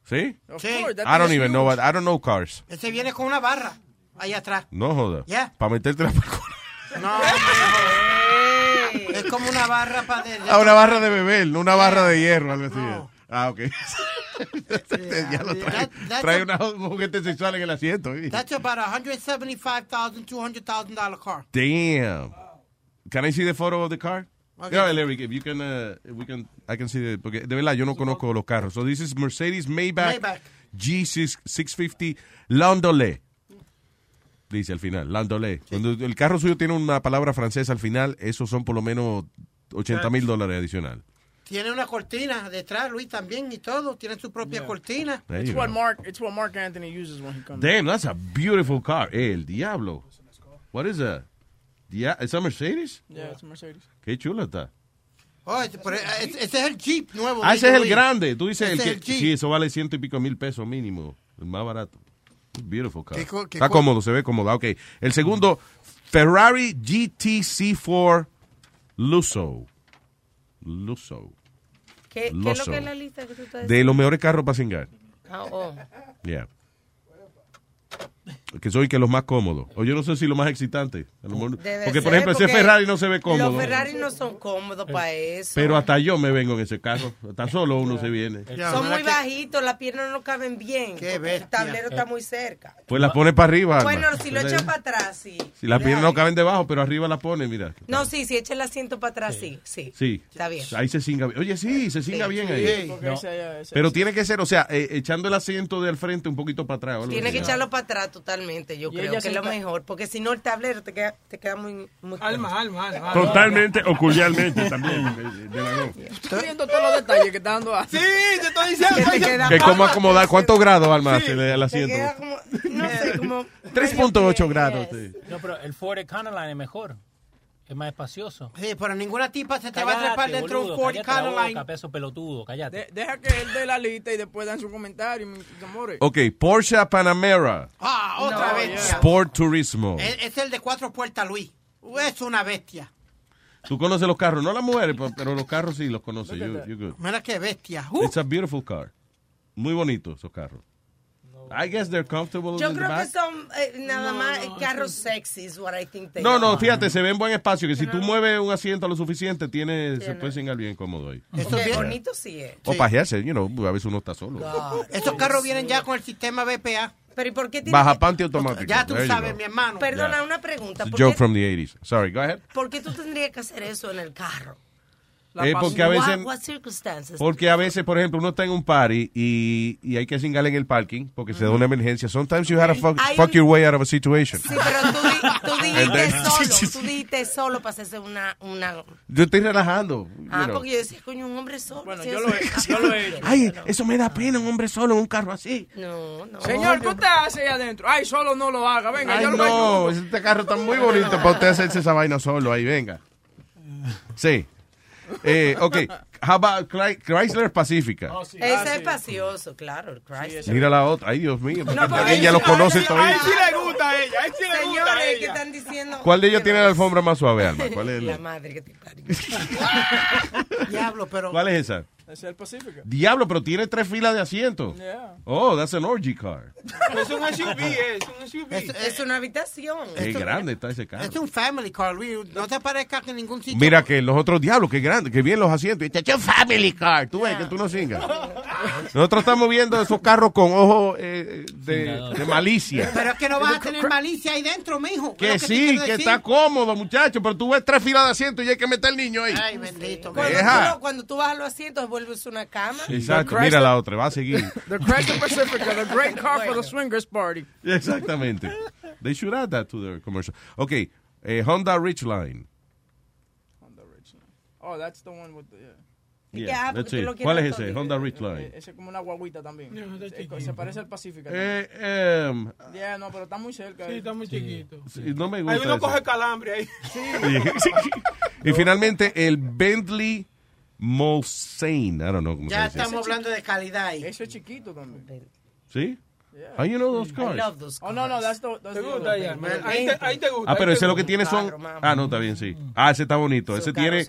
Speaker 4: ¿Sí?
Speaker 13: Of course, that
Speaker 4: I don't
Speaker 13: thing is
Speaker 4: even know.
Speaker 13: huge.
Speaker 4: what- I don't know cars.
Speaker 23: Ese viene con una barra ahí atrás.
Speaker 4: No joda.
Speaker 23: Yeah.
Speaker 4: Para meterte la
Speaker 23: No, es como una barra para de, de-
Speaker 4: Ah, una barra de beber, no una barra de hierro, algo así. Ah, ok. Este ya lo trae.
Speaker 23: that's
Speaker 4: Trae
Speaker 23: a-
Speaker 4: una- un juguete sexual en el asiento. ¿eh?
Speaker 23: That's about a hundred seventy-five thousand, two hundred thousand dollar car.
Speaker 4: Damn. Can I see the photo of the car?
Speaker 23: Okay.
Speaker 4: Yeah, Larry, if you can, uh, we can, I can see the, porque de verdad yo no conozco los carros. So this is Mercedes Maybach,
Speaker 23: Maybach.
Speaker 4: G650 Landolé. Dice al final, Landolé. Cuando el carro suyo tiene una palabra francesa al final, esos son por lo menos 80 mil dólares adicional.
Speaker 23: Tiene una cortina detrás, Luis también y todo. Tiene su propia cortina.
Speaker 4: There you
Speaker 13: What
Speaker 4: go.
Speaker 13: Mark? It's what Mark Anthony uses when he comes.
Speaker 4: Damn, that's a beautiful car. Eh, el diablo. What is that? Dia ¿Es a Mercedes?
Speaker 13: Yeah, it's a Mercedes.
Speaker 4: Qué chula está.
Speaker 23: Oh, ese, pero, eh, ese- ese es el Jeep nuevo.
Speaker 4: Ah,
Speaker 23: dice
Speaker 4: ese es el
Speaker 23: Luis.
Speaker 4: grande. Tú dices
Speaker 23: Ese
Speaker 4: el
Speaker 23: es
Speaker 4: que.
Speaker 23: el Jeep.
Speaker 4: sí, eso vale ciento y pico mil pesos mínimo. El más barato. Beautiful car.
Speaker 23: Qué co- qué
Speaker 4: Está
Speaker 23: co-
Speaker 4: cómodo, se ve cómodo. Ah, Ok. El segundo, Ferrari GTC4 Lusso. Lusso.
Speaker 16: ¿Qué, qué es lo
Speaker 4: Lusso.
Speaker 16: que es la lista que tú estás
Speaker 4: De los mejores carros para cingar.
Speaker 16: Ah, oh.
Speaker 4: Yeah. Que soy que los más cómodos. O yo no sé si los más excitantes. A lo mejor-
Speaker 16: Debe
Speaker 4: porque, por
Speaker 16: ser,
Speaker 4: ejemplo, ese
Speaker 16: porque
Speaker 4: Ferrari no se ve cómodo.
Speaker 16: Los Ferrari no son cómodos para
Speaker 19: Eh,
Speaker 16: eso.
Speaker 4: Pero hasta yo me vengo en ese carro. Hasta solo uno se viene.
Speaker 23: Son
Speaker 16: muy bajitos, las piernas no caben bien. porque el tablero
Speaker 19: Eh.
Speaker 16: está muy cerca.
Speaker 4: Pues la pone para arriba. Alma.
Speaker 16: Bueno, si lo
Speaker 4: Entonces,
Speaker 16: echan para atrás, sí.
Speaker 4: Si las piernas no caben debajo, pero arriba la pone, mira.
Speaker 16: No, sí, si echa el asiento para atrás, sí. Sí.
Speaker 4: Sí.
Speaker 16: Está bien.
Speaker 4: Ahí se cinga bien. Oye, sí, se cinga bien
Speaker 16: sí,
Speaker 4: ahí.
Speaker 16: porque No. ese- ese-
Speaker 4: Pero tiene que ser, o sea, eh, echando el asiento del frente un poquito para atrás. o algo
Speaker 16: Tiene
Speaker 4: así.
Speaker 16: que echarlo para atrás totalmente, yo
Speaker 13: Y
Speaker 16: creo
Speaker 13: ella
Speaker 16: que es lo
Speaker 13: sienta-
Speaker 16: mejor, porque si no el tablero te queda, te queda muy, muy
Speaker 13: Alma, alma, alma.
Speaker 26: Totalmente o curialmente también.
Speaker 4: eh,
Speaker 26: porque, de la no.
Speaker 13: Estoy viendo todos los detalles que está dando así. Sí, te estoy diciendo. Que te queda
Speaker 4: Que cómo
Speaker 13: palma.
Speaker 4: acomodar, ¿cuántos grados, Alma, se le da el asiento?
Speaker 16: queda como, no sé, como...
Speaker 4: 3.8 grados. sí.
Speaker 19: No, pero el Ford Econoline es mejor. Es más espacioso.
Speaker 23: Sí, pero ninguna tipa se te va a
Speaker 19: Cállate,
Speaker 23: trepar dentro de un
Speaker 19: boludo,
Speaker 23: Ford
Speaker 19: cállate la
Speaker 23: Caroline.
Speaker 19: boca, peso pelotudo, cállate.
Speaker 13: De- deja que él dé la lista y después dan su comentario, mis amores.
Speaker 4: Ok, Porsche Panamera,
Speaker 23: Ah, otra
Speaker 13: No,
Speaker 23: bestia.
Speaker 4: Sport Turismo.
Speaker 16: Eh.
Speaker 23: Es, es el de cuatro puertas, Luis. Uh, Es una bestia.
Speaker 4: Tú conoces los carros, no las mujeres, pero- pero los carros sí los conoces. You- you good.
Speaker 23: Mira qué bestia. Uh,
Speaker 4: It's a beautiful car. Muy bonito esos carros. I guess they're comfortable
Speaker 16: Yo
Speaker 4: in the
Speaker 16: creo que
Speaker 4: back.
Speaker 16: son eh, nada más carros sexy, is what I think they
Speaker 4: No,
Speaker 16: are.
Speaker 4: no, fíjate, se ve en buen espacio, que si tú mueves un asiento lo suficiente, tiene, se
Speaker 16: Tiene.
Speaker 4: puede singar bien cómodo ahí.
Speaker 16: Porque bonito sí es.
Speaker 4: O pajearse, you know, a veces uno está solo.
Speaker 23: Estos carros vienen ya con el sistema BPA.
Speaker 16: Pero ¿y por qué
Speaker 4: Baja panty automático.
Speaker 23: Ya tú
Speaker 4: There you
Speaker 23: sabes,
Speaker 4: go.
Speaker 23: mi hermano.
Speaker 16: Perdona,
Speaker 4: Yeah.
Speaker 16: una pregunta.
Speaker 4: It's a
Speaker 16: ¿Por
Speaker 4: joke
Speaker 16: qué,
Speaker 4: from the 80s. Sorry, go ahead.
Speaker 16: por qué tú tendrías que hacer eso en el carro?
Speaker 4: La Eh, pasión. porque a veces-
Speaker 16: What, what circumstances?
Speaker 4: Porque a veces, por ejemplo, uno está en un party y, y hay que singar en el parking porque se da una emergencia. Sometimes you gotta fuck,
Speaker 16: Hay
Speaker 4: fuck
Speaker 16: un-
Speaker 4: your way out of a situation.
Speaker 16: Sí, pero tú, di- tú
Speaker 4: And
Speaker 16: dijiste
Speaker 4: then-
Speaker 16: solo, tú dijiste solo para hacerse una... una
Speaker 4: Yo estoy relajando.
Speaker 16: ah,
Speaker 4: you know.
Speaker 16: porque yo decía, coño, un hombre solo. Bueno,
Speaker 13: yo lo he- yo lo he hecho.
Speaker 4: Ay, eso me da pena, un hombre solo en un carro así.
Speaker 16: No, no.
Speaker 13: Señor, ¿qué usted hace ahí adentro? Ay, solo no lo haga. Venga,
Speaker 4: Ay,
Speaker 13: yo lo
Speaker 4: no,
Speaker 13: ayudo.
Speaker 4: este carro está muy bonito para usted hacerse esa vaina solo. Ahí, venga. Sí. Eh, ok, how about Chrys- Chrysler Pacifica?
Speaker 34: oh,
Speaker 16: Ese
Speaker 34: Ah,
Speaker 16: es espacioso, claro, el Chrysler.
Speaker 4: Mira la otra. Ay, Dios mío,
Speaker 16: No, porque-
Speaker 4: ella lo conoce
Speaker 16: Ay,
Speaker 4: todavía.
Speaker 16: ay,
Speaker 34: le gusta a ella, a él sí le gusta a
Speaker 16: Señores, ¿qué
Speaker 34: ella.
Speaker 16: están diciendo?
Speaker 4: ¿Cuál de ellos tiene la alfombra más suave, Alma? ¿Cuál es,
Speaker 16: La
Speaker 4: el-
Speaker 16: madre que te parió.
Speaker 23: Diablo, pero...
Speaker 4: ¿Cuál es esa?
Speaker 34: Es el Pacífico.
Speaker 4: Diablo, pero tiene tres filas de asiento.
Speaker 34: Yeah.
Speaker 4: Oh, that's an orgy car.
Speaker 34: Es un SUV, es un SUV.
Speaker 23: Es-
Speaker 16: Es una habitación.
Speaker 4: Qué grande está ese carro.
Speaker 23: Es un family car, Luis. No te parezca en ningún sitio.
Speaker 4: Mira que los otros diablos, qué grande, qué bien los asientos. Este es un family car. Tú ves que tú no singas. Nosotros estamos viendo esos carros con ojos eh, de, de malicia.
Speaker 23: Pero es que no vas a tener malicia ahí dentro, mijo.
Speaker 4: Que
Speaker 23: Es lo
Speaker 4: sí,
Speaker 23: te quiero
Speaker 4: que
Speaker 23: decir.
Speaker 4: está cómodo, muchacho, pero tú ves tres filas de asientos y hay que meter el niño ahí.
Speaker 23: Ay, bendito.
Speaker 16: Cuando tú,
Speaker 4: Deja.
Speaker 16: lo- cuando tú bajas los asientos, vuelves una cama.
Speaker 4: Exacto,
Speaker 13: The
Speaker 4: mira
Speaker 13: Chrysler-
Speaker 4: la otra, va a seguir.
Speaker 13: The Chrysler Pacifica, the great car for the swingers party.
Speaker 4: Exactamente. They should add that to their commercial. Ok, eh, Honda Ridgeline.
Speaker 13: Oh, that's the one with the... yeah.
Speaker 4: Yeah,
Speaker 13: que, ah,
Speaker 4: let's
Speaker 13: porque tú
Speaker 4: see.
Speaker 13: lo quieres
Speaker 4: ¿Cuál es
Speaker 13: todo.
Speaker 4: ese? Honda
Speaker 13: Eh,
Speaker 4: Ridgeline.
Speaker 13: Ese es como una guaguita también. Eh, co- se parece al Pacífica.
Speaker 4: Eh, em,
Speaker 13: también. Yeah, no, pero está muy cerca.
Speaker 34: Sí, está muy chiquito.
Speaker 4: sí, no me
Speaker 34: Ahí
Speaker 4: gusta.
Speaker 34: uno
Speaker 4: ese.
Speaker 34: coge calambre ahí.
Speaker 4: Sí. y finalmente el Bentley Molsane. I don't know cómo
Speaker 23: Ya
Speaker 4: se dice.
Speaker 23: estamos hablando de calidad ahí.
Speaker 13: Ese es chiquito también.
Speaker 4: ¿Sí? How you know those cars?
Speaker 13: Oh, no, no, that's the... That's
Speaker 34: Te
Speaker 13: the
Speaker 34: gusta, ya,
Speaker 13: other.
Speaker 34: ahí te- ahí te gusta,
Speaker 4: Ah, pero
Speaker 34: ahí
Speaker 4: ese
Speaker 34: te
Speaker 4: lo que
Speaker 34: gusta.
Speaker 4: tiene son. Ah, no, está bien, sí. Ah, ese está bonito. Ese tiene.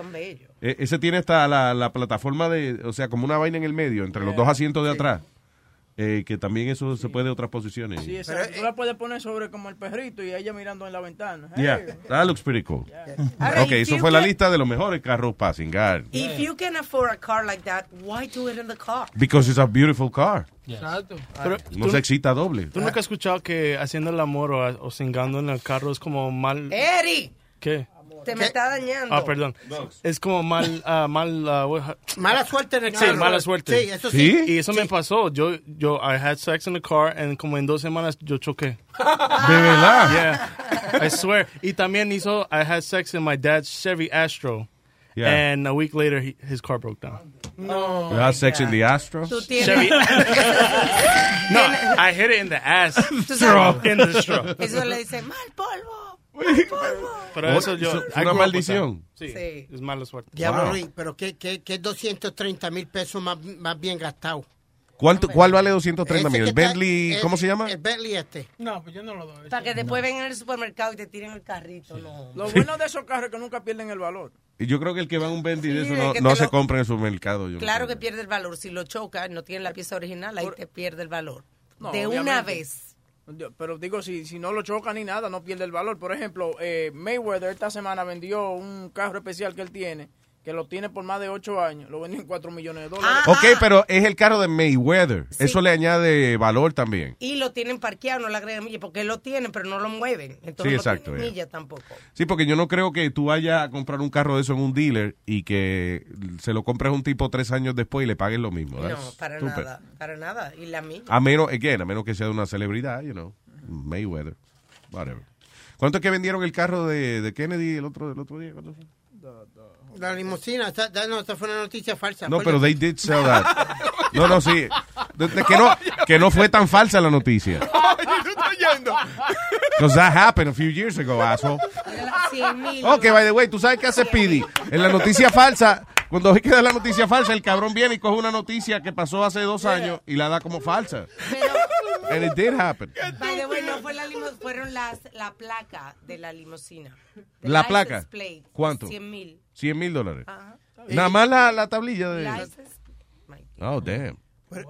Speaker 4: eh, Ese tiene hasta la, la plataforma de. O sea, como una vaina en el medio, entre los dos asientos de atrás. Eh, que también eso se puede de otras posiciones.
Speaker 13: Sí, exacto. Tú la puedes poner sobre como el perrito y ella mirando en la ventana. Hey.
Speaker 4: Yeah, that looks pretty cool.
Speaker 16: Ahora,
Speaker 4: Ok,
Speaker 16: ¿y
Speaker 4: eso
Speaker 16: si
Speaker 4: fue la
Speaker 16: usted-
Speaker 4: lista de los mejores carros para singar.
Speaker 16: If you can afford a car like that, why do it in the car?
Speaker 4: Because it's a beautiful car.
Speaker 16: Exacto.
Speaker 30: Pero
Speaker 4: No
Speaker 30: tú-
Speaker 4: se excita doble.
Speaker 30: ¿Tú nunca has escuchado que haciendo el amor o, o singando en el carro es como mal...
Speaker 23: Eh,
Speaker 16: Eri,
Speaker 30: ¿Qué?
Speaker 16: te me está dañando.
Speaker 30: Ah, perdón. Es como mal... ah, mal ah, what-
Speaker 23: Mala suerte en el
Speaker 30: Sí,
Speaker 23: carro.
Speaker 30: mala suerte.
Speaker 23: Sí, eso sí.
Speaker 30: Y eso me pasó. Yo, yo, I had sex in the car, and como en dos semanas yo choqué.
Speaker 4: ¿De verdad?
Speaker 30: Yeah, I swear. Y también hizo, I had sex in my dad's Chevy Astro.
Speaker 4: Yeah.
Speaker 30: And a week later, he, his car broke down.
Speaker 16: No.
Speaker 4: You have sex in the Astro?
Speaker 16: Oh, Tú tienes.
Speaker 30: Chevy. No, I hit it in the ass.
Speaker 16: Tú sabes-
Speaker 30: In the straw.
Speaker 16: Eso le dice mal polvo.
Speaker 30: Pero
Speaker 4: Oh,
Speaker 30: eso yo.
Speaker 4: eso fue
Speaker 30: I
Speaker 4: una
Speaker 30: grew up with that.
Speaker 4: maldición.
Speaker 30: Sí,
Speaker 16: Sí.
Speaker 30: Es mala suerte.
Speaker 23: Diablo,
Speaker 4: Wow.
Speaker 23: Luis, pero que, que, que 230 mil pesos más, más bien gastado.
Speaker 4: ¿Cuánto, ¿Cuál vale 230
Speaker 23: Ese
Speaker 4: mil? ¿El
Speaker 23: que está-
Speaker 4: Bentley?
Speaker 23: el-
Speaker 4: ¿Cómo se llama?
Speaker 23: El Bentley este.
Speaker 34: No, pues yo no lo doy.
Speaker 16: Para que después vengan al supermercado y te tiren el carrito. No.
Speaker 13: Lo bueno de esos carros es que nunca pierden el valor.
Speaker 4: Y Yo creo que el que va a un Bentley de
Speaker 16: Sí,
Speaker 4: eso
Speaker 16: el
Speaker 4: no,
Speaker 16: que
Speaker 4: no
Speaker 16: te
Speaker 4: se
Speaker 16: lo-
Speaker 4: compra en el supermercado. Yo
Speaker 16: Claro que pierde el valor. Si lo chocas, no tiene la pieza original, ahí te pierde el valor.
Speaker 13: Eh, No,
Speaker 16: de una
Speaker 13: obviamente.
Speaker 16: vez.
Speaker 13: Yo- Pero digo, si, si no lo chocan ni nada, no pierde el valor. Por ejemplo, eh, Mayweather esta semana vendió un carro especial que él tiene, que lo tiene por más de 8 años. Lo vendió en 4 millones de
Speaker 16: Ah,
Speaker 13: dólares.
Speaker 4: Ok, pero es el carro de Mayweather. Eso le añade valor también.
Speaker 16: Y lo tienen parqueado, no le agregan millas, porque lo tienen, pero no lo mueven. Entonces
Speaker 4: Sí,
Speaker 16: no
Speaker 4: exacto,
Speaker 16: tienen
Speaker 4: ya.
Speaker 16: millas tampoco.
Speaker 4: Sí, porque yo no creo que tú vayas a comprar un carro de eso en un dealer y que se lo compres a un tipo tres años después y le paguen lo mismo.
Speaker 16: no,
Speaker 4: That's
Speaker 16: para
Speaker 4: stupid.
Speaker 16: nada, para nada. Y la milla.
Speaker 4: A menos, again, a menos que sea de una celebridad, you know. Mayweather. Whatever. ¿Cuánto es que vendieron el carro de, de Kennedy el otro, el otro día? ¿Cuánto fue?
Speaker 23: La limusina, esa- da- no, esa fue una noticia falsa.
Speaker 4: No,
Speaker 23: Fue
Speaker 4: pero
Speaker 23: la-
Speaker 4: they did sell that. No, no, sí. De- de que, no, que no fue tan falsa la noticia.
Speaker 15: yo estoy yendo.
Speaker 4: Because that happened a few years ago, asshole. Ok, by the way, tú sabes qué hace Speedy. En la noticia falsa, cuando hay que dar la noticia falsa, el cabrón viene y coge una noticia que pasó hace dos años y la da como falsa. And it did happen.
Speaker 16: By the way, no fue la limo- fueron las, la placa de la limusina. The
Speaker 4: La
Speaker 16: license
Speaker 4: placa.
Speaker 16: plate.
Speaker 4: ¿Cuánto?
Speaker 16: 100 mil.
Speaker 4: 100 mil dólares.
Speaker 16: Ajá.
Speaker 4: Nada más la, la tablilla de...
Speaker 16: License.
Speaker 4: Oh, damn.
Speaker 23: Pues,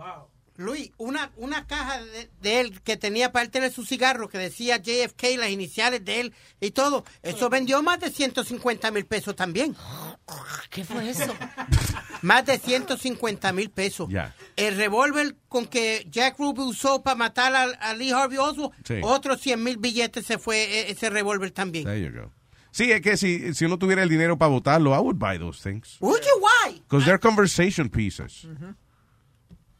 Speaker 23: Luis, una, una caja de, de él que tenía para él tener su cigarro que decía JFK, las iniciales de él y todo, eso vendió más de 150 mil pesos también.
Speaker 15: ¿Qué fue eso?
Speaker 23: Más de 150 mil pesos.
Speaker 4: Ya.
Speaker 23: El revólver con que Jack Ruby usó para matar a, a Lee Harvey Oswald,
Speaker 4: Sí.
Speaker 23: otros 100 mil billetes se fue e- ese revólver también.
Speaker 4: There you go. Sí, es que si, si uno tuviera el dinero para votarlo, I would buy those things.
Speaker 23: Would you why?
Speaker 4: Because they're conversation pieces.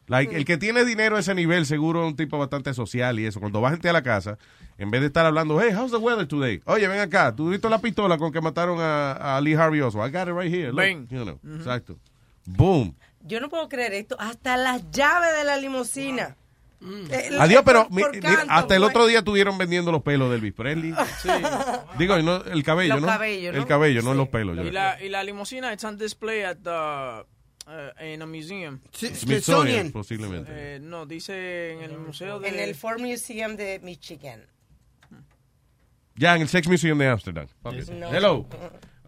Speaker 4: Like, el que tiene dinero a ese nivel, seguro es un tipo bastante social y eso. Cuando va gente a la casa, en vez de estar hablando, hey, how's the weather today? Oye, ven acá, tú viste la pistola con que mataron a, a Lee Harvey Oswald. I got it right here. Look,
Speaker 15: Ven.
Speaker 4: you know.
Speaker 16: Ujú.
Speaker 4: Exacto. Boom.
Speaker 16: Yo no puedo creer esto. Hasta las llaves de la limusina. Eh, la-
Speaker 4: Mm. Adiós, pero
Speaker 16: por-
Speaker 4: mi-
Speaker 16: por
Speaker 4: mira,
Speaker 16: canto, pues.
Speaker 4: hasta el
Speaker 16: güey.
Speaker 4: otro día estuvieron vendiendo los pelos del Elvis Presley. Digo, no, el cabello,
Speaker 13: Los
Speaker 4: ¿no?
Speaker 13: cabellos, ¿no?
Speaker 4: El cabello, no
Speaker 13: Sí.
Speaker 4: los pelos.
Speaker 13: Y
Speaker 4: yo-
Speaker 13: la, y la limusina está en display at the, uh, in a museum.
Speaker 4: Smithsonian, posiblemente.
Speaker 13: Eh, no, dice en el museo de...
Speaker 16: En el Ford Museum de Michigan.
Speaker 4: Ya, en el Sex Museum de Amsterdam. Fuck it.
Speaker 16: No.
Speaker 4: Hello.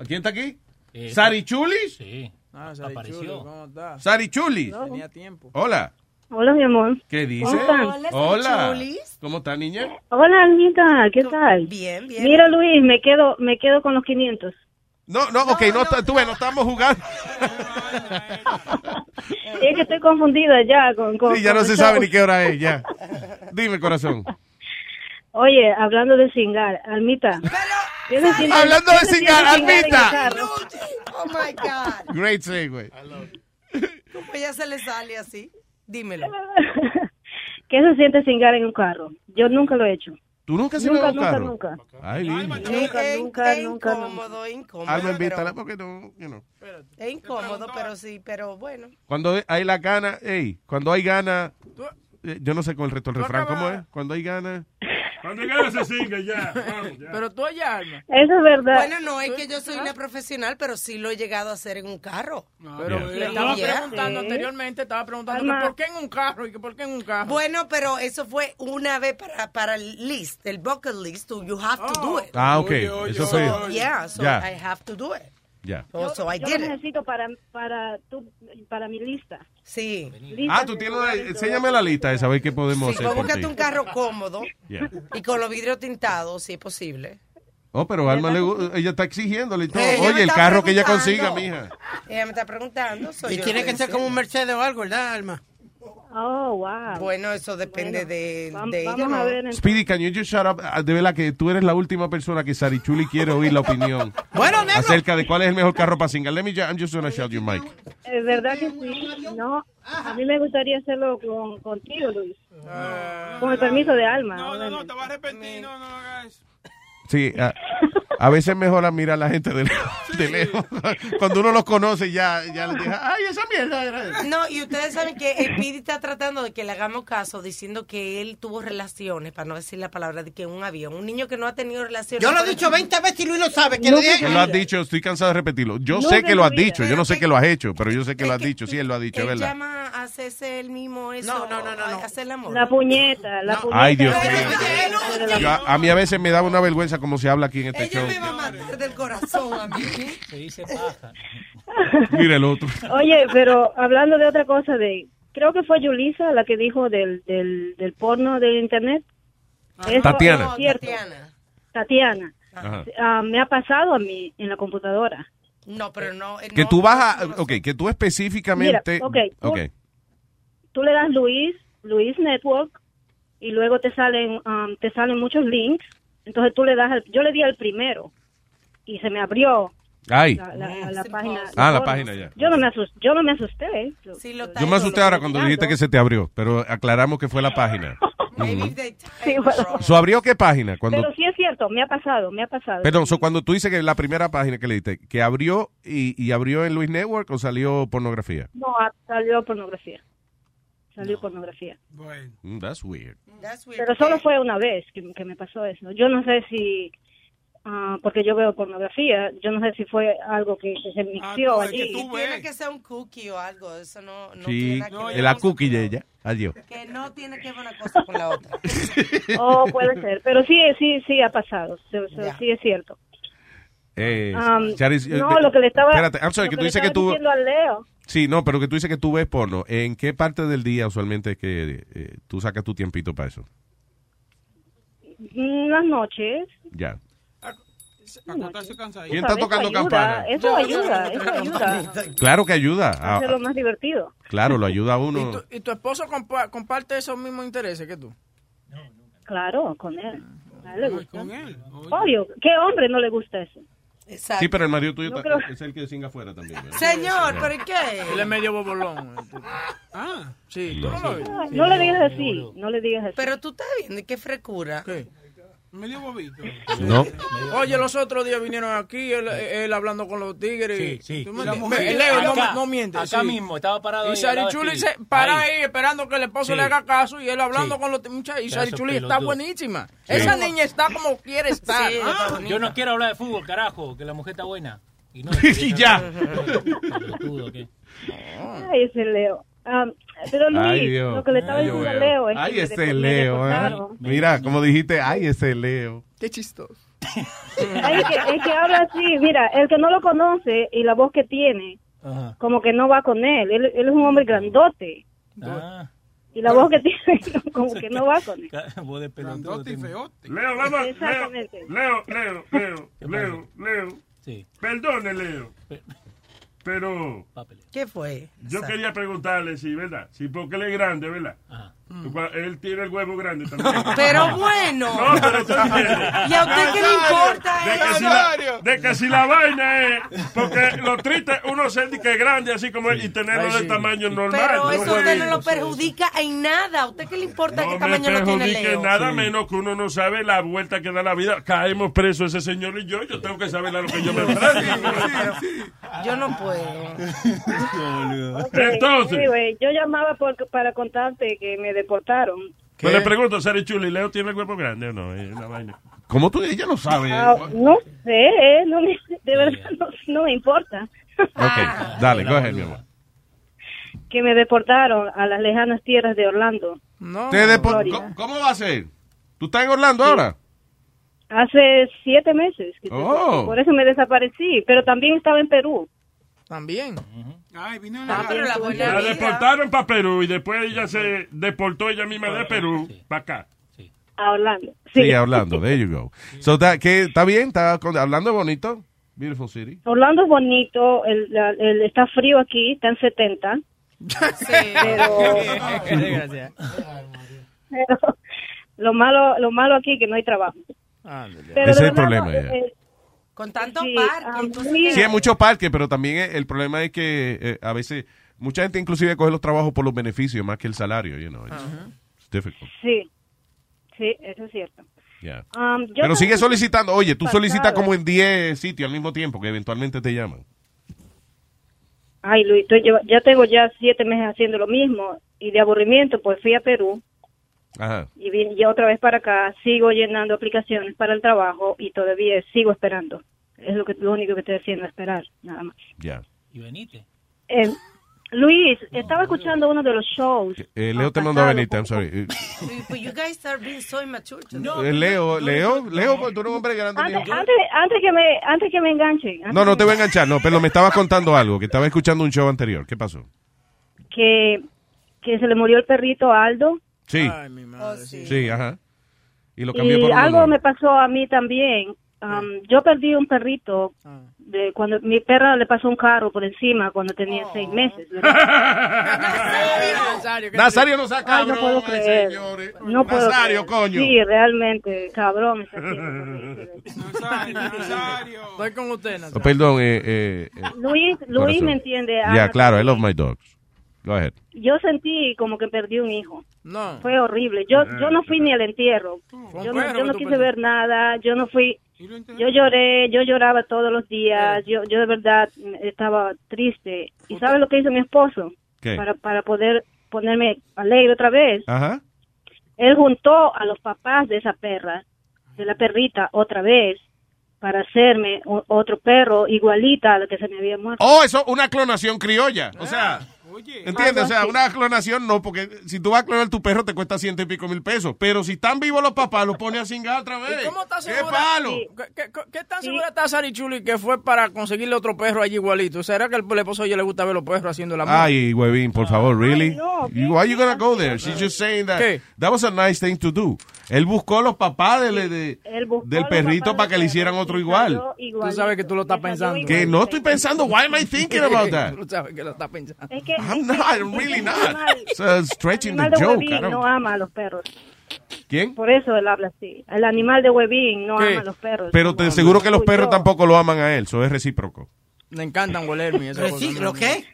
Speaker 4: ¿Quién está aquí?
Speaker 13: Eh,
Speaker 4: ¿Sari Chulis?
Speaker 19: Sí.
Speaker 13: Ah, Sari
Speaker 19: Apareció.
Speaker 13: Chulis, ¿cómo está?
Speaker 4: ¿Sari Chulis?
Speaker 13: Tenía tiempo.
Speaker 4: Hola.
Speaker 44: Hola, mi amor.
Speaker 4: ¿Qué dice?
Speaker 44: ¿Cómo están?
Speaker 4: Hola.
Speaker 44: Sari Chulis.
Speaker 4: ¿Cómo está, niña?
Speaker 44: Hola, Anita, ¿qué tal?
Speaker 16: Bien,
Speaker 44: bien. Mira, Luis, me quedo, me quedo con los 500.
Speaker 4: No, no, ok, no, está- tú ves, no estamos jugando.
Speaker 44: Es que estoy confundida ya con... con
Speaker 4: Sí, ya no
Speaker 44: con
Speaker 4: se
Speaker 44: eso.
Speaker 4: sabe ni qué hora es, ya. Dime, corazón.
Speaker 44: Oye, hablando de cingar, Almita. ¿tienes cingar-
Speaker 4: Hablando de
Speaker 44: tienes
Speaker 4: cingar,
Speaker 44: en el
Speaker 4: Almita.
Speaker 44: carro?
Speaker 16: Oh my God.
Speaker 4: Great segue.
Speaker 16: ¿Cómo ella se le sale así? Dímelo.
Speaker 44: ¿Qué se siente cingar en un carro? Yo nunca lo he hecho.
Speaker 4: ¿Tú nunca has
Speaker 44: Nunca,
Speaker 4: ido a un
Speaker 44: nunca,
Speaker 4: carro?
Speaker 44: nunca.
Speaker 4: Ay, niña.
Speaker 44: Nunca,
Speaker 16: Es
Speaker 44: nunca,
Speaker 16: es
Speaker 44: nunca,
Speaker 16: Eh, incómodo,
Speaker 44: nunca.
Speaker 16: incómodo.
Speaker 4: Alma, invítala
Speaker 16: pero-
Speaker 4: porque no, you know.
Speaker 16: Es incómodo, pero sí, pero bueno.
Speaker 4: Cuando hay la gana, ey, cuando hay gana, eh, yo no sé con el resto del refrán, ¿cómo es? Cuando hay gana.
Speaker 26: Cuando llegue se sigue ya. Vamos, ya.
Speaker 16: Pero tú allá, Alma.
Speaker 44: Eso es verdad.
Speaker 16: Bueno, no es que yo soy una profesional, pero sí lo he llegado a hacer en un carro.
Speaker 13: Pero
Speaker 16: Yeah.
Speaker 13: le estaba
Speaker 16: Yeah.
Speaker 13: preguntando anteriormente, estaba preguntando que
Speaker 16: Alma.
Speaker 13: por qué en un carro y que por qué en un carro.
Speaker 16: Bueno, pero eso fue una vez para, para el list, el bucket list. so You have to
Speaker 13: Oh.
Speaker 16: do it.
Speaker 4: Ah, ok. Eso fue.
Speaker 16: So, yeah, so
Speaker 4: Ya.
Speaker 16: I have to do it.
Speaker 4: Ya.
Speaker 16: So, so I
Speaker 44: Yo
Speaker 16: did
Speaker 44: lo
Speaker 16: it.
Speaker 44: necesito para, para, tu- para mi lista.
Speaker 16: Sí.
Speaker 4: Ah, tú tienes una, enséñame la lista de saber qué podemos
Speaker 16: Sí,
Speaker 4: hacer por ti.
Speaker 16: búscate un carro cómodo
Speaker 4: Yeah.
Speaker 16: y con los vidrios tintados, si es posible.
Speaker 4: Oh, pero Alma, le gu- ella está exigiéndole y todo.
Speaker 16: Eh, ella me
Speaker 4: Oye, el
Speaker 16: está
Speaker 4: carro que ella consiga,
Speaker 16: preguntando.
Speaker 4: mija.
Speaker 16: Ella me está preguntando. so
Speaker 23: Y
Speaker 16: yo
Speaker 23: tiene
Speaker 16: le
Speaker 23: que ser
Speaker 16: enseño.
Speaker 23: como un Mercedes o algo, ¿verdad, Alma?
Speaker 44: Oh, wow.
Speaker 16: Bueno, eso depende de, de ella.
Speaker 44: vamos a
Speaker 16: ¿no?
Speaker 44: ver entonces.
Speaker 4: Speedy, can you just shut up? Ah, De verdad que tú eres la última persona que Sarichuli quiere oír la opinión acerca de cuál es el mejor carro para single. Let me ju- I'm just gonna shout your mic.
Speaker 44: Es verdad que sí. No, a mí me gustaría hacerlo con, contigo, Luis.
Speaker 4: Ah.
Speaker 44: Con el permiso de Alma. No, no, no, te
Speaker 34: vas a arrepentir. No, no hagas.
Speaker 4: Sí, a, a veces es mejor mirar a la gente de, le- de lejos. Cuando uno los conoce ya, ya "Ah, les deja. Ay, esa mierda era.
Speaker 16: No, y ustedes saben que el Pidi está tratando de que le hagamos caso diciendo que él tuvo relaciones, para no decir la palabra, de que en un avión. Un niño que no ha tenido relaciones.
Speaker 23: Yo lo he
Speaker 16: con-
Speaker 23: dicho 20 veces y Luis lo sabe. Que
Speaker 16: No,
Speaker 23: lo dije-
Speaker 4: Que lo has dicho, estoy cansado de repetirlo. Yo
Speaker 16: No
Speaker 4: sé
Speaker 16: de
Speaker 4: que lo has
Speaker 16: mi vida.
Speaker 4: dicho, yo no sé que lo has hecho, pero yo sé que lo has dicho. Sí, él lo ha dicho, es
Speaker 16: Él
Speaker 4: ¿verdad?
Speaker 16: llama a hacerse el mismo eso. No, no, no, no. Hacer el amor.
Speaker 44: La puñeta, la puñeta.
Speaker 4: Ay, Dios mío. Yo- a mí a veces me daba una vergüenza como se habla aquí en este
Speaker 16: Ella
Speaker 4: show.
Speaker 16: me va a matar del corazón a mí. Se dice paja.
Speaker 4: Mira el otro.
Speaker 44: Oye, pero hablando de otra cosa, de creo que fue Yulisa la que dijo del, del, del porno del internet.
Speaker 16: Ah,
Speaker 44: Eso
Speaker 4: Tatiana.
Speaker 44: es cierto. Tatiana.
Speaker 4: Ajá.
Speaker 44: Ah, me ha pasado a mí en la computadora. Eh,
Speaker 16: No, pero no.
Speaker 4: Que tú vas a. Ok, que tú específicamente.
Speaker 44: Mira, ok, tú-
Speaker 4: Ok.
Speaker 44: Tú le das Luis, Luis Network, y luego te salen, ah, te salen muchos links. Entonces tú le das, al- yo le di al primero y se me abrió
Speaker 4: Ay.
Speaker 44: la, la- la página.
Speaker 4: Ah, la
Speaker 44: porno.
Speaker 4: página ya.
Speaker 44: Yo no me asusté, yo no me asusté.
Speaker 4: Yo me asusté ahora cuando dijiste que se te abrió, pero aclaramos que fue la página. Ujú.
Speaker 44: Sí, bueno.
Speaker 4: ¿So abrió qué página? Cuando,
Speaker 44: Pero sí es cierto, me ha pasado, me ha pasado.
Speaker 4: perdón, so cuando tú dices que la primera página que le diste, que abrió y, y abrió en Luis Network o salió pornografía?
Speaker 44: No, ah, salió pornografía. Salió pornografía.
Speaker 4: Mm, that's weird.
Speaker 44: Pero solo fue una vez que, que me pasó eso. Yo no sé si, ah, porque yo veo pornografía, yo no sé si fue algo que, que se mixió allí.
Speaker 16: Y tiene Ah, que ser un cookie o algo. Eso no. no
Speaker 4: Sí,
Speaker 16: tiene nada que ver.
Speaker 4: de la cookie de ella. Adiós.
Speaker 16: Que no tiene que ver una cosa con la otra.
Speaker 44: Oh, puede ser. Pero sí, sí, sí ha pasado. Se- se-
Speaker 16: Ya.
Speaker 44: Sí es cierto.
Speaker 4: Eh,
Speaker 44: Um,
Speaker 4: Charis, eh,
Speaker 44: no, lo que le estaba,
Speaker 4: Espérate, I'm sorry,
Speaker 44: lo
Speaker 4: que
Speaker 44: que
Speaker 4: tú
Speaker 44: le
Speaker 4: dices que
Speaker 44: estaba
Speaker 4: tú...
Speaker 44: diciendo al Leo,
Speaker 4: Sí, no, pero que tú dices que tú ves porno. ¿En qué parte del día usualmente es que eh, tú sacas tu tiempito para eso?
Speaker 44: Las noches.
Speaker 4: Ya.
Speaker 34: ¿Quién
Speaker 4: ¿Quién está tocando campana?
Speaker 44: Eso ayuda, eso ayuda.
Speaker 4: Claro que ayuda. Ah,
Speaker 44: Hace lo más divertido.
Speaker 4: claro, lo ayuda a
Speaker 13: ¿Y
Speaker 4: uno.
Speaker 13: tu, y tu esposo compa- comparte esos mismos intereses que tú?
Speaker 44: Claro, con él. A
Speaker 4: Ah,
Speaker 44: él le gusta. Obvio, ¿qué hombre no le gusta eso?
Speaker 16: Exacto.
Speaker 4: Sí, pero el marido tuyo
Speaker 44: No
Speaker 4: ta-
Speaker 44: creo-
Speaker 4: es el que singa afuera también. ¿verdad?
Speaker 16: Señor,
Speaker 4: Ya.
Speaker 16: ¿por qué?
Speaker 13: Él es medio bobolón. ah, sí, tú no lo ves.
Speaker 44: No le digas así, no le digas así.
Speaker 16: Pero tú estás viendo, ¿y qué frecura?
Speaker 13: Medio bobito.
Speaker 4: No.
Speaker 13: Oye, los otros días vinieron aquí, él, él hablando con los tigres.
Speaker 19: Sí, sí.
Speaker 13: ¿Tú
Speaker 19: Y
Speaker 13: me
Speaker 19: la
Speaker 13: entiendes?
Speaker 19: mujer-
Speaker 13: Ve, Leo, no,
Speaker 19: acá,
Speaker 13: no miente.
Speaker 19: acá mismo, estaba parado
Speaker 13: Y
Speaker 19: ahí, al lado de
Speaker 13: Sarichuli
Speaker 19: Steve.
Speaker 13: se para
Speaker 19: Ahí.
Speaker 13: ahí. esperando que el esposo
Speaker 19: Sí.
Speaker 13: le haga caso y él hablando
Speaker 19: Sí.
Speaker 13: con los muchachos. Y
Speaker 19: Pedazo
Speaker 13: Sarichuli está
Speaker 19: pelotudo.
Speaker 13: buenísima.
Speaker 19: Sí.
Speaker 13: Esa niña está como quiere estar.
Speaker 19: Sí,
Speaker 13: Ah.
Speaker 19: Yo no quiero hablar de fútbol, carajo, que la mujer está buena. Y, no,
Speaker 4: Y ya.
Speaker 19: Pelotudo, ¿qué?
Speaker 44: Ay, ese Leo. Ah, pero Luis,
Speaker 4: Ay, Dios.
Speaker 44: lo que le estaba
Speaker 4: Ay,
Speaker 44: diciendo a
Speaker 4: Leo.
Speaker 44: Leo eh. es
Speaker 4: Ay,
Speaker 44: que
Speaker 4: ese
Speaker 44: después me
Speaker 4: Leo. ¿eh?
Speaker 44: reportaron.
Speaker 4: Mira, como dijiste, ay, ese Leo.
Speaker 13: Qué chistoso.
Speaker 44: Ay, es que, es que habla así, mira, el que no lo conoce y la voz que tiene, como que no va con él. Él, él es un hombre grandote
Speaker 19: Ah,
Speaker 44: y la voz que tiene, como que no va con él.
Speaker 19: vos de pelotudo. tenés.
Speaker 26: Leo, vamos. Leo,
Speaker 44: Exactamente.
Speaker 26: Leo, Leo, Leo, Leo, Leo.
Speaker 19: Sí.
Speaker 26: Perdone, Leo. Pero
Speaker 16: ¿Qué fue?
Speaker 26: yo quería preguntarle si, ¿verdad? Si porque él es grande, ¿verdad? Cua- Él tiene el huevo grande también.
Speaker 16: Pero bueno.
Speaker 26: No, pero tú entiendes.
Speaker 16: ¿Y a usted qué le importa
Speaker 26: De que,
Speaker 16: eso?
Speaker 26: si la, de que si la vaina es. Porque lo triste es uno ser de que es grande, así como es, y tenerlo del tamaño normal.
Speaker 16: Pero eso
Speaker 26: puede-
Speaker 16: usted no lo perjudica en nada. ¿A usted qué le importa qué
Speaker 26: me
Speaker 16: tamaño lo tiene
Speaker 26: perjudique
Speaker 16: Leo?
Speaker 26: nada menos que uno no sabe la vuelta que da la vida. Caemos preso ese señor y yo. Yo tengo que saber a lo que yo me enfrento.
Speaker 16: Yo no puedo.
Speaker 26: Entonces.
Speaker 44: Anyway, yo llamaba por- para contarte que me deportaron.
Speaker 26: Pues le pregunto, Sari Chuli, ¿Leo tiene el cuerpo grande o no? Es una vaina.
Speaker 4: ¿Cómo tú? Ella no sabe.
Speaker 44: Ah, no sé, eh, no me- de verdad no, no me importa.
Speaker 4: Ok, dale, coge, mi amor.
Speaker 44: Que me deportaron a las lejanas tierras de Orlando.
Speaker 13: No.
Speaker 4: Te depo-
Speaker 44: Gloria.
Speaker 4: ¿Cómo- ¿Cómo va a ser? ¿Tú estás en Orlando ahora?
Speaker 44: Hace siete meses. que te-
Speaker 4: Oh.
Speaker 44: Por eso me desaparecí. Pero también estaba en Perú.
Speaker 13: También.
Speaker 34: Ay, vino
Speaker 13: una-
Speaker 34: una.
Speaker 13: ah, pero la buena
Speaker 26: La
Speaker 13: vida.
Speaker 26: deportaron para Perú y después ella se deportó ella misma
Speaker 4: Ah,
Speaker 26: de Perú para acá.
Speaker 44: A Orlando.
Speaker 4: Sí, hablando. There you go. So, that- ¿qué? ¿Está bien? ¿Está con- hablando bonito? Beautiful city.
Speaker 44: Orlando es bonito. El, la- el- está frío aquí. Está en 70.
Speaker 13: Ah,
Speaker 44: Pero,
Speaker 13: Gracias.
Speaker 44: pero lo malo lo malo aquí es que no hay trabajo. Pero
Speaker 4: Ese
Speaker 44: de
Speaker 4: es el
Speaker 44: verdad,
Speaker 4: problema.
Speaker 44: no,
Speaker 4: ya.
Speaker 44: eh,
Speaker 16: Con tanto
Speaker 44: Sí, ah,
Speaker 16: par,
Speaker 44: a
Speaker 16: con tus-
Speaker 44: mí-
Speaker 4: Sí, hay muchos parques, pero también eh, el problema es que eh, a veces mucha gente inclusive coge los trabajos por los beneficios más que el salario, you know. It's, it's difficult.
Speaker 44: Sí, sí, eso es cierto.
Speaker 4: Yeah.
Speaker 44: Um,
Speaker 4: Pero
Speaker 44: yo también-
Speaker 4: sigue solicitando. Oye, tú solicitas
Speaker 44: Pasado.
Speaker 4: como en 10 sitios al mismo tiempo que eventualmente te llaman.
Speaker 44: Ay, Luis, tú- yo- ya tengo ya siete meses haciendo lo mismo y de aburrimiento, pues fui a Perú
Speaker 4: Ajá.
Speaker 44: y vine ya otra vez para acá, sigo llenando aplicaciones para el trabajo y todavía sigo esperando. Es lo que lo único que estoy haciendo, esperar, nada más.
Speaker 4: Ya.
Speaker 19: Y venite.
Speaker 44: Eh, Luis, estaba escuchando uno de los shows.
Speaker 4: Eh, Leo te mandó a venir, I'm sorry. Eh,
Speaker 16: But you guys are being so immature today.
Speaker 4: eh, Leo, Leo, Leo, pues, tú eres un hombre grande.
Speaker 44: Antes,
Speaker 4: mijo.
Speaker 44: antes, antes que me antes que me enganchen, antes
Speaker 4: No, no
Speaker 44: que
Speaker 4: te voy a enganchar, no, pero me estabas contando algo, que estaba escuchando un show anterior. ¿Qué pasó?
Speaker 44: que que se le murió el perrito a Aldo
Speaker 4: Sí. Sí, ajá. Y lo cambió
Speaker 44: Oh, y
Speaker 4: por un
Speaker 44: algo
Speaker 4: honor.
Speaker 44: me pasó a mí también. Um, yo perdí un perrito
Speaker 4: Ah.
Speaker 44: de cuando mi perra le pasó un carro por encima cuando tenía
Speaker 4: Oh.
Speaker 44: seis meses.
Speaker 13: Nazario, ¿qué
Speaker 4: Nazario no saca,
Speaker 44: Ay, no puedo creer. No puedo
Speaker 4: Nazario,
Speaker 44: creer.
Speaker 4: coño.
Speaker 44: Sí, realmente, cabrón. está haciendo.
Speaker 13: Estoy con usted, Nazario.
Speaker 4: Oh, perdón, eh, eh, eh,
Speaker 44: Luis, Luis
Speaker 4: corazón.
Speaker 44: me entiende.
Speaker 4: Ya,
Speaker 44: Ana,
Speaker 4: claro, I love my dogs. Go ahead.
Speaker 44: Yo sentí como que perdí un hijo.
Speaker 13: No.
Speaker 44: Fue horrible. Yo
Speaker 4: Ah,
Speaker 44: yo no fui ni al entierro. Yo no,
Speaker 13: perro
Speaker 44: yo
Speaker 13: que
Speaker 44: no
Speaker 13: tú
Speaker 44: quise
Speaker 13: perdiste.
Speaker 44: ver nada. Yo no fui. Yo lloré, yo lloraba todos los días. Yo yo de verdad mm, estaba triste. ¿Y sabes lo que hizo mi esposo?
Speaker 4: ¿Qué?
Speaker 44: Para, para poder ponerme alegre otra vez.
Speaker 4: Ajá.
Speaker 44: Él juntó a los papás de esa perra, de la perrita, otra vez, para hacerme o- otro perro igualita a la que se me había muerto.
Speaker 4: Oh, eso, una clonación criolla. O sea, ¿Entiendes? O sea, una clonación no, porque si tú vas a clonar tu perro te cuesta ciento y pico mil pesos. Pero si están vivos los papás, los pones a cingar otra vez.
Speaker 13: ¿Y ¿Cómo estás
Speaker 4: ¡Qué
Speaker 13: segura?
Speaker 4: palo!
Speaker 13: ¿Qué, qué, qué- qué tan segura está Sari Chuli que fue para conseguirle otro perro allí igualito? ¿Será que el esposo a ella le gusta ver los perros haciendo la
Speaker 4: Ay, huevín, por favor, really?
Speaker 13: no,
Speaker 4: You- why you gonna go there? She's just saying that that was a nice thing to do. Él buscó los papás de- de- de-
Speaker 44: Él buscó
Speaker 4: del
Speaker 44: los
Speaker 4: perrito
Speaker 44: papás
Speaker 4: para que le
Speaker 44: del
Speaker 4: hicieran
Speaker 44: perro
Speaker 4: otro
Speaker 44: y
Speaker 4: igual.
Speaker 44: salió igualito.
Speaker 13: Tú sabes que tú lo estás
Speaker 44: Le salió
Speaker 13: pensando.
Speaker 44: igual.
Speaker 4: Que no estoy pensando, why am I thinking about that?
Speaker 13: Tú sabes que lo estás pensando.
Speaker 44: Es que,
Speaker 4: I'm
Speaker 44: es que-
Speaker 4: not,
Speaker 44: es que
Speaker 4: really
Speaker 44: el
Speaker 4: not.
Speaker 44: animal-
Speaker 4: It's a stretching
Speaker 44: El
Speaker 4: the
Speaker 44: animal de
Speaker 4: joke. I
Speaker 44: Webin
Speaker 4: don't-
Speaker 44: no ama a los perros.
Speaker 4: ¿Quién?
Speaker 44: Por eso él habla así. El animal de Webin no
Speaker 4: ¿Qué?
Speaker 44: ama a los perros.
Speaker 4: Pero te seguro que los perros tampoco lo aman a él, eso es recíproco.
Speaker 13: Le encantan olerme.
Speaker 23: ¿Recíproco qué?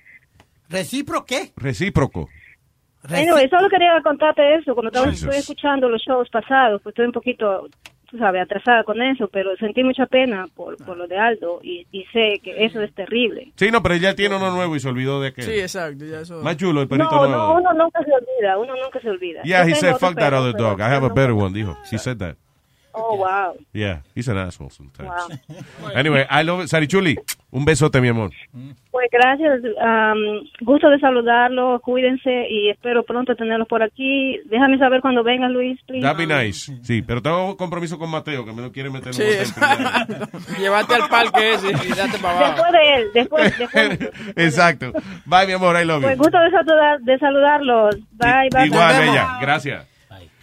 Speaker 23: ¿Recíproco qué?
Speaker 4: Recíproco.
Speaker 44: Anyway, solo quería contarte eso. Cuando estaba,
Speaker 4: Jesus.
Speaker 44: estoy escuchando los shows pasados, pues estoy un poquito, tú sabes, atrasada con eso, pero sentí mucha pena por, por lo de Aldo y, y sé que eso es terrible.
Speaker 4: Sí, no, pero él ya tiene uno nuevo y se olvidó de aquel.
Speaker 13: Sí, exacto. Ya eso.
Speaker 4: Más chulo el
Speaker 44: No,
Speaker 4: perrito nuevo.
Speaker 44: no, uno nunca se olvida, uno nunca se olvida.
Speaker 4: Yeah,
Speaker 44: Yo
Speaker 4: he
Speaker 44: tengo
Speaker 4: said,
Speaker 44: otro
Speaker 4: fuck that
Speaker 44: perro,
Speaker 4: other
Speaker 44: pero-
Speaker 4: dog. I have a better one, dijo. She said that.
Speaker 44: Oh, wow,
Speaker 4: Yeah, he's an asshole sometimes.
Speaker 44: wow.
Speaker 4: Anyway, I love it. Sarichuli, un besote, mi amor.
Speaker 44: Pues gracias, am, gusto de saludarlos, cuídense y espero pronto tenerlos por aquí. Déjame saber cuando vengas, Luis, please.
Speaker 4: That'd be nice. Sí, pero tengo un compromiso con Mateo, que me lo quiere meter en
Speaker 13: Sí,
Speaker 4: un hotel privado.
Speaker 13: Llévate al parque ese y date para abajo.
Speaker 44: Después de él, después, después.
Speaker 4: Exacto. Bye, mi amor. I love
Speaker 44: Pues
Speaker 4: you.
Speaker 44: gusto de, saludar- de saludarlos. Bye, bye.
Speaker 4: Igual,
Speaker 44: bye.
Speaker 4: bella. Gracias.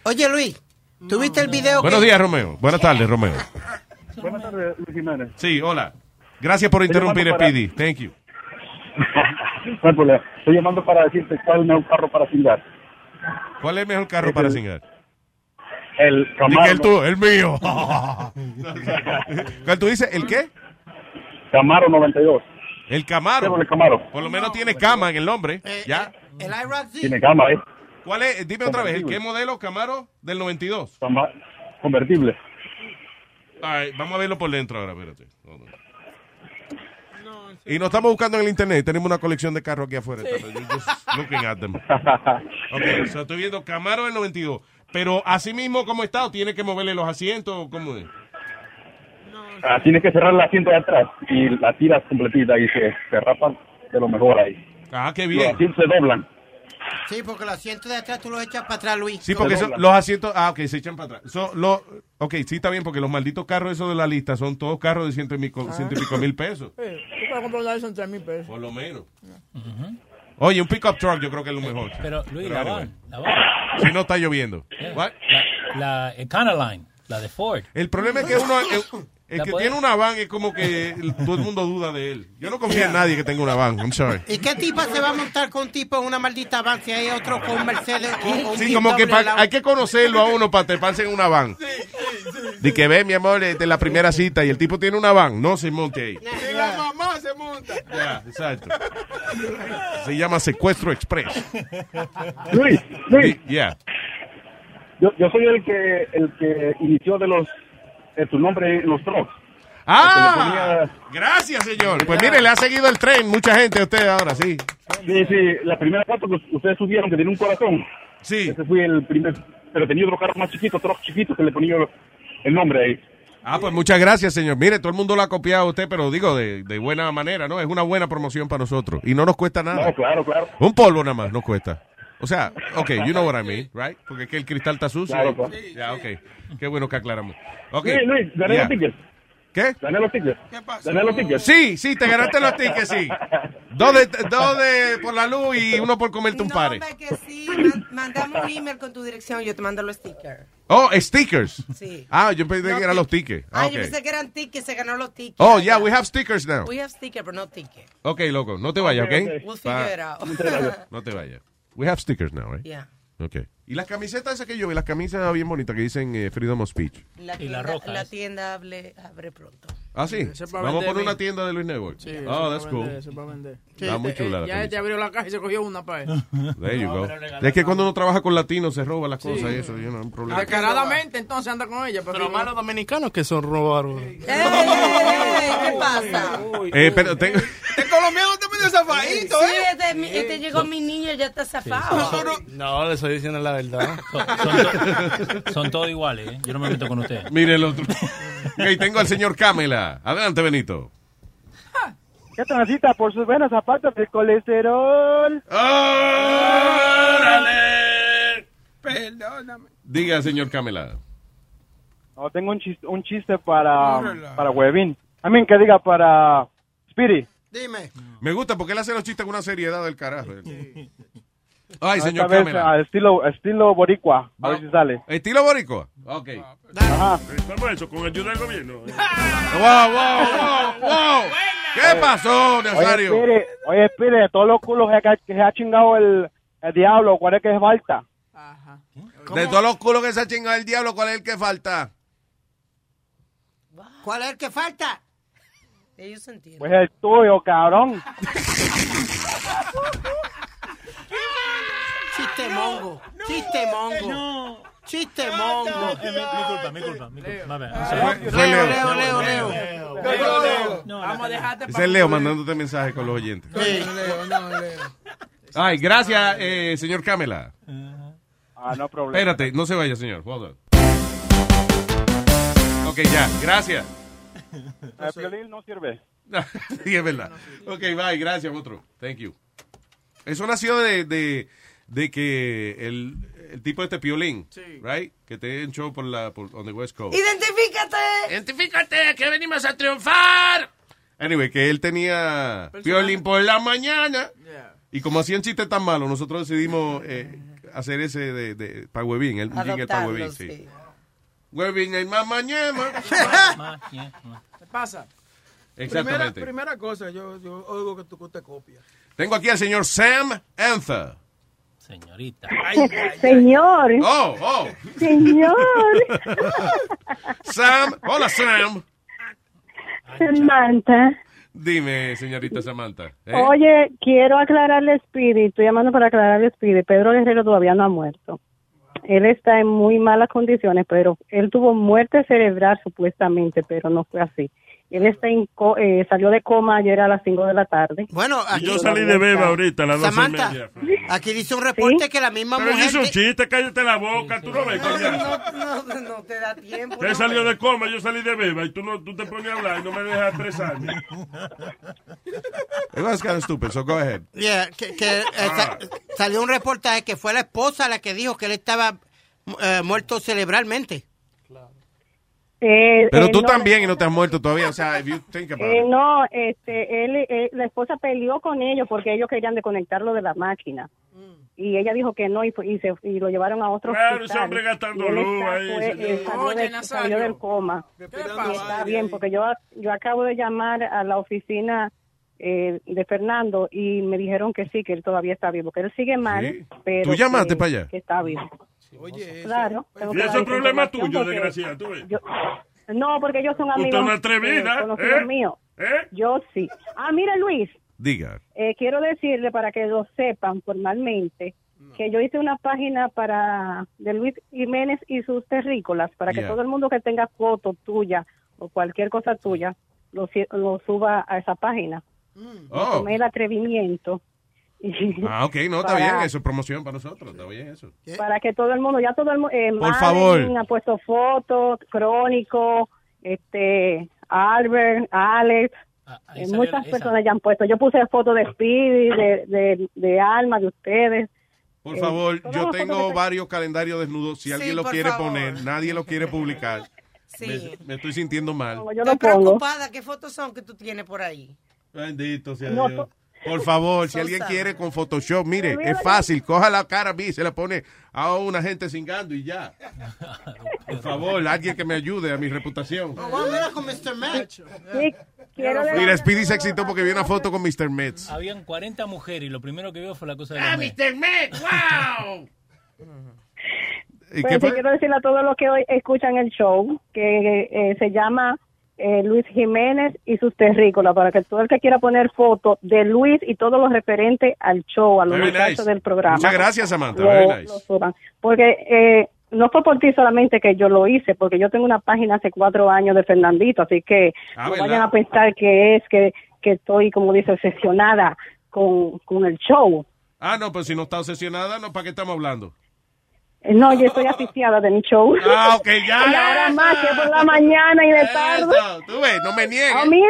Speaker 23: Oye, Luis, ¿tuviste el video?
Speaker 4: Buenos
Speaker 23: que-
Speaker 4: días, Romeo. Buenas tardes, Romeo.
Speaker 8: Buenas tardes, Luis Jiménez.
Speaker 4: Sí, hola. Gracias por interrumpir,
Speaker 8: llamando para-
Speaker 4: Speedy. Thank you.
Speaker 8: No hay problema. Estoy llamando para decirte cuál es un carro para cingar. Eh,
Speaker 4: ¿Cuál es el mejor carro para cingar?
Speaker 8: El
Speaker 4: Di que el
Speaker 8: Camaro.
Speaker 4: tú, el mío. ¿Cuál tú dices? ¿El qué?
Speaker 8: Camaro 92.
Speaker 4: El Camaro.
Speaker 8: Chevrolet Camaro.
Speaker 4: Por lo menos tiene cama en el nombre. ya.
Speaker 23: El IROC Z.
Speaker 8: Tiene cama, ¿eh?
Speaker 4: ¿Cuál es? Dime otra vez. ¿el
Speaker 8: Convertible.
Speaker 4: ¿Qué modelo Camaro del 92?
Speaker 8: Cama- Convertible.
Speaker 4: All right, vamos a verlo por dentro ahora, espérate. Hold on. Y nos estamos buscando en el internet. Tenemos una colección de carros aquí afuera. You're just looking at them. Ok, so estoy viendo Camaro del 92. Pero así mismo como está, ¿o tiene que moverle los asientos. o ¿Cómo es?
Speaker 8: Ah, tienes que cerrar la asiento de atrás y la tiras completita y se, se rapan de lo mejor ahí.
Speaker 4: Ah, qué
Speaker 8: Los
Speaker 4: bien.
Speaker 8: asientos se doblan.
Speaker 23: Sí, porque los asientos de atrás tú los echas para atrás, Luis.
Speaker 4: Sí, porque eso- los asientos. Ah, ok, se echan para atrás. So, lo, ok, sí, está bien, porque los malditos carros esos de la lista son todos carros de ciento y mico-
Speaker 19: Ah.
Speaker 4: ciento y pico mil pesos.
Speaker 13: Sí, tú para comprar una de esas en 3 mil pesos.
Speaker 4: Por lo menos. Oye, un pickup truck yo creo que es lo mejor.
Speaker 19: Pero, Luis, la van, la
Speaker 4: Si no está lloviendo. What?
Speaker 19: La Econoline, la de Ford.
Speaker 4: El problema es que uno. El, el
Speaker 19: La
Speaker 4: que
Speaker 19: puede-
Speaker 4: tiene una van es como que el- todo el mundo duda de él. Yo no confío en nadie que tenga una van. I'm sorry.
Speaker 23: ¿Y qué tipa se va a montar con un tipo en una maldita van si hay otro con Mercedes o- o un
Speaker 4: Sí, como que
Speaker 23: BMW
Speaker 4: pa-
Speaker 23: al lado?
Speaker 4: hay que conocerlo a uno para treparse en una van. De que ve, mi amor, de la primera cita y el tipo tiene una van. No se monte ahí.
Speaker 34: Y la mamá se monta.
Speaker 4: Ya, exacto. Se llama Secuestro Express.
Speaker 8: Luis, Luis,
Speaker 4: Yeah.
Speaker 8: yo, yo soy el que el que inició de los de tu nombre en los trucks.
Speaker 4: Ah, gracias, señor. Pues mire, le ha seguido el tren mucha gente a usted ahora, sí.
Speaker 8: Sí, sí, la primera foto que ustedes subieron que tiene un corazón.
Speaker 4: Sí.
Speaker 8: Ese fue el primer, pero tenía otro carro más chiquito, truck chiquito que le ponía el nombre ahí.
Speaker 4: Ah, pues muchas gracias, señor. Mire, todo el mundo lo ha copiado a usted, pero digo de, de buena manera, ¿no? Es una buena promoción para nosotros y no nos cuesta nada.
Speaker 8: No, claro, claro.
Speaker 4: Un polvo nada más nos cuesta. O sea, ok, you know what I mean, right? Porque es que el cristal está sucio.
Speaker 8: Claro, claro.
Speaker 4: Ya, ok. Qué bueno que aclaramos. Ok.
Speaker 8: Luis, Luis, gané
Speaker 4: Yeah.
Speaker 8: los tickets.
Speaker 4: ¿Qué?
Speaker 8: Gané los tickets. ¿Qué
Speaker 4: pasó?
Speaker 8: Gané los tickets.
Speaker 4: Sí, sí, te ganaste los tickets, sí. Dos de, dos de por la luz y uno por comerte un pare.
Speaker 16: Hombre, que sí, man- mandame un email con tu dirección, yo te mando los stickers.
Speaker 4: Oh, stickers.
Speaker 16: Sí.
Speaker 4: Ah, yo pensé
Speaker 16: No
Speaker 4: que eran los tickets. Ah,
Speaker 16: Ah,
Speaker 4: ok.
Speaker 16: yo pensé que eran tickets, se ganó los tickets.
Speaker 4: Oh, yeah, we have stickers now.
Speaker 16: We have stickers, pero no tickets.
Speaker 4: Ok, loco, no te vayas,
Speaker 16: Ok,
Speaker 4: ¿ok?
Speaker 16: ok. We'll
Speaker 4: Pa-
Speaker 16: figure it out. Muchas gracias.
Speaker 4: No te vayas. We have stickers now, right?
Speaker 16: Yeah.
Speaker 4: Ok. Y las camisetas esas que yo vi, las camisas bien bonitas que dicen eh, Freedom of Speech.
Speaker 16: La
Speaker 19: Y la
Speaker 16: tienda,
Speaker 19: roja
Speaker 16: la
Speaker 19: esa.
Speaker 16: tienda hable- abre pronto.
Speaker 4: Ah, sí.
Speaker 13: Ese es para
Speaker 4: Vamos a
Speaker 13: vender,
Speaker 4: poner una
Speaker 13: mi.
Speaker 4: tienda de Luis Network.
Speaker 13: Sí, eso
Speaker 4: oh,
Speaker 13: es
Speaker 4: that's
Speaker 13: para vender,
Speaker 4: cool.
Speaker 13: eso es para vender.
Speaker 4: Está muy chula la
Speaker 13: Ya
Speaker 4: camisa.
Speaker 13: este abrió la caja y se cogió una para él.
Speaker 4: There you
Speaker 13: No,
Speaker 4: go.
Speaker 13: pero regalada.
Speaker 4: Es que cuando uno trabaja con latinos se roba las
Speaker 13: Sí.
Speaker 4: cosas y eso, yo no hay problema.
Speaker 13: Descaradamente, entonces anda con ella. Pero,
Speaker 30: más los dominicanos que son robaros.
Speaker 16: ¿Qué pasa?
Speaker 4: Eh, pero tengo...
Speaker 34: Este colombiano está medio zafadito,
Speaker 16: Sí,
Speaker 34: ¿eh?
Speaker 16: este, mi- este llegó mi niño, ya está zafado.
Speaker 30: No, le estoy diciendo la verdad.
Speaker 19: Son todos iguales, ¿eh? Yo no me meto con ustedes.
Speaker 4: Mire el otro. Ok, tengo al señor Camela. Adelante, Benito.
Speaker 22: ¿Qué transita por sus venas aparte del colesterol?
Speaker 7: ¡Ah!
Speaker 21: Perdóname.
Speaker 4: Diga, señor Camelada.
Speaker 22: No, tengo un chiste, un chiste para, para Huevín. A mí que diga para Spiri.
Speaker 4: Dime. Me gusta porque él hace los chistes con una seriedad del carajo.
Speaker 22: Ay,
Speaker 4: señor Camela. Ah,
Speaker 22: estilo, estilo boricua. A ver si sale.
Speaker 4: ¿Estilo boricua? Ok.
Speaker 22: Ajá.
Speaker 26: Estamos eso, con ayuda del gobierno.
Speaker 4: Wow, wow, wow, wow. ¿Qué pasó, Nazario?
Speaker 22: Oye, Spiri, oye, Spiri, de todos los culos que, que se ha chingado el, el diablo, ¿cuál es que es falta?
Speaker 4: De todos los culos que se ha chingado el diablo, ¿cuál es el que falta?
Speaker 23: ¿Cuál es el que falta?
Speaker 16: Ellos entienden.
Speaker 22: Pues el tuyo, cabrón.
Speaker 23: Chiste mongo. Chiste mongo. Chiste mongo.
Speaker 19: No,
Speaker 23: Ah,
Speaker 19: eh, mi, mi culpa, mi culpa, mi culpa. Más bien, I'm
Speaker 4: Fue-
Speaker 19: sorry.
Speaker 4: fue Leo.
Speaker 23: Leo, Leo, Leo.
Speaker 7: Leo, Leo. Vamos a dejarte
Speaker 19: Este
Speaker 4: Ese es Leo mandándote mensajes con los oyentes. Ay, gracias, eh, señor Camela.
Speaker 22: Ah, no problema.
Speaker 4: Espérate, no se vaya, señor. Hold on. Ok, ya, gracias.
Speaker 22: El violín no sirve.
Speaker 4: sí, es verdad. Ok, bye, gracias, otro. Thank you. Eso nació de, de, de que el, el tipo este Piolín, right? Que te echó por la por, on the West Coast.
Speaker 45: Identifícate. Identifícate, que venimos a triunfar.
Speaker 4: Anyway, que él tenía Piolín por la mañana. Y como hacían chistes tan malos, nosotros decidimos eh, hacer ese de, de pa' huevín, el, un jingle pa' huevín, sí. Huevín, el más mañana.
Speaker 21: ¿Qué pasa? Primera,
Speaker 4: Exactamente.
Speaker 21: primera cosa, yo, yo oigo que tú que usted copia.
Speaker 4: Tengo aquí al señor Sam Anther.
Speaker 19: Señorita.
Speaker 15: Señor.
Speaker 4: Oh, oh.
Speaker 15: Señor.
Speaker 4: Sam, hola Sam.
Speaker 15: Samantha.
Speaker 4: Dime, señorita Samantha. ¿eh?
Speaker 15: Oye, quiero aclararle a Speedy, estoy llamando para aclararle a Speedy, Pedro Guerrero todavía no ha muerto. Él está en muy malas condiciones, pero él tuvo muerte cerebral supuestamente, pero no fue así. Él está en co- eh, salió de coma ayer a las 5 de la tarde.
Speaker 23: Bueno,
Speaker 26: Y yo salí de beba ahorita a las doce y
Speaker 23: Samantha,
Speaker 26: media. pues.
Speaker 23: aquí dice un reporte que la misma
Speaker 26: Pero ese
Speaker 23: mujer...
Speaker 26: es un chiste, cállate la boca, tú no ves. coño.
Speaker 16: No, no, no te da tiempo.
Speaker 26: Usted salió de coma, yo salí de beba y tú, no, tú te pones a hablar y no me dejas expresarme.
Speaker 4: It was kind of stupid, so go ahead.
Speaker 23: Yeah, que, que, eh, sa- salió un reportaje que fue la esposa la que dijo que él estaba eh, muerto cerebralmente.
Speaker 15: Eh,
Speaker 4: Pero
Speaker 15: eh,
Speaker 4: tú
Speaker 15: no,
Speaker 4: también y no te has muerto todavía. O sea, if you think about
Speaker 15: eh,
Speaker 4: it.
Speaker 15: no, este, él, eh, la esposa peleó con ellos porque ellos querían desconectarlo de la máquina.
Speaker 4: Mm.
Speaker 15: Y ella dijo que no y, fue- y se, y lo llevaron a otro
Speaker 26: Claro, ese
Speaker 15: hospital.
Speaker 26: hombre
Speaker 15: Y
Speaker 26: gastando
Speaker 15: él
Speaker 26: luz
Speaker 15: está,
Speaker 26: ahí.
Speaker 15: fue, eh,
Speaker 26: señor.
Speaker 15: salió, de- salió del coma. Y está bien, porque yo, yo acabo de llamar a la oficina eh, de Fernando y me dijeron que sí, que él todavía está vivo, que él sigue mal.
Speaker 4: Sí.
Speaker 15: Pero
Speaker 4: ¿Tú llamaste
Speaker 15: que-
Speaker 4: para allá?
Speaker 15: Que está vivo.
Speaker 21: Oye,
Speaker 15: Claro. tengo
Speaker 26: Y
Speaker 15: que
Speaker 26: eso
Speaker 15: dar
Speaker 45: es problema
Speaker 15: información
Speaker 26: tuyo,
Speaker 15: porque-
Speaker 26: desgraciada, tú ves.
Speaker 15: No, porque ellos son
Speaker 26: Usted
Speaker 15: amigos.
Speaker 26: una atrevida,
Speaker 15: eh, conocidos
Speaker 26: ¿eh?
Speaker 15: míos. Yo sí. Ah, mira, Luis,
Speaker 4: Diga.
Speaker 15: eh, quiero decirle para que lo sepan formalmente que yo hice una página para de Luis Jiménez y sus terrícolas para que Yeah. todo el mundo que tenga foto tuya o cualquier cosa tuya lo, si- lo suba a esa página. Me
Speaker 4: Oh.
Speaker 15: tomé el atrevimiento y-
Speaker 4: Ah, ok, no, está
Speaker 15: para-
Speaker 4: bien. Eso es promoción para nosotros. Está bien eso.
Speaker 15: para que todo el mundo, ya todo el mundo, eh,
Speaker 4: Por
Speaker 15: Madeline
Speaker 4: favor.
Speaker 15: ha puesto fotos, Crónico, este, Albert, Alex, eh,
Speaker 45: Ah, salió
Speaker 15: muchas
Speaker 45: esa.
Speaker 15: personas ya han puesto. Yo puse fotos de Speedy, de, de, de Alma, de ustedes.
Speaker 4: Por
Speaker 15: Eh,
Speaker 4: favor,
Speaker 16: pues
Speaker 15: todas
Speaker 4: yo
Speaker 15: las fotos
Speaker 4: tengo
Speaker 15: que-
Speaker 4: varios calendarios desnudos. Si alguien lo
Speaker 15: por
Speaker 4: quiere
Speaker 15: favor.
Speaker 4: poner, nadie lo quiere publicar.
Speaker 16: Sí.
Speaker 4: Me, me estoy sintiendo mal.
Speaker 16: Yo Estoy preocupada. ¿Qué fotos son que tú tienes por ahí?
Speaker 4: Bendito sea
Speaker 16: No,
Speaker 4: Dios.
Speaker 16: to-
Speaker 4: Por favor, si
Speaker 16: Son
Speaker 4: alguien
Speaker 16: sanos.
Speaker 4: quiere con Photoshop, mire,
Speaker 16: Pero mira,
Speaker 4: es fácil. Coja la cara a mí, se la pone a una gente cingando y ya. Por favor, alguien que me ayude a mi reputación.
Speaker 23: Vamos a ver con Mr. Match.
Speaker 15: quiero
Speaker 4: Mira, Speedy se excitó porque vi una foto con Mr. Metz.
Speaker 19: Habían 40 mujeres y lo primero que vio fue la cosa de
Speaker 45: ¡Ah,
Speaker 19: la
Speaker 45: Mr. Meg! ¡Wow!
Speaker 4: ¿Y
Speaker 15: Pues
Speaker 4: qué
Speaker 15: sí,
Speaker 4: fue?
Speaker 15: quiero decirle a todos los que hoy escuchan el show que eh, se llama eh, Luis Jiménez y sus terrícolas, para que todo el que quiera poner fotos de Luis y todo lo referente al show, a los
Speaker 4: Very
Speaker 15: muchachos
Speaker 4: nice.
Speaker 15: del programa.
Speaker 4: Muchas gracias, Samantha.
Speaker 15: lo-
Speaker 4: Very
Speaker 15: lo
Speaker 4: nice.
Speaker 15: suban. Porque eh, no fue por ti solamente que yo lo hice, porque yo tengo una página hace cuatro años de Fernandito, así que
Speaker 4: Ah,
Speaker 15: no
Speaker 4: ¿verdad?
Speaker 15: vayan a pensar que es que, que estoy, como dice, obsesionada con, con el show.
Speaker 4: Ah, no, pero si no está obsesionada, no, ¿para qué estamos hablando?
Speaker 15: Eh, No, yo estoy asfixiada de mi show.
Speaker 4: Ah, ok, ya.
Speaker 15: Y ahora más que por la mañana y de tarde.
Speaker 4: Tú ves, no me niegues.
Speaker 15: Ah, miren,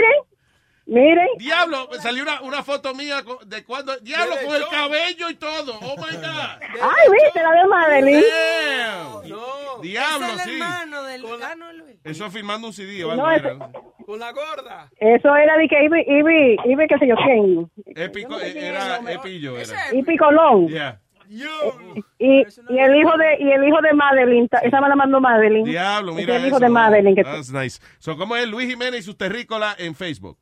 Speaker 15: Miren.
Speaker 4: Diablo, me salió una, una foto mía con- de cuando. Diablo, con el cabello y todo. Oh my God.
Speaker 15: Ay, viste la de Madeline.
Speaker 4: Damn. Diablo, sí. Eso filmando un CD. o algo,
Speaker 15: No,
Speaker 4: mira.
Speaker 46: Con la gorda.
Speaker 15: Eso era de que Ibi, Ibi, Ibi, qué sé yo quién.
Speaker 4: Épico, eh, era Epillo. Era.
Speaker 15: Ibi Colón.
Speaker 4: Yeah.
Speaker 15: Y, y el hijo de y el hijo de Madeline, ta- estaba llamando Madeline.
Speaker 4: Diablo,
Speaker 15: Ese
Speaker 4: mira.
Speaker 15: es el hijo
Speaker 4: eso. Ah,
Speaker 15: de Madeline que
Speaker 4: That's nice. So, ¿cómo es Luis Jiménez y su terrícola en Facebook?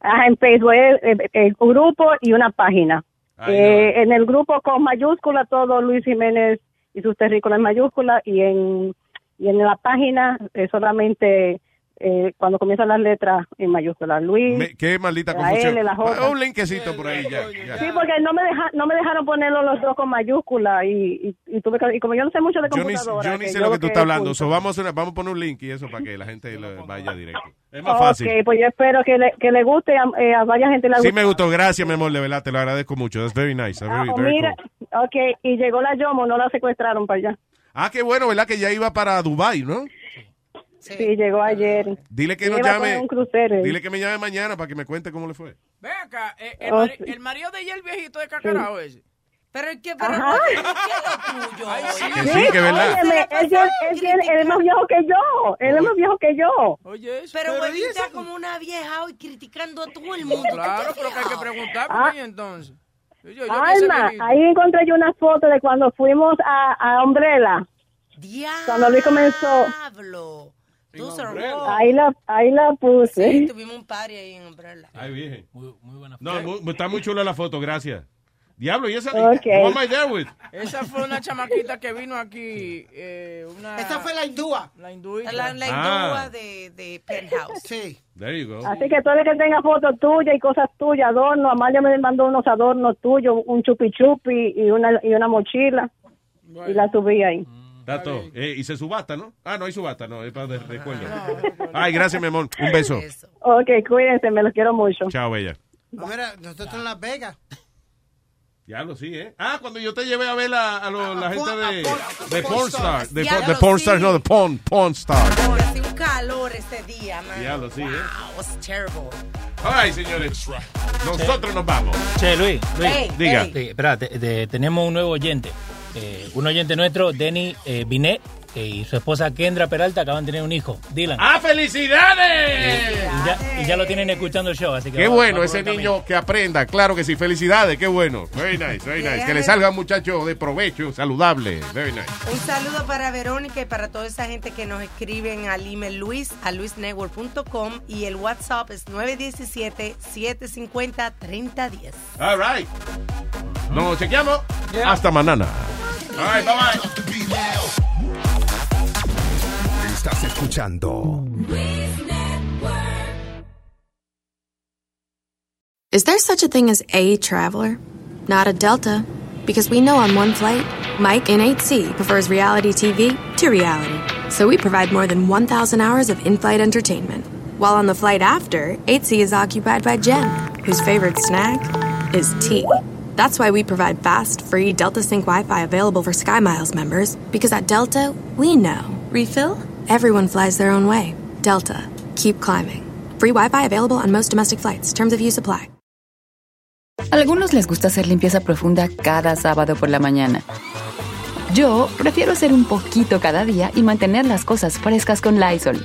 Speaker 15: Ajá, Ah, en Facebook es eh, eh, un grupo y una página.
Speaker 4: Ay,
Speaker 15: Eh, en el grupo con mayúscula todo Luis Jiménez y sus terrícolas en mayúscula y en y en la página eh, solamente eh, cuando comienzan las letras en mayúscula Luis.
Speaker 4: Me- qué maldita
Speaker 15: La
Speaker 4: confusión. Ah,
Speaker 15: L, la J.
Speaker 4: Un linquecito por ahí ya. ya.
Speaker 15: Sí, porque no me, deja- no me dejaron ponerlo los dos con mayúscula y, y, y tuve que- y como yo no sé mucho de
Speaker 4: Yo ni,
Speaker 15: computadora.
Speaker 4: yo ni
Speaker 15: que
Speaker 4: sé
Speaker 15: yo
Speaker 4: lo que tú estás hablando.
Speaker 15: es
Speaker 4: So, vamos, a hacer- vamos a poner un link y eso para que la gente lo vaya directo. Es más
Speaker 15: punto.
Speaker 4: fácil.
Speaker 15: Ok, pues yo espero que le, que le guste a, eh, a varias gente. Le
Speaker 4: Sí
Speaker 15: guste.
Speaker 4: me gustó, gracias mi amor, de verdad, te lo agradezco mucho. That's very nice. That's
Speaker 15: Ah,
Speaker 4: very,
Speaker 15: o
Speaker 4: very
Speaker 15: mira,
Speaker 4: cool.
Speaker 15: ok, y llegó la Yomo, no la secuestraron para allá.
Speaker 4: Ah, qué bueno, ¿verdad? Que ya iba para Dubai, ¿no?
Speaker 15: Sí, llegó ayer.
Speaker 4: Ah, Dile que
Speaker 15: Ella
Speaker 4: nos
Speaker 15: iba con
Speaker 4: llame.
Speaker 15: un crucero.
Speaker 4: Dile que me llame mañana para que me cuente cómo le fue.
Speaker 13: Ven acá, eh, el,
Speaker 15: Oh,
Speaker 13: mari-
Speaker 15: sí.
Speaker 13: el marido de ella, el viejito de cacarao ese.
Speaker 16: Pero el que,
Speaker 13: pero
Speaker 15: Ajá.
Speaker 13: ¿por qué
Speaker 16: lo tuyo?
Speaker 4: Que sí, que verdad.
Speaker 15: óyeme, él, es- él tiene- él es más viejo que yo, él es más viejo que yo.
Speaker 13: Oye, eso.
Speaker 16: Pero,
Speaker 13: pero
Speaker 16: güey,
Speaker 13: di
Speaker 16: está
Speaker 13: eso.
Speaker 16: como una vieja hoy criticando a todo el mundo.
Speaker 13: Claro, pero que hay que preguntar por
Speaker 15: Ah.
Speaker 13: ahí entonces. Yo, yo- yo que sé
Speaker 15: Alma,
Speaker 13: que-
Speaker 15: ahí encontré yo una foto de cuando fuimos a, a Umbrella. Cuando Luis comenzó,
Speaker 16: Pablo, tú se
Speaker 15: ahí la, ahí la puse.
Speaker 16: Sí, tuvimos un party ahí en Umbrella.
Speaker 4: Ay, virgen. Muy, buena No, mu- está muy chula la foto, gracias. Diablo, ¿y esa?
Speaker 15: Ok.
Speaker 4: What am I there with?
Speaker 13: Esa fue una chamaquita que vino aquí. Eh, una...
Speaker 16: Esa fue
Speaker 13: la hindúa. La hindúa.
Speaker 16: La, la
Speaker 4: Ah.
Speaker 16: hindúa de, de Penthouse. Sí.
Speaker 4: There you go.
Speaker 15: Así que todo el que tenga fotos tuyas y cosas tuyas, adornos, Amalia me mandó unos adornos tuyos, un chupi chupi y una, y una mochila. Y la subí ahí.
Speaker 4: Está todo. Eh, y se subasta, ¿no? Ah, no hay subasta, no, es para de recuerdo. Ay, gracias, mi amor. Un beso.
Speaker 15: Ok, cuídense, me los quiero mucho.
Speaker 4: Chao, bella.
Speaker 23: Mira, nosotros en Las Vegas.
Speaker 4: Diablo, sí, ¿eh? Ah, cuando yo te llevé a ver a, a lo- la gente de,
Speaker 23: porn-
Speaker 4: de
Speaker 23: a porn
Speaker 4: Pornstar.
Speaker 23: stars.
Speaker 4: De, po-
Speaker 16: Diablo,
Speaker 4: de Pornstar, no, de Porn, Pornstar.
Speaker 16: Hacía un calor ese día, man.
Speaker 4: Diablo, sí, ¿eh?
Speaker 16: Wow, was terrible.
Speaker 4: Ay, señores. Nosotros nos vamos.
Speaker 19: Che, Luis, Luis.
Speaker 16: Ey, Diga. ey.
Speaker 19: Sí, espera, te- te- tenemos un nuevo oyente. Eh, un oyente nuestro, Denny eh, Binet, eh, y su esposa Kendra Peralta acaban de tener un hijo, Dylan. Eh,
Speaker 4: ¡Ah, felicidades!
Speaker 19: Y ya, y ya lo tienen escuchando el show, así que...
Speaker 4: Qué
Speaker 19: va-
Speaker 4: bueno
Speaker 19: va
Speaker 4: ese
Speaker 19: por buen
Speaker 4: niño que aprenda, claro que sí, felicidades, qué bueno. Very nice, very nice. Que le salga muchacho de provecho, saludable, very nice.
Speaker 16: Un saludo para Verónica y para toda esa gente que nos escriben al email luis a luisnetwork.com y el WhatsApp es 917-750-3010.
Speaker 4: All right. Nos chequeamos. Hasta mañana. All right, bye bye.
Speaker 7: Estás escuchando.
Speaker 47: Is there such a thing as a traveler? Not a Delta. Because we know on one flight, Mike in 8C prefers reality TV to reality. So we provide more than 1,000 hours of in flight entertainment. While on the flight after, 8C is occupied by Jen, whose favorite snack is tea. That's why we provide fast, free Delta Sync Wi Fi available for SkyMiles members. Because at Delta, we know. Refill? Everyone flies their own way. Delta, keep climbing. Free Wi Fi available on most domestic flights. Terms of use apply.
Speaker 48: Algunos les gusta hacer limpieza profunda cada sábado por la mañana. Yo prefiero hacer un poquito cada día y mantener las cosas frescas con Lysol.